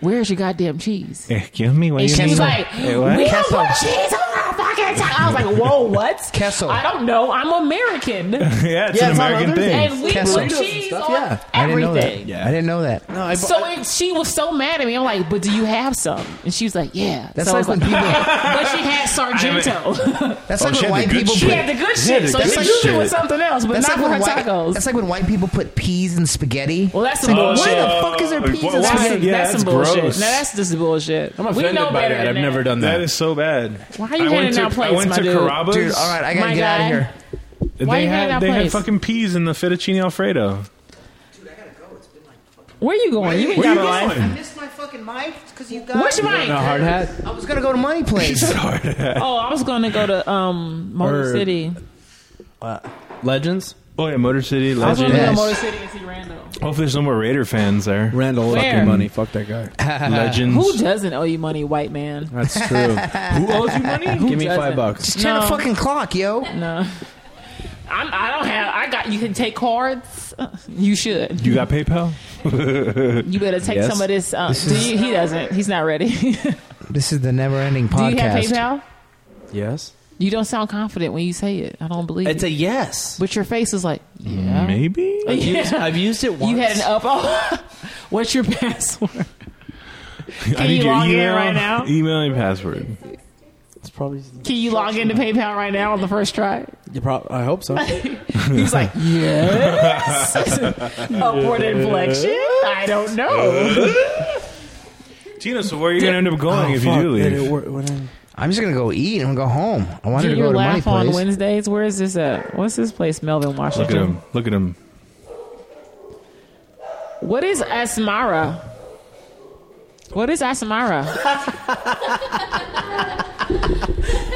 where's your goddamn cheese?"
Excuse me, what
And
you
she
mean?
was like,
Hey, what?
"We don't
Queso.
put cheese on our fucking taco." I was like, "Whoa, what?
Queso.
I don't know. I'm American,
yeah, it's
Yeah,
an
it's all
American
other-
thing.
and we
Queso.
put cheese on
Yeah, I didn't know that.
everything."
Yeah. I didn't know that.
No, I,
So it, she was so mad at me. I'm like, "But do you have some?" And she was like, "Yeah."
That's
so I
like
was
when people-
but she had Sargento.
That's
Oh,
like when
she had the
white
good
people
shit.
she
put.
had the good
She had
shit.
the
So
good
she was
shit.
doing something else, but not for her
white,
tacos.
That's like when white people put peas in spaghetti.
Well, that's some
Oh,
bullshit.
yeah.
Why the fuck is there
Like,
peas
why-
in
why-
That's,
spaghetti?
yeah,
that's,
that's
some bullshit.
gross.
No, that's just bullshit.
I'm
we
offended
know
by
better
that.
Than
I've never done that.
That is so bad.
Why are you
I went
handing
to,
out plates,
I went
my
to
dude?
Carrabba's.
Dude, all right, I gotta
My
get out
guy.
of here.
Why are
they
you handing
had
out
they had
plates?
fucking peas in the fettuccine alfredo.
Where you going? You ain't
Where you
got a life.
going?
missed my fucking mic because you got.
What's your
a
mind?
hard hat.
I was gonna go to my place.
Oh, I was going to go to um Motor
Or-
City.
Legends.
Oh yeah, Motor City
I was going to
Legend.
go to
Yes.
Motor City and see Randall.
Hopefully, there's no more Raider fans there.
Randall
Where?
fucking money. Fuck that guy.
Legends.
Who doesn't owe you money, white man?
That's true.
Who owes you money?
Give me
doesn't?
five bucks.
Just turn the
No.
fucking clock, yo.
No. I'm, I don't have. I got. You can take cards. You should.
You got PayPal?
You better take
Yes.
some of this. Uh, do you, he doesn't. He's not ready. do you
This is the never-ending podcast.
have PayPal?
Yes.
You don't sound confident when you say it. I don't believe
It's
it.
a yes.
but your face is like, yeah.
Maybe.
I've used, I've used it once.
You had an up. Oh, what's your password?
I
you
need your
log in
email,
right now?
Email and password.
It's probably.
Can you log into PayPal right now on the first try?
You prob- I hope so.
He's like, yes. Upward inflection. I don't know.
Tina, so where are you gonna end up going if
Oh,
you do leave?
I'm just gonna go eat. I'm gonna go home. I wanted
Get
to go
your
to my
laugh on
place.
Wednesdays. Where is this at? What's this place? Melvin,
Look at
Washington.
him. Look at him.
What is Asmara? What is Asmara?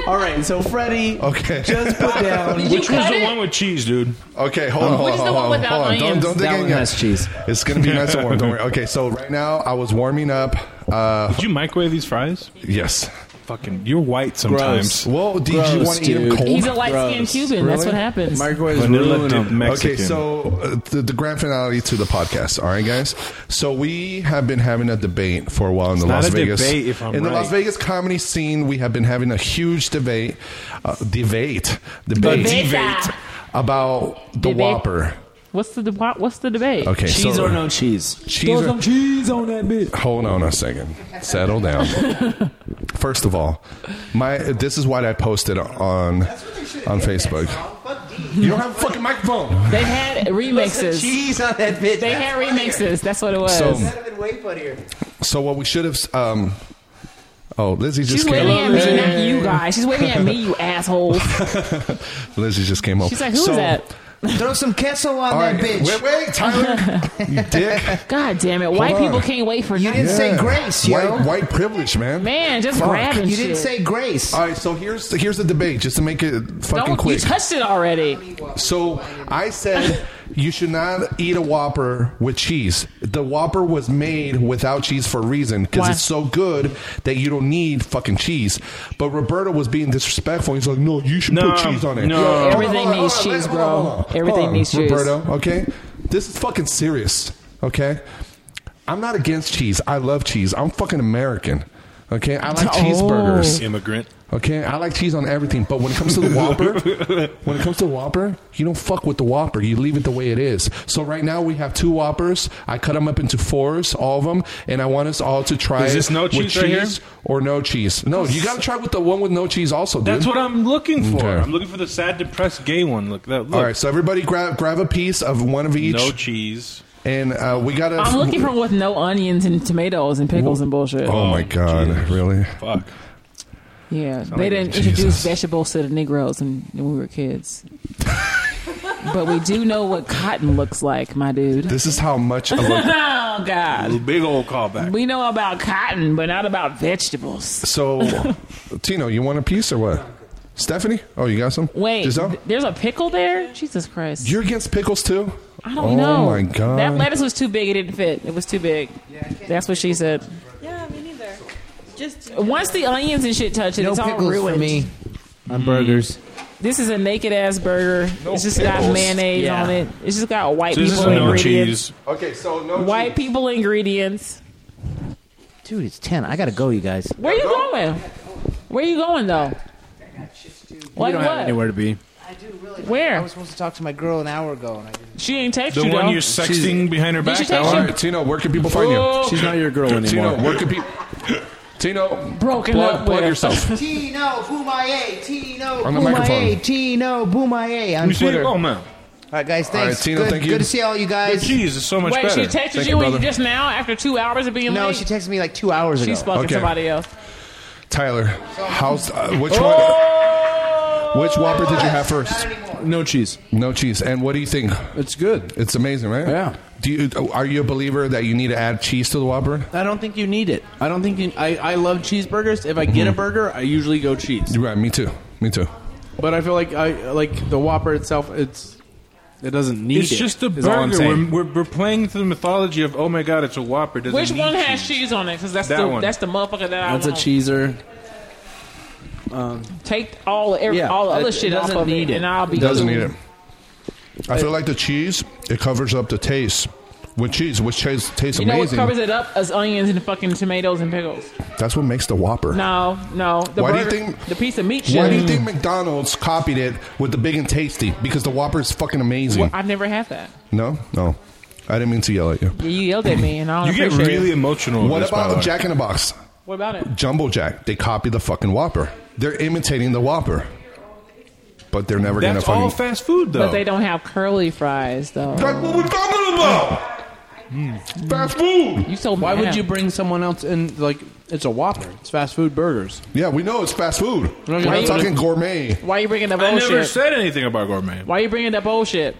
All right, so Freddie
Okay.
just put down.
You cut it?
with cheese, dude?
Okay, hold on, hold on,
Which is the
hold
one
on,
without
hold on. Don't,
onions?
don't
That
think
one has cheese.
It's gonna be nice and warm. Don't worry. Okay, so right now I was warming up. Uh,
Did you microwave these fries?
yes.
Fucking, you're white sometimes.
Well, did you
Gross,
want to eat them
dude.
cold?
He's a light skinned
Gross.
Cuban. That's what happens.
Microwave's
Vanilla
ruining
dip
them.
Mexican.
Okay, so uh, the, the grand finale to the podcast. All right, guys. So we have been having a debate for a while in the
not
Las
a
Vegas.
debate if I'm
in the
right.
Las Vegas comedy scene, we have been having a huge debate, uh, debate, debate,
Debate.
about the
Debate.
Whopper.
What's the deba- What's the debate?
Okay,
Cheese
so
or no cheese?
cheese or-
cheese on that bitch.
Hold on a second. Settle down. First of all, my this is what I posted on on Facebook. You don't have a fucking microphone.
They had remixes.
Cheese on that bitch.
They had remixes. That's what it was.
So,
have been way funnier.
so what we should have. Um, oh, Lizzie just
She's
came.
waving at
Lizzie.
me, not you guys. She's waving at me, you assholes.
Lizzie just came up.
She's like, "Who is
So-
that?
Throw some queso on
All
that
right,
bitch.
wait, wait, Tyler, you dick.
God damn it! White
on.
people can't wait for
You
nothing.
didn't say grace, yo.
White, white privilege, man.
Man, just
Fuck.
grabbing.
You didn't
shit.
say grace.
All right, so here's here's the debate, just to make it
Don't
fucking
you
quick.
touched it already?
So I said you should not eat a Whopper with cheese. The Whopper was made without cheese for a reason because
Why?
it's so good that you don't need fucking cheese. But Roberto was being disrespectful. He's like, no, you should
No,
put cheese on it.
no. Yo,
Hold on,
everything
hold on,
needs
hold on,
cheese,
hold on,
bro.
hold on, hold
Everything
on,
needs cheese.
Roberto, okay, this is fucking serious. Okay, I'm not against cheese. I love cheese. I'm fucking American. Okay, I
Oh.
like cheeseburgers.
Immigrant.
Okay, I like cheese on everything, but when it comes to the Whopper, when it comes to Whopper, you don't fuck with the Whopper. You leave it the way it is. So right now we have two Whoppers. I cut them up into fours, all of them, and I want us all to try
Is this
it
no
with
cheese right here?
or no cheese. No, you got to try with the one with no cheese also, dude.
That's what I'm looking for.
Okay.
I'm looking for the sad, depressed, gay one. Look, that, look.
all right, so everybody grab grab a piece of one of each.
no cheese.
And uh, we got a.
I'm looking for one with no onions and tomatoes and pickles and bullshit.
Oh my god! Really?
Fuck.
Yeah,
Sound
they
like
didn't
a-
introduce
Jesus.
vegetables to the Negroes when, when we were kids. but we do know what cotton looks like, my dude.
This is how much. Of a,
oh God,
big old callback.
we know about cotton, but not about vegetables.
so, Tino, you want a piece or what? Stephanie? Oh, you got some?
Wait,
Giselle?
th- there's a pickle there. Jesus Christ!
You're against pickles too?
I
oh
don't know.
Oh my god!
that lettuce was too big. It didn't fit. It was too big. That's what she said.
Yeah, me neither.
Oh,
Just
Once the onions and shit touch it,
No
it's all
pickles
ruined.
for me on burgers.
This is a naked ass burger. it's just got
pickles.
mayonnaise
Yeah.
on it. It's just got white
So this is
people
no
ingredients.
cheese.
Okay, so no
White people ingredients.
Dude, it's ten. I gotta go, you guys.
Where you going? Where you going though?
you
Like
don't
what?
have anywhere to be.
I do really.
Where?
I was supposed to talk to my girl an hour ago, and I didn't.
She ain't text
The
you
one
though.
you're sexting behind her
Did
back.
she
that
text
one?
you?
All right, Tino, where can people find
Oh.
you?
She's not your girl anymore.
Tino, where can people? Tino,
Broken
plug,
up
plug
with.
yourself.
Tino Bumaye, Tino
On the
Bumaye,
microphone.
Tino Bumaye on
You see
Twitter.
it? Oh
All
man.
right, guys,
right,
thanks.
Tino,
good,
thank you.
good to see all you
The
guys.
cheese is so much
Wait,
better.
she texted
Thank
you
you,
when you
brother.
just now after two hours of being
No,
late.
she texted me like two hours ago.
She's fucking
Okay.
somebody else.
Tyler, how's uh, which
Oh.
one? Which Whopper did you have first?
No cheese.
No cheese. And what do you think?
It's good.
It's amazing, right?
Yeah.
Do you are you a believer that you need to add cheese to the Whopper?
I don't think you need it. I don't think you. I, I love cheeseburgers. If I get
Mm-hmm.
a burger, I usually go cheese.
You're right. Me too. Me too.
But I feel like I like the Whopper itself. It's it doesn't need
It's
it,
just a
is all I'm
burger.
saying.
We're, we're, we're playing to the mythology of oh my god, it's a Whopper. Doesn't
Which
need
one has cheese, on it? Because that's
That
the
one.
that's the motherfucker that I
That's a
want.
cheeser.
Take all every,
Yeah,
all the
it-
other
it
shit off
doesn't
of
need
it,
it.
and I'll be
Doesn't
cool.
need it. I feel like the cheese it covers up the taste with cheese, which tastes tastes
You know what
amazing.
covers it up? Is onions and fucking tomatoes and pickles.
That's what makes the Whopper.
No, no. The
Why do you
burger,
think-
the piece of meat shit?
Why do you think McDonald's copied it with the big and tasty? Because the Whopper is fucking amazing.
I've never had that.
No, no, I didn't mean to yell at you.
Yeah, you yelled at me, and I
You
don't
get
appreciate
really
it.
emotional. with
What
this, by the
about
way.
Jack in the Box?
What about it?
Jumbo Jack. They copy the fucking Whopper. They're imitating the Whopper, but they're never
That's
gonna
all
fucking.
fast food, though.
But they don't have curly fries though.
That's what we're talking about.
Hmm.
Fast food.
You so
Why
mad.
would you bring someone else in? Like it's a Whopper. It's fast food burgers.
Yeah, we know it's fast food. We're
Why
not
you-
talking gourmet.
Why you bringing up
I
old
never
shit?
said anything about gourmet.
Why you bringing up old shit?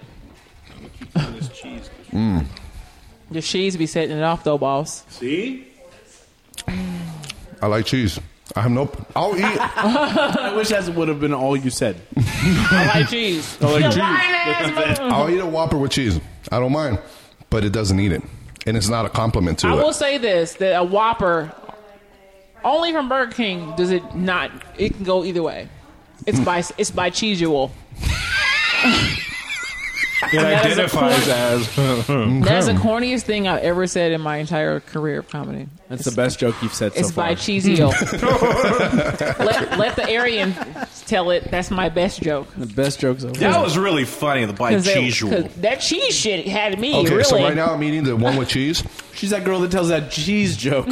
Mm.
The cheese be setting it off though, boss.
See?
I like cheese. I have no. I'll eat.
I wish that would have been all you said.
I like cheese. I
like cheese.
I'll eat a Whopper with cheese. I don't mind, but it doesn't eat it, and it's not a compliment to
I
it.
will say this: that a Whopper, only from Burger King, does it not? It can go either way. It's
Hmm.
by it's by cheesual.
It
That is a
identifies as.
That's the corniest thing I've ever said in my entire career of comedy.
That's the best joke you've said so
It's
far.
by cheesual.
Hmm.
let, let the Aryan tell it. That's my best joke.
the best jokes ever.
That was really funny. The bite
'Cause that-
cheese rule.
'cause that cheese shit had me
okay,
really.
so right now I'm eating the one with cheese.
She's that girl that tells that cheese joke.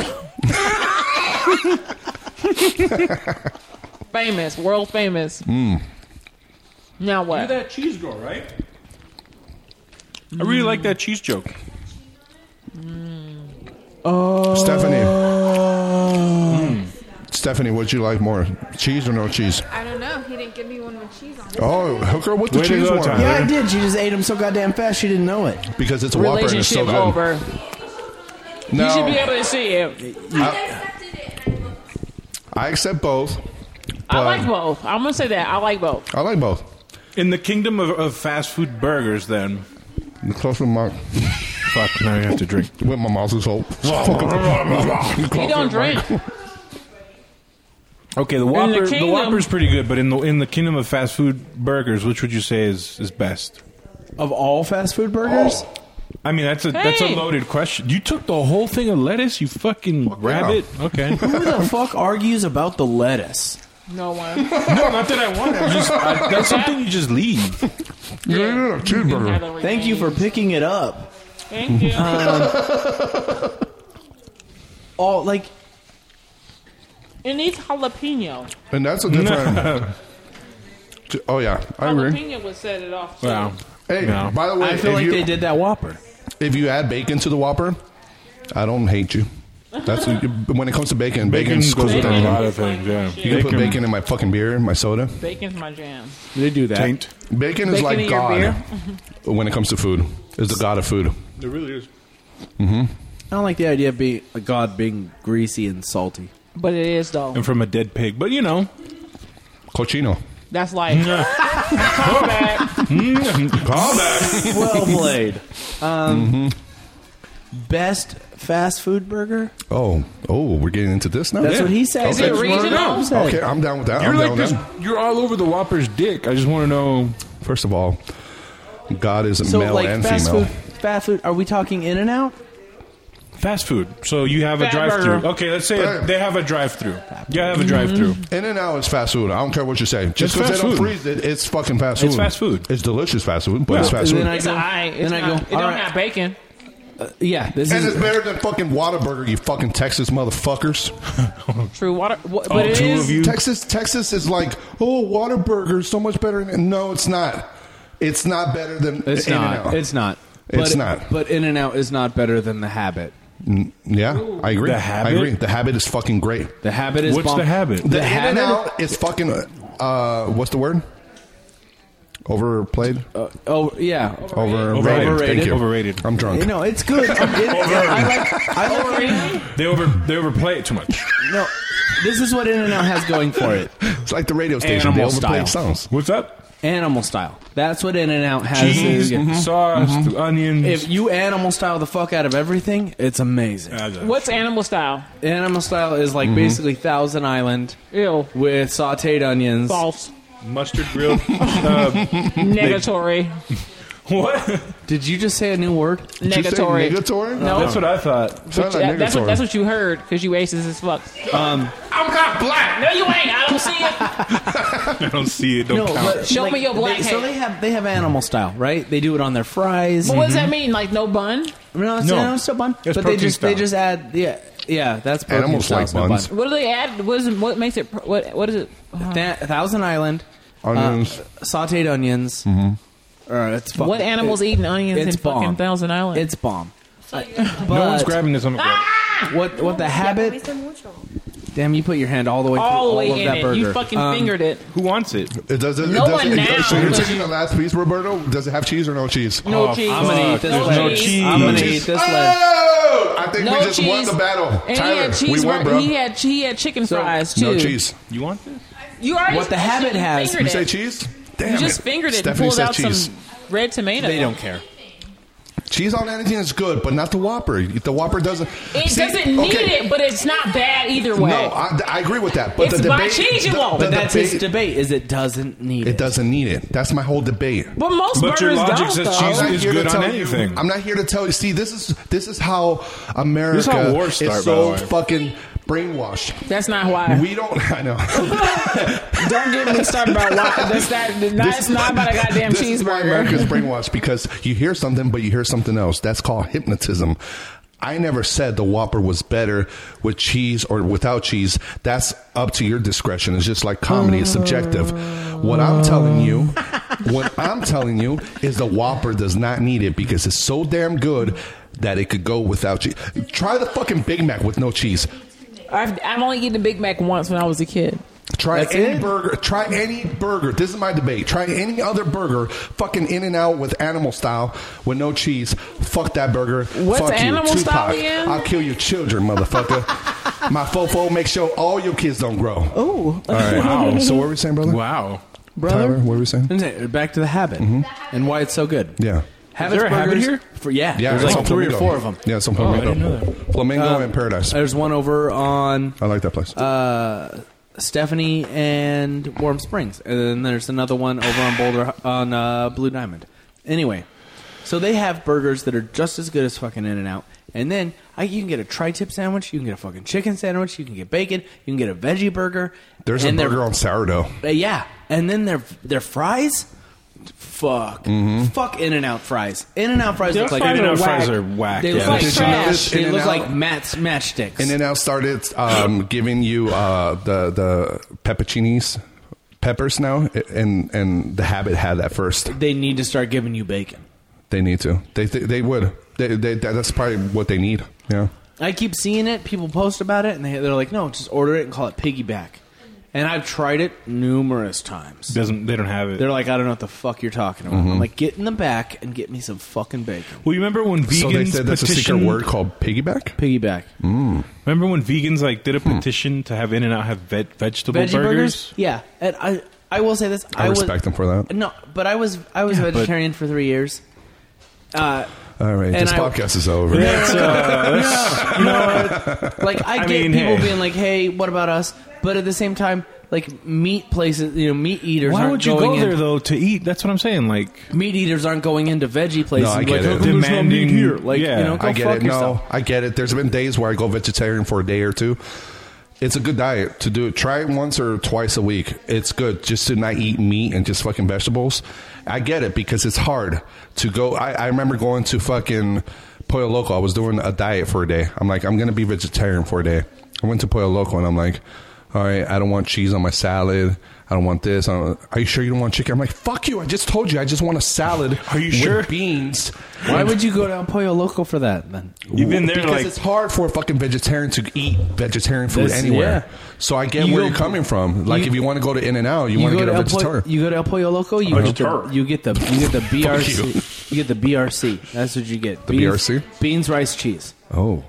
famous, world famous.
Hmm.
Now what?
that cheese girl, right? I really like that cheese joke.
Oh.
Stephanie. Stephanie, what'd you like more, cheese or no cheese?
I don't know. He didn't give me one with cheese on it.
Oh, hooker with the
Way to
cheese
go,
one
Tyler. Yeah, I
did. She just ate him so goddamn fast she didn't know it.
because it's a Whopper and it's so
Relationship
good.
over.
No,
You should be able to see it.
I accept both.
I
but
like both. I'm gonna say that. I like both.
I like both.
In the kingdom of, of fast food burgers, then.
The close with my
Fuck, now you have to drink.
with my mouth is whole.
You
you
don't drink.
Okay, the
the
Whopper, the
kingdom-
Whopper's pretty good, but in the in the kingdom of fast food burgers, which would you say is, is best?
Of all fast food burgers,
I mean, that's a that's a
Hey.
loaded question. You took the whole thing of lettuce, you fucking rabbit. Okay, no,
who the fuck argues about the lettuce?
No one.
not that I want. it. Just, I, that's something you just leave.
Yeah, cheeseburger.
Thank you for picking it up.
Thank you.
Uh, All Oh, like
it needs jalapeno.
And that's a different. oh yeah, I agree.
Jalapeno would set it off. Too.
Wow.
Hey,
No.
by the way,
I feel
if
like
you,
they did that Whopper.
If you add bacon to the Whopper, I don't hate you. That's when it comes to bacon.
Bacon
Bacon's
goes with
cool.
a lot of things, yeah.
you can put
Bacon-
bacon in my fucking beer, my soda.
Bacon's my jam.
They do that. Bacon is
Bacon
like
in your
God
beer?
when it comes to food. It's the God of food.
It really is.
hmm
I don't like the idea of being a god being greasy and salty.
But it is though.
And from a dead pig, but you know,
cochino.
That's like
Callback.
well played. Um,
Mm-hmm.
Best fast food burger.
Oh, oh, we're getting into this now.
That's what he said. Is it
Okay.
regional?
Okay, I'm down with that.
You're
I'm
like
down
this.
with that.
You're all over the Whopper's dick. I just want to know.
First of all, God is
So
male
like
and
fast
female.
food. Fast food. Are we talking In and Out?
Fast food. So you have a
Fat
drive-through.
burger. Mm-hmm.
Okay, let's say they have a drive-through. Yeah, have a drive-through.
In and out is fast food. I don't care what you say.
It's
Just because they
fast
don't
food.
freeze it, it's fucking fast food.
It's fast food.
It's delicious fast food, but
Yeah.
it's fast
And
food.
then I
it's
go.
I. It's
then I
not,
go.
It
all
don't
right.
have bacon.
Yeah, this
and
is.
it's better than fucking Whataburger, you fucking Texas motherfuckers.
True water. What,
Oh,
but it
two
is.
of you.
Texas, Texas is like, oh, Whataburger is so much better. than-" No, it's not. It's not better than
It's
In-N-Out.
not. It's not.
It's
But-
not.
But In and Out is not better than the Habit.
N- Yeah, I agree.
The
I
Habit?
agree. The habit is fucking great.
The Habit is.
What's
bomb-
the habit?
The,
The
in and
Habit.
out is fucking. Uh, what's the word? Overplayed.
Oh yeah.
Overrated.
Overrated.
Thank you.
Overrated.
I'm drunk.
You know it's good. It-
Oh,
I like. I
Oh,
like
They over they overplay it too much.
No, this is what In and Out has going for it.
It's like the radio station.
Animal
they overplayed
style.
songs.
What's up?
Animal style. That's what In and Out has.
Cheese,
is- Mm-hmm.
sauce, the onions.
If you animal style the fuck out of everything, it's amazing.
uh,
What's animal style?
Animal style is like basically Thousand Island
Ew.
with sauteed onions.
False.
mustard Um, grilled? uh,
Negatory.
what?
Did you just say a new word?
Did you say
Negatory.
Negatory?
No.
That's what I thought.
Sounds like
That- that's, what,
negatory.
that's what you heard because you racist as fuck.
Um,
I'm not black. No, you ain't. I don't see it.
I don't see it. Don't
no,
count.
but,
Show me your black
they, So
hat.
they have they have animal style, right? They do it on their fries.
But what does that mean? Like no bun?
No, it's,
No.
no, it's a bun.
It's
but they
protein
just
style.
they just add yeah yeah that's protein
Animals
style,
like
it's no
buns.
bun.
What do they add? What, is, what makes it? pro- What what is it?
Tha- Thousand Island
Onions.
uh, sauteed onions. Mm-hmm. it's fucking-
What animals
it-
eating onions
it's
in fucking
bomb.
Thousand Island?
It's bomb.
no one's
But- Ah!
grabbing this. I'm gonna grab it.
What what the habit? Damn, you put your hand all the way
all the
through all
way
of
in
that
it.
burger.
You fucking
Um,
fingered it.
Who wants it?
It does it,
No
it does,
one
it,
now.
So you're taking the last piece, Roberto. Does it have cheese or no cheese?
No cheese.
I'm gonna eat this
oh, no
leg.
cheese.
I'm gonna
cheese.
eat this leg.
Oh! I think
No
we just
cheese.
won the battle.
And
Tyler,
he had cheese.
we won, bro.
He had he had chicken fries too.
no cheese.
You want this?
You already
What the habit
you
has-
fingered
You
it.
say cheese? Damn
You just
it.
fingered it and
Stephanie
pulled
said
out
cheese.
some red tomato.
They don't care.
Cheese on anything is good, but not the Whopper. The Whopper doesn't.
It
See,
doesn't need
okay.
it, but it's not bad either way.
No, I, I agree with that. But
It's
the
by
debate,
cheese you
the-
want.
the
But that's
debate-
his debate. Is it doesn't need
It
it?
doesn't need it. That's my whole debate.
but most
But your
burgers
logic
don't.
says
though.
cheese is
here to
good on
tell you-
anything.
I'm not here to tell you. See, this is this is how America
This is how wars start,
is
by the
so
way.
fucking brainwashed.
That's not why.
We don't. I know.
don't get me started about why. That's that. That's not about a goddamn
this Is why
cheeseburger.
America's brainwashed because you hear something, but you hear something else. That's called hypnotism. I never said the Whopper was better with cheese or without cheese. That's up to your discretion. It's just like comedy; it's subjective. What I'm telling you, what I'm telling you is the Whopper does not need it because it's so damn good that it could go without cheese. Try the fucking Big Mac with no cheese.
I've, I've only eaten a Big Mac once when I was a kid.
Try
That's
any
it?
burger. Try any burger. This is my debate. Try any other burger. Fucking In and Out with animal style with no cheese. Fuck that burger.
What's
Fuck
animal
you, Tupac.
style again?
I'll kill your children, motherfucker. my fofo make sure all your kids don't grow.
Oh,
All right. Wow. So what were we saying, brother?
Wow.
Tyler,
brother.
what were we saying?
Back to the habit and why it's so good.
Yeah.
Habits
there a habit
burgers-
here?
For, yeah,
Yeah,
There's
it's on
like three or
Flamingo.
four of Oh, them.
Yeah, it's on
I didn't know
Flamingo.
that.
Flamingo
Um,
in Paradise.
There's one over on
I like that place.
uh, Stephanie and Warm Springs, and then there's another one over on Boulder on uh, Blue Diamond. Anyway, so they have burgers that are just as good as fucking In and Out, and then I, you can get a tri-tip sandwich, you can get a fucking chicken sandwich, you can get bacon, you can get a veggie burger.
There's a
and they're-
burger on sourdough.
uh, yeah, and then their their fries. Fuck,
Mm-hmm.
fuck In and Out fries. In and Out fries
Their
look like
fries
In-N-Out
whack.
fries are whack.
They look
yeah.
like
Did you
trash.
notice
they look
In-N-Out-
like mat, matchsticks.
And then I started um, giving you uh, the the pepperoncinis, peppers now, and and the habit had that first.
they need to start giving you bacon.
They need to. They they, they would. They, they, that- that's probably what they need. Yeah.
I keep seeing it. People post about it, and they, they're like, "No, just order it and call it piggyback." And I've tried it numerous times.
Doesn't they don't have it?
They're like, "I don't know what the fuck you're talking about."
Mm-hmm.
Mhm.
I'm like, "Get in the back and get me some fucking bacon."
Well, you remember when vegans
So they said that's a secret
petitioned-
word
called piggyback?
Piggyback.
Mm.
Remember when vegans like did a petition to have In and Out have veg- vegetable
Hmm. Veggie burgers?
burgers?
Yeah, and I I will say this.
I
was,
respect
them for that.
No, but I was I was
Yeah, but-
vegetarian for three years. Uh,
All right,
And
this
I-
podcast is over.
That's, uh, that's- you know what? like I,
I
get
mean,
people
hey.
being like, "Hey, what about us?" But at the same time, like meat places, you know, meat eaters.
Why
aren't
would you
going
go there
in-
though to eat? That's what I'm saying. Like
meat eaters aren't going into veggie places.
No, I
and be
get
like, "How
it.
come there's no meat here?" Like
yeah,
you know, go
I get
fuck
it.
yourself.
No, I get it. There's been days where I go vegetarian for a day or two. It's a good diet to do it. Try it once or twice a week. It's good just to not eat meat and just fucking vegetables. I get it because it's hard to go. I, I remember going to fucking Pollo Loco. I was doing a diet for a day. I'm like, I'm going to be vegetarian for a day. I went to Pollo Loco and I'm like, all right, I don't want cheese on my salad. I don't want this. I don't, are you sure you don't want chicken? I'm like, fuck you. I just told you. I just want a salad. Are you
sure?
Beans.
Why would you go down Pollo Loco for that then?
because it's hard for a fucking vegetarian to eat vegetarian food
This-
anywhere.
yeah.
So I get
You
where
go-
you're coming from. Like
you-
if you want to go to In and Out, you, want to
go
get a
El Pollo-
vegetarian.
you go to El Pollo Loco. You get, the,
Vegetarian.
you get the you get the BRC.
you.
you. get the BRC. That's what you get.
The BRC?
beans, rice, cheese,
oh,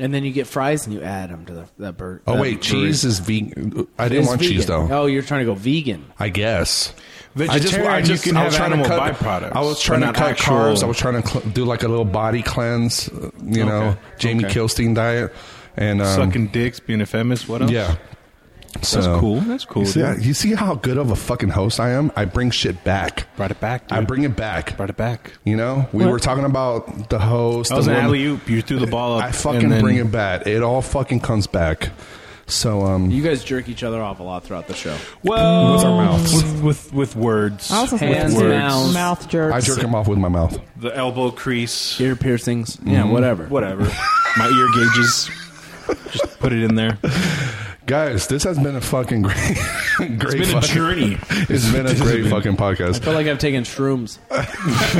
and then you get fries and you add them to the, that burger.
oh wait, cheese is vegan. I didn't
It's
want cheese
vegan.
though.
Oh, you're trying to go vegan.
I guess.
Vegetarian,
I
you
just, I just,
can
I was
have
trying to
animal
cut,
byproducts,
I was
but
trying to
not
cut
actual-
carbs. I was trying to cl- do like a little body cleanse. uh, You know,
Okay.
Jamie
Okay.
Kilstein diet and um,
Sucking dicks, being a feminist. What else?
Yeah.
That's cool. That's cool,
You see,
dude.
you see how good of a fucking host I am? I bring shit back.
Brought it back.
I bring it back. Brought
it back.
You know, we
What?
were talking about the host.
That was
the
an
one-
alley oop. You threw the ball up.
I fucking
and then-
bring it back. It all fucking comes back. So um,
You guys jerk each other off a lot throughout the show.
Well,
with our mouths,
with with, with words,
I also
with
think Hands,
words.
mouths. Mouth jerks.
I jerk them off with my mouth.
The elbow crease,
ear piercings. Yeah,
Mm-hmm.
whatever.
whatever. My ear gauges. Just put it in there.
Guys, this has been a fucking great, great
been a
fucking-
journey.
It's been a
This has
great
been-
fucking
I
podcast.
feel like I've taken shrooms.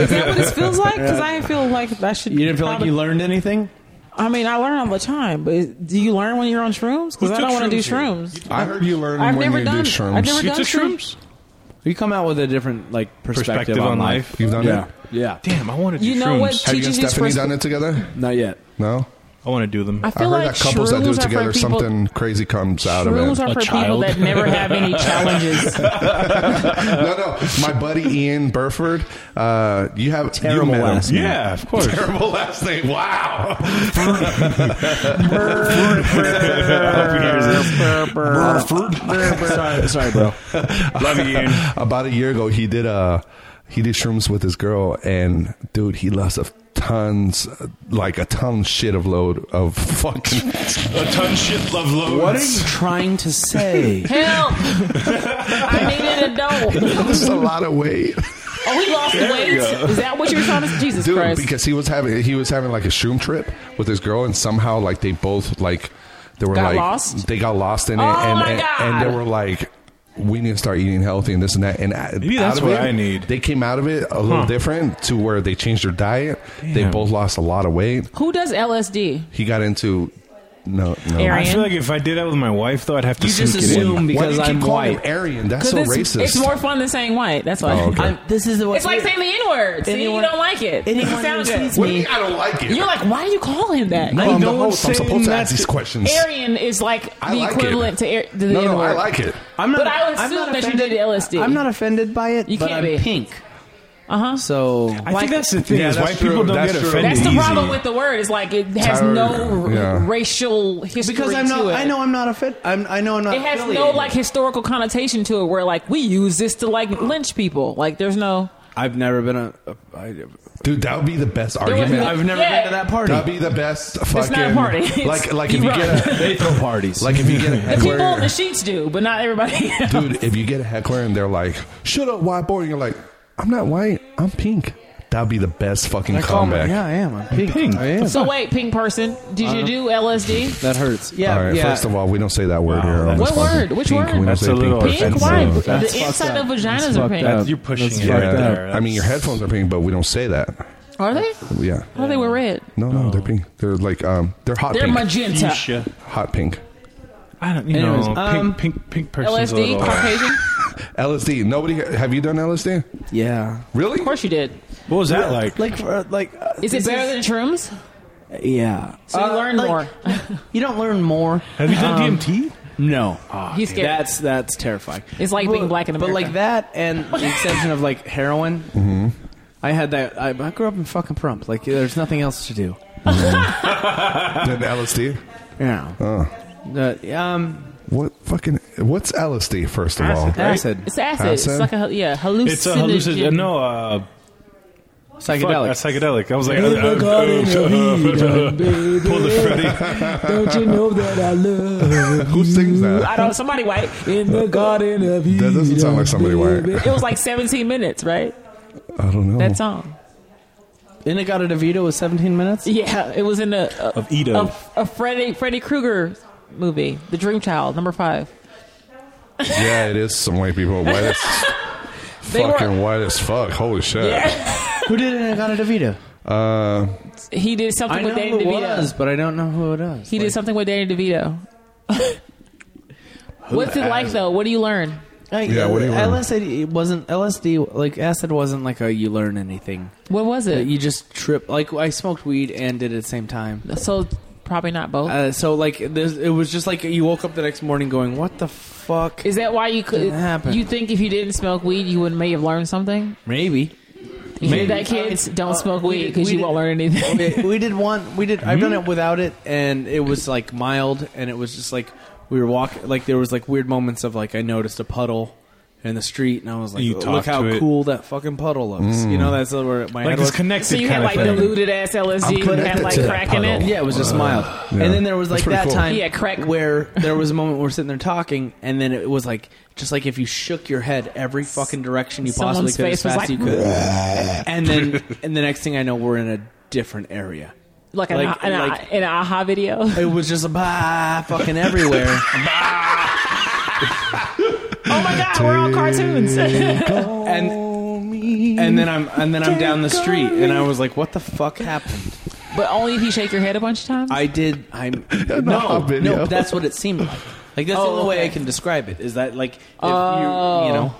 Is that what this feels like? Because I feel like that should.
You didn't feel like you learned anything?
I mean, I learn all the time, but is- do you learn when you're on shrooms? Because
Who
I
took
don't want to do
shrooms
shrooms.
here?
I heard you learn
I've
when
never
you
done.
do shrooms.
I've never
You
done
took
shrooms.
You come out with a different like perspective,
Perspective on life.
You've done
yeah.
it?
Yeah.
Damn, I want to do
You know
shrooms.
what
Have you and
teaches you
Stephanie
pers-
done it together?
Not yet.
No.
I want to do them.
I feel
heard
like
that couples that do
shrooms
it
are for
together,
people-
something crazy comes out of it.
Shrooms are for people that never have any challenges.
no, no. My buddy Ian Burford, uh, you have terrible you met him.
last name. Yeah, of course.
Terrible last name. Wow.
sorry, sorry, bro.
Love you, Ian.
About a year ago, he did uh, he did shrooms with his girl, and dude, he lost a tons, like a ton shit of load of fucking.
A ton shit love loads.
What are you trying to say?
Help! I needed a
he
dough.
lost a lot of weight.
Oh, he lost
There
weight.
you go.
Is that what you're trying to? Jesus
Dude,
Christ!
because he was having he was having like a shroom trip with his girl, and somehow like they both like they were
Got
like
lost?
they got lost in it,
Oh
and,
my
and
God.
and they were like. We need to start eating healthy and this and that. And
Maybe
out
that's
of
what
it,
I need.
They came out of it a little
Huh.
different to where they changed their diet. They
Damn.
both lost a lot of weight.
Who does LSD?
He got into no, no.
I feel like if I did that with my wife, though, I'd have to
You just
sneak it in.
assume because
Why do you keep
I'm
calling him
white.
Aryan? That's
'Cause
so
it's,
racist.
It's more fun than saying white. That's why.
Oh, okay.
I'm-
This is the
it's like saying the N word. See, you
Anyone-
don't like it. It
anyone who
sounds good.
sees What do you me-
I don't like it.
You're like, why do you call him that?
No,
Like,
I'm the
no
host. I'm
one's
supposed to
saying
ask
that
these questions.
Aryan is like
I
the
like it.
equivalent to, Ar- to the
no,
N
no, I
word.
like it.
I'm not,
But I would
I'm not
assume that you
offended-
did LSD.
I'm not offended by it.
You
but
can't
I'm
be.
pink.
Uh huh.
So
I think that's the thing
Yeah,
is
that's
white people
true.
don't
That's
get
true.
offended
That's the
easy.
problem with the word. Is like it has
Tired,
no r-
yeah.
racial history
because I'm not.
to it.
I know I'm not offended. I'm, I know I'm not.
It has no
affiliated.
like historical connotation to it, where like we use this to like lynch people. Like there's no.
I've never been a. a I,
Dude, that would be the best argument.
no-
I've never
Yeah.
been to that party.
That'd be the best fucking.
not a party. It's-
Like like if
you're
you get a
they throw parties.
like if you get a
The people on the
heckler,
sheets do, but not everybody. Else.
dude. If you get a heckler and they're like, "Shut up, white boy," and you're like, "I'm not white. I'm pink." That'd be the best fucking
I call 'em,
comeback.
oh, Yeah, I am. I'm pink. I am.
So wait, pink person, did you
Uh,
do LSD?
that hurts. Yeah.
all right.
yeah.
First of all, we don't say that word here. On
What
this podcast.
word? Which
Pink,
word?
We don't
That's
say
a
pink.
little
Pink?
offensive.
Why?
That's
The
fucked
inside
up.
of vaginas
That's
are
fucked
pink.
up.
You're pushing
That's
it right
fucked up.
there.
I mean, your headphones are pink, but we don't say that.
Are they?
Yeah.
I thought they were red.
No, no, they're pink. They're like um, they're hot.
They're
pink.
magenta. Fuchsia.
Hot pink.
I don't. You
Anyways,
know,
um,
pink, pink, pink person's a
LSD,
little-
Caucasian.
LSD. Nobody. Have you done LSD?
Yeah.
Really?
Of course you did.
What was that
Yeah,
like?
Like, for, like, uh,
Is it
this Uh,
better than shrooms?
Yeah.
So you learn more.
You don't learn more.
Have you done DMT?
No.
Ah,
He's scared.
That's that's terrifying.
It's like being black in
But
America.
like that, and the exception of like heroin,
Mm-hmm.
I had that. I, I grew up in fucking Prump. Like, there's nothing else to do.
Did LSD?
Yeah.
Oh.
The- um,
What fucking? What's LSD? First of all,
Acid, right?
Acid.
It's acid. It's like a yeah hallucinogen.
It's a hallucinogen. No, uh, fuck,
psychedelic.
a psychedelic. I was like,
If
uh,
I
uh,
got in
uh,
a heat,
uh,
baby.
pull the Freddy.
Don't you know that I love
Who sings
I
that?
don't. Somebody white.
in the garden of Eden?
That doesn't sound like somebody white.
It was like 17 minutes, right?
I don't know.
Oh.
That song.
In the garden of Eden was 17 minutes.
Yeah, it was in a, a
Of Edo.
a, a Freddy Freddy Krueger movie, The Dream Child, number five.
yeah, it is some white people. White as
They were-
fucking white as fuck. Holy shit.
Who did it in Agata DeVito?
Uh,
He did something
I know
with
who
Danny
it
DeVito.
was, but I don't know who it was.
He did something with Danny DeVito. What's it like
has-
though? What do you learn?
Like,
Yeah, what do you learn?
LSD wasn't LSD like acid wasn't like a you learn anything.
What was
Uh,
it?
You just trip. Like I smoked weed and did it at the same time.
so probably not both.
Uh, so like there's, it was just like you woke up the next morning going, "What the fuck?"
Is that why you could?
Didn't happen.
You think if you didn't smoke weed, you would may have learned something?
Maybe
You
Maybe.
hear that, kids?
Uh,
don't
uh,
smoke
we
weed
did-
because
we
you
did-
won't learn anything.
we, we did one. We did. I've done
Hmm?
it without it, and it was like mild, and it was just like we were walking. Like there was like weird moments of like I noticed a puddle in the street, and I was like, "Oh,
You
"Look
talked
how
to it. Hmm.
cool that fucking puddle looks." You know, that's where my
Like
head
this
was.
connected
so you
kind
had like
of thing.
diluted ass LSD and had
connected
like
to that
crack in it.
puddle.
Yeah, it was just mild.
Uh, yeah.
And then there was
That's
like
pretty
that
cool.
time
Yeah, crack.
where there was a moment we're sitting there talking, and then it was like just like if you shook your head every fucking direction you possibly
Someone's
could
face
as
was
fast as
like,
you could, and then and the next thing I know, we're in a different area.
Like, an,
Like-
an,
like-
an aha video.
It was just a bah fucking everywhere.
Oh my god, we're all cartoons.
and and then I'm and then I'm down the street, and I was like, "What the fuck happened?"
but only if you shake your head a bunch of times.
I did. I'm
a
no,
video.
no. That's what it seemed like. Like that's the
Oh,
only way I
okay.
can describe it. Is that like if
Oh.
you you know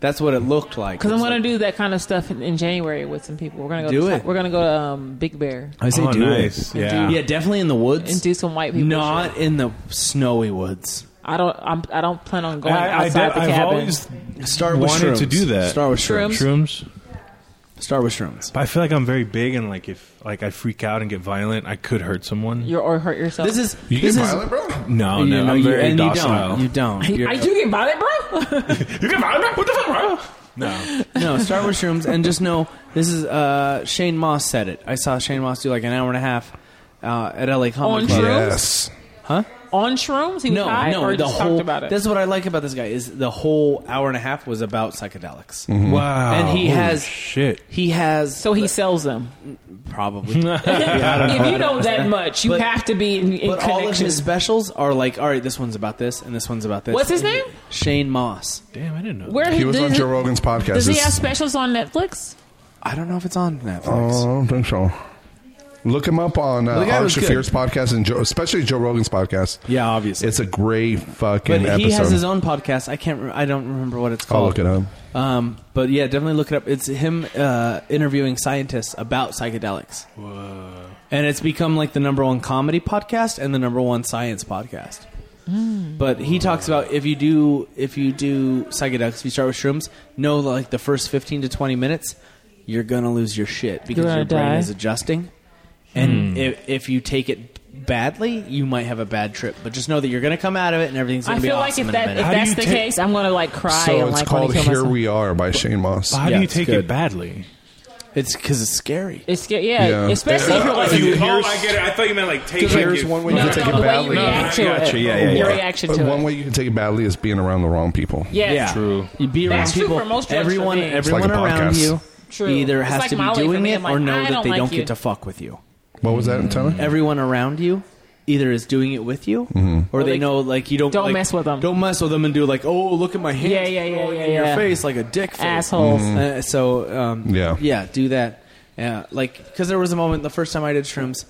that's what it looked like.
Because I'm
It's
gonna
like,
do that kind of stuff in, in January with some people. We're gonna go.
Do
to,
it.
We're gonna go to um, Big Bear
I say
Oh,
do
nice.
it.
Yeah.
yeah, definitely in the woods
and do some white people. shit.
Not in the snowy woods.
I don't. I'm, I don't plan on going
I, I,
outside the
have
cabin.
always
Start with
wanted to
shrooms.
do that.
Start with
Shrooms.
shrooms.
Shrooms.
Start with shrooms.
But I feel like I'm very big, and like if like I freak out and get violent, I could hurt someone.
You're, or hurt yourself.
This is
you get
this is
violent, bro?
no, no,
you know,
I'm
you-
very
and you
docile.
don't. You don't. You're-
I do get bothered, bro.
You get violent? What the fuck, bro? No,
No, Star Wars shrooms, and just know this is uh, Shane Moss said it. I saw Shane Moss do like an hour and a half uh, at LA Comic
On
Con.
Yes.
shrooms? On shrooms, he was
No,
high,
no,
or
the
just
whole.
talked about it.
That's what I like about this guy is the whole hour and a half was about psychedelics.
wow.
And he
Holy
has-
shit.
He has
so he sells them.
probably,
if you know that much, you
But-
have to be in, in
but all of
connection.
his specials are like, all right, this one's about this, and this one's about this.
What's his
And
name?
Shane Moss.
Damn, I didn't know.
Where
He was
does,
on Joe Rogan's podcast.
does he
It's-
have specials on Netflix?
I don't know if it's on
Oh,
Netflix.
I don't think so. Look him up on uh,
The guy
Al
was good.
Shafir's podcast and Joe, especially Joe Rogan's podcast.
yeah, obviously.
It's a great fucking
but he
episode.
has his own podcast. I can't. Re- I don't remember what it's
I'll look
called.
it up.
Um, but yeah, definitely look it up. It's him uh, interviewing scientists about psychedelics. Whoa. And it's become like the number one comedy podcast and the number one science podcast.
Mm.
But he talks about if you do if you do psychedelics, if you start with shrooms, know like the first fifteen to twenty minutes, you're gonna lose your shit because
gonna
your brain
die.
is adjusting. And if, if you take it badly, you might have a bad trip. But just know that you're gonna come out of it and everything's gonna
I
be
feel like
awesome in
if
a
that
minute.
if
How do
that's
you
the
take-
case, I'm gonna like cry
So
and
it's
like
called
want to kill
Here
myself.
We Are by Shane Moss.
How
Yeah,
do you
it's
take
good.
it badly?
it's because it's scary.
It's scary, yeah,
Yeah.
especially if you're like
oh, I get it. I thought you meant like take
Here's one way
no,
you
no,
can take
the
it
way you
badly.
react to
Gotcha,
it,
yeah, yeah,
your
yeah.
reaction
But
to
one
it.
way you can take it badly is being around the wrong people.
yes.
Yeah.
True.
You be around
That's true
people.
for most drugs
everyone,
for me. It's
everyone
like a
around
podcast.
you
True.
either
It's
has
like
to be
Molly for
doing
me.
it
I'm like,
or
I
know that
don't
they
like
don't
you.
get to fuck with you.
What was that, Tyler?
Everyone around you either is doing it with you
Mm-hmm.
or they
they-
know like you don't
Don't
like,
mess with 'em.
Don't mess with them and do like, oh, look at my hands.
Yeah, yeah, yeah,
Oh,
yeah,
in Your
yeah.
Mm-hmm.
face like a dick face.
Assholes.
Uh, so um,
Yeah.
yeah, do that. Yeah, like because there was a moment the first time I did shrooms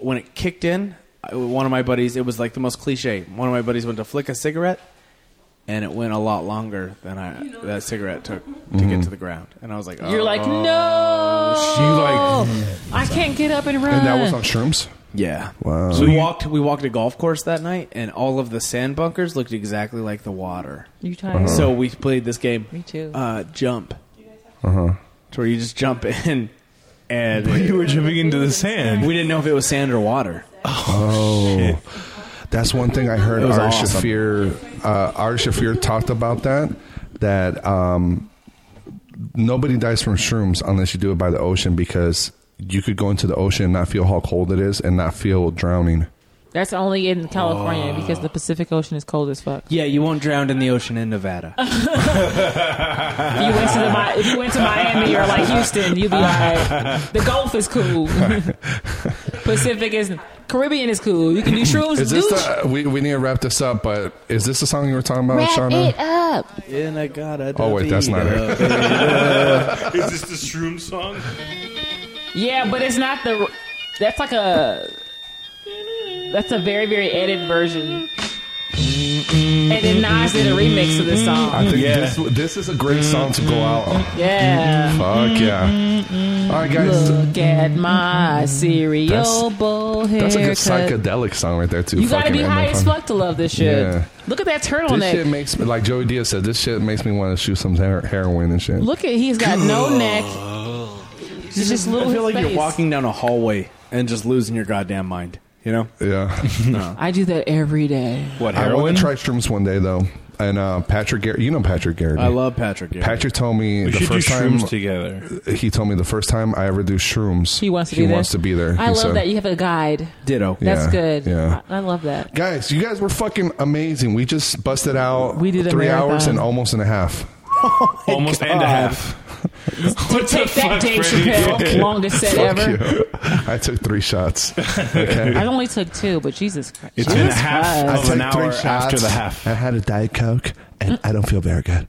when it kicked in. I, one of my buddies, it was like the most cliche. One of my buddies went to flick a cigarette, and it went a lot longer than I that cigarette took to get to the ground. And I was like,
You're like,
"Oh."
no.
She like-
I can't get up and run.
shrooms.
Yeah.
Wow.
So we walked we walked a golf course that night, and all of the sand bunkers looked exactly like the water.
You tired? Uh-huh.
So we played this game.
Me too.
Uh, jump.
Uh huh.
It's where you just jump in, and
you were jumping into the sand.
We didn't know if it was sand or water.
Oh, that's one thing I heard.
It was
Ari
awesome.
Shafir, uh, Ari Shafir talked about that. That um, nobody dies from shrooms unless you do it by the ocean because you could go into the ocean and not feel how cold it is and not feel drowning.
That's only in California
Oh.
because the Pacific Ocean is cold as fuck.
Yeah, you won't drown in the ocean in Nevada.
If you went to the Mi- if you went to Miami or like Houston, you'd be like, the Gulf is cool. Pacific is Caribbean is cool. You can do shrooms.
Is this
dude.
the, we, we need to wrap this up, but is this the song you were talking about, Shauna?
up.
and I got a.
Oh, wait, that's not it.
Is this the shroom song?
Yeah, but it's not the. That's like a. That's a very very edited version. And then Nas did a remix of this song.
I think this, this is a great song to go out on.
Yeah.
Fuck yeah. All right, guys.
Look at my cereal bowl haircut.
That's a good psychedelic song right there, too.
You gotta
Fucking
be high
Emma
as
Fun-
fuck to love this shit.
Yeah.
Look at that turtleneck.
This shit makes me, like Joey Diaz said, this shit makes me want to shoot some her- heroin and shit.
Look at he's got no neck. It's just little.
I feel like
his
you're
face.
walking down a hallway and just losing your goddamn mind. You know?
Yeah.
No.
I do that every day.
What
I
heroin?
want to try shrooms one day, though. And uh, Patrick Garrett, you know Patrick Garrett.
I love Patrick. Garrett.
Patrick told me
We
the
should do
first time
shrooms together.
he told me the first time I ever do shrooms,
He wants to
he
be there.
wants to be there.
I
He
love
said-
that you have a guide.
Ditto.
That's
Yeah,
good.
yeah.
I, I love that.
Guys, you guys were fucking amazing. We just busted out
We did a
three
marathon.
hours and almost and a half.
Almost and a half.
Take, take that, Dave Chappelle. Longest set
Fuck
ever.
you. I took three shots. Okay.
I only took two, but Jesus Christ.
It's
Jesus
been a half
Christ.
of an hour after the half.
I had a Diet Coke and I don't feel very good.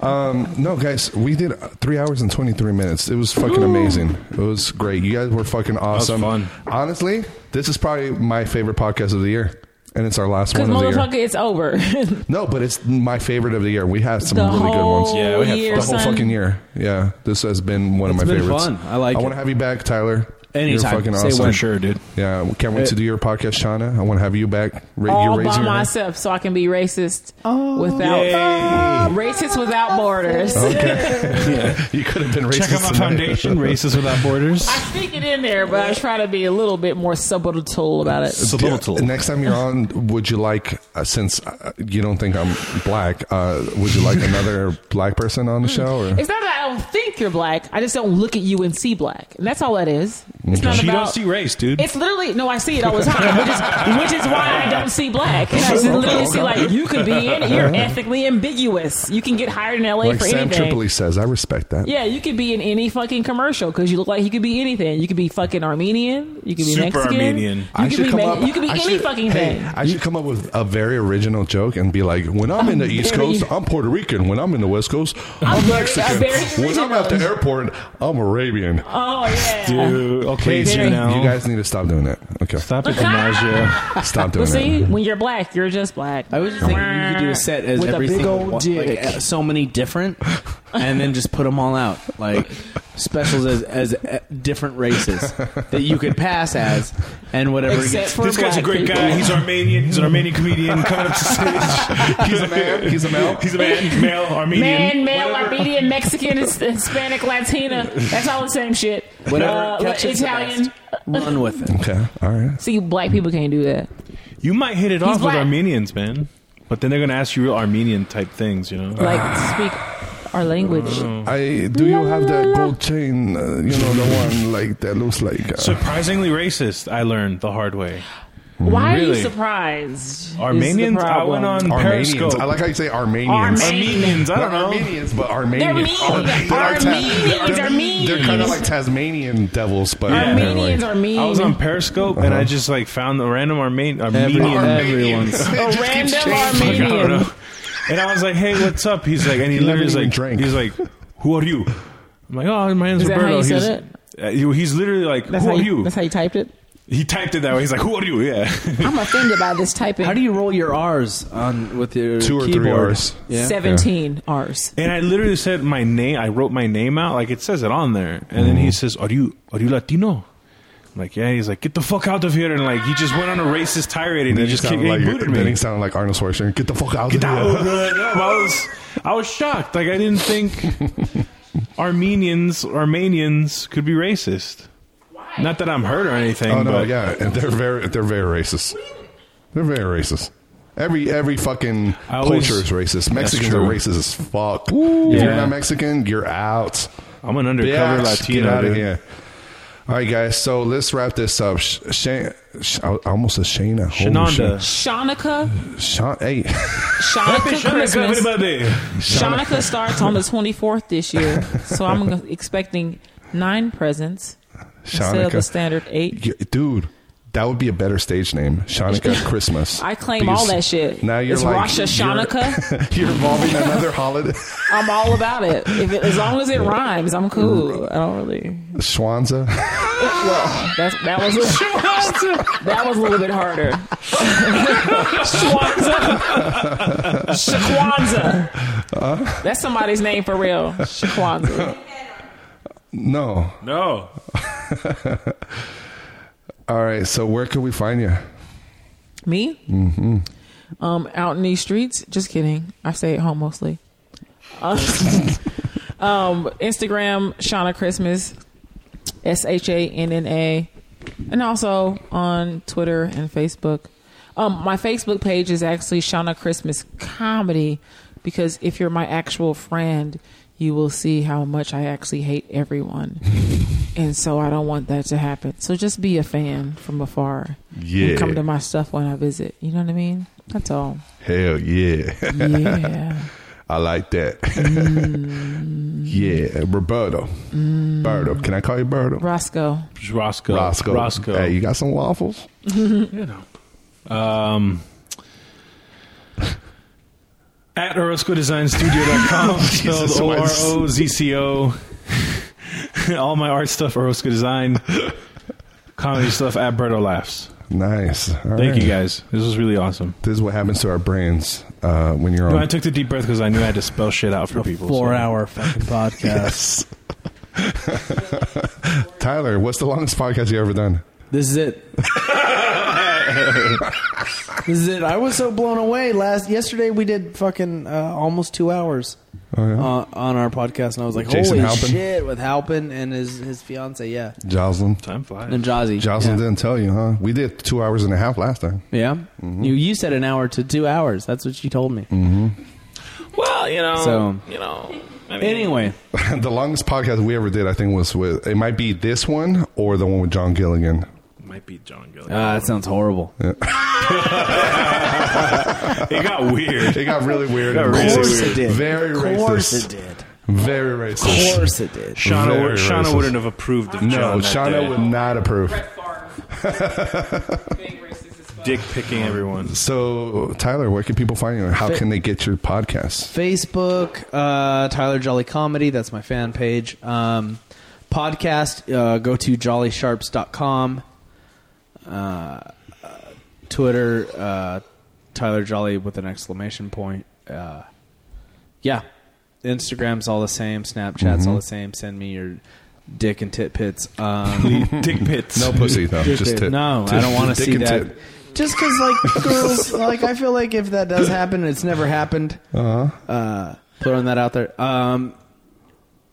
um, no, guys, we did three hours and 23 minutes. It was fucking amazing. It was great. You guys were fucking
was
awesome.
fun.
Honestly, this is probably my favorite podcast of the year. And it's our last
Because
one of the year.
motherfucker, it's over.
No, but it's my favorite of the year. We had some
The
really good ones.
whole Yeah, we had year,
the whole
son.
fucking year. Yeah, this has been one
It's
of my
been
favorites.
fun. I like
I
it.
want to have you back, Tyler.
Anytime.
You're fucking
Say
awesome.
when.
Sure, dude.
Yeah, we can't wait to do your podcast, Shauna. I want to have you back. Ra-
All
you're
by
raising your hand.
myself, so I can be racist without racist without borders.
Oh. You could have been racist.
Check out my
tonight.
foundation, Racist Without Borders.
I sneak it in there, but I try to be a little bit more subtle about it.
Subliminal.
Yeah, Next time you're on, would you like, uh, since uh, you don't think I'm black, uh, would you like another black person on the show? Or?
Hmm. It's not that I don't think you're black. I just don't look at you and see black. And that's all that is. It's not
She
about.
don't see race, dude.
it's literally no. I see it all the time, which is which is why I don't see black. I just literally see like you could be in. You're ethnically ambiguous. You can get hired in L.A.
like
for
Sam
anything.
Tripoli says, I respect that.
Yeah, you could be in any fucking commercial because you look like you could be anything. You could be fucking Armenian. You could be
Super
Mexican.
Armenian.
You
I
could
should
be
come
Ma-
up.
you could be
I
any
should-
fucking
hey,
thing.
I should come up with a very original joke and be like, "When I'm in the East
very-
Coast, I'm Puerto Rican. When I'm in the West Coast, I'm,
very-
Mexican.
I'm very
when I'm at the
original."
airport, I'm Arabian."
Oh yeah.
Dude, okay,
Please,
you
you
know.
guys need to stop doing that. Okay, stop,
Stop it, Demasia.
But
doing
see,
that.
when you're black, you're just black.
I was just thinking you could do a set as
With a
everything,
big old
like,
dick.
uh, so many different, and then just put them all out like specials as as uh, different races that you could pass as, and whatever.
Except
gets,
for
This guy's a
black
great
people.
guy. He's Armenian. He's an Armenian comedian coming up to stage. He's a man.
He's a male.
He's a man. Male Armenian.
Man, male, Armenian, Mexican, His- Hispanic, Latina. That's all the same shit.
Whatever
Uh,
catches the
Italian.
run with it.
Okay, all right.
See, black people can't do that.
You might hit it off
black.
with Armenians, man. But then they're gonna ask you real Armenian type things, you know.
Like, speak our language.
Oh.
I do you have that gold chain? Uh, you know the one like that looks like. Uh,
Surprisingly racist, I learned the hard way.
Why are you
Really?
surprised? is
Armenians.
the
I
problem.
went on
Armenians.
Periscope.
I like how you say Armenians.
Arme-
Armenians. I
Not
don't know.
Armenians, but
They're
Armenians.
mean. Armenians are mean.
They're kind of like Tasmanian devils, but
Yeah.
Armenians
They're
are mean.
I was on Periscope and I just like found a random Armen- Armenian. Armenian.
like, Armenians. It
A
just keeps
random
changing.
I
Armenian.
don't know. And I was like, "Hey, what's up?" He's like, and he
You haven't
literally is
even
like,
drank.
he's like, "Who are you?" I'm like, oh, my name's
Is that how
Roberto.
you said
he's, Uh, he- he's literally like,
That's
who
how
are
you,
you?
That's how you typed it.
He typed it that way. He's like, who are you? Yeah.
I'm offended by this typing.
How do you roll your R's on with your
Two or three
keyboard?
Rs. Yeah.
Seventeen R's.
And I literally said my name. I wrote my name out, like it says it on there. And then
Mm-hmm.
he says, "Are you are you Latino?" I'm like, "Yeah." He's like, "Get the fuck out of here!" And like, he just went on a racist tirade and
Then
he
he
just kicked
sounded
he
like
booted
then
me.
he sounded like Arnold Schwarzenegger. Get the fuck out
Get
of
out!
here.
I was I was shocked. Like I didn't think Armenians Armenians could be racist. Not that I'm hurt or anything.
Oh no,
but
yeah, and they're very they're very racist. They're very racist. Every every fucking
I always-
culture is racist.
That's
Mexicans are
true.
racist as fuck. If
Yeah.
you're not Mexican, you're out.
I'm an undercover
Bitch,
Latino,
Get out of
dude.
here. All right, guys. So let's wrap this up. Sh- Shan- Sh- I almost said Shana. Holy
Shanonda.
Oh, shit.
Shanika.
Shan- hey.
Happy
Shanika
Shanika,
Christmas.
everybody.
Shanika starts on the 24th this year, so I'm g- expecting nine presents instead of
Shanika.
the standard eight.
Y- Dude, that would be a better stage name. Shanika Christmas.
I claim
Because
all that shit.
Now you're
It's
like
Rosh Hashanah.
You're, you're involving another holiday.
I'm all about it. If it. As long as it rhymes, I'm cool. I don't really.
Schwanza.
Well, that's, that was a, that was a little bit harder. Shwanza, Shakwanza. That's somebody's name for real. Shakwanza.
No.
No.
All right. So where can we find you?
Me?
hmm
um, out in these streets. Just kidding. I stay at home mostly. Uh, um, Instagram, Shauna Christmas, S H A N N A, and also on Twitter and Facebook. Um, my Facebook page is actually Shauna Christmas Comedy because if you're my actual friend, you will see how much I actually hate everyone. and so I don't want that to happen. So just be a fan from afar. and
Yeah.
come to my stuff when I visit. You know what I mean? That's all.
Hell yeah.
Yeah.
I like that. yeah. Roberto. Roberto. Can I call you Roberto?
Roscoe.
Roscoe.
Mm. Roscoe.
Roscoe.
Hey, you got some waffles?
Um, at orozcodesignstudio.com, spelled
Jesus,
O
why
R
is-
O Z C O. All my art stuff, Orozco Design. Comedy stuff at Berto Laughs.
Nice. All
Thank
right.
you guys. This was really awesome.
This is what happens to our brains uh, when you're
No, I
on.
took the deep breath because I knew I had to spell shit out for people.
Four
so.
hour fucking podcast.
Yes. Tyler, what's the longest podcast you ever done?
This is it. this is it. I was so blown away last yesterday. We did fucking uh, almost two hours
Oh, yeah?
uh, on our podcast, and I was like,
Jason
"Holy
Halpin?
shit!" With Halpin and his his fiance, yeah,
Jocelyn.
Time flies.
and Jazzy.
Jocelyn
yeah.
didn't tell you, huh? We did two hours and a half last time.
Yeah? you you said an hour to two hours. That's what you told me.
Well, you know,
So-
Um, you know. I mean,
Anyway,
the longest podcast we ever did, I think, was with it might be this one or the one with John Gilligan.
might be John Gilligan.
Ah, that sounds horrible.
it got weird.
It got really weird.
Got
and
really
Of
racist.
course
weird.
it did.
Very
of course
racist.
it did.
Very
Of
racist.
course it did.
Shauna, would,
Very
Shauna
racist.
wouldn't have approved of John
No,
that day.
Shauna would not approve.
Dick picking everyone.
So, Tyler, where can people find you? and How
Fa-
can they get your podcast?
Facebook, uh, Tyler Jolly Comedy. That's my fan page. Um, podcast, uh, go to jollysharps.com. Uh, uh, Twitter, uh, Tyler Jolly with an exclamation point. Uh, yeah. Instagram's all the same. Snapchat's
Mm-hmm.
all the same. Send me your dick and tit pits. Um,
Dick pits.
No pussy, though.
Dick
Just
pic.
tit.
No,
Tit.
I don't want
Dick
to see
and
that.
tit.
Just because, like, girls, like, I feel like if that does happen, it's never happened. Uh-huh. Throwing that out there. Um,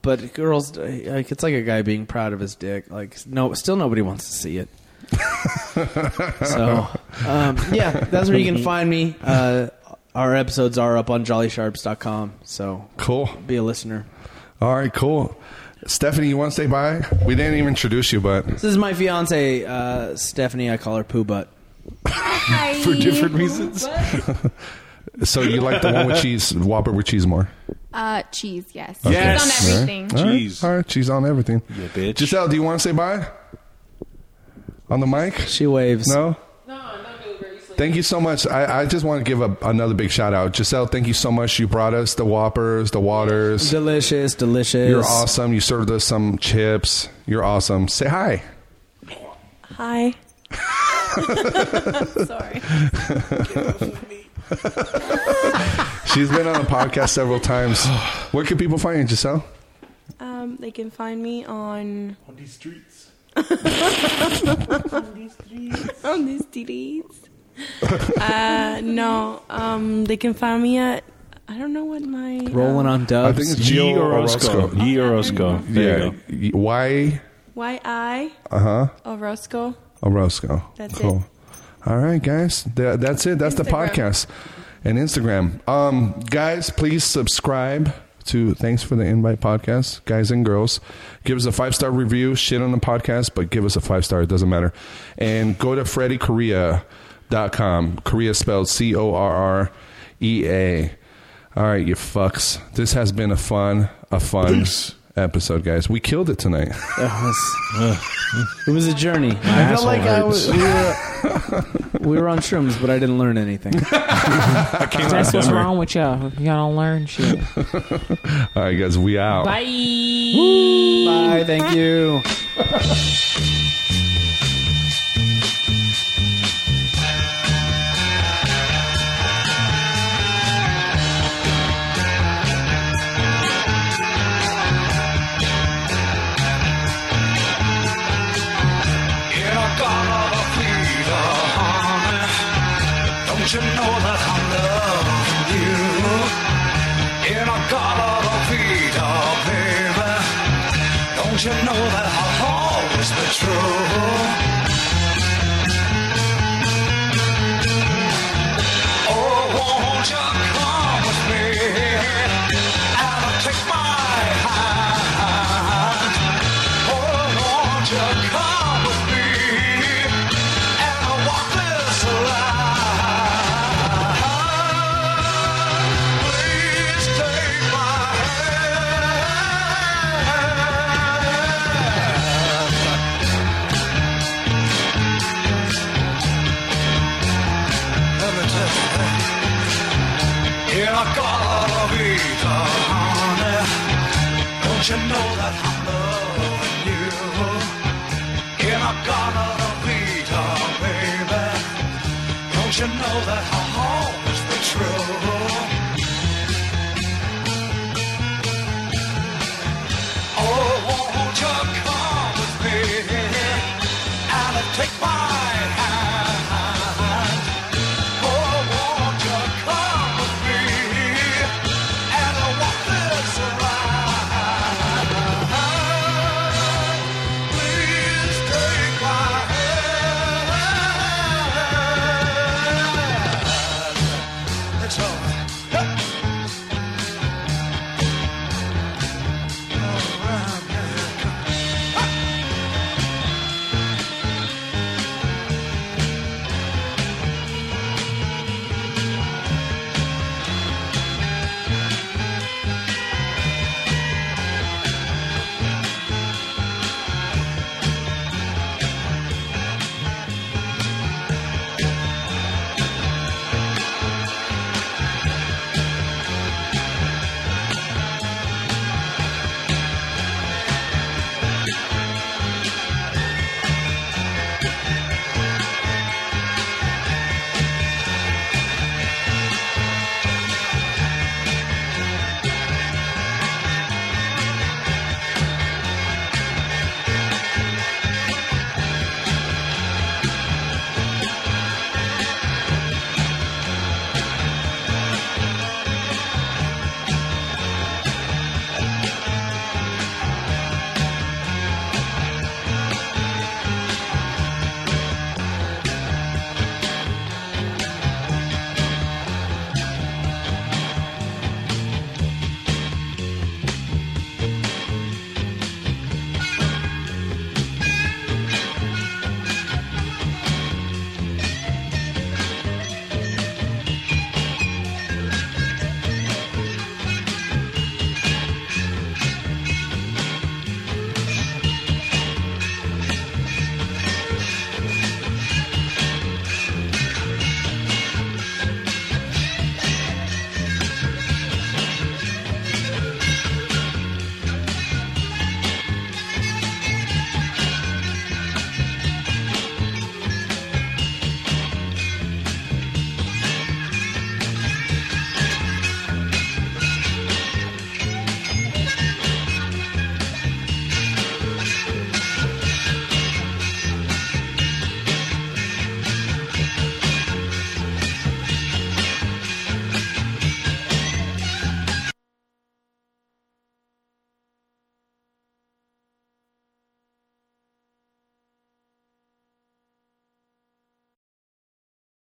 but girls, like, it's like a guy being proud of his dick. Like, no, still nobody wants to see it. so, um, yeah, that's where you can find me. Uh, our episodes are up on jollysharps.com. So,
Cool.
be a listener.
All right, cool. Stephanie, you want to say bye? We didn't even introduce you, but
This is my fiance, uh, Stephanie. I call her Pooh Butt.
for different reasons. so you like the one with cheese, Whopper with cheese more?
Uh, cheese, yes. Cheese
Yes.
on everything.
All right.
Cheese.
All right, cheese on everything.
Yeah, bitch.
Giselle, do you want to say bye? On the mic?
She waves.
No?
No, no,
Thank you so much. I, I just want to give a, another big shout out. Giselle, thank you so much. You brought us the Whoppers, the Waters.
Delicious, delicious.
You're awesome. You served us some chips. You're awesome. Say hi.
Hi. Sorry.
She's been on a podcast several times. Where can people find you, Giselle?
Um, they can find me on on these streets. on these streets. on these streets. uh, no. Um, they can find me at I don't know what my
Rolling on
I
dubs.
think it's Gio Orozco.
Ye Orozco. There you
Yeah. Y- Why?
Y I
Uh huh.
Orozco.
Orozco.
That's
it. All right, guys. Tha- that's it. That's the
Instagram.
podcast and Instagram. Um, guys, please subscribe to Thanks for the Invite podcast, guys and girls. Give us a five star review. Shit on the podcast, but give us a five star. It doesn't matter. And go to freddykorea.com. Korea spelled C O R R E A. All right, you fucks. This has been a fun, a fun episode, guys. We killed it tonight.
That was- it was a journey. I
asshole hurts.
we, were, we were on shrooms, but I didn't learn anything.
That's what's wrong with y'all. Y'all don't learn shit.
All right, guys, we out.
Bye.
Bye. Thank you.
In a god of a fever, honey. Don't you know that I'm loving you? In a god of a fever, baby. Don't you know that I'll always be true? Oh, won't you come with me and take my hand? Oh, won't you come with me and walk this line? Please take my hand. In a god of evil, honey, don't you know that I'm loving you? In a god of evil, baby, don't you know that I'll always be true? Oh,